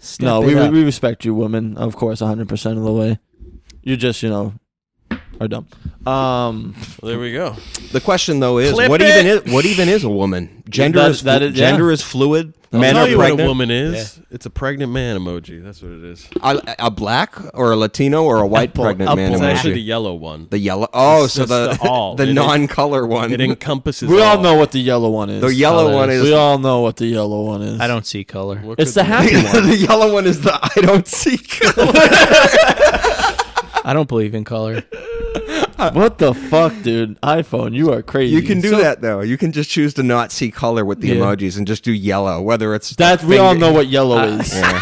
Speaker 6: Step
Speaker 2: no,
Speaker 6: it
Speaker 2: we,
Speaker 6: up.
Speaker 2: we respect you, women, of course, 100% of the way. You're just, you know, are dumb. Um,
Speaker 1: Well, there we go.
Speaker 11: The question though is,
Speaker 1: Clip
Speaker 11: what
Speaker 1: it.
Speaker 11: even is what even is a woman? Gender
Speaker 2: That-
Speaker 11: is,
Speaker 2: that is- yeah.
Speaker 11: gender is fluid.
Speaker 2: I'll
Speaker 11: Men
Speaker 1: Tell
Speaker 11: are
Speaker 1: you what a
Speaker 11: pregnant.
Speaker 1: woman is. It's a pregnant man emoji. That's what it is.
Speaker 11: A, a black or a Latino or a white
Speaker 2: Apple-
Speaker 11: pregnant man.
Speaker 1: It's
Speaker 2: apple.
Speaker 11: emoji.
Speaker 1: actually the yellow one.
Speaker 11: The yellow. Oh, so
Speaker 1: just
Speaker 11: the
Speaker 1: the all.
Speaker 11: [LAUGHS] the
Speaker 1: It en-
Speaker 11: non-color one.
Speaker 1: It
Speaker 11: [LAUGHS]
Speaker 1: encompasses.
Speaker 2: we all know what the yellow one is.
Speaker 11: The yellow
Speaker 2: How that
Speaker 11: one is-
Speaker 2: We all know what the yellow one is.
Speaker 6: I don't see color.
Speaker 1: What
Speaker 2: It's
Speaker 1: could
Speaker 11: [LAUGHS]
Speaker 2: the
Speaker 1: be-
Speaker 2: happy one.
Speaker 11: the yellow one is the I don't see color.
Speaker 6: I don't believe in color.
Speaker 2: What the fuck, dude? iPhone, you are crazy.
Speaker 11: You can do
Speaker 2: So-
Speaker 11: that though. You can just choose to not see color with the
Speaker 2: Yeah.
Speaker 11: emojis and just do yellow. Whether it's
Speaker 2: That we all know what yellow
Speaker 11: Uh,
Speaker 2: is.
Speaker 11: yeah.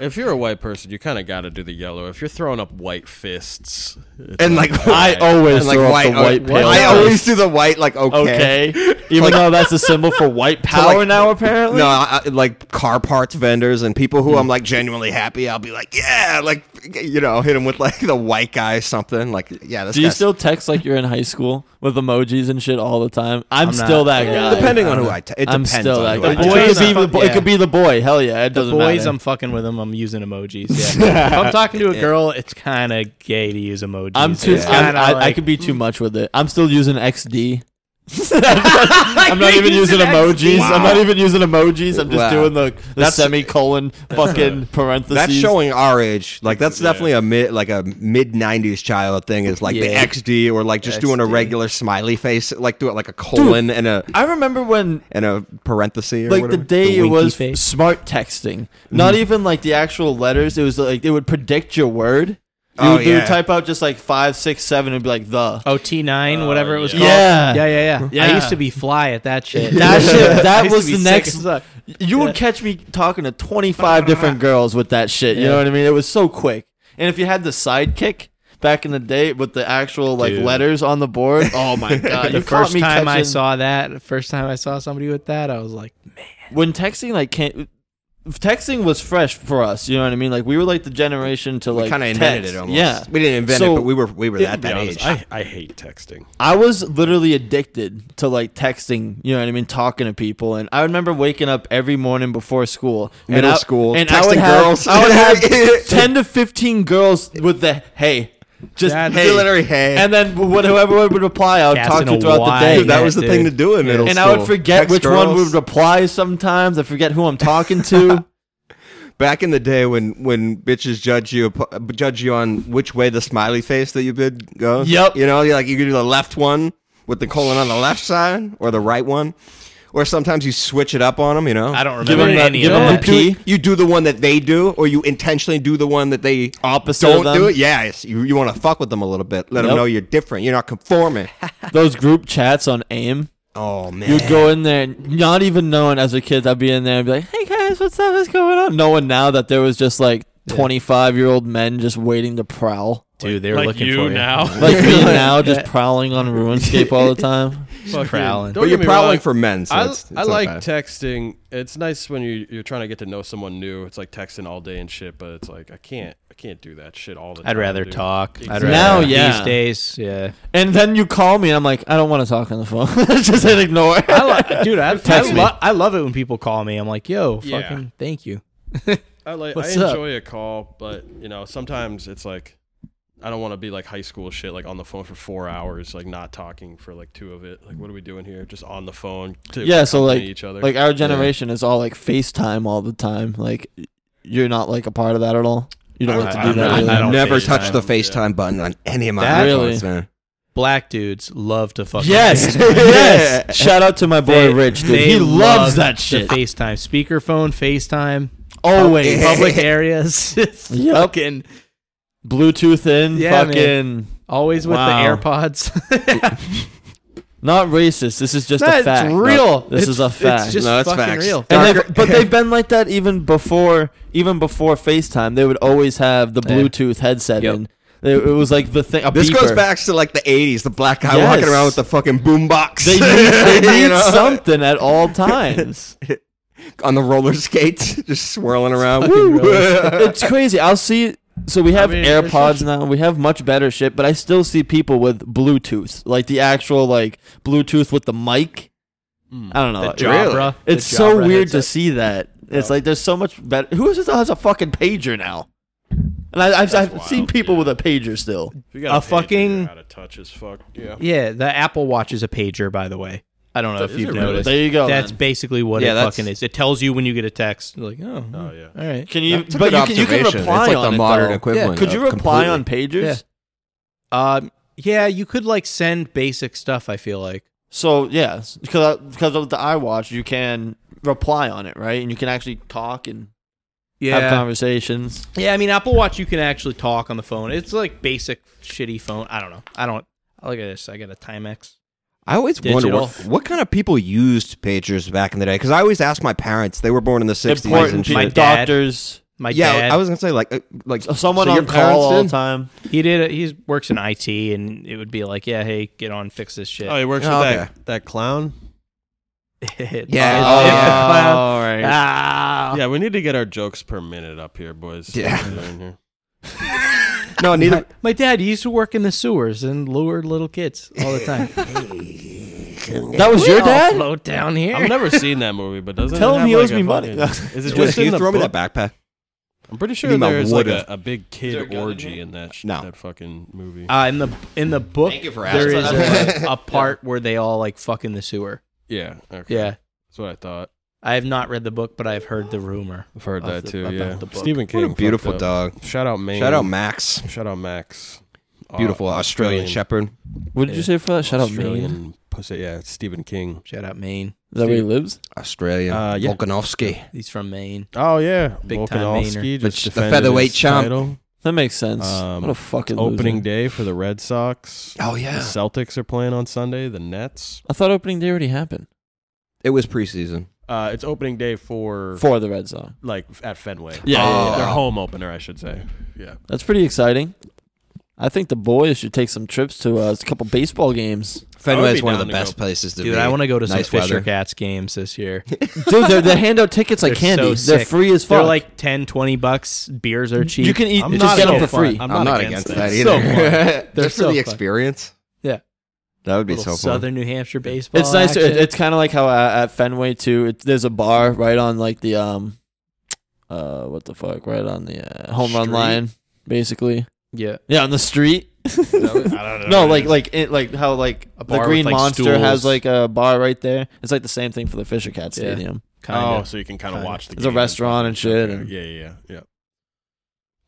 Speaker 1: If you're a white person, you kind of got to do the yellow. If you're throwing up white fists, it's
Speaker 11: and like
Speaker 2: I always
Speaker 11: and like
Speaker 2: throw up
Speaker 11: white.
Speaker 2: the white
Speaker 11: oh,
Speaker 2: pale.
Speaker 11: I
Speaker 2: face.
Speaker 11: always do the white. Like okay.
Speaker 2: [LAUGHS]
Speaker 11: [LAUGHS]
Speaker 2: okay, even
Speaker 11: Like-
Speaker 2: though that's a symbol for
Speaker 11: [LAUGHS]
Speaker 2: white power
Speaker 11: like-
Speaker 2: now. Apparently,
Speaker 11: No, I, I- like car parts vendors and people
Speaker 2: Hmm.
Speaker 11: who I'm like genuinely happy. I'll be like, yeah, like you know, hit him with like the white guy something. Like, yeah, that's
Speaker 2: Do you still text like you're in high school with emojis and shit all the time? I'm, still that guy.
Speaker 11: depending on who I. T- it
Speaker 2: I'm
Speaker 11: depends
Speaker 2: still that
Speaker 11: on who I
Speaker 2: guy.
Speaker 11: text.
Speaker 2: It
Speaker 6: boys
Speaker 2: could, be the
Speaker 6: are fun-
Speaker 2: boy, it
Speaker 6: yeah.
Speaker 2: could be the boy. Hell yeah, it doesn't
Speaker 6: Boys,
Speaker 2: matter.
Speaker 6: I'm fucking with them. I'm using emojis.
Speaker 2: [LAUGHS]
Speaker 6: Yeah. if I'm talking to a girl, it's kind of gay to use emojis.
Speaker 2: I'm too.
Speaker 6: It's
Speaker 2: I'm-
Speaker 6: kinda
Speaker 2: I, I
Speaker 6: like-
Speaker 2: could be too much with it. I'm still using XD.
Speaker 11: [LAUGHS]
Speaker 2: I'm not even using emojis. I'm not even using emojis. I'm just
Speaker 11: Wow.
Speaker 2: doing the, the
Speaker 11: That's- [LAUGHS]
Speaker 2: semicolon fucking parentheses.
Speaker 11: That's showing our age. Like that's definitely a mid, like a mid '90s child thing. Is like
Speaker 2: Yeah.
Speaker 11: the XD or like just doing a
Speaker 2: XD.
Speaker 11: regular smiley face. Like do it like a colon and a
Speaker 2: I remember when
Speaker 11: and a parenthesis. Or
Speaker 2: like
Speaker 11: whatever.
Speaker 2: the day
Speaker 6: The
Speaker 2: it was
Speaker 6: winky face.
Speaker 2: smart texting. Not
Speaker 6: Mm-hmm.
Speaker 2: even like the actual letters. It was like it would predict your word. You
Speaker 11: Oh,
Speaker 2: would, they would
Speaker 11: yeah.
Speaker 2: type out just like five, six, seven, and be like the.
Speaker 6: Oh, T9, whatever it was
Speaker 2: yeah.
Speaker 6: called.
Speaker 2: Yeah.
Speaker 6: yeah, yeah, yeah. I
Speaker 2: Yeah.
Speaker 6: used to be fly at that
Speaker 2: [LAUGHS]
Speaker 6: shit. [LAUGHS]
Speaker 2: That shit.
Speaker 6: I
Speaker 2: That
Speaker 6: used to
Speaker 2: was
Speaker 6: be
Speaker 2: the
Speaker 6: sick
Speaker 2: next.
Speaker 6: as fuck.
Speaker 2: You would catch me talking to twenty five
Speaker 6: [LAUGHS]
Speaker 2: different girls with that shit. You know what I mean? It was so quick. And if you had the sidekick back in the day with the actual like letters on the board,
Speaker 6: [LAUGHS]
Speaker 1: [LAUGHS]
Speaker 2: oh my god!
Speaker 6: The
Speaker 2: you caught
Speaker 6: first
Speaker 2: me
Speaker 6: time I
Speaker 2: catching-
Speaker 6: saw that, the first time I saw somebody with that, I was like,
Speaker 2: when texting like can't texting was fresh for us you know what i mean like we were like the generation to like
Speaker 11: we kind of invented
Speaker 2: text.
Speaker 11: it almost.
Speaker 2: yeah
Speaker 11: we didn't invent
Speaker 2: So-
Speaker 11: it, but we were we were at
Speaker 1: Be
Speaker 11: that
Speaker 1: honest,
Speaker 11: age.
Speaker 1: I, I hate texting.
Speaker 2: i was literally addicted to like texting you know what i mean talking to people and i remember waking up every morning before school and
Speaker 11: Middle
Speaker 2: I-
Speaker 11: school,
Speaker 2: and I
Speaker 11: texting
Speaker 2: would have,
Speaker 11: girls.
Speaker 2: i would
Speaker 11: [LAUGHS]
Speaker 2: have 10 to 15 girls with the hey just hey.
Speaker 11: Literary hey.
Speaker 2: and then wh- whoever would reply i would talk
Speaker 6: Casting
Speaker 2: to
Speaker 6: a
Speaker 2: throughout the
Speaker 6: wide
Speaker 2: day
Speaker 11: Dude, that
Speaker 6: Yeah,
Speaker 11: was the
Speaker 6: dude.
Speaker 11: thing to do in middle
Speaker 2: and
Speaker 11: school.
Speaker 2: i would forget
Speaker 11: Text
Speaker 2: which one would
Speaker 11: girls.
Speaker 2: reply sometimes i forget who i'm talking
Speaker 6: [LAUGHS]
Speaker 2: to
Speaker 11: Back in the day, when when bitches judge you up- judge you on which way the smiley face that you did go.
Speaker 2: Yep.
Speaker 11: You know, you're like you could do the left one with the colon on the left side, or the right one, or sometimes you switch it up on them. You know,
Speaker 6: I don't remember
Speaker 2: him that-
Speaker 6: any
Speaker 2: give
Speaker 6: of
Speaker 2: him
Speaker 6: that.
Speaker 2: the
Speaker 11: You do, you do the one that they do, or you intentionally do the one that they
Speaker 2: Opposite
Speaker 11: don't
Speaker 2: of them.
Speaker 11: do it. Yeah, it's- you, you want to fuck with them a little bit. Let
Speaker 2: Yep.
Speaker 11: them know you're different. You're not conforming.
Speaker 2: those group chats on AIM.
Speaker 11: oh man,
Speaker 2: You'd go in there, and not even knowing as a kid, I'd be in there and be like, "Hey guys, what's up? What's going on?" Knowing now that there was just like twenty-five-year-old men just waiting to
Speaker 11: [LAUGHS]
Speaker 2: prowl,
Speaker 6: dude, they were looking for you. [LAUGHS]
Speaker 1: now.
Speaker 2: like me now, just prowling on RuneScape all the time.
Speaker 11: [LAUGHS]
Speaker 6: prowling.
Speaker 11: but you're prowling for men. So
Speaker 1: I,
Speaker 11: it's, it's
Speaker 1: I
Speaker 11: not
Speaker 1: like
Speaker 11: bad.
Speaker 1: texting. It's nice when you you're trying to get to know someone new. It's like texting all day and shit, but it's like I can't I can't do that shit all the time.
Speaker 6: I'd rather
Speaker 1: dude.
Speaker 6: talk. I'd rather
Speaker 1: Exactly.
Speaker 2: Now, yeah.
Speaker 6: These days, yeah.
Speaker 2: And then you call me, and I'm like, "I don't want to talk on the phone." [LAUGHS] just hit ignore.
Speaker 6: I li-
Speaker 2: [LAUGHS]
Speaker 6: dude, I, I,
Speaker 2: Text me.
Speaker 6: lo- I love it when people call me. I'm like, yo,
Speaker 1: Yeah.
Speaker 6: fucking thank you.
Speaker 1: I like
Speaker 6: What's
Speaker 1: I
Speaker 6: up?
Speaker 1: enjoy a call, but you know, sometimes it's like I don't want to be like high school shit, like on the phone for four hours, like not talking for like two of it. Like, what are we doing here? Just on the phone to
Speaker 2: Yeah, so,
Speaker 1: accompany
Speaker 2: like-
Speaker 1: each other.
Speaker 2: like our generation is all like FaceTime all the time. Like you're not like a part of that at all. You don't like to do that.
Speaker 6: I'm not-
Speaker 2: really.
Speaker 6: I don't
Speaker 11: never
Speaker 6: FaceTime,
Speaker 11: touch the
Speaker 1: yeah.
Speaker 11: FaceTime button on any of my
Speaker 6: That-
Speaker 11: iPhones, man.
Speaker 6: Black dudes love to fucking [LAUGHS]
Speaker 2: Yes, [LAUGHS] yes. Shout out to my boy
Speaker 6: They-
Speaker 2: Rich, dude.
Speaker 6: they
Speaker 2: He loves
Speaker 6: love
Speaker 2: that
Speaker 6: the
Speaker 2: shit.
Speaker 6: FaceTime, speakerphone, FaceTime,
Speaker 2: Always.
Speaker 6: public areas. [LAUGHS] It's
Speaker 2: [LAUGHS] Yep.
Speaker 6: Fucking
Speaker 2: Bluetooth in,
Speaker 6: Yeah,
Speaker 2: fucking.
Speaker 6: always with
Speaker 2: Wow.
Speaker 6: the
Speaker 2: [LAUGHS]
Speaker 6: AirPods.
Speaker 2: Not racist. This is just a
Speaker 6: That's
Speaker 2: fact.
Speaker 6: real.
Speaker 2: this
Speaker 6: It's-
Speaker 2: is a fact.
Speaker 6: It's just
Speaker 11: No, it's
Speaker 6: fucking
Speaker 11: facts.
Speaker 6: real.
Speaker 2: and
Speaker 11: darker-
Speaker 2: they've, but they've been like that even before, even before FaceTime. They would always have the
Speaker 6: Yeah.
Speaker 2: Bluetooth headset
Speaker 6: Yep.
Speaker 2: in. They- It, was like the thing. A
Speaker 11: This goes
Speaker 2: beeper.
Speaker 11: back to like the '80s, the black guy
Speaker 2: Yes.
Speaker 11: walking around with the fucking boombox. [LAUGHS]
Speaker 2: They need, they need
Speaker 11: you know,
Speaker 2: something at all times.
Speaker 11: on the roller skates, [LAUGHS] just swirling around. Woo.
Speaker 2: it's crazy. I'll see. So we have
Speaker 1: mean, it's
Speaker 2: AirPods now. We have much better shit, but I still see people with Bluetooth, like the actual like Bluetooth with the mic.
Speaker 1: Hmm.
Speaker 2: I don't know.
Speaker 6: Jabra.
Speaker 2: It's
Speaker 6: The
Speaker 2: so
Speaker 6: Jabra
Speaker 2: weird to
Speaker 6: headset.
Speaker 2: see that. It's like there's so much better. Who is it that has a fucking pager now? I And I, I've, I've
Speaker 13: wild,
Speaker 2: seen people
Speaker 13: yeah.
Speaker 2: with a pager still.
Speaker 13: If you got
Speaker 6: A fucking-
Speaker 13: out of touch as fuck. Yeah.
Speaker 6: Yeah, the Apple Watch is a pager, by the way. I don't know if you've noticed.
Speaker 2: There you go.
Speaker 6: That's
Speaker 2: man.
Speaker 6: basically what
Speaker 14: Yeah,
Speaker 6: it
Speaker 14: that's-
Speaker 6: fucking is. It tells you when you get a text. You're like, oh,
Speaker 13: Oh yeah.
Speaker 6: all right.
Speaker 2: Can you?
Speaker 11: That's a
Speaker 2: But
Speaker 11: good
Speaker 2: you can, you can
Speaker 11: observation.
Speaker 2: reply
Speaker 11: It's like
Speaker 2: on
Speaker 11: the
Speaker 2: it,
Speaker 11: modern
Speaker 2: though.
Speaker 11: equivalent
Speaker 2: Yeah. Could you
Speaker 11: of
Speaker 2: reply on pagers?
Speaker 6: Yeah. Um, yeah, you could like send basic stuff. I feel like.
Speaker 2: So yes, because because of the iWatch, you can reply on it, right? And you can actually talk and have
Speaker 6: Yeah,
Speaker 2: conversations.
Speaker 6: yeah. I mean, Apple Watch, you can actually talk on the phone. It's like basic shitty phone. I don't know. I don't. Look at this. I got a Timex.
Speaker 11: I always wonder what,
Speaker 6: Digital.
Speaker 11: what kind of people used pagers back in the day because I always ask my parents. They were born in the sixties and
Speaker 2: Important
Speaker 11: shit.
Speaker 2: people,
Speaker 6: My dad-
Speaker 2: doctors,
Speaker 6: My
Speaker 11: yeah,
Speaker 6: dad.
Speaker 11: I was gonna say like uh, [LAUGHS] like
Speaker 2: someone
Speaker 11: so your
Speaker 2: on call
Speaker 11: parents
Speaker 2: all the
Speaker 11: did?
Speaker 2: time.
Speaker 6: he did. He works in IT, and it would be like, yeah, hey, get on, fix this shit. [LAUGHS]
Speaker 1: Oh, he works
Speaker 11: Oh,
Speaker 1: with
Speaker 11: okay.
Speaker 1: that, that clown.
Speaker 11: Yeah.
Speaker 2: Oh,
Speaker 6: clown.
Speaker 2: all right.
Speaker 6: [LAUGHS] Ah.
Speaker 1: Yeah, we need to get our jokes per minute up here, boys.
Speaker 11: Yeah.
Speaker 1: We're doing here.
Speaker 11: No, [LAUGHS] neither.
Speaker 6: My dad he used to work in the sewers and lured little kids all the time.
Speaker 2: That was your dad.
Speaker 6: Float down here.
Speaker 1: I've never seen that movie, but doesn't
Speaker 2: Tell
Speaker 1: it
Speaker 2: him
Speaker 1: have
Speaker 2: he
Speaker 1: like
Speaker 2: owes
Speaker 1: a
Speaker 2: me money.
Speaker 1: fucking- Is it
Speaker 11: Wait,
Speaker 1: just
Speaker 11: can
Speaker 1: in
Speaker 11: you
Speaker 1: the
Speaker 11: throw me
Speaker 1: book?
Speaker 11: that backpack?
Speaker 1: I'm pretty
Speaker 11: Give
Speaker 1: sure
Speaker 11: me my
Speaker 1: there's like a,
Speaker 11: would've.
Speaker 1: a big kid orgy in that sh-
Speaker 11: No.
Speaker 1: that fucking movie.
Speaker 6: Uh, in the in the book,
Speaker 14: Thank you for
Speaker 6: there is
Speaker 14: asking.
Speaker 6: a, a part where they all like fuck in the sewer.
Speaker 1: yeah, okay.
Speaker 6: Yeah,
Speaker 1: that's what I thought.
Speaker 6: I have not read the book, but I've heard the rumor.
Speaker 1: I've heard
Speaker 6: Of
Speaker 1: that
Speaker 6: the-
Speaker 1: too.
Speaker 6: about
Speaker 1: yeah,
Speaker 6: the book.
Speaker 1: Stephen King.
Speaker 11: What a beautiful
Speaker 1: fucked up.
Speaker 11: dog!
Speaker 1: Shout out Maine.
Speaker 11: Shout out Max,
Speaker 1: Shout out Max.
Speaker 11: beautiful
Speaker 1: Uh,
Speaker 11: Australian Shepherd.
Speaker 2: What did you say for that? Shut up,
Speaker 1: Australian
Speaker 2: man.
Speaker 1: pussy. Yeah, Stephen King.
Speaker 6: Shout out Maine.
Speaker 2: Is that where he lives?
Speaker 11: Australian
Speaker 1: Uh, yeah.
Speaker 11: Volkanovski.
Speaker 6: He's from Maine.
Speaker 1: Oh yeah,
Speaker 6: Big time
Speaker 1: Volkanovski
Speaker 6: Mainer.
Speaker 1: just
Speaker 11: The ch- the
Speaker 1: defended
Speaker 11: featherweight
Speaker 1: his
Speaker 11: champ.
Speaker 1: title.
Speaker 2: That makes sense.
Speaker 1: Um,
Speaker 2: what a fucking
Speaker 1: Opening
Speaker 2: loser.
Speaker 1: day for the Red Sox.
Speaker 11: Oh
Speaker 1: The
Speaker 11: yeah,
Speaker 1: Celtics are playing on Sunday. The Nets.
Speaker 2: I thought opening day already happened
Speaker 11: it was preseason.
Speaker 1: Uh, it's opening day for,
Speaker 2: for the Red Sox.
Speaker 1: like at Fenway.
Speaker 2: Yeah, yeah, yeah.
Speaker 1: their home opener, I should say. Yeah,
Speaker 2: That's pretty exciting. I think the boys should take some trips to uh, a couple baseball games.
Speaker 11: Fenway is
Speaker 1: be
Speaker 11: one of
Speaker 1: down
Speaker 11: the
Speaker 1: to
Speaker 11: best places to
Speaker 6: Dude,
Speaker 11: be.
Speaker 6: I want to go to
Speaker 11: Nice
Speaker 6: some Fisher
Speaker 11: weather.
Speaker 6: Cats games this year.
Speaker 2: Dude, they're, they hand out tickets like
Speaker 6: They're so
Speaker 2: candy. they're
Speaker 6: sick.
Speaker 2: free as fuck.
Speaker 6: They're like 10, 20 bucks. Beers are cheap.
Speaker 2: you can eat,
Speaker 1: I'm
Speaker 2: just
Speaker 1: not
Speaker 2: get them
Speaker 1: so
Speaker 2: for
Speaker 1: fun.
Speaker 2: free.
Speaker 1: I'm not
Speaker 11: I'm not
Speaker 1: against that.
Speaker 11: against, that
Speaker 1: So
Speaker 11: [LAUGHS] either.
Speaker 6: They're
Speaker 11: Just
Speaker 6: so
Speaker 11: for the
Speaker 6: fun.
Speaker 11: experience.
Speaker 6: Yeah.
Speaker 11: that would be
Speaker 6: Little
Speaker 11: so fun.
Speaker 6: Southern New Hampshire baseball.
Speaker 2: it's nice.
Speaker 6: action.
Speaker 2: It, it's kind of like how uh, at Fenway too. It, there's a bar right on like the um, uh, what the fuck, right on the uh, home run
Speaker 1: Street?
Speaker 2: line, basically.
Speaker 6: yeah.
Speaker 2: Yeah, on the street. [LAUGHS]
Speaker 15: I don't
Speaker 2: No, like like it, like how like
Speaker 6: A
Speaker 2: the
Speaker 6: bar
Speaker 2: Green
Speaker 6: with, like,
Speaker 2: Monster
Speaker 6: stools.
Speaker 2: has like a bar right there. It's like the same thing for the Fisher Cat
Speaker 6: Yeah.
Speaker 2: Stadium.
Speaker 1: Oh,
Speaker 6: Kind of.
Speaker 1: so you can kind of watch the.
Speaker 2: There's a
Speaker 1: game.
Speaker 2: restaurant and shit.
Speaker 1: Okay,
Speaker 2: and-
Speaker 1: Yeah, yeah, yeah, yeah.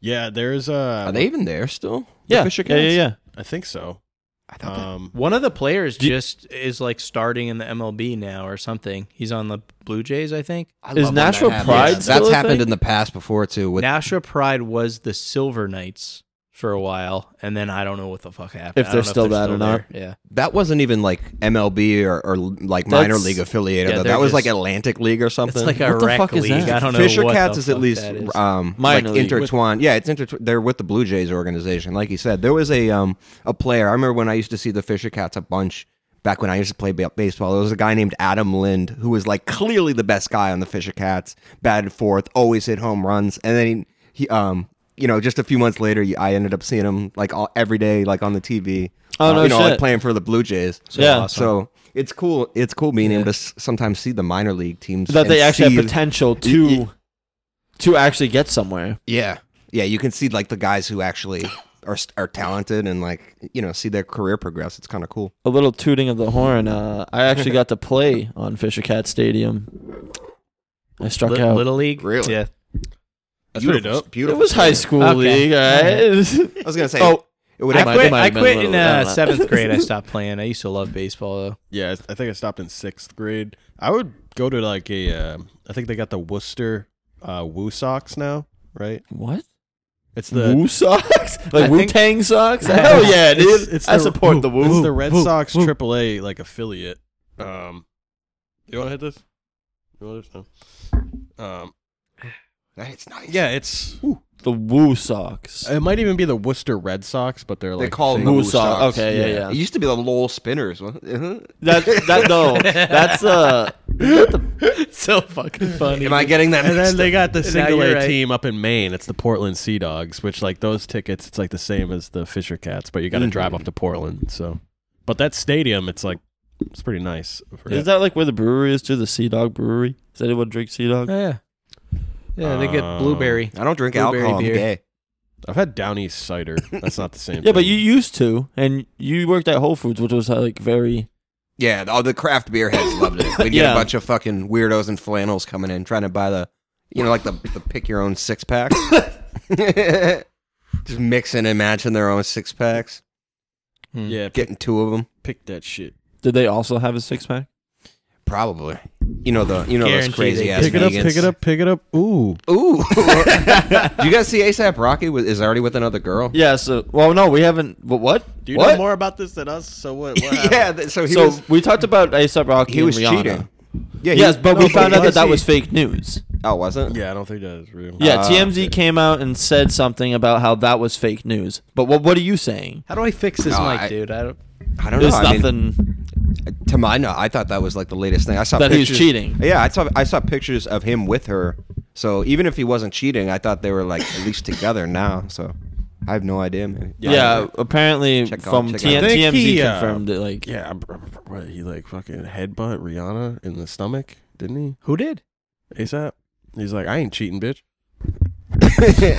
Speaker 1: Yeah, there's uh
Speaker 11: Are they even there still? The
Speaker 2: yeah,
Speaker 11: Fisher
Speaker 2: yeah,
Speaker 11: Cats?
Speaker 2: yeah, yeah.
Speaker 1: I think so.
Speaker 11: I thought that-
Speaker 1: Um,
Speaker 6: One of the players just is like starting in the MLB now or something. He's on the Blue Jays, I think.
Speaker 11: I
Speaker 2: Is
Speaker 11: love when that
Speaker 2: Nashua
Speaker 11: happens.
Speaker 2: Pride
Speaker 11: Yeah,
Speaker 2: still
Speaker 11: That's
Speaker 2: a
Speaker 11: happened
Speaker 2: thing?
Speaker 11: in the past before too. With
Speaker 6: Nashua Pride was the Silver Knights for a while, and then I don't know what the fuck happened.
Speaker 2: If
Speaker 6: I
Speaker 2: they're
Speaker 6: don't know
Speaker 2: still that or not.
Speaker 6: there. Yeah,
Speaker 11: that wasn't even like MLB or, or like minor
Speaker 2: That's-
Speaker 11: league affiliated.
Speaker 6: yeah,
Speaker 11: though.
Speaker 6: they're
Speaker 11: that was like
Speaker 6: just-
Speaker 11: Atlantic League or
Speaker 6: it's
Speaker 11: something.
Speaker 6: like a
Speaker 2: What the
Speaker 6: rec
Speaker 2: fuck is
Speaker 6: league.
Speaker 2: that?
Speaker 6: I don't know.
Speaker 11: Fisher
Speaker 6: what
Speaker 11: Cats
Speaker 6: the
Speaker 11: is at
Speaker 6: fuck
Speaker 11: least
Speaker 6: that is.
Speaker 11: um
Speaker 2: Minor
Speaker 11: like
Speaker 2: league.
Speaker 11: intertwined. Yeah, it's inter- they're with the Blue Jays organization. Like you said, there was a um a player. I remember when I used to see the Fisher Cats a bunch back when I used to play ba- baseball. There was a guy named Adam Lind who was like clearly the best guy on the Fisher Cats. Batted fourth, always hit home runs, and then he, he um you know just a few months later I ended up seeing him like all every day like on the TV.
Speaker 2: Oh,
Speaker 11: Uh,
Speaker 2: no
Speaker 11: you know
Speaker 2: shit.
Speaker 11: like playing for the Blue Jays. So,
Speaker 2: Yeah.
Speaker 11: so it's cool. It's cool being able to s- sometimes see the minor league teams
Speaker 2: That they
Speaker 11: and
Speaker 2: actually
Speaker 11: see-
Speaker 2: have potential to to actually get somewhere.
Speaker 11: yeah, yeah. You can see like the guys who actually are are talented and like you know see their career progress. It's kind of cool.
Speaker 2: a little tooting of the horn. Uh, I actually got to play on Fisher Cat Stadium. I struck
Speaker 6: Li-
Speaker 2: out.
Speaker 6: Little League.
Speaker 11: Really?
Speaker 6: Yeah.
Speaker 11: That's
Speaker 1: pretty
Speaker 11: beautiful.
Speaker 1: dope.
Speaker 2: it
Speaker 11: Beautiful.
Speaker 2: was high school
Speaker 6: Okay.
Speaker 2: league, all right.
Speaker 11: I was gonna say.
Speaker 2: Oh,
Speaker 11: Oh, it would
Speaker 2: I
Speaker 11: have
Speaker 2: might-
Speaker 6: I
Speaker 2: it
Speaker 6: quit.
Speaker 2: might
Speaker 6: I
Speaker 2: have been a
Speaker 6: quit
Speaker 2: little-
Speaker 6: in
Speaker 2: I don't
Speaker 6: uh,
Speaker 2: know.
Speaker 6: seventh grade. I stopped playing. I used to love baseball though.
Speaker 1: Yeah, I I think I stopped in sixth grade. I would go to like a. Uh, I think they got the Worcester uh, Woo Sox now, right?
Speaker 2: [LAUGHS] What?
Speaker 1: It's the
Speaker 2: Woo socks? Like
Speaker 6: I
Speaker 2: Wu
Speaker 6: think-
Speaker 2: Tang socks? Hell yeah, dude!
Speaker 1: It's- it's
Speaker 2: I
Speaker 1: the-
Speaker 2: support the Woo.
Speaker 1: it's the Red
Speaker 2: Woo.
Speaker 1: Sox
Speaker 2: Woo.
Speaker 1: AAA like affiliate. Um, you want to hit this? You want this? No. Um,
Speaker 11: It's nice.
Speaker 1: yeah, it's.
Speaker 2: [LAUGHS] The Woo socks.
Speaker 1: It might even be the Worcester Red Sox, but they're
Speaker 11: They
Speaker 1: like
Speaker 11: call them
Speaker 1: fake. [LAUGHS]
Speaker 11: the
Speaker 2: Woo
Speaker 11: Woo
Speaker 2: Sox.
Speaker 11: Sox.
Speaker 2: Okay, yeah, yeah.
Speaker 11: It used to be the Lowell Spinners. wasn't it? Uh-huh.
Speaker 2: That that no, that's uh,
Speaker 6: so fucking funny.
Speaker 11: Am I getting that?
Speaker 1: And
Speaker 11: mixed
Speaker 1: then they
Speaker 11: up?
Speaker 1: got [LAUGHS] the single A
Speaker 6: you're right.
Speaker 1: team up in Maine. It's the Portland Sea Dogs, which like those tickets, it's like the same as the Fisher Cats, but you got to drive up to Portland. So, but that stadium, it's like it's pretty nice. for-
Speaker 2: is that like where the brewery is too? The Sea Dog Brewery. Does
Speaker 6: [LAUGHS]
Speaker 2: anyone drink Sea Dog?
Speaker 6: Oh, yeah. Yeah, they get
Speaker 1: Um,
Speaker 6: blueberry.
Speaker 11: I don't drink
Speaker 6: Blueberry
Speaker 11: alcohol. I'm
Speaker 6: beer.
Speaker 11: gay.
Speaker 1: I've had Down East cider. That's not the same. [LAUGHS]
Speaker 2: Yeah, but
Speaker 1: thing.
Speaker 2: you used to, and you worked at Whole Foods, which was like very.
Speaker 11: Yeah, all the craft beer heads loved it. We'd get
Speaker 2: Yeah.
Speaker 11: a bunch of fucking weirdos and flannels coming in trying to buy the, you know, like the, the pick your own
Speaker 2: [LAUGHS]
Speaker 11: six pack. [LAUGHS] Just mixing and matching their own six packs,
Speaker 1: yeah pick,
Speaker 11: getting two of them.
Speaker 1: pick that shit.
Speaker 2: Did they also have a six pack?
Speaker 11: Probably. You know the you know
Speaker 6: Guarantee
Speaker 11: those crazy
Speaker 6: they
Speaker 11: ass
Speaker 1: pick it up,
Speaker 11: vegans.
Speaker 1: pick it up, pick it up. Ooh,
Speaker 11: Ooh. [LAUGHS] Do you guys see ASAP Rocky with, is already with another girl?
Speaker 2: Yeah. So, well, no, we haven't. But what?
Speaker 1: do you
Speaker 2: What?
Speaker 1: know more about this than us? So what? what happened?
Speaker 11: [LAUGHS] yeah. th- So he
Speaker 2: so
Speaker 11: was
Speaker 2: we talked about ASAP Rocky.
Speaker 11: he was
Speaker 2: and Rihanna.
Speaker 11: cheating. Yeah. he-
Speaker 2: Yes, but
Speaker 11: no,
Speaker 2: we found out that that
Speaker 11: he-
Speaker 2: was fake news.
Speaker 11: Oh, wasn't?
Speaker 1: yeah. I don't think that is real.
Speaker 2: Yeah,
Speaker 11: Ah,
Speaker 2: TMZ came out and said something about how that was fake news. But what what are you saying?
Speaker 6: How do I fix this
Speaker 11: No,
Speaker 6: mic,
Speaker 11: I-
Speaker 6: dude? I don't.
Speaker 11: I don't know.
Speaker 2: There's
Speaker 11: I mean,
Speaker 2: nothing
Speaker 11: to my no, I thought that was like the latest thing. I saw
Speaker 2: that he was
Speaker 11: pictures.
Speaker 2: cheating.
Speaker 11: Yeah, I saw I saw pictures of him with her. So even if he wasn't cheating, I thought they were like at least together now. So I have no idea, man.
Speaker 2: Yeah, apparently
Speaker 11: Check out-
Speaker 2: from
Speaker 11: check
Speaker 2: TM-
Speaker 11: out.
Speaker 1: I
Speaker 2: TMZ
Speaker 1: think he, uh,
Speaker 2: confirmed it. Like,
Speaker 1: Yeah, I'm- I'm- what, he like fucking headbutt Rihanna in the stomach, didn't
Speaker 6: Who did?
Speaker 1: he? ASAP. He's like, I ain't cheating, [LAUGHS] bitch. Fucking headbutts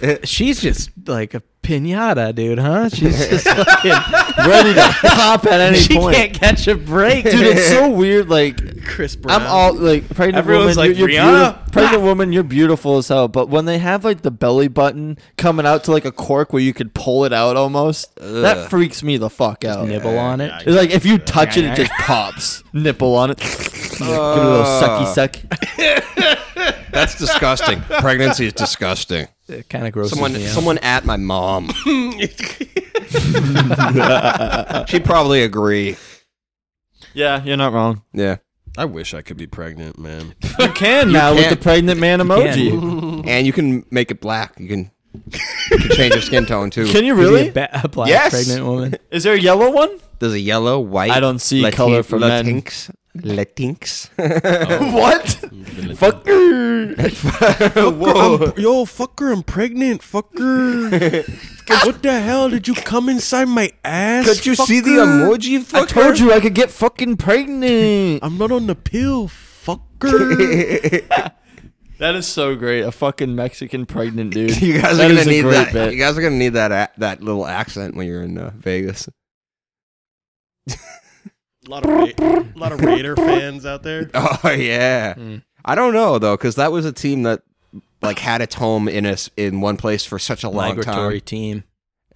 Speaker 1: her.
Speaker 6: She's just like a pinata, dude, huh? She's just fucking.
Speaker 1: [LAUGHS]
Speaker 2: ready to pop at any
Speaker 6: [LAUGHS] she
Speaker 2: point.
Speaker 6: can't catch a break.
Speaker 2: Dude, it's [LAUGHS] so weird. Like,
Speaker 6: Chris Brown.
Speaker 2: I'm all like pregnant
Speaker 6: Everyone's
Speaker 2: woman.
Speaker 6: like,
Speaker 2: you're, you're
Speaker 6: "Rihanna,
Speaker 2: [LAUGHS] beautiful- pregnant woman, you're beautiful as hell. But when they have like the belly button coming out to like a cork where you could pull it out almost, that freaks me the fuck out.
Speaker 6: nibble on it.
Speaker 2: It's like if you touch it, it just [LAUGHS] pops. Nipple on it. Uh. Give it a little sucky suck.
Speaker 11: That's disgusting. Pregnancy is disgusting.
Speaker 6: It kind of grosses
Speaker 11: Someone
Speaker 6: me out.
Speaker 11: someone at my [LAUGHS] mom. She'd probably agree.
Speaker 2: Yeah, you're not wrong.
Speaker 11: Yeah.
Speaker 1: I wish I could be
Speaker 4: [LAUGHS]
Speaker 1: pregnant, man.
Speaker 2: You can now with
Speaker 11: can.
Speaker 2: the pregnant man emoji.
Speaker 11: And you can make it black. You can, you can change your skin tone too.
Speaker 2: Can you
Speaker 6: Could be
Speaker 2: really?
Speaker 6: A, ba- a black
Speaker 11: Yes!
Speaker 6: pregnant woman.
Speaker 2: Is there a yellow one?
Speaker 11: There's a yellow, white.
Speaker 2: I don't see color for men.
Speaker 11: Latinx.
Speaker 2: [LAUGHS]
Speaker 11: Latinx.
Speaker 2: What? Fucker.
Speaker 1: I'm- yo, fucker, I'm pregnant,
Speaker 11: [LAUGHS]
Speaker 1: fucker. what the hell? Did you come inside my ass?
Speaker 11: Could you see the
Speaker 1: fucker?
Speaker 11: emoji?
Speaker 2: I told
Speaker 11: [LAUGHS]
Speaker 2: you I could get fucking pregnant.
Speaker 1: I'm not on the pill, fucker.
Speaker 2: That is so great. A fucking Mexican pregnant dude.
Speaker 11: [LAUGHS] You guys
Speaker 2: That
Speaker 11: are
Speaker 2: is
Speaker 11: gonna
Speaker 2: a
Speaker 11: need
Speaker 2: great
Speaker 11: that.
Speaker 2: bit.
Speaker 11: You guys are gonna need that a- that little accent when you're in uh, Vegas.
Speaker 4: A [LAUGHS] lot of, Ra- lot of Raider fans out there.
Speaker 11: [LAUGHS] Oh yeah. I don't know though, because that was a team that like had its home in us in one place for such a long
Speaker 6: Migratory
Speaker 11: time.
Speaker 6: team.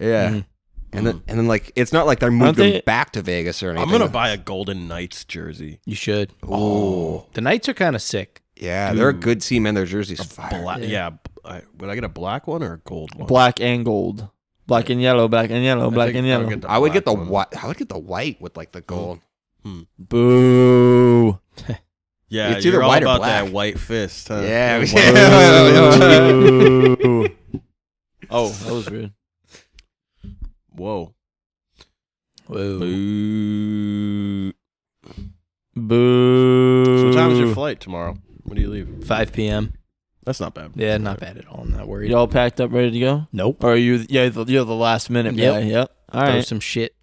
Speaker 11: Yeah.
Speaker 6: Mhm.
Speaker 11: And then and then like it's not like they moved
Speaker 2: Aren't
Speaker 11: them
Speaker 2: they-
Speaker 11: back to Vegas or anything.
Speaker 4: I'm gonna buy a Golden Knights jersey.
Speaker 6: You should.
Speaker 11: Oh
Speaker 6: The Knights are kind of sick.
Speaker 11: yeah, they're a good team and their jerseys fire.
Speaker 4: Bla- yeah, b- I, would I get a black one or a gold one?
Speaker 2: Black and gold. Black and yellow, black and yellow, black and yellow.
Speaker 11: I would get the
Speaker 4: white.
Speaker 11: white. I would get the white with like the gold.
Speaker 2: Boo.
Speaker 4: Yeah,
Speaker 11: It's
Speaker 4: you're
Speaker 11: either
Speaker 4: all
Speaker 11: white or
Speaker 4: about
Speaker 11: black.
Speaker 4: that white fist. Huh?
Speaker 2: [LAUGHS]
Speaker 11: Yeah. [LAUGHS]
Speaker 2: Boo. oh, that was weird.
Speaker 4: Whoa.
Speaker 6: Whoa.
Speaker 4: Boo.
Speaker 2: Boo.
Speaker 4: So what time is your flight tomorrow? When do you leave?
Speaker 6: 5 p.m.
Speaker 4: That's not bad.
Speaker 6: Yeah, not bad at all. I'm not worried.
Speaker 2: You all packed up, ready to go?
Speaker 6: Nope.
Speaker 2: Or are you? Yeah, the, you're the last minute
Speaker 6: Yep.
Speaker 2: guy. Yep. All
Speaker 6: Throw
Speaker 2: right.
Speaker 6: some shit.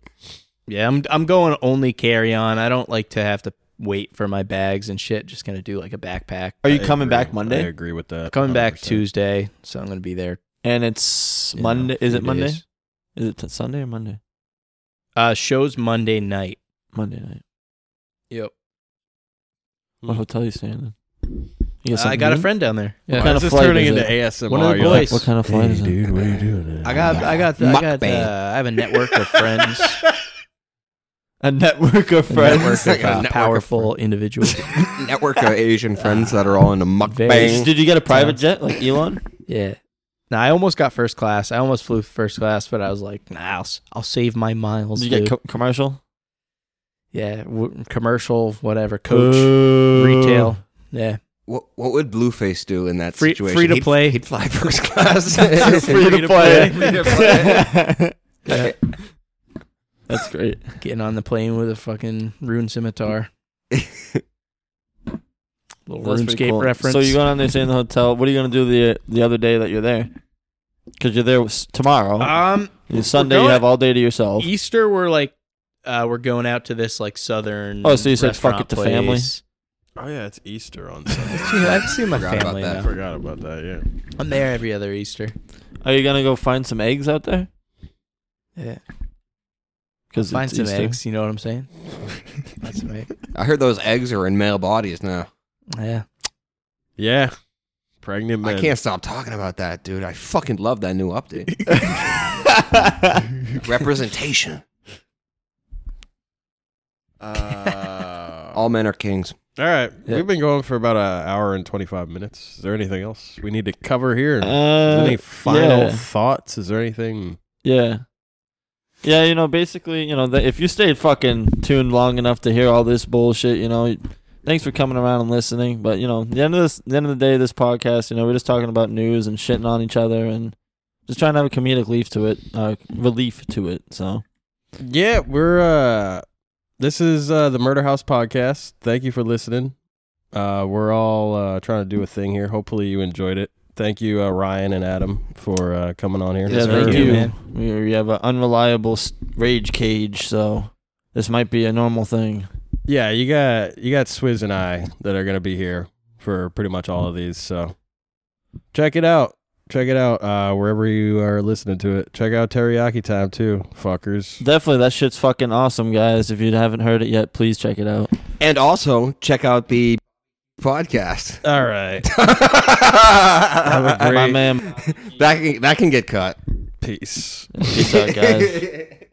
Speaker 6: Yeah, I'm I'm going only carry on. I don't like to have to wait for my bags and shit. Just gonna do like a backpack.
Speaker 2: Are you
Speaker 1: I
Speaker 2: coming
Speaker 1: agree.
Speaker 2: back Monday?
Speaker 1: I agree with that.
Speaker 6: Coming back
Speaker 1: 100%.
Speaker 6: Tuesday, so I'm gonna be there.
Speaker 2: And it's
Speaker 6: you know,
Speaker 2: Monday. is
Speaker 6: few
Speaker 2: it Monday?
Speaker 6: days.
Speaker 2: Is it t- Sunday or Monday?
Speaker 6: Uh, shows Monday night. Uh,
Speaker 2: Monday night.
Speaker 6: Yep.
Speaker 2: What
Speaker 1: Hmm.
Speaker 2: hotel you staying in? You
Speaker 6: I
Speaker 2: something
Speaker 6: got a
Speaker 2: new?
Speaker 6: friend down there.
Speaker 2: What
Speaker 1: Why
Speaker 2: kind
Speaker 1: is
Speaker 2: of
Speaker 1: this
Speaker 2: flight
Speaker 1: turning
Speaker 2: is
Speaker 1: into
Speaker 2: it?
Speaker 1: ASMR?
Speaker 6: One of the
Speaker 1: You're like,
Speaker 6: boys.
Speaker 2: What kind of flight is it?
Speaker 1: what are you doing?
Speaker 6: I got I got I got uh, I have a network of friends.
Speaker 2: [LAUGHS] A network of
Speaker 6: A
Speaker 2: friends. [LAUGHS]
Speaker 6: network
Speaker 11: I
Speaker 6: of
Speaker 11: got a
Speaker 6: uh,
Speaker 11: network of
Speaker 6: powerful individuals.
Speaker 3: Hmm. [LAUGHS]
Speaker 11: [LAUGHS] Network of Asian friends that are all in a
Speaker 6: Very-
Speaker 11: mukbang.
Speaker 2: Did you get a private jet like Elon?
Speaker 6: Yeah. Now I almost got first class. I almost flew first class, but I was like, nah, I'll, s- I'll save my miles.
Speaker 2: Did you get
Speaker 6: dude.
Speaker 2: co- commercial?
Speaker 6: yeah, w- commercial, whatever, coach, retail. Yeah,
Speaker 11: What, what would Blueface do in that
Speaker 6: Free-
Speaker 11: situation?
Speaker 6: free to
Speaker 11: He'd-
Speaker 6: play.
Speaker 11: He'd
Speaker 2: [LAUGHS]
Speaker 6: [LAUGHS]
Speaker 11: fly first class.
Speaker 2: Free
Speaker 11: [LAUGHS]
Speaker 2: to play.
Speaker 6: Yeah.
Speaker 2: That's great.
Speaker 6: getting on the plane with a fucking rune scimitar. Little
Speaker 2: That's pretty
Speaker 6: RuneScape
Speaker 2: cool.
Speaker 6: reference.
Speaker 2: So you're going on there, stay in the hotel. What are you going to do the the other day that you're there? Because you're there s- tomorrow.
Speaker 3: Uh, [LAUGHS]
Speaker 6: um
Speaker 2: It's Sunday, you
Speaker 6: going-
Speaker 2: have all day to yourself.
Speaker 6: Easter, we're like, uh, we're going out to this like southern.
Speaker 2: Oh, so you said fuck
Speaker 6: restaurant
Speaker 2: it to family?
Speaker 6: place.
Speaker 1: Oh yeah, it's Easter on Sunday.
Speaker 8: I've seen my
Speaker 11: Forgot about
Speaker 8: family
Speaker 11: that.
Speaker 8: now.
Speaker 1: Forgot about that. Yeah.
Speaker 8: I'm there every other Easter.
Speaker 2: Are you gonna go find some eggs out there?
Speaker 8: Yeah.
Speaker 2: Because
Speaker 8: Find
Speaker 2: it's
Speaker 8: some
Speaker 2: Easter.
Speaker 8: eggs. You know what I'm saying? Find some eggs.
Speaker 11: [LAUGHS] I heard those eggs are in male bodies now.
Speaker 8: Yeah.
Speaker 1: Yeah. Pregnant men.
Speaker 11: I can't stop talking about that, dude. I fucking love that new update. Representation.
Speaker 1: Uh,
Speaker 11: All men are kings.
Speaker 1: all right.
Speaker 2: Yeah.
Speaker 1: We've been going for about an hour and twenty five minutes. Is there anything else we need to cover here? Is there
Speaker 2: Uh,
Speaker 1: any final
Speaker 2: yeah.
Speaker 1: thoughts? Is there anything?
Speaker 2: Yeah. Yeah, you know, basically, you know, the, if you stayed fucking tuned long enough to hear all this bullshit, you know, thanks for coming around and listening. But you know, the end of this, the end of the day, of this podcast, you know, we're just talking about news and shitting on each other and just trying to have a comedic leaf to it, uh, relief to it. So
Speaker 1: Yeah, we're uh this is uh the Murder House podcast. Thank you for listening. Uh we're all uh trying to do a thing here. Hopefully you enjoyed it. Thank you uh Ryan and Adam for uh coming on here.
Speaker 2: yeah,
Speaker 8: sir.
Speaker 2: thank
Speaker 8: Yeah,
Speaker 2: you.
Speaker 8: man.
Speaker 2: We, we have an unreliable s- rage cage, so this might be a normal thing.
Speaker 1: Yeah, you got you got Swizz and I that are going to be here for pretty much all of these, so check it out. Check it out uh wherever you are listening to it. Check out Teriyaki Time too, fuckers.
Speaker 2: Definitely, that shit's fucking awesome, guys. If you haven't heard it yet, please check it out.
Speaker 11: And also check out the
Speaker 3: [LAUGHS]
Speaker 11: podcast.
Speaker 1: All right.
Speaker 11: that,
Speaker 2: My man,
Speaker 11: [LAUGHS] can, that can get cut.
Speaker 1: Peace.
Speaker 11: [LAUGHS]
Speaker 2: peace out, guys.